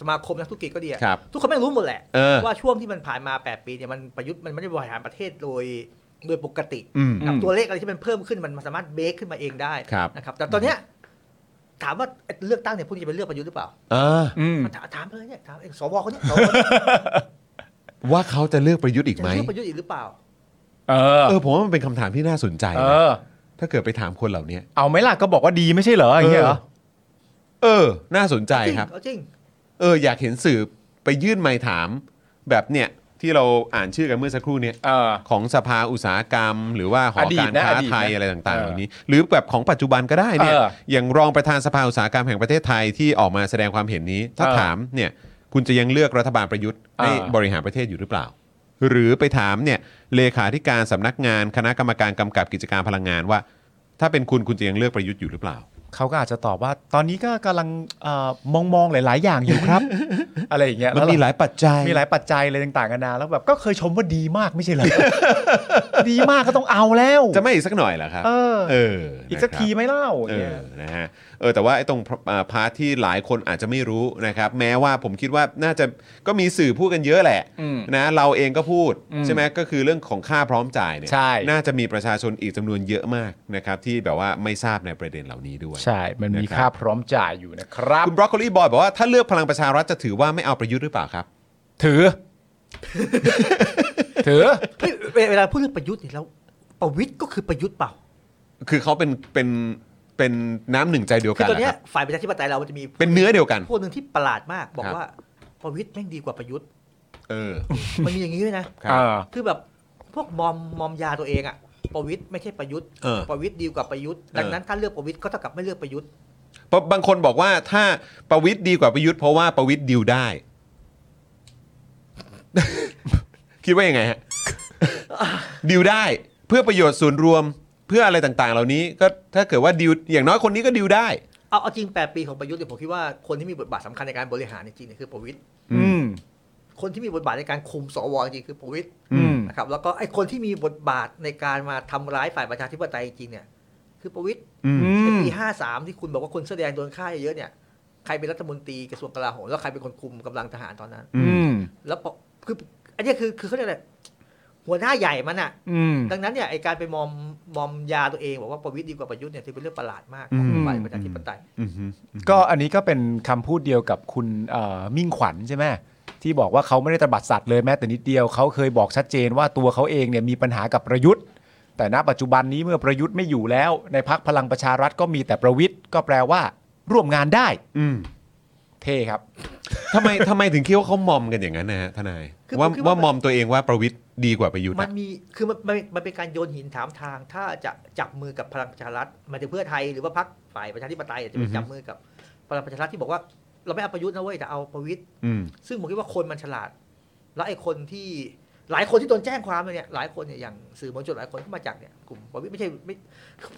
Speaker 6: สมาคมนักธุรกิจก็ดีอะ
Speaker 4: ครับ
Speaker 6: ทุกคนไม่งรู้หมดแหละ
Speaker 4: เออ
Speaker 6: ว่าช่วงที่มันผ่านมา 8 ปีเนี่ยมันประยุทธ์มันไม่ได้บริหารประเทศโดยโดยปกติ
Speaker 4: อืม
Speaker 6: กับตัวเลขอะไรที่มันเพิ่มขึ้นมันสามารถเบรกขึ้นมาเองได้
Speaker 4: ครับ
Speaker 6: นะครับแต่ตอนเนี้ยถามว่าเลือกตั้งเนี่ยพวกนี้จะเป็นเลือกประยุทธ์หรือเปล่า
Speaker 4: เออ
Speaker 5: อืม
Speaker 6: มันถามถามเลยเนี่ยถามไอ้สวคนเนี้ยส ว
Speaker 4: ว่าเขาจะเลือกประยุทธ์อีก
Speaker 6: จะ
Speaker 4: ไหม
Speaker 6: เลือกประยุทธ์อีกหรือเปล่า
Speaker 5: เออ
Speaker 4: เออผมว่ามันเป็นคำถามที่น่าสนใจ
Speaker 5: เอ
Speaker 4: นะ
Speaker 5: อ
Speaker 4: ถ้าเกิดไปถามคนเหล่านี้
Speaker 5: เอาไหมล่ะก็บอกว่าดีไม่ใช่เหรออย่างเงี้ยเหรอ
Speaker 4: เออ น่าสนใจ
Speaker 6: จริง
Speaker 4: ครับ
Speaker 6: เอาจริง
Speaker 4: เออ อยากเห็นสื่อไปยื่นไมค์ถาม แบบเนี่ยที่เราอ่านชื่อกันเมื่อสักครู่เนี่ย
Speaker 5: เออ
Speaker 4: ของสภาอุตสาหกรรม หรือว่าหอ
Speaker 5: อดี
Speaker 4: กา
Speaker 5: ต
Speaker 4: ร
Speaker 5: นะ
Speaker 4: ค้า
Speaker 5: อดีต
Speaker 4: ไทย
Speaker 5: นะ
Speaker 4: อะไรต่างๆ
Speaker 5: เออ
Speaker 4: เหล่านี้ หรือแบบของปัจจุบันก็ได้เนี่ย
Speaker 5: เออ
Speaker 4: อย่างรองประธานสภาอุตสาหกรรมแห่งประเทศไทยที่ออกมาแสดงความเห็นนี้ ถ้า
Speaker 5: เออ
Speaker 4: ถามเนี่ยคุณจะยังเลือกรัฐบาลประยุทธ์ให้
Speaker 5: เออ
Speaker 4: บริหารประเทศอยู่หรือเปล่า หรือไปถามเนี่ยเลขาธิการสำนักงานคณะกรรมการกำกับกิจการพลังงานว่า ถ้าเป็นคุณคุณจะยังเลือกประยุทธ์อยู่หรือเปล่า
Speaker 3: เขาก็อาจจะตอบว่า ตอนนี้ก็กำลังเออมองมองๆหลาย ๆ อย่างอยู่ ครับ อะไรอย่างเงี้ย
Speaker 4: มัน
Speaker 3: แล้ว
Speaker 4: มีหลายปัจจัย
Speaker 3: มีหลายปัจจัยอะไรต่างๆกันานาแล้วแบบก็เคยชมว่าดีมากไม่ใช่เหรอ ดีมากก็ต้องเอาแล้ว
Speaker 4: จะไม่อีกสักหน่อยเหรอครับ
Speaker 3: เออ
Speaker 4: เออ
Speaker 3: อี
Speaker 4: อี
Speaker 3: กสักทีไหม่เล่า
Speaker 4: เอ
Speaker 3: เนี่ย
Speaker 4: อ นะฮะ เออ แต่ว่าไอ้ตรงเอ่อพาร์ทที่หลายคนอาจจะไม่รู้นะครับ แม้ว่าผมคิดว่าน่าจะก็มีสื่อพูดกันเยอะแหละ
Speaker 5: อืม
Speaker 4: นะ เราเองก็พูด
Speaker 5: อืม
Speaker 4: ใช่ไหมก็คือเรื่องของค่าพร้อมจ่ายเนี่ย
Speaker 5: ใช่
Speaker 4: น่าจะมีประชาชนอีกจำนวนเยอะมากนะครับ ที่แบบว่าไม่ทราบในประเด็นเหล่านี้ด้วย
Speaker 5: ใช่ มันมีค่าพร้อมจ่ายอยู่นะครับ
Speaker 4: คุณบรอกโคลีบอยบอกว่าถ้าเลือกพลังประชารัฐจะถือว่าไม่เอาประยุทธ์หรือเปล่าครับ
Speaker 5: ถือ ถือ
Speaker 6: เฮ้ยเวเวลาพูดเรื่องประยุทธ์เนี่ยแล้วประวิทย์ก็คือประยุทธ์เปล่า
Speaker 4: คือเขาเป็นเป็นเป็นน้ำหนึ่งใจเดียว
Speaker 6: คื
Speaker 4: กั
Speaker 6: อนตอนเนี้
Speaker 4: นะค
Speaker 6: ย
Speaker 4: รับ
Speaker 6: ฝ่ายประชาธิปไตยเรามันจะมี
Speaker 4: เป็นเนื้อเดียวกัน
Speaker 6: พวกหนึ่งที่ประหลาดมาก บอก
Speaker 4: ครับ
Speaker 6: ว่าประวิทย์แม่งดีกว่าประยุทธ์
Speaker 4: เออ
Speaker 6: มันมีอย่างนี้ด้วยนะ
Speaker 4: ครับ
Speaker 5: เออ
Speaker 6: คือแบบพวกมอมมอมยาตัวเองอะประวิทย์ไม่ใช่ประยุทธ์
Speaker 4: เออ
Speaker 6: ประวิทย์ดีกว่าประยุทธ์
Speaker 4: เออ
Speaker 6: ดังนั้นถ้าเลือกประวิทย์ก็เท่ากับไม่เลือกประยุทธ์
Speaker 4: เพราะบางคนบอกว่าถ้าประวิทย์ดีกว่าประยุทธ์เพราะว่าประวิทย์ดิวได้ คิดว่ายังไงฮะ ดิวได้เพื่อประโยชน์ส่วนรวมเพื่ออะไรต่างๆ เหล่านี้ก็ถ้าเกิดว่าดิวอย่างน้อยคนนี้ก็ดิวได้
Speaker 6: เอาเอาจริง 8 ปีของประยุทธ์เนี่ยผมคิดว่าคนที่มีบทบาทสำคัญในการบริหารจริงๆเนี่ยคือประวิทย์
Speaker 5: อืม
Speaker 6: คนที่มีบทบาทในการคุมสวจริงๆคือประวิทย์
Speaker 5: อืม
Speaker 6: นะครับแล้วก็ไอ้คนที่มีบทบาทในการมาทำร้ายฝ่ายประชาธิปไตยจริงๆเนี่ยคือประวิทย์
Speaker 5: อื
Speaker 6: ใน
Speaker 5: ม
Speaker 6: ปีห้าสามที่คุณบอกว่าคนแสอแดงโดนฆ่าเยอะๆเนี่ยใครเป็นรัฐมนตรีกระทรวงกลาโหมแล้วใครเป็นคนคุมกำลังทหารตอนนั้น
Speaker 5: อืม
Speaker 6: แล้วปะคืออันเนี้ยคือคือเขาเรียกอะไร หัวหน้าใหญ่มันอ่ะ
Speaker 3: อืม
Speaker 6: ดังนั้นเนี่ยไอการไปมอมมอมยาตัวเองบอกว่าประวิตรดีกว่าประยุทธ์เนี่ยถือเป็นเรื่องประหลาดมากของ
Speaker 3: อืม
Speaker 6: ฝ่ายประชาธิปไตย
Speaker 4: อือหือ
Speaker 3: ก็อันนี้ก็เป็นคำพูดเดียวกับคุณเอ่อมิ่งขวัญใช่ไหมที่บอกว่าเขาไม่ได้ตบัดสัตว์เลยแม้แต่นิดเดียวเขาเคยบอกชัดเจนว่าตัวเขาเองเนี่ยมีปัญหากับประยุทธ์ แต่ณปัจจุบันนี้เมื่อประยุทธ์ไม่อยู่แล้ว ในพักพลังประชารัฐก็มีแต่ประวิทย์ก็แปลว่า ร่วมงานได้
Speaker 4: อืม
Speaker 3: เท่ครับ
Speaker 4: ทำไมทำไมถึงคิดว่าเขามอมกันอย่างนั้นนะฮะทนาย
Speaker 6: คือ
Speaker 4: ว่า
Speaker 6: ผมคิดว่า
Speaker 4: ว่ามอมตัวเองว่าประวิทย์ดีกว่าประยุทธ์
Speaker 6: มั
Speaker 4: อะ
Speaker 6: นมีคือมันมันมันเป็นการโยนหินถามทาง ถ้าจะจับมือกับพลังประชารัฐหมันจะเพื่อไทยหรือว่าพรรคฝ่ายประชาธิปไตยอ่ะจะไปจับมือกับพลังประชารัฐที่บอกว่า เราไม่เอาประยุทธ์นะเว้ยแต่เอาประวิตร
Speaker 4: อืม
Speaker 6: ซึ่งผมคิดว่าคนมันฉลาด แล้วไอ้คนที่หลายคนที่โดนแจ้งความเนี่ยหลายคนเนี่ยอย่างสื่อมวลชนหลายคนที่มาจากเนี่ยกลุ่มประวิตรไม่ใช่ไม่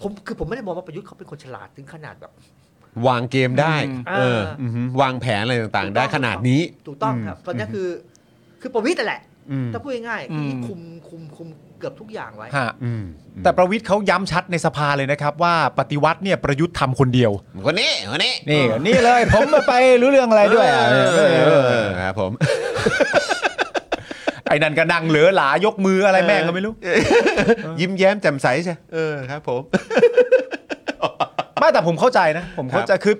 Speaker 6: ผมคือผมไม่ได้มองว่าประยุทธ์เขาเป็นคนฉลาดถึงขนาดแบบ
Speaker 4: วางเกมได้
Speaker 3: อืม
Speaker 4: เออ
Speaker 6: เอออื
Speaker 4: อหือวางแผนอะไรต่างๆ ได้ขนาดนี้
Speaker 6: ถูกต้องครับ ตอนเนี้ยคือ คือประวิตรนั่นแหละ
Speaker 4: อืม
Speaker 6: ถ้าพูดง่ายๆคืออ
Speaker 3: ม
Speaker 6: คุมคุมคุมเกือบทุกอย่างไว้
Speaker 3: ฮะ
Speaker 4: อืม
Speaker 3: แต่ประวิทย์เขาย้ำชัดในสภาเลยนะครับ ว่าปฏิวัติเนี่ยประยุทธ์ทำคนเดียว
Speaker 4: คนนี้คนนี้
Speaker 3: นี่นี่เลย ผมมาไปรู้เรื่องอะไรด้วยอ่ะ
Speaker 4: เออ
Speaker 3: เออเออ
Speaker 4: เออครับผม
Speaker 3: ไอ้นั่นก็นั่งเหลือหลายกมืออะไรแม่งก็ไม่รู้
Speaker 4: ยิ้มแย้มแจ่มใสใช่เออครับผม
Speaker 3: ไม่แต่ผมเข้าใจนะ ผมเข้าใจคือ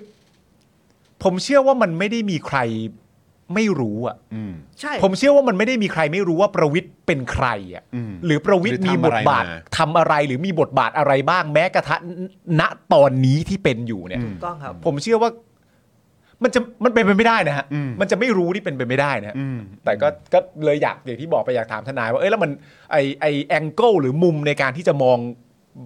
Speaker 3: ผมเชื่อว่ามันไม่ได้มีใครไม่รู้อ่ะ
Speaker 4: อืม
Speaker 6: ใช่
Speaker 3: ผมเชื่อว่ามันไม่ได้มีใครไม่รู้ว่าประวิทย์เป็นใครอ่ะ
Speaker 4: อืม
Speaker 3: หรือประวิทย์
Speaker 4: หรือ
Speaker 3: มีบ
Speaker 4: ทำอะ
Speaker 3: ท
Speaker 4: ไร
Speaker 3: บาท
Speaker 4: มา
Speaker 3: ทำอะไรหรือมีบทบาทอะไรบ้างแม้กระทั่งณตอนนี้ที่เป็นอยู่เนี่ย
Speaker 6: ถูกต้องครับ
Speaker 3: ผมเชื่อว่า มันจะมันเป็นไปไม่ได้นะฮะ
Speaker 4: อืม
Speaker 3: มันจะไม่รู้นี่เป็นไปไม่ได้นะฮะ
Speaker 4: อืม
Speaker 3: แต่ก็ก็เลยอยากอย่างที่บอกไปอยากถามทนายว่าเอ้ยแล้วมันไอไอแองเกิลหรือมุมในการที่จะมอง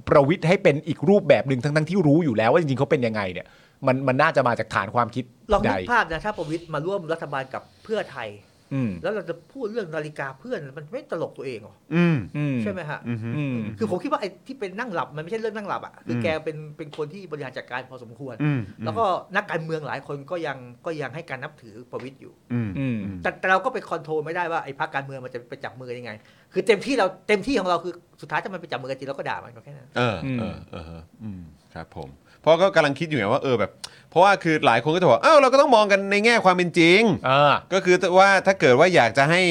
Speaker 3: ประวิทย์ให้เป็นอีกรูปแบบหนึ่งทั้งทั้งที่รู้อยู่แล้วว่าจริงๆเขาเป็นยังไงเนี่ย มันมันน่าจะมาจากฐานความคิด
Speaker 6: ลอง
Speaker 3: ใด
Speaker 6: นึกภาพนะถ้าประวิตยมาร่วมรัฐบาลกับเพื่อไทย
Speaker 3: อืม
Speaker 6: แล้วเราจะพูดเรื่องนาฬิกาเพื่อนมันไม่ตลกตัวเองเหรอ
Speaker 4: อืม
Speaker 3: อื
Speaker 6: ใช่ไหมฮะ
Speaker 4: อืม
Speaker 3: อืม
Speaker 6: คือผมคิดว่าไอ้ที่เป็นนั่งหลับมันไม่ใช่เรื่องนั่งหลับอ่ะคือแกเป็นเป็นคนที่บริหารจัดการพอสมควร
Speaker 4: อืม
Speaker 6: แล้วก็นักการเมืองหลายคนก็ยังก็ยังให้การนับถือประวิตยอยู่
Speaker 4: อืม
Speaker 3: อืม
Speaker 6: แต่แต่เราก็ไปคอนโทรลไม่ได้ว่าไอ้พรรคการเมืองมันจะไปจับมือกันยังไง คือเต็มที่เราเต็มที่ของเราคือสุดท้ายถ้ามันไปจับมือกันจริงเราก็ด่ามันก็แค่นั้น
Speaker 4: เออเออเออเอออืมครับผม เพราะก็กำลังคิดอยู่ไงว่าเออแบบ เพราะว่าคือหลายคนก็จะบอกอ้าวเราก็ต้องมองกันในแง่ความเป็นจริง
Speaker 3: อ่า
Speaker 4: ก็คือว่าถ้าเกิดว่าอยากจะให้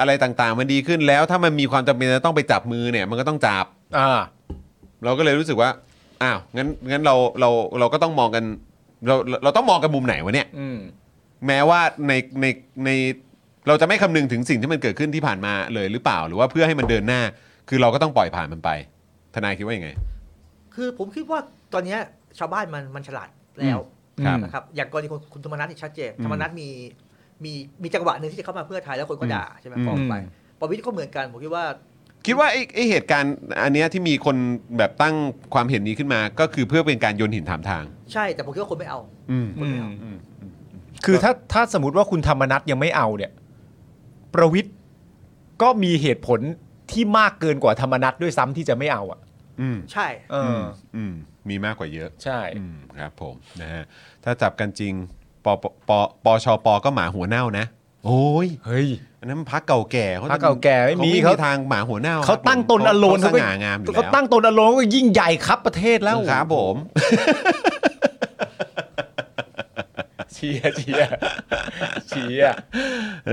Speaker 4: อะไรต่างๆ มันดีขึ้นแล้ว ถ้ามันมีความจำเป็นจะต้องไปจับมือเนี่ย มันก็ต้องจับ
Speaker 3: อ่า
Speaker 4: เราก็เลยรู้สึกว่าอ้าวงั้นงั้นเราเราเราก็ต้องมองกัน เราเราต้องมองกันมุมไหนวะเนี่ย
Speaker 3: อืม
Speaker 4: แม้ว่าในในในเราจะไม่คำนึงถึงสิ่งที่มันเกิดขึ้นที่ผ่านมาเลยหรือเปล่า หรือว่าเพื่อให้มันเดินหน้า คือเราก็ต้องปล่อยผ่านมันไป ทนายคิดว่ายังไง
Speaker 6: คือผมคิดว่าตอนเนี้ยชาวบ้านมันมันฉลาดแล้ว
Speaker 3: ครับ
Speaker 6: นะครับอย่างกรณีคุณคุณธรรมนัฐนี่ชัดเจนธรรมนัฐมีมีมีจังหวะหนึ่งที่จะเข้ามาเพื่อไทยแล้วคนก็ด่าใช่ไหม
Speaker 4: อืม
Speaker 6: ฟ้องไปประวิตรก็เหมือนกันผมคิดว่า
Speaker 4: คิดว่าไอ้ไอ้เหตุการณ์อันเนี้ยที่มีคนแบบตั้งความเห็นนี้ขึ้นมา ก็คือเพื่อเป็นการโยนหินถามทาง
Speaker 6: ใช่แต่ผมคิดว่าคนไม่เอา
Speaker 4: อืม
Speaker 3: อืมคือถ้าถ้าสมมติว่าคุณธรรมนัทยังไม่เอาเนี่ย ประวิทย์ก็มีเหตุผลที่มากเกินกว่าธรรมนัทด้วยซ้ำที่จะไม่เอาอ่ะ
Speaker 4: อืม
Speaker 6: ใช่
Speaker 3: เอออ
Speaker 4: อืมมีมากกว่าเยอะ
Speaker 3: ใช่
Speaker 4: อืมครับผมนะฮะถ้าจับกันจริงปปปปชปก็หมาหัวเน่านะ โอ้ย
Speaker 3: เฮ้ย
Speaker 4: อันนั้นมันพักเก่าแก่
Speaker 3: พรรคเก่าแก่ไม่มีเขา
Speaker 4: เขาไม่มีทางหมาหัวเน่า
Speaker 3: เขาตั้งตนอโลน
Speaker 4: เขา
Speaker 3: ก็
Speaker 4: สง่างามอยู่แล้ว
Speaker 3: เขาตั้งตนอโลนก็ยิ่งใหญ่ครับประเทศแล้ว
Speaker 4: ครับผม
Speaker 3: เชียร์เชียร์เชียร์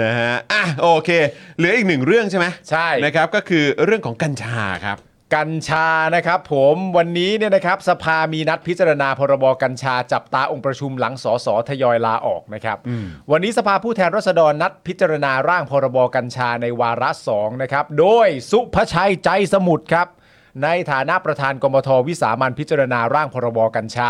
Speaker 4: นะฮะอ่ะโอเค เหลืออีกหนึ่งเรื่องใช่ไหม
Speaker 3: ใช่
Speaker 4: นะครับก็คือเรื่องของกัญชาครับ
Speaker 3: กัญชานะครับ ผมวันนี้เนี่ยนะครับ สภามีนัดพิจารณาพรบกัญชาจับตาองค์ประชุมหลังสสทยอยลาออกนะครับ วันนี้สภาผู้แทนราษฎรนัดพิจารณาร่างพรบกัญชาในวาระ2นะครับ โดยสุภชัยใจสมุทรครับ ในฐานะประธานกมทวิสามันพิจารณาร่างพรบกัญชา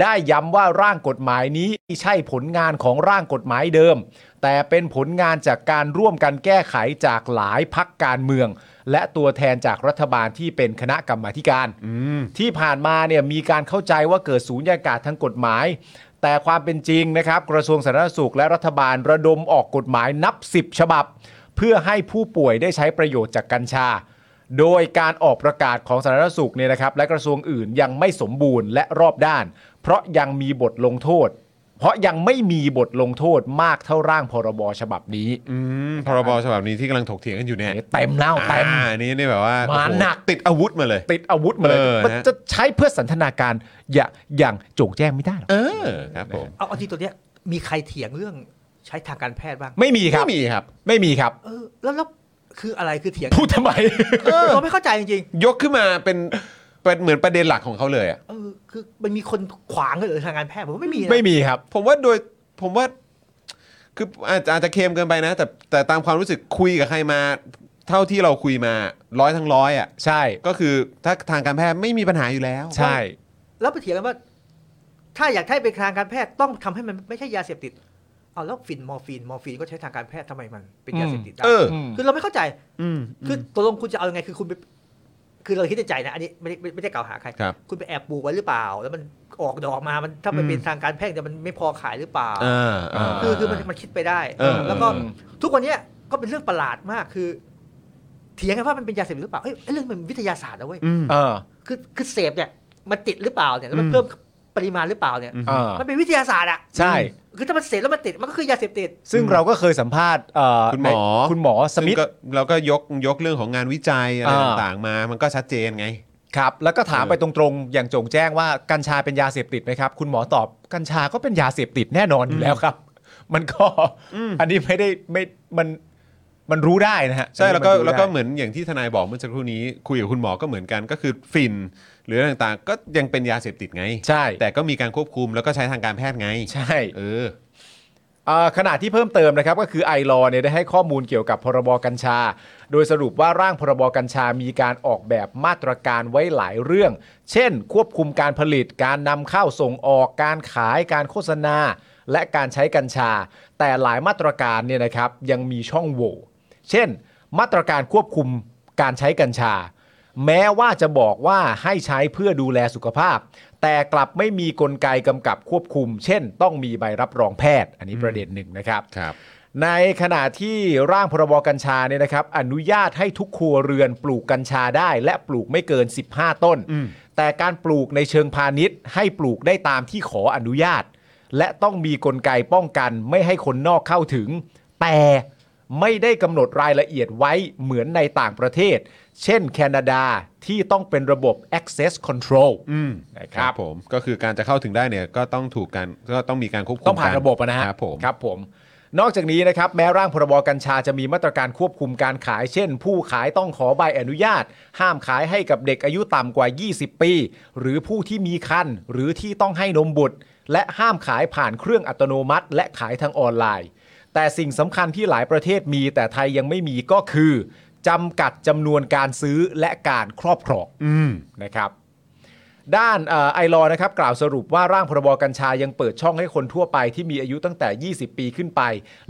Speaker 3: ได้ย้ำว่าร่างกฎหมายนี้ไม่ใช่ผลงานของร่างกฎหมายเดิม แต่เป็นผลงานจากการร่วมกันแก้ไขจากหลายพักการเมือง และตัวแทนจากรัฐบาลที่เป็นคณะกรรมาธิการ ที่ผ่านมาเนี่ยมีการเข้าใจว่าเกิดสูญญากาศทางกฎหมาย แต่ความเป็นจริงนะครับ กระทรวงสาธารณสุขและรัฐบาลระดมออกกฎหมายนับ 10 ฉบับ เพื่อให้ผู้ป่วยได้ใช้ประโยชน์จากกัญชา โดยการออกประกาศของสาธารณสุขเนี่ยนะครับ และกระทรวงอื่นยังไม่สมบูรณ์และรอบด้าน เพราะยังมีบทลงโทษ เพราะยังไม่มีบทลงโทษมากเท่าร่างพรบฉบับนี้
Speaker 4: อืมพรบฉบับนี้ที่กำลังถกเถียงกันอยู่เนี่ย
Speaker 3: เต็มแล้วเต็ม
Speaker 4: อ่าอันนี้นี่แบบว่า
Speaker 3: มา
Speaker 4: โอ้โ
Speaker 3: หนัก
Speaker 4: ติดอาวุธมาเลย
Speaker 3: ติดอาวุธมาเลย
Speaker 4: เออนะ
Speaker 3: มันจะใช้เพื่อสันทนาการอย่าอย่างโจงแจ้งไม่ได้หรอก
Speaker 4: เออครับผม
Speaker 6: เอาเอาจริงตัวเนี้ยมีใครเถียงเรื่องใช้ทางการแพทย์บ้าง
Speaker 3: ไม่มีครับ
Speaker 4: ไม่มีครับ
Speaker 3: ไม่มีครับ
Speaker 6: เออแล้วแล้ว คืออะไรคือเถียง
Speaker 3: พูดทำไม
Speaker 6: เราไม่เข้าใจจริง
Speaker 4: ยกขึ้นมาเป็นเป็นเหมือนประเด็นหลักของเขาเลยอะ
Speaker 6: ๆเออคือมันมีคนขวางเลยเหรอทางการแพทย์ผมว่าไม่มีนะ
Speaker 3: ไม่มีครับ
Speaker 4: ผมว่าโดยผมว่าคืออาจจะอาจจะเค็มเกินไปนะ แต่แต่ตามความรู้สึกคุยกับใครมา เท่าที่เราคุยมาร้อยทั้งร้อยอ่ะ
Speaker 3: ใช่
Speaker 4: ก็คือถ้าทางการแพทย์ไม่มีปัญหาอยู่แล้ว
Speaker 3: ใช่
Speaker 6: แล้วไปเถียงกันว่า ถ้าอยากให้เป็นทางการแพทย์ต้องทำให้มันไม่ใช่ยาเสพติดเอาแล้วฟินมอร์ฟีนมอร์ฟีนก็ใช้ทางการแพทย์ทำไมมันเป็นยาเสพติดได้
Speaker 4: เออ
Speaker 3: ม
Speaker 6: คือเราไม่เข้าใจคือตกลงคุณจะเอายังไงคือคุณไปคือเราคิดในใจนะอันนี้ไม่ได้ไม่ไม่ได้กล่าวหาใคร
Speaker 4: ครับ
Speaker 6: คุณไปแอบปลูกไว้หรือเปล่า แล้วมันออกดอกมามันถ้ามันเป็นทางการแพทย์แต่ยมันไม่พอขายหรือเปล่า
Speaker 4: ่าา
Speaker 6: คือคือมันมันคิดไปได้
Speaker 4: เออ
Speaker 6: แล้วก็ทุกวันเนี้ยก็เป็นเรื่องประหลาดมากคือ เถียงกันว่ามันเป็นยาเสพติดหรือเปล่าเอ้ยเรื่องมันวิทยาศาสตร์นะเว้ย
Speaker 4: อืม
Speaker 3: เออ
Speaker 6: คือคือเสพเนี่ยมันติดหรือเปล่าเนี่ยแล้วมัน
Speaker 4: อืม
Speaker 6: เพิ่มปริมาณหรือเปล่าเนี่ย
Speaker 3: เออ
Speaker 6: มันเป็นวิทยาศาสตร์อ่ะ
Speaker 3: ใช่
Speaker 6: คือถ้ามันเสพแล้วมันติดมันก็คือยาเสพติด
Speaker 3: ซึ่งเราก็เคยสัมภาษณ์เอ่อ
Speaker 4: คุณหมอ
Speaker 3: ในคุณหมอสมิธ
Speaker 4: ซึ่งก็เราก็ยกยกเรื่องของงานวิจัยอะไร
Speaker 3: อ่า
Speaker 4: ต่างๆมา มันก็ชัดเจนไง
Speaker 3: ครับ แล้วก็ถามไปตรงๆ อย่างโจงแจ้งว่ากัญชาเป็นยาเสพติดไหมครับ คุณหมอตอบกัญชาก็เป็นยาเสพติดแน่นอนอยู่แล้วครับ มันก็อันนี้ไม่ได้ไม่มันมันรู้ได้นะฮะ
Speaker 4: ใช่แล้วก็
Speaker 3: มันรู้ได้
Speaker 4: แล้วก็เหมือนอย่างที่ทนายบอกเมื่อสักครู่นี้คุยกับคุณหมอก็เหมือนกันก็คือฝิ่นหรืออะไรต่างๆ ก็ยังเป็นยาเสพติดไง
Speaker 3: ใช่
Speaker 4: แต่ก็มีการควบคุมแล้วก็ใช้ทางการแพทย์ไง
Speaker 3: ใช่
Speaker 4: เออ
Speaker 3: เอ่อขณะที่เพิ่มเติมนะครับก็คือไอรอเนี่ยได้ให้ข้อมูลเกี่ยวกับพรบกัญชา โดยสรุปว่าร่างพรบกัญชามีการออกแบบมาตรการไว้หลายเรื่อง เช่น ควบคุมการผลิตการนำเข้าส่งออกการขายการโฆษณา และการใช้กัญชา แต่หลายมาตรการเนี่ยนะครับยังมีช่องโหว่ เช่น มาตรการควบคุมการใช้กัญชา แม้ว่าจะบอกว่าให้ใช้เพื่อดูแลสุขภาพ แต่กลับไม่มีกลไกกำกับควบคุม เช่น ต้องมีใบรับรองแพทย์ อันนี้ประเด็นหนึ่งนะครับ
Speaker 4: ครับ
Speaker 3: ในขณะที่ร่างพรบกัญชาเนี่ยนะครับ อนุญาตให้ทุกครัวเรือนปลูกกัญชาได้ และปลูกไม่เกิน 15 ต้น แต่การปลูกในเชิงพาณิชย์ ให้ปลูกได้ตามที่ขออนุญาต และต้องมีกลไกป้องกันไม่ให้คนนอกเข้าถึง แต่ไม่ได้กำหนดรายละเอียดไว้เหมือนในต่างประเทศ เช่น แคนาดาที่ต้องเป็นระบบ access control นะค
Speaker 4: ค
Speaker 3: รั
Speaker 4: รับ บผมก็คือการจะเข้าถึงได้เนี่ยก็ต้องถูกการก็ต้องมีการควบคุม
Speaker 3: ต้องผ่าน
Speaker 4: กั
Speaker 3: ระบบอะนะฮะ
Speaker 4: ครับผม
Speaker 3: ครับผม นอกจากนี้นะครับ แม้ร่างพรบกัญชาจะมีมาตรการควบคุมการขาย เช่น ผู้ขายต้องขอใบอนุญาต ห้ามขายให้กับเด็กอายุต่ำกว่า 20 ปี หรือผู้ที่มีคันหรือที่ต้องให้นมบุตร และห้ามขายผ่านเครื่องอัตโนมัติ และขายทางออนไลน์ แต่สิ่งสำคัญที่หลายประเทศมี แต่ไทยยังไม่มีก็คือจำกัดจำนวนการซื้อและการครอบครองนะครับ ด้านเอ่อไอรอว์นะครับกล่าวสรุปว่าร่างพรบกัญชายังเปิดช่องให้คนทั่วไปที่มีอายุตั้งแต่ 20 ปีขึ้นไป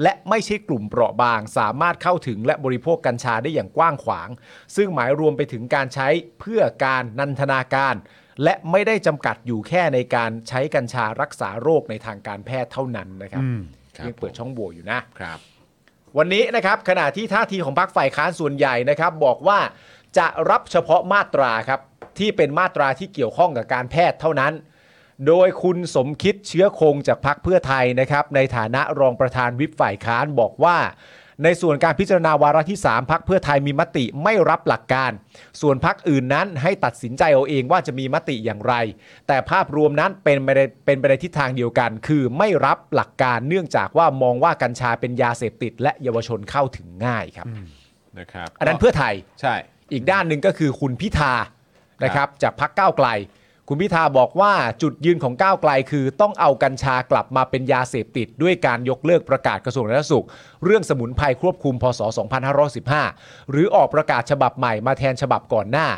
Speaker 3: และไม่ใช่กลุ่มเปราะบาง สามารถเข้าถึงและบริโภคกัญชาได้อย่างกว้างขวาง ซึ่งหมายรวมไปถึงการใช้เพื่อการนันทนาการ และไม่ได้จำกัดอยู่แค่ในการใช้กัญชารักษาโรคในทางการแพทย์เท่านั้นนะครับ
Speaker 4: ครับ
Speaker 3: ยังเปิดช่องโหว่อยู่นะ
Speaker 4: ครับ
Speaker 3: วันนี้นะครับขณะที่ท่าทีของพรรคฝ่ายค้านส่วนใหญ่นะครับ บอกว่าจะรับเฉพาะมาตราครับ ที่เป็นมาตราที่เกี่ยวข้องกับการแพทย์เท่านั้น โดยคุณสมคิดเชื้อคงจากพรรคเพื่อไทยนะครับ ในฐานะรองประธานวิปฝ่ายค้านบอกว่า ในส่วนการพิจารณาวาระที่ 3 พักเพื่อไทยมีมติไม่รับหลักการ ส่วนพักอื่นนั้นให้ตัดสินใจเอาเองว่าจะมีมติอย่างไร แต่ภาพรวมนั้นเป็นไปในเป็นไปในทิศทางเดียวกัน คือไม่รับหลักการเนื่องจากว่ามองว่ากัญชาเป็นยาเสพติด และเยาวชนเข้าถึงง่ายครับ
Speaker 4: นะครับ
Speaker 3: อันนั้นเพื่อไทย
Speaker 4: ใช่
Speaker 3: อีกด้านหนึ่งก็คือคุณพิธานะครับจากพักก้าวไกล คุณพิธาบอกว่าจุดยืนของก้าวไกลคือต้องเอากัญชากลับมาเป็นยาเสพติด ด้วยการยกเลิกประกาศกระทรวงสาธารณสุข เรื่องสมุนไพรควบคุมพศ 2515 หรือออกประกาศฉบับใหม่มาแทนฉบับก่อนหน้า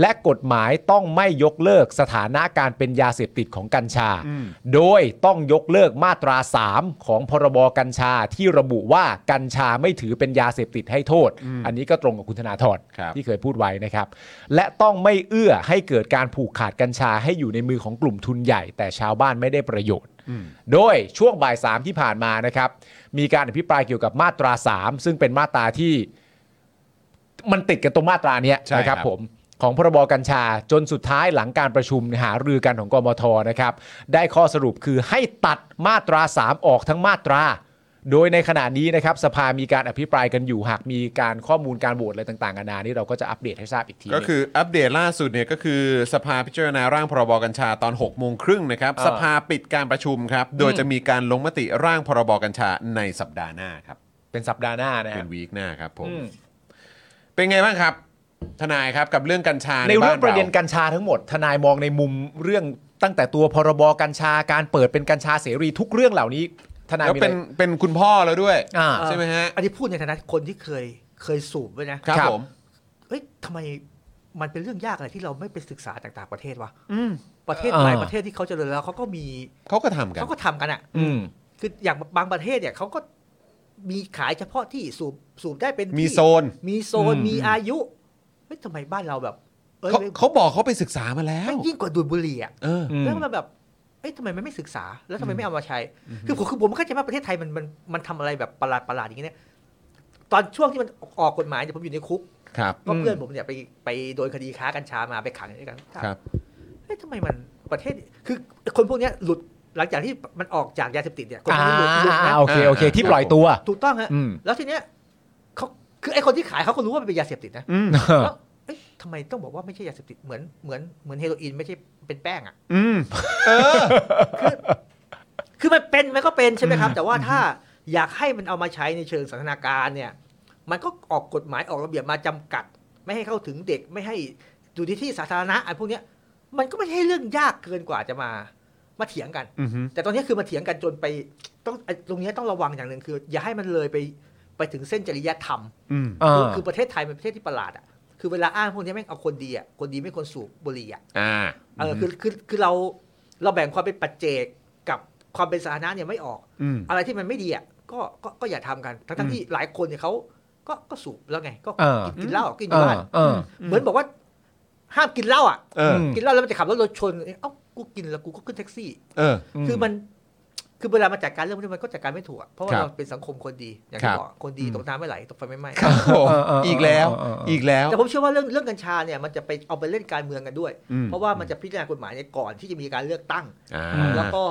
Speaker 3: และกฎหมายต้องไม่ยกเลิกสถานะการเป็นยาเสพติดของกัญชา โดยต้องยกเลิกมาตรา 3 ของพรบกัญชาที่ระบุว่ากัญชาไม่ถือเป็นยาเสพติดให้โทษ อันนี้ก็ตรงกับคุณธนาธร
Speaker 4: ครับ
Speaker 3: ที่เคยพูดไว้นะครับ และต้องไม่เอื้อให้เกิดการผูกขาดกัญชาให้อยู่ในมือของกลุ่มทุนใหญ่ แต่ชาวบ้านไม่ได้ประโยชน์ โดยช่วงบ่ายสามที่ผ่านมานะครับ มีการอภิปรายเกี่ยวกับมาตรา 3 ซึ่งเป็นมาตราที่มันติดกันตรงมาตราเนี้ย
Speaker 4: ใช่
Speaker 3: นะครับ
Speaker 4: ครับ
Speaker 3: ผม ของพรบกัญชาจนสุดท้ายหลังการประชุมหารือกันของกมทนะครับ ได้ข้อสรุปคือให้ตัดมาตรา 3 ออกทั้งมาตรา โดยในขณะนี้นะครับ สภามีการอภิปรายกันอยู่หากมีการข้อมูลการโหวตอะไรต่างๆนานานี่เราก็จะอัปเดตให้ทราบอีกทีหนึ่
Speaker 4: ก็
Speaker 3: ง
Speaker 4: คืออัปเดตล่าสุดเนี่ยก็คือสภาพิจารณาร่างพรบกัญชาตอน6กโมงครึ่งนะครับ
Speaker 3: อ่า
Speaker 4: สภาปิดการประชุมครับ โดยจะมีการลงมติร่างพรบกัญชาในสัปดาห์หน้าครับ
Speaker 3: เป็นสัปดาห์หน้านะ
Speaker 4: เป็
Speaker 3: ฮะ
Speaker 4: นวีคหน้าครับผม
Speaker 3: อืม
Speaker 4: เป็นไงบ้างครับ ทนายครับกับเรื่องกัญชา
Speaker 5: ในเรื่อง
Speaker 4: บ้า
Speaker 5: ประเด็นกัญชาทั้งหมด ทนายมองในมุมเรื่องตั้งแต่ตัวพรบกัญชาการเปิดเป็นกัญชาเสรีทุกเรื่องเหล่านี้ ทนาย
Speaker 4: แล้ว
Speaker 5: มีอะไร
Speaker 4: เป็นเป็นคุณพ่อแล้วด้วย
Speaker 5: อ่า
Speaker 4: ใช่ไหมฮะ
Speaker 6: อันนี้พูดในฐานะคนที่เคยเคยสูบด้วยนะครับ
Speaker 5: ครับ
Speaker 4: ผม
Speaker 6: เอ้ยทำไมมันเป็นเรื่องยากอะไรที่เราไม่ไปศึกษาจากต่างประเทศวะประเทศหลาย
Speaker 5: อ่า
Speaker 6: ประเทศที่เขาเจริญแล้วเขาก็มี
Speaker 4: เขาก็ทำกัน
Speaker 6: เขาก็ทำกันอ่ะ
Speaker 5: อืม
Speaker 6: คืออย่างบางประเทศเนี่ยเขาก็มีขายเฉพาะที่สูบสูบได้เป็น
Speaker 4: มี
Speaker 6: ที่
Speaker 4: โซน
Speaker 6: มีโซน
Speaker 5: อืม
Speaker 6: มีอายุเฮ้ยทำไมบ้านเราแบบเอ้ย
Speaker 4: เขาเขาบอกเขาไปศึกษามาแล้
Speaker 6: แม่
Speaker 4: ว
Speaker 6: งยิ่งกว่าดูดบุหรี่อ่ะ
Speaker 4: เออ
Speaker 5: อืม
Speaker 6: แล้วมันแบบเอ้ยทำไมมันไม่ศึกษา แล้วทำไมไม่เอามาใช้ คือผมคือผมไม่เข้าใจว่าประเทศไทยมันมันมันทำอะไรแบบประหลาดประหลาดอย่างนี้เนี่ยตอนช่วงที่มันออกกฎหมายเนี่ยผมอยู่ในคุก
Speaker 4: ครับ
Speaker 6: ก็
Speaker 5: อืม
Speaker 6: เพื่อนผมเนี่ยไปไปโดนคดีค้ากัญชามาไปขังด้วยกัน
Speaker 4: ครับ
Speaker 6: เฮ้ยทำไมมันประเทศคือคนพวกเนี้ยหลุดหลังจากที่มันออกจากยาเสพติดเนี่ยคนพวกนี้หลุดหลุดนะ
Speaker 5: อ่าโอเคโอเค ที่ปล่อยตัว
Speaker 6: ถูกต้องฮะ
Speaker 5: อืม
Speaker 6: แล้วทีเนี้ยเขาคือไอคนที่ขายเขาก็รู้ว่ามันเป็นยาเสพติดนะแล้วเอ้ยทำไมต้องบอกว่าไม่ใช่ยาเสพติดเหมือนเหมือนเหมือนเฮโรอีนไม่ใช่เป็นแป้งอ่ะ
Speaker 4: อืม
Speaker 6: คือมันเป็นมันก็เป็นใช่ไหมครับ แต่ว่าถ้าอยากให้มันเอามาใช้ในเชิงสันทนาการเนี่ย มันก็ออกกฎหมายออกระเบียบมาจำกัด ไม่ให้เข้าถึงเด็กไม่ให้อยู่ในที่สาธารณะไอ้พวกเนี้ยมันก็ไม่ใช่เรื่องยากเกินกว่าจะมามาเถียงกัน
Speaker 4: อือฮึ
Speaker 6: แต่ตอนนี้คือมาเถียงกันจนไปต้องไอ้ตรงเนี้ยต้องระวังอย่างหนึ่งคือ อย่าให้มันเลยไปไปถึงเส้นจริยธรรม
Speaker 4: อืม
Speaker 5: อ่า
Speaker 6: คือคือประเทศไทยเป็นประเทศที่ประหลาดอ่ะ คือเวลาอ้างพวกนี้แม่งเอาคนดีอ่ะ คนดีไม่คนสูบบุหรี่อ่ะ
Speaker 4: อ่า
Speaker 6: เออ คือ คือ คือเรา เราแบ่งความเป็นปัจเจกกับความเป็นสาธารณะเนี่ยไม่ออก
Speaker 4: อืม
Speaker 6: อะไรที่มันไม่ดีอ่ะ ก็ ก็ ก็อย่าทำกัน ทั้งทั้งที่หลายคนเนี่ยเขาก็ ก็สูบแล้วไง ก็
Speaker 5: เออ
Speaker 6: กินกินเหล้า กินอ
Speaker 5: เอยู่ อ
Speaker 6: บ้าน
Speaker 5: เออ
Speaker 6: เหมือนบอกว่า ห้ามกินเหล้าอ่ะ
Speaker 4: เออ
Speaker 5: ม
Speaker 6: กินเหล้าแล้วมันจะขับรถรถชน เอ้า กูกินแล้วกูก็ขึ้นแท็กซี่
Speaker 4: เออ
Speaker 6: คือมัน คือเวลามาจัดการเรื่องพวกนี้มันก็จัดการไม่ถูกอะเพราะว่า
Speaker 4: ครับ
Speaker 6: เราเป็นสังคมคนดี อย่าง
Speaker 4: ครั
Speaker 6: ที่
Speaker 4: บ
Speaker 6: บอก คนดีตกน้ำไม่ไหล ตกไฟไม่ไหม้
Speaker 4: ครับผม
Speaker 5: เออเออเออ
Speaker 4: อีกแล้ว
Speaker 5: เออเออเอออี
Speaker 4: อีกแล้ว
Speaker 6: แต่ผมเชื่อว่าเรื่องเรื่องกัญชาเนี่ยมันจะไปเอาไปเล่นการเมืองกันด้วย
Speaker 4: อืม
Speaker 6: เพราะว่ามันจะพิจารณากฎหมายเนี่ยก่อนที่จะมีการเลือกตั้ง
Speaker 4: อ่า
Speaker 6: แล้วก็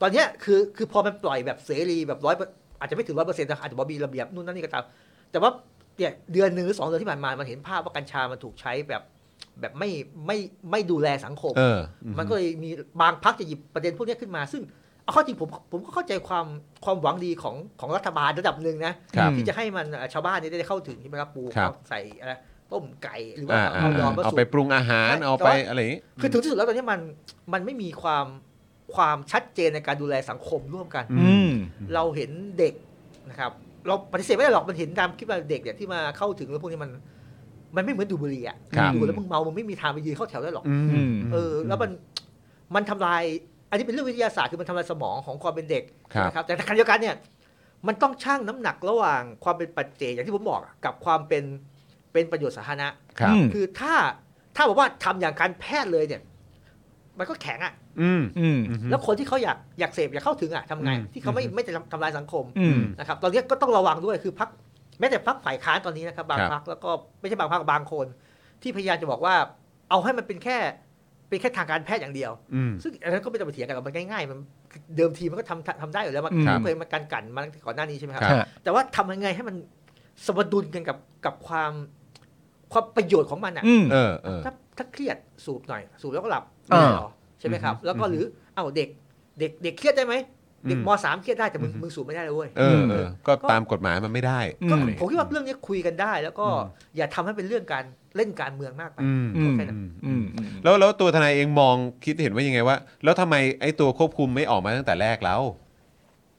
Speaker 6: ตอนเนี้ยคือคือพอมันปล่อยแบบเสรีแบบร้อยอาจจะไม่ถึงร้อยเปอร์เซ็นต์นะอาจจะบอกมีระเบียบนู่นนั่นนี่ก็ตามแต่ว่าเนี่ยเดือนหนึ่งหรือสองเดือนที่ผ่านมามันเห็นภาพว่ากัญชามันถูกใช้แบบแบบไม่ไม่ไม่ดูแลสังคม
Speaker 4: เออ
Speaker 6: มันก็เลยมีบางพักจะหยิบประเด็นพวกเนี้ยขึ้นมา ซึ่งเอาเข้อจริงผมผมก็เข้าใจความความหวังดีของของรัฐบาลระดับหนึ่งนะ
Speaker 4: ครับ
Speaker 6: ที่จะให้มันเอ่อชาวบ้านเนี่ยได้เข้าถึงใช่ไหมครับปลูก
Speaker 4: ครับ
Speaker 6: ใส่อะไรต้มไก่หรือว่า
Speaker 4: อ่าอ่า
Speaker 6: เอาดอมมา
Speaker 4: เอา
Speaker 6: สู
Speaker 4: ไป
Speaker 6: บ
Speaker 4: ปรุงอาหาร
Speaker 6: ใช่
Speaker 4: เอาไป
Speaker 6: แต่ว่า
Speaker 4: อะไรอย่างงี้
Speaker 6: คือถึงที่สุดแล้วตอนนี้มันมันไม่มีความความชัดเจนในการดูแลสังคมร่วมกัน
Speaker 5: อืม
Speaker 6: เราเห็นเด็กนะครับ เราปฏิเสธไม่ได้หรอกมันเห็นตามคลิปว่าเด็กเนี่ยที่มาเข้าถึงแล้วพวกนี้มัน มันไม่เหมือนดูดบุหรี่อะ
Speaker 4: ครับ
Speaker 6: ดูแล้วมึงเมามึงไม่มีทางไปยืนเข้าแถวได้หรอก
Speaker 4: อืม
Speaker 6: เออแล้วมันมันทำลาย อันนี้เป็นเรื่องวิทยาศาสตร์คือมันทำลายสมองของความเป็นเด็ก
Speaker 4: ครับ
Speaker 6: นะครับแต่ในขณะเดียวกันเนี่ย มันต้องชั่งน้ำหนักระหว่างความเป็นปัจเจกอย่างที่ผมบอกอะกับความเป็นเป็นประโยชน์สาธารณะ
Speaker 4: ครับ
Speaker 5: อืม
Speaker 6: คือถ้าถ้าบอกว่าทำอย่างการแพทย์เลยเนี่ย มันก็แข็งอะ
Speaker 4: อืม
Speaker 5: อืม
Speaker 6: แล้วคนที่เขาอยากอยากเสพอยากเข้าถึงอะทำไง
Speaker 4: อืม
Speaker 6: ที่เขาไม่ไม่จะทำลายสังคม
Speaker 5: อืม
Speaker 6: นะครับตอนนี้ก็ต้องระวังด้วยคือพักแม้แต่พักฝ่ายค้านตอนนี้นะครับบาง
Speaker 4: ครับ
Speaker 6: พักแล้วก็ไม่ใช่บางพักบางคน ที่พยายามจะบอกว่า เอาให้มันเป็นแค่เป็นแค่ทางการแพทย์อย่างเดียว
Speaker 4: อืม
Speaker 6: ซึ่งอันนั้นก็ไม่ต้องไปเถียงกันหรอกมันง่ายๆ มันเดิมทีมันก็ทำทำทำได้อยู่แล้วมัน
Speaker 5: ครับ
Speaker 6: เคยมากันกันมาตั้งแต่ก่อนหน้านี้ใช่ไหมครั
Speaker 4: ครับ
Speaker 6: แต่ว่าทำยังไงให้มันสมดุลกันกับกับความความประโยชน์ของมันอ่ะ
Speaker 5: อืม
Speaker 4: เออเออ
Speaker 6: ถ้าถ้าเครียดสูบหน่อย สูบแล้วก็หลับ
Speaker 5: อ่า
Speaker 6: ไม่ได้หรอใช่ไหมครับ แล้วก็หรือเอ้าเด็กเด็กเด็กเครียดได้ไหมเด็ก
Speaker 4: อืม
Speaker 6: มสามเครียดได้แต่มึงมึงสูบไม่ได้เลยเว้ย
Speaker 4: เออเออ ก็ตามกฎหมายมันไม่ได้
Speaker 5: อืม
Speaker 6: ก็ผมคิดว่าเรื่องนี้คุยกันได้ แล้วก็อย่าทำให้เป็นเรื่องการเล่นการเมืองมากไป
Speaker 4: อืม
Speaker 6: ก็แค่นั้น
Speaker 5: อืม
Speaker 4: แล้วแล้วตัวทนายเองมองคิดเห็นว่ายังไงว่า แล้วทำไมไอ้ตัวควบคุมไม่ออกมาตั้งแต่แรกแล้ว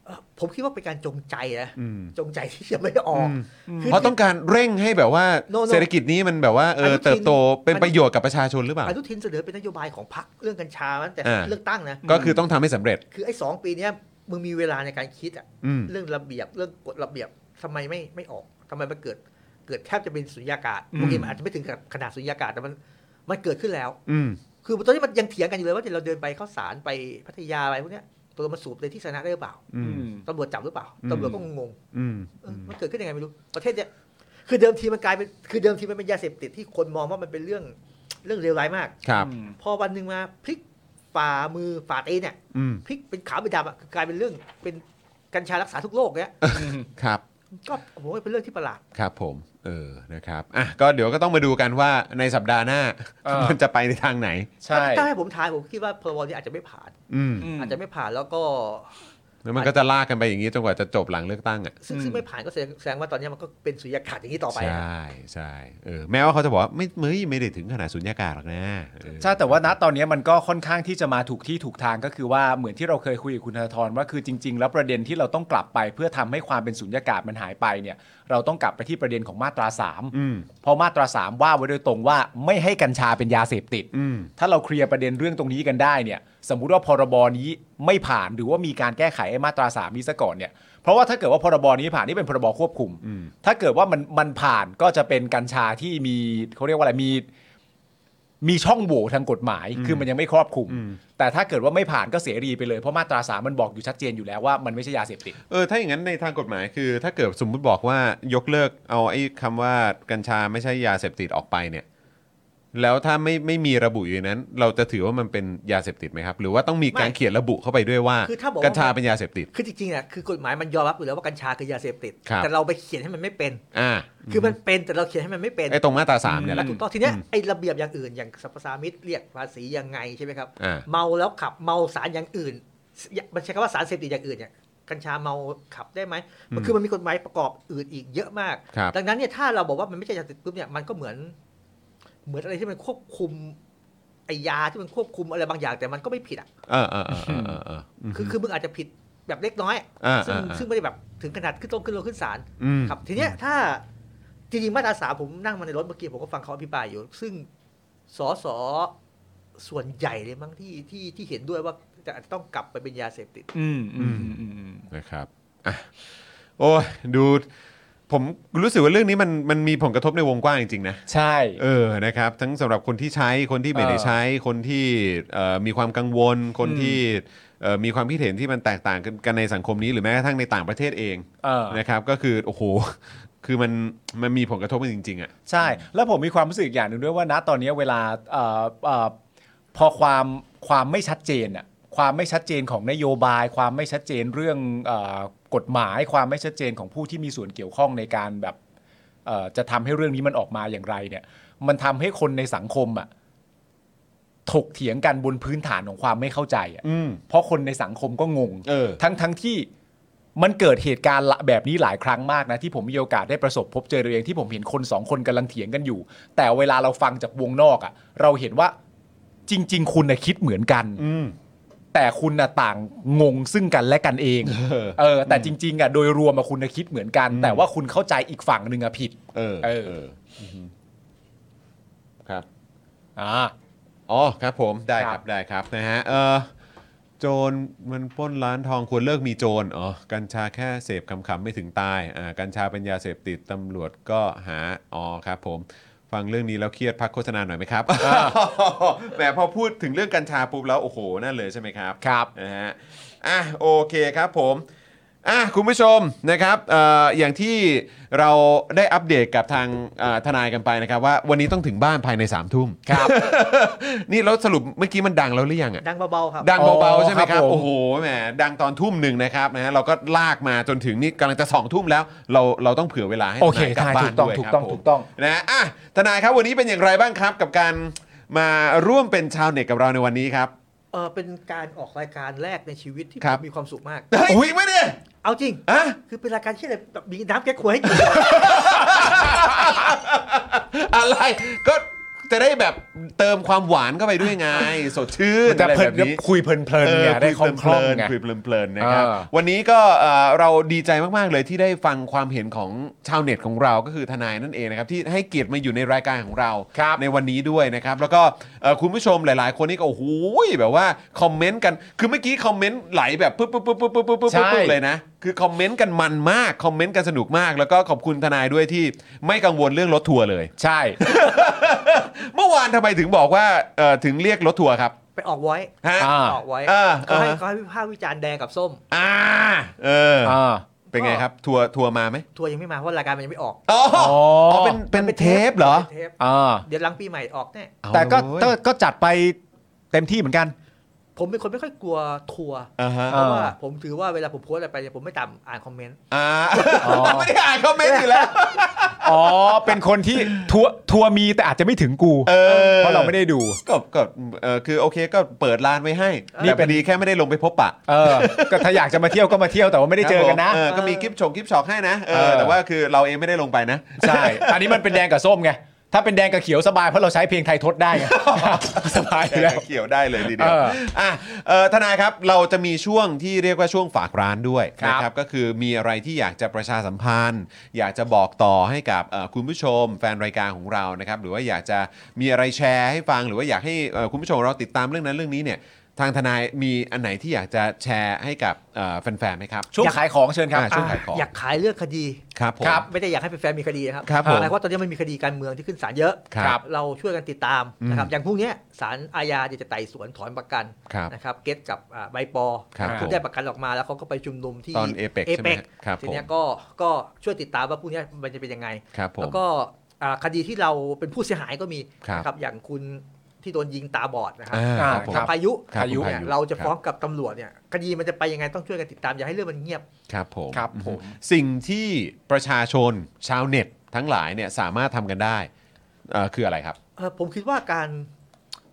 Speaker 6: เอ่อผมคิดว่าเป็นการจงใจนะ
Speaker 4: อืม
Speaker 6: จงใจที่จะไม่ออก
Speaker 4: อืม
Speaker 6: คื
Speaker 4: เพราะต้องการเร่งให้แบบว่า
Speaker 6: No, no
Speaker 4: เศรษฐกิจนี้มันแบบว่าเออ
Speaker 6: นุทิน
Speaker 4: เติบโตเป็นประโยชน์กับประชาชนหรือเปล่า
Speaker 6: อนุทินเสนอเป็นนโยบายของพรรคเรื่องกัญชาตั้งแต่
Speaker 4: อ่า
Speaker 6: เลือกตั้งนะ
Speaker 4: ก็คือต้องทำให้สำเร็จ
Speaker 6: คือไอ้สองปีเนี้ยมึงมีเวลาในการคิดอะ
Speaker 4: อืม
Speaker 6: เรื่องระเบียบเรื่องกฎระเบียบทำไมไม่ไม่ออกทำไมมันเกิดเกิดแทบจะเป็นสุญญากาศ
Speaker 5: อืม
Speaker 6: โอเคมันอาจจะไม่ถึงกับขนาดสุญญากาศแต่มันมันเกิดขึ้นแล้ว
Speaker 4: อืม
Speaker 6: คือตอนนี้มันยังเถียงกันอยู่เลยว่าเราเดินไปเข้าสารไปพัทยาอะไรพวกเนี้ยตัวเรามาสูบในที่สาธารณะได้หรือเปล่า
Speaker 4: อืม
Speaker 6: ตำรวจจับหรือเปล่า
Speaker 4: อืม
Speaker 6: ตำรวจก็งง
Speaker 4: อืม
Speaker 6: ๆเออมันเกิดขึ้นยังไงไม่รู้ประเทศเนี้ยคือเดิมทีมันกลายเป็นคือเดิมทีมันเป็นยาเสพติดที่คนมองว่ามันเป็นเรื่องเรื่องเลวร้ายมาก
Speaker 4: ครับ
Speaker 6: พอวันหนึ่งมาพลิกฝ่ามือฝ่าตีนเนี่ย
Speaker 4: อืม
Speaker 6: พลิกเป็นขาวเป็นดำอะคือกลายเป็นเรื่องเป็นกัญชารักษาทุกโรคเนี่ย
Speaker 4: ครับ
Speaker 6: ก็ผมว่าเป็นเรื่องที่ประหลาด
Speaker 4: ครับผม เออ นะครับ อ่ะ ก็เดี๋ยวก็ต้องมาดูกันว่าในสัปดาห์หน้า
Speaker 5: เออ
Speaker 4: มันจะไปในทางไหน
Speaker 5: ใช่
Speaker 6: ถ้าให้ผมทายผมคิดว่าพรบนี้อาจจะไม่ผ่าน
Speaker 4: อืม
Speaker 6: อาจจะไม่ผ่านแล้วก็
Speaker 4: แล้วมันก็จะลากกันไปอย่างนี้จนกว่าจะจบหลังเลือกตั้งอ่ะ
Speaker 6: ซึ่งซึ่งไม่ผ่านก็แสดงแสดงว่าตอนนี้มันก็เป็นสุญญากาศอย่างนี้ต่อไป
Speaker 4: ใช
Speaker 6: อะ
Speaker 4: ่ใช่เออแม้ว่าเขาจะบอกว่าไม่เมยไม่ได้ถึงขนาดสุญญากาศหรอกนะเออ
Speaker 3: ใช่แต่ว่าณตอนนี้มันก็ค่อนข้างที่จะมาถูกที่ถูกทางก็คือว่าเหมือนที่เราเคยคุยกับคุณธนาธรว่าคือจริง ๆ แล้วประเด็นที่เราต้องกลับไปเพื่อทำให้ความเป็นสุญญากาศมันหายไปเนี่ยเราต้องกลับไปที่ประเด็นของมาตราสามเพราะมาตราสามว่าไว้โดยตรงว่าไม่ให้กัญชาเป็นยาเสพติด ถ้าเราเคลียร์ประเด็นเรื่องตรงนี้กันได้เนี่ยสมมุติว่าพรบนี้ไม่ผ่านหรือว่ามีการแก้ไขไอ้มาตราสามนี้ซะก่อนเนี่ยเพราะว่าถ้าเกิดว่าพรบนี้ผ่านนี่เป็นพรบควบคุม ถ้าเกิดว่ามันมันผ่านก็จะเป็นกัญชาที่มีเขาเรียกว่าอะไรมี มีช่องโหว่ทางกฎหมาย คือมันยังไม่ครอบคลุม แต่ถ้าเกิดว่าไม่ผ่านก็เสรีไปเลย เพราะมาตราสามมันบอกอยู่ชัดเจนอยู่แล้วว่ามันไม่ใช่ยาเสพติด
Speaker 4: เออถ้าอย่างนั้นในทางกฎหมายคือ ถ้าเกิดสมมุติบอกว่ายกเลิกเอาไอ้คำว่ากัญชาไม่ใช่ยาเสพติดออกไปเนี่ย แล้วถ้าไม่ไม่มีระบุอยู่ในนั้น เราจะถือว่ามันเป็นยาเสพติดไหมครับ หรือว่าต้องมีการ
Speaker 6: ไม่
Speaker 4: เขียนระบุเข้าไปด้วยว่า
Speaker 6: คือถ้าบอกว่า
Speaker 4: กัญชาเป็นยาเสพติด
Speaker 6: คือจริงๆอ่ะคือกฎหมายมันยอมรับอยู่แล้วว่ากัญชาคือยาเสพติด
Speaker 4: ครับ
Speaker 6: แต่เราไปเขียนให้มันไม่เป็น
Speaker 4: อ่า
Speaker 6: คือมันเป็นแต่เราเขียนให้มันไม่เป็น
Speaker 4: ไอ้ตรงมาตราสามเนี่ยแห
Speaker 6: แล้ว
Speaker 4: ละ
Speaker 6: ถูกต้องทีเนี้ยไอ้ระเบียบอย่างอื่นอย่างสรรพสามิตเรียกภาษียังไงใช่ไหมครับ
Speaker 4: อ่ า
Speaker 6: เมาแล้วขับเมาสารอย่างอื่นอย่ามันใช้คำว่าสารเสพติดอย่างอื่นเนี่ยกัญชาเมาขับได้ไหมมันคือมันมีกฎหมายประกอบอื่นอีกเยอะมาก
Speaker 4: ครับ
Speaker 6: ดังนั้นเนี่ยถ้าเราบอกว่ามันไม่ใช่ยาเสพติดปุ๊บเนี่ยมันก็เหมือน เหมือนอะไรที่มันควบคุมไอยาที่มันควบคุมอะไรบางอย่างแต่มันก็ไม่ผิดอ่ะ
Speaker 4: เออเออเออเออเออเออ
Speaker 6: คือคือมึงอาจจะผิดแบบเล็กน้อยอะ
Speaker 4: อ่า
Speaker 6: ซึ่ง
Speaker 4: อ่าอ่า
Speaker 6: ซึ่งไม่ได้แบบถึงขนาดขึ้นต้นขึ้นลงขึ้นศาล
Speaker 4: อืม
Speaker 6: ครับ ทีเนี้ยถ้าจริงๆมาตราสามผมนั่งมาในรถเมื่อกี้ผมก็ฟังเขาอภิปรายอยู่ ซึ่งสสส่วนใหญ่เลยมั้งที่ที่ที่เห็นด้วยว่าจะอาจจะต้องกลับไปเป็นยาเสพติด
Speaker 3: อืมอืมอืม
Speaker 4: นะครับอ่ะโอ้ยดูผมรู้สึกว่าเรื่องนี้มันมันมีผลกระทบในวงกว้างจริงๆนะ
Speaker 3: ใช่
Speaker 4: เออ นะครับ ทั้งสำหรับคนที่ใช้ คนที่ไม่ได้ใช้ คนที่เอ่อมีความกังวล คนที่เอ่อมีความคิดเห็นที่มันแตกต่างกันกันในสังคมนี้ หรือแม้กระทั่งในต่างประเทศเอง
Speaker 3: เออ
Speaker 4: นะครับ ก็คือ โอ้โห คือมัน มันมีผลกระทบกันจริง ๆ อ่ะ
Speaker 3: ใช่ แล้วผมมีความรู้สึกอย่างหนึ่งด้วยว่าณตอนนี้เวลาเอ่อเอ่อพอความความไม่ชัดเจนอะความไม่ชัดเจนของนโยบาย ความไม่ชัดเจนเรื่องเออกฎหมาย ความไม่ชัดเจนของผู้ที่มีส่วนเกี่ยวข้องในการแบบเอ่อจะทำให้เรื่องนี้มันออกมาอย่างไรเนี่ย มันทำให้คนในสังคมอะถกเถียงกันบนพื้นฐานของความไม่เข้าใจอะ
Speaker 4: อืม
Speaker 3: เพราะคนในสังคมก็งง
Speaker 4: เออ
Speaker 3: ทั้งทั้งที่มันเกิดเหตุการณ์ละแบบนี้หลายครั้งมากนะที่ผมมีโอกาสได้ประสบพบเจอตัวเองที่ผมเห็นคนสองคนกำลังเถียงกันอยู่ แต่เวลาเราฟังจากวงนอกอะ่ะ เราเห็นว่าจริง ๆ คุณนะคิดเหมือนกัน
Speaker 4: อืม
Speaker 3: แต่คุณนะต่างงงซึ่งกันและกันเอง
Speaker 4: เออ
Speaker 3: เออ แต่จริง ๆอะ่ะโดยรวมอะคุณนะคิดเหมือนกัน แต่ว่าคุณเข้าใจอีกฝั่งหนึ่งอะผิด
Speaker 4: เออ
Speaker 3: เออ
Speaker 4: เอออือฮึครับ
Speaker 3: อ่า
Speaker 4: อ๋อ ครับผม ได้
Speaker 3: ค
Speaker 4: ค
Speaker 3: รั
Speaker 4: รับ
Speaker 3: บ
Speaker 4: ได้ครับ นะฮะ เออโจรมันปล้นร้านทองควรเลิกมีโจร อ๋อ กัญชาแค่เสพคำๆไม่ถึงตาย อ่า กัญชาเป็นยาเสพติด ตำรวจก็หา อ๋อ ครับผม ฟังเรื่องนี้แล้วเครียดพักโฆษณาหน่อยไหมครับ แหมพอพูดถึงเรื่องกัญชาปุ๊บแล้ว โอ้โห นั่นเลยใช่ไหมครับ
Speaker 3: ครับ
Speaker 4: นะฮะ อ่ะ โอเคครับผม อ่ะคุณผู้ชมนะครับเอ่ออย่างที่เราได้อัปเดตกับทางเอ่อทนายกันไปนะครับ ว่าวันนี้ต้องถึงบ้านภายใน3ามทุ่มครับ นี่แล้วสรุปเมื่อกี้มันดังแล้วหรือยังอ่ะ
Speaker 6: ดังเบาๆครับ
Speaker 4: ดังเบา
Speaker 3: อ๋
Speaker 4: ๆ
Speaker 3: อ
Speaker 4: ใช่ไหมค
Speaker 3: ครั
Speaker 4: รับ
Speaker 3: ผ
Speaker 4: บ
Speaker 3: ม
Speaker 4: โอ้โหแหมดังตอนทุ่มหนึ่งนะครับนะฮะเราก็ลากมาจนถึงนี่กำลังจะสองทุ่มแล้ว เราเราต้องเผื่อเวลาให้
Speaker 3: โอเค
Speaker 4: ทนาย
Speaker 3: ใช่
Speaker 4: กลับบ้า
Speaker 3: ถู
Speaker 4: น
Speaker 3: กต้อง
Speaker 4: ด้วย
Speaker 3: ถูก
Speaker 4: ครับ
Speaker 3: ต้อง
Speaker 4: ผม
Speaker 3: ถูกต้อง
Speaker 4: นะอ่ะทนายครับวันนี้เป็นอย่างไรบ้างครับ กับการมาร่วมเป็นชาวเน็ตกับเราในวันนี้ครับ
Speaker 6: เออเป็นการออกรายการแรกในชีวิตที่
Speaker 4: ครับ
Speaker 6: มีความสุขมาก
Speaker 4: เฮ้ยอุ๊ยไม่ได้
Speaker 6: เอาจริง
Speaker 4: อ่ะ
Speaker 6: คือเป็นรายการที่อะไรแบบมีน้ำแก้ขวดให้กิน
Speaker 4: อะไรก็จะได้แบบเติมความหวานเข้าไปด้วยไง สดชื่น
Speaker 3: แต่
Speaker 4: อะไร
Speaker 3: เพลิ
Speaker 4: แบ
Speaker 3: น
Speaker 4: บนี้
Speaker 3: คุยเพลินๆไงได้คล่องคล่องๆไง
Speaker 4: คุยเพลินๆนะครับ
Speaker 3: เออ
Speaker 4: วันนี้ก็เอ่อเราดีใจมากๆเลยที่ได้ฟังความเห็นของชาวเน็ตของเราก็คือทนายนั่นเองนะครับที่ให้เกียรติมาอยู่ในรายการของเรา
Speaker 3: ครับ
Speaker 4: ในวันนี้ด้วยนะครับ แล้วก็เอ่อคุณผู้ชมหลาย ๆ คนนี่ก็โอ้โหแบบว่าคอมเมนต์กันคือเมื่อกี้คอมเมนต์ไหลแบบปึ๊บปึ๊บปึ๊บปึ๊บปึ๊บปึ๊บปึ๊บ
Speaker 3: ใช่
Speaker 4: ปึ๊บเลยนะ คือคอมเมนต์กันมันมากคอมเมนต์กันสนุกมาก แล้วก็ขอบคุณทนายด้วยที่ไม่กังวลเรื่องรถทัวร์เลย
Speaker 3: ใช่
Speaker 4: เมื่อวานทำไมถึงบอกว่าเอ่อถึงเรียกรถทัวร์ครับ
Speaker 6: ไปออกไว้
Speaker 4: ฮะ
Speaker 3: อ่า
Speaker 6: ออกไว้
Speaker 4: เออ
Speaker 6: เขาให้
Speaker 4: เออ
Speaker 6: เขาให้วิพากษ์วิจารณ์แดงกับส้ม
Speaker 4: อ่าเออ
Speaker 3: อ่า
Speaker 4: เป็นไงครับทัวร์ทัวร์มาไหม
Speaker 6: ทัวร์ยังไม่มาเพราะรายการมันยังไม่ออก
Speaker 4: อ๋อ
Speaker 3: อ๋อ
Speaker 4: อ๋อเป็นเป็นเทปเหรอ
Speaker 6: ป็นเทป
Speaker 3: อ่า
Speaker 6: เดี๋ยวหลังปีใหม่ออกแน่
Speaker 4: เอา
Speaker 3: แต่ก็
Speaker 4: เว้ย
Speaker 3: ก็ก็จัดไปเต็มที่เหมือนกัน
Speaker 6: ผมเป็นคนไม่ค่อยกลัวทัวร์
Speaker 4: อ่าฮะ
Speaker 6: เพราะว่าผมถือว่าเวลาผมโพสต์อะไรไปเนี่ยผมไม่ตามอ่านคอมเมนต์
Speaker 4: อ่าไม่ได้อ่านคอมเมนต์อยู่แล้ว
Speaker 5: อ๋อ เป็นคนที่ทัวร์ทัวร์มีแต่อาจจะไม่ถึงกู
Speaker 4: เออ
Speaker 5: เพราะเราไม่ได้ดู
Speaker 4: ก็ก็เออคือโอเคก็เปิดร้านไว้ให้
Speaker 5: นี่
Speaker 4: นี่
Speaker 5: เป็
Speaker 4: เป็น นดีแค่ไม่ได้ลงไปพบปะ
Speaker 5: เออ ก็ถ้าอยากจะมาเที่ยวก็มาเที่ยวแต่ว่าไม่ได้เจอกันนะ
Speaker 4: เก็มีกิฟชงกิฟช็อกให้นะเอ
Speaker 5: เอ
Speaker 4: อ
Speaker 5: อ
Speaker 4: แต่ว่าคือเราเองไม่ได้ลงไปนะ
Speaker 5: ใช่ อันนี้มันเป็นแดงกับส้มไง ถ้าเป็นแดงกับเขียวสบายเพราะเราใช้เพลงไทยทดได้ไง สบายอยู่แล้ว
Speaker 4: เขียวได้เลยทีเดียว
Speaker 5: เออ
Speaker 4: อ่ะเอ่อทนายครับเราจะมีช่วงที่เรียกว่าช่วงฝากร้านด้วย
Speaker 5: ครับ
Speaker 4: นะครับก็คือมีอะไรที่อยากจะประชาสัมพันธ์ อยากจะบอกต่อให้กับเอ่อคุณผู้ชม แฟนรายการของเรานะครับหรือว่าอยากจะมีอะไรแชร์ให้ฟัง หรือว่าอยากให้เอ่อคุณผู้ชมเราติดตามเรื่องนั้นเรื่องนี้เนี่ยทางทนายมีอันไหนที่อยากจะแชร์ให้กับเอ่อแฟนๆไหมครับ
Speaker 5: ช่วงขายของเชิญครับ
Speaker 4: อ่าช่วงขายของ
Speaker 6: อยากขายเรื่องคดี
Speaker 4: ครับผม
Speaker 6: ไม่ได้อยากให้แฟนๆมีคดีนะครับ
Speaker 4: ครับผม
Speaker 6: เพราะตอนนี้มันมีคดีการเมืองที่ขึ้นศาลเยอะ
Speaker 4: ครับ
Speaker 6: เราช่วยกันติดตามนะครับอย่างพวกเนี้ยศาลอาญาเดี๋ยวจะไต่สวนถอนประกัน
Speaker 4: ครับ
Speaker 6: นะครับเกตกับอ่าใบปอ
Speaker 4: ครับ
Speaker 6: ที่
Speaker 4: ผม
Speaker 6: ได้ประกันออกมาแล้วเขาก็ไปชุมนุมที่
Speaker 4: ตอน APEC ใช่ไหมครับ
Speaker 6: ทีเนี้ย
Speaker 4: ผม
Speaker 6: ก็ก็ช่วยติดตามว่าพวกเนี้ยมันจะเป็นยังไง
Speaker 4: ครับผม
Speaker 6: แล้วก็อ่าคดีที่เราเป็นผู้เสียหายก็มี
Speaker 4: ครับ
Speaker 6: นะครับอย่างคุณที่โดนยิงตาบอดนะครั
Speaker 4: อ่า
Speaker 5: ครับผม
Speaker 6: ทางพายุ
Speaker 4: ครับ
Speaker 6: พายุ
Speaker 4: พา
Speaker 6: เนี่
Speaker 4: ย ยุ
Speaker 6: เราจะ
Speaker 4: ครับ
Speaker 6: ฟ้องกับตำรวจเนี่ยคดีมันจะไปยังไงต้องช่วยกันติดตามอย่าให้เรื่องมันเงียบ
Speaker 4: ครับผม
Speaker 5: ครับผม
Speaker 4: อืมสิ่งที่ประชาชนชาวเน็ตทั้งหลายเนี่ยสามารถทำกันได้เอ่อคืออะไรครับ
Speaker 6: เอ่อผมคิดว่าการ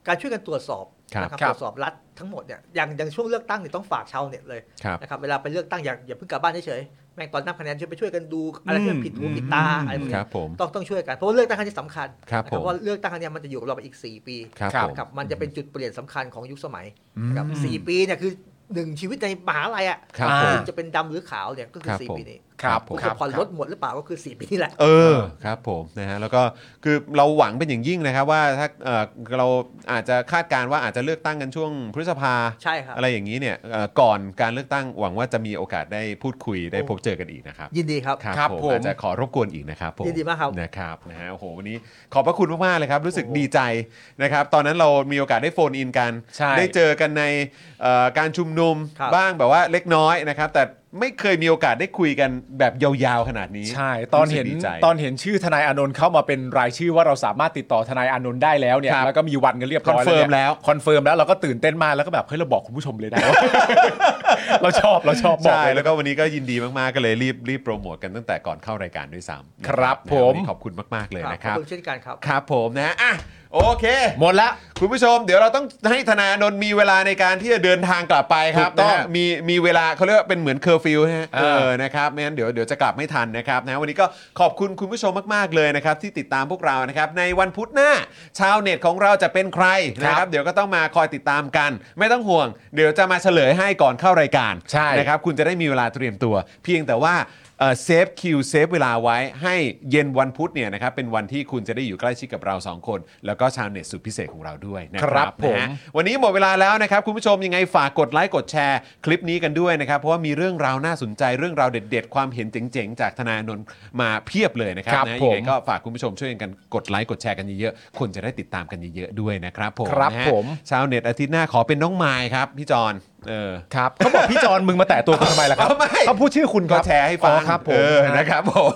Speaker 6: การช่วยกันตรวจสอบ
Speaker 4: ครับ
Speaker 6: นะครับ
Speaker 5: ครั
Speaker 6: ต
Speaker 5: บ
Speaker 6: รวจสอบรัฐทั้งหมดเนี่ยอย่างอย่างช่วงเลือกตั้งเนี่ยต้องฝากชาวเน็ตเลย
Speaker 4: ครับ
Speaker 6: นะครับเวลาไปเลือกตั้งอย่าอย่าเพิ่งกลับบ้านเฉยๆแม่งตอนนับคะแนนช่วยไปช่วยกันดูอะไรที่มันผิดหูผิดตาอะไรพวก
Speaker 4: ค
Speaker 6: เนี้
Speaker 4: รั
Speaker 6: ย
Speaker 4: บผม
Speaker 6: ต้องต้องช่วยกันเพราะว่าเลือกตั้งครั้งนี้สำคัญ
Speaker 4: ครับ
Speaker 6: นะ
Speaker 4: ผม
Speaker 6: เพราะว่าเลือกตั้งครั้งเนี้ยมันจะอยู่กับเราไปอีก 4 ปี
Speaker 4: ครับผม
Speaker 6: นะครับมันจะเป็นจุดเปลี่ยนสำคัญของยุคสมัยนะครับสี่ปีเนี่ยคือหนึ่งชีวิตในมหาลัยอ่ะ
Speaker 4: ครับ
Speaker 5: อ่า
Speaker 4: ผม
Speaker 6: คุณจะเป็นดำหรือขาวเนี่ยก็
Speaker 4: ค
Speaker 6: คือ
Speaker 4: รับ
Speaker 6: สี่
Speaker 4: ผม
Speaker 6: ปีนี้
Speaker 5: ครับ
Speaker 6: คุณ
Speaker 5: ค
Speaker 6: จะ
Speaker 5: รับ
Speaker 6: ผ่อนรถหมดหรือเปล่าก็คือสี่ปีนี่แหละ
Speaker 4: เออครับผมนะฮะแล้วก็คือเราหวังเป็นอย่างยิ่งนะครับว่าถ้าเอ่อเราอาจจะคาดการณ์ว่าอาจจะเลือกตั้งกันช่วงพฤษภา
Speaker 6: ใช่ครับ
Speaker 4: อะไรอย่างนี้เนี่ยเอ่อก่อนการเลือกตั้งหวังว่าจะมีโอกาสได้พูดคุยได้พบเจอกันอีกนะครับ
Speaker 6: ยินดีครับ
Speaker 4: ครับผม
Speaker 5: ผม
Speaker 4: อาจจะขอรบกวนอีกนะครับผม
Speaker 6: ยินดีมากครับ
Speaker 4: นะครับนะฮะโอ้โหวันนี้ขอบพระคุณมากๆเลยครับ รู้สึกดีใจนะครับ ตอนนั้นเรามีโอกาสได้โฟนอินกัน
Speaker 5: ใช่
Speaker 4: ได้เจอกันในเอ่อการชุมนุม
Speaker 6: ครับ
Speaker 4: บ้างแบบว่าเล็กน้อยนะครับ แต่ไม่เคยมีโอกาสได้คุยกันแบบยาวๆขนาดนี้
Speaker 5: ใช่ ตอนเห็น
Speaker 4: รู้สึกดีใจ
Speaker 5: ตอนเห็นชื่อทนายอานนท์เข้ามาเป็นรายชื่อว่าเราสามารถติดต่อทนายอานนท์ได้แล้วเนี่ย
Speaker 4: ครับ
Speaker 5: แล้วก็มีวันกันเรียบร้อ
Speaker 4: ค
Speaker 5: ย
Speaker 4: อนเฟิร์ม
Speaker 5: ย
Speaker 4: แล้ว
Speaker 5: คอนเฟิร์มแล้วเราก็ตื่นเต้นมากแล้วก็แบบเฮ้ยเราบอกคุณผู้ชม เลยนะ เราชอบเราชอบบอก
Speaker 4: ใช่
Speaker 5: เลย
Speaker 4: แล้วก็วันนี้ก็ยินดีมากๆก็เลยรีบรีบโปรโมทกันตั้งแต่ก่อนเข้ารายการด้วยซ้ำนะครับ
Speaker 5: ผม
Speaker 4: วันนี้ขอบคุณมากๆเลยนะค
Speaker 6: ขอบ
Speaker 4: รับ
Speaker 6: คุณเช่นกันครับ
Speaker 4: ครับผมนะฮะอ่ะโอเค
Speaker 5: หมดละ
Speaker 4: คุณผู้ชมเดี๋ยวเราต้องให้ธนาโนนท์มีเวลาในการที่จะเดินทางกลับไปครับ
Speaker 5: ถูกต้อง
Speaker 4: นะฮะมีมีเวลาเขาเรียกว่าเป็นเหมือนเคอร์ฟิวนะฮะ
Speaker 5: เอ
Speaker 4: เอ
Speaker 5: อ
Speaker 4: อนะครับไม่งั้นเดี๋ยวเดี๋ยวจะกลับไม่ทันนะครับนะวันนี้ก็ขอบคุณคุณผู้ชมมากๆเลยนะครับที่ติดตามพวกเรานะครับในวันพุธหน้า ชาวเน็ตของเราจะเป็นใครนะค
Speaker 5: ครั
Speaker 4: รับบ เดี๋ยวก็ต้องมาคอยติดตามกัน ไม่ต้องห่วง เดี๋ยวจะมาเฉลยให้ก่อนเข้ารายการ
Speaker 5: ใช่
Speaker 4: นะครับคุณจะได้มีเวลาเตรียมตัว เพียงแต่ว่าเอ่อเซฟคิวเซฟเวลาไว้ให้เย็นวันพุธเนี่ยนะครับเป็นวันที่คุณจะได้อยู่ใกล้ชิดกับเราสองคน แล้วก็ชาวเน็ตสุดพิเศษของเราด้วย นะค
Speaker 5: ครั
Speaker 4: รับบ นะฮะ
Speaker 5: ผม
Speaker 4: วันนี้หมดเวลาแล้วนะครับ คุณผู้ชมยังไงฝากกดไลค์กดแชร์คลิปนี้กันด้วยนะครับ เพราะว่ามีเรื่องราวน่าสนใจเรื่องราวเด็ด ๆ ความเห็นเจ๋ง ๆ จากธนาโนนท์มาเพียบเลยนะครับ
Speaker 5: ครับ
Speaker 4: นะ
Speaker 5: ผม
Speaker 4: ยังไงก็ฝากคุณผู้ชมช่วยกันกดไลค์กดแชร์กันเยอะๆคนจะได้ติดตามกันเยอะๆด้วยนะครับผม
Speaker 5: ครับ
Speaker 4: นะฮะ
Speaker 5: ผม
Speaker 4: ชาวเน็ตอาทิตย์หน้าขอเป็นน้องไมค์ครับพี่จอนเออ
Speaker 5: ครับเขาบอกพี่จอนมึงมาแตะตัวกูทำไมล่ะครับ
Speaker 4: เอาไม่
Speaker 5: เขาพูดชื่อคุณค
Speaker 4: ก็
Speaker 5: รับ
Speaker 4: แชร์ให้ฟัง
Speaker 5: อ๋อครับผ
Speaker 4: เอ
Speaker 5: ม
Speaker 4: อนะครับผม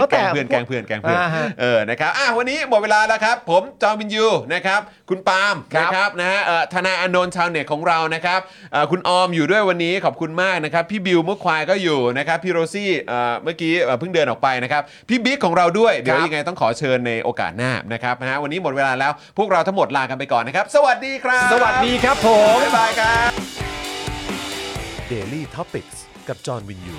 Speaker 5: ก็
Speaker 4: แก
Speaker 5: แต่
Speaker 4: ล้งเพื่อนแกล้งเพื่อนแกล้งเพื่อน
Speaker 5: อ่าฮะ
Speaker 4: เออนะครับอ่ะวันนี้หมดเวลาแล้วครับ ผมจอมบินยูนะครับคุณปาล์ม
Speaker 5: ครับ
Speaker 4: นะครับนะฮะเอ่อธนาอานนท์ชาวเน็ตของเรานะครับเอ่อคุณออมอยู่ด้วยวันนี้ขอบคุณมากนะครับพี่บิวเมื่อควายก็อยู่นะครับพี่โรซี่เอ่อเมื่อกี้เอ่อเพิ่งเดินออกไปนะครับพี่บิ๊กของเราด้วยเดี๋ยว
Speaker 5: ครับ
Speaker 4: ยังไงต้องขอเชิญในโอกาสหน้านะครับนะฮะวันนี้หมดเวลาแล้วพวกเราทั้งหมดลากันไปก่อนนะครับ สวัสดีครับ
Speaker 5: สวัสดีครับผม
Speaker 4: บ๊ายบายครับ
Speaker 2: Daily Topics กับจอห์นวินยู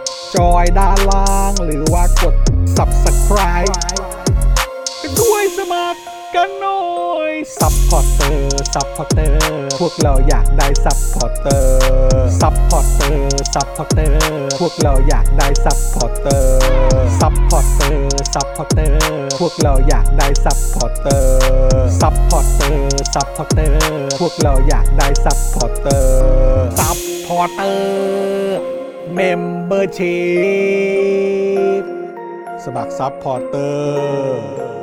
Speaker 1: จอยด้านล่าง หรือว่ากด subscribe ด้วยสมัคร กันหน่อย ซัพพอร์เตอร์ ซัพพอร์เตอร์ พวกเราอยากได้ซัพพอร์เตอร์ ซัพพอร์เตอร์ ซัพพอร์เตอร์ พวกเราอยากได้ซัพพอร์เตอร์ ซัพพอร์เตอร์ ซัพพอร์เตอร์ พวกเราอยากได้ซัพพอร์เตอร์ ซัพพอร์เตอร์ ซัพพอร์เตอร์ พวกเราอยากได้ซัพพอร์เตอร์ ซัพพอร์เตอร์ เมมเบอร์ชีพสมัครซัพพอร์เตอร์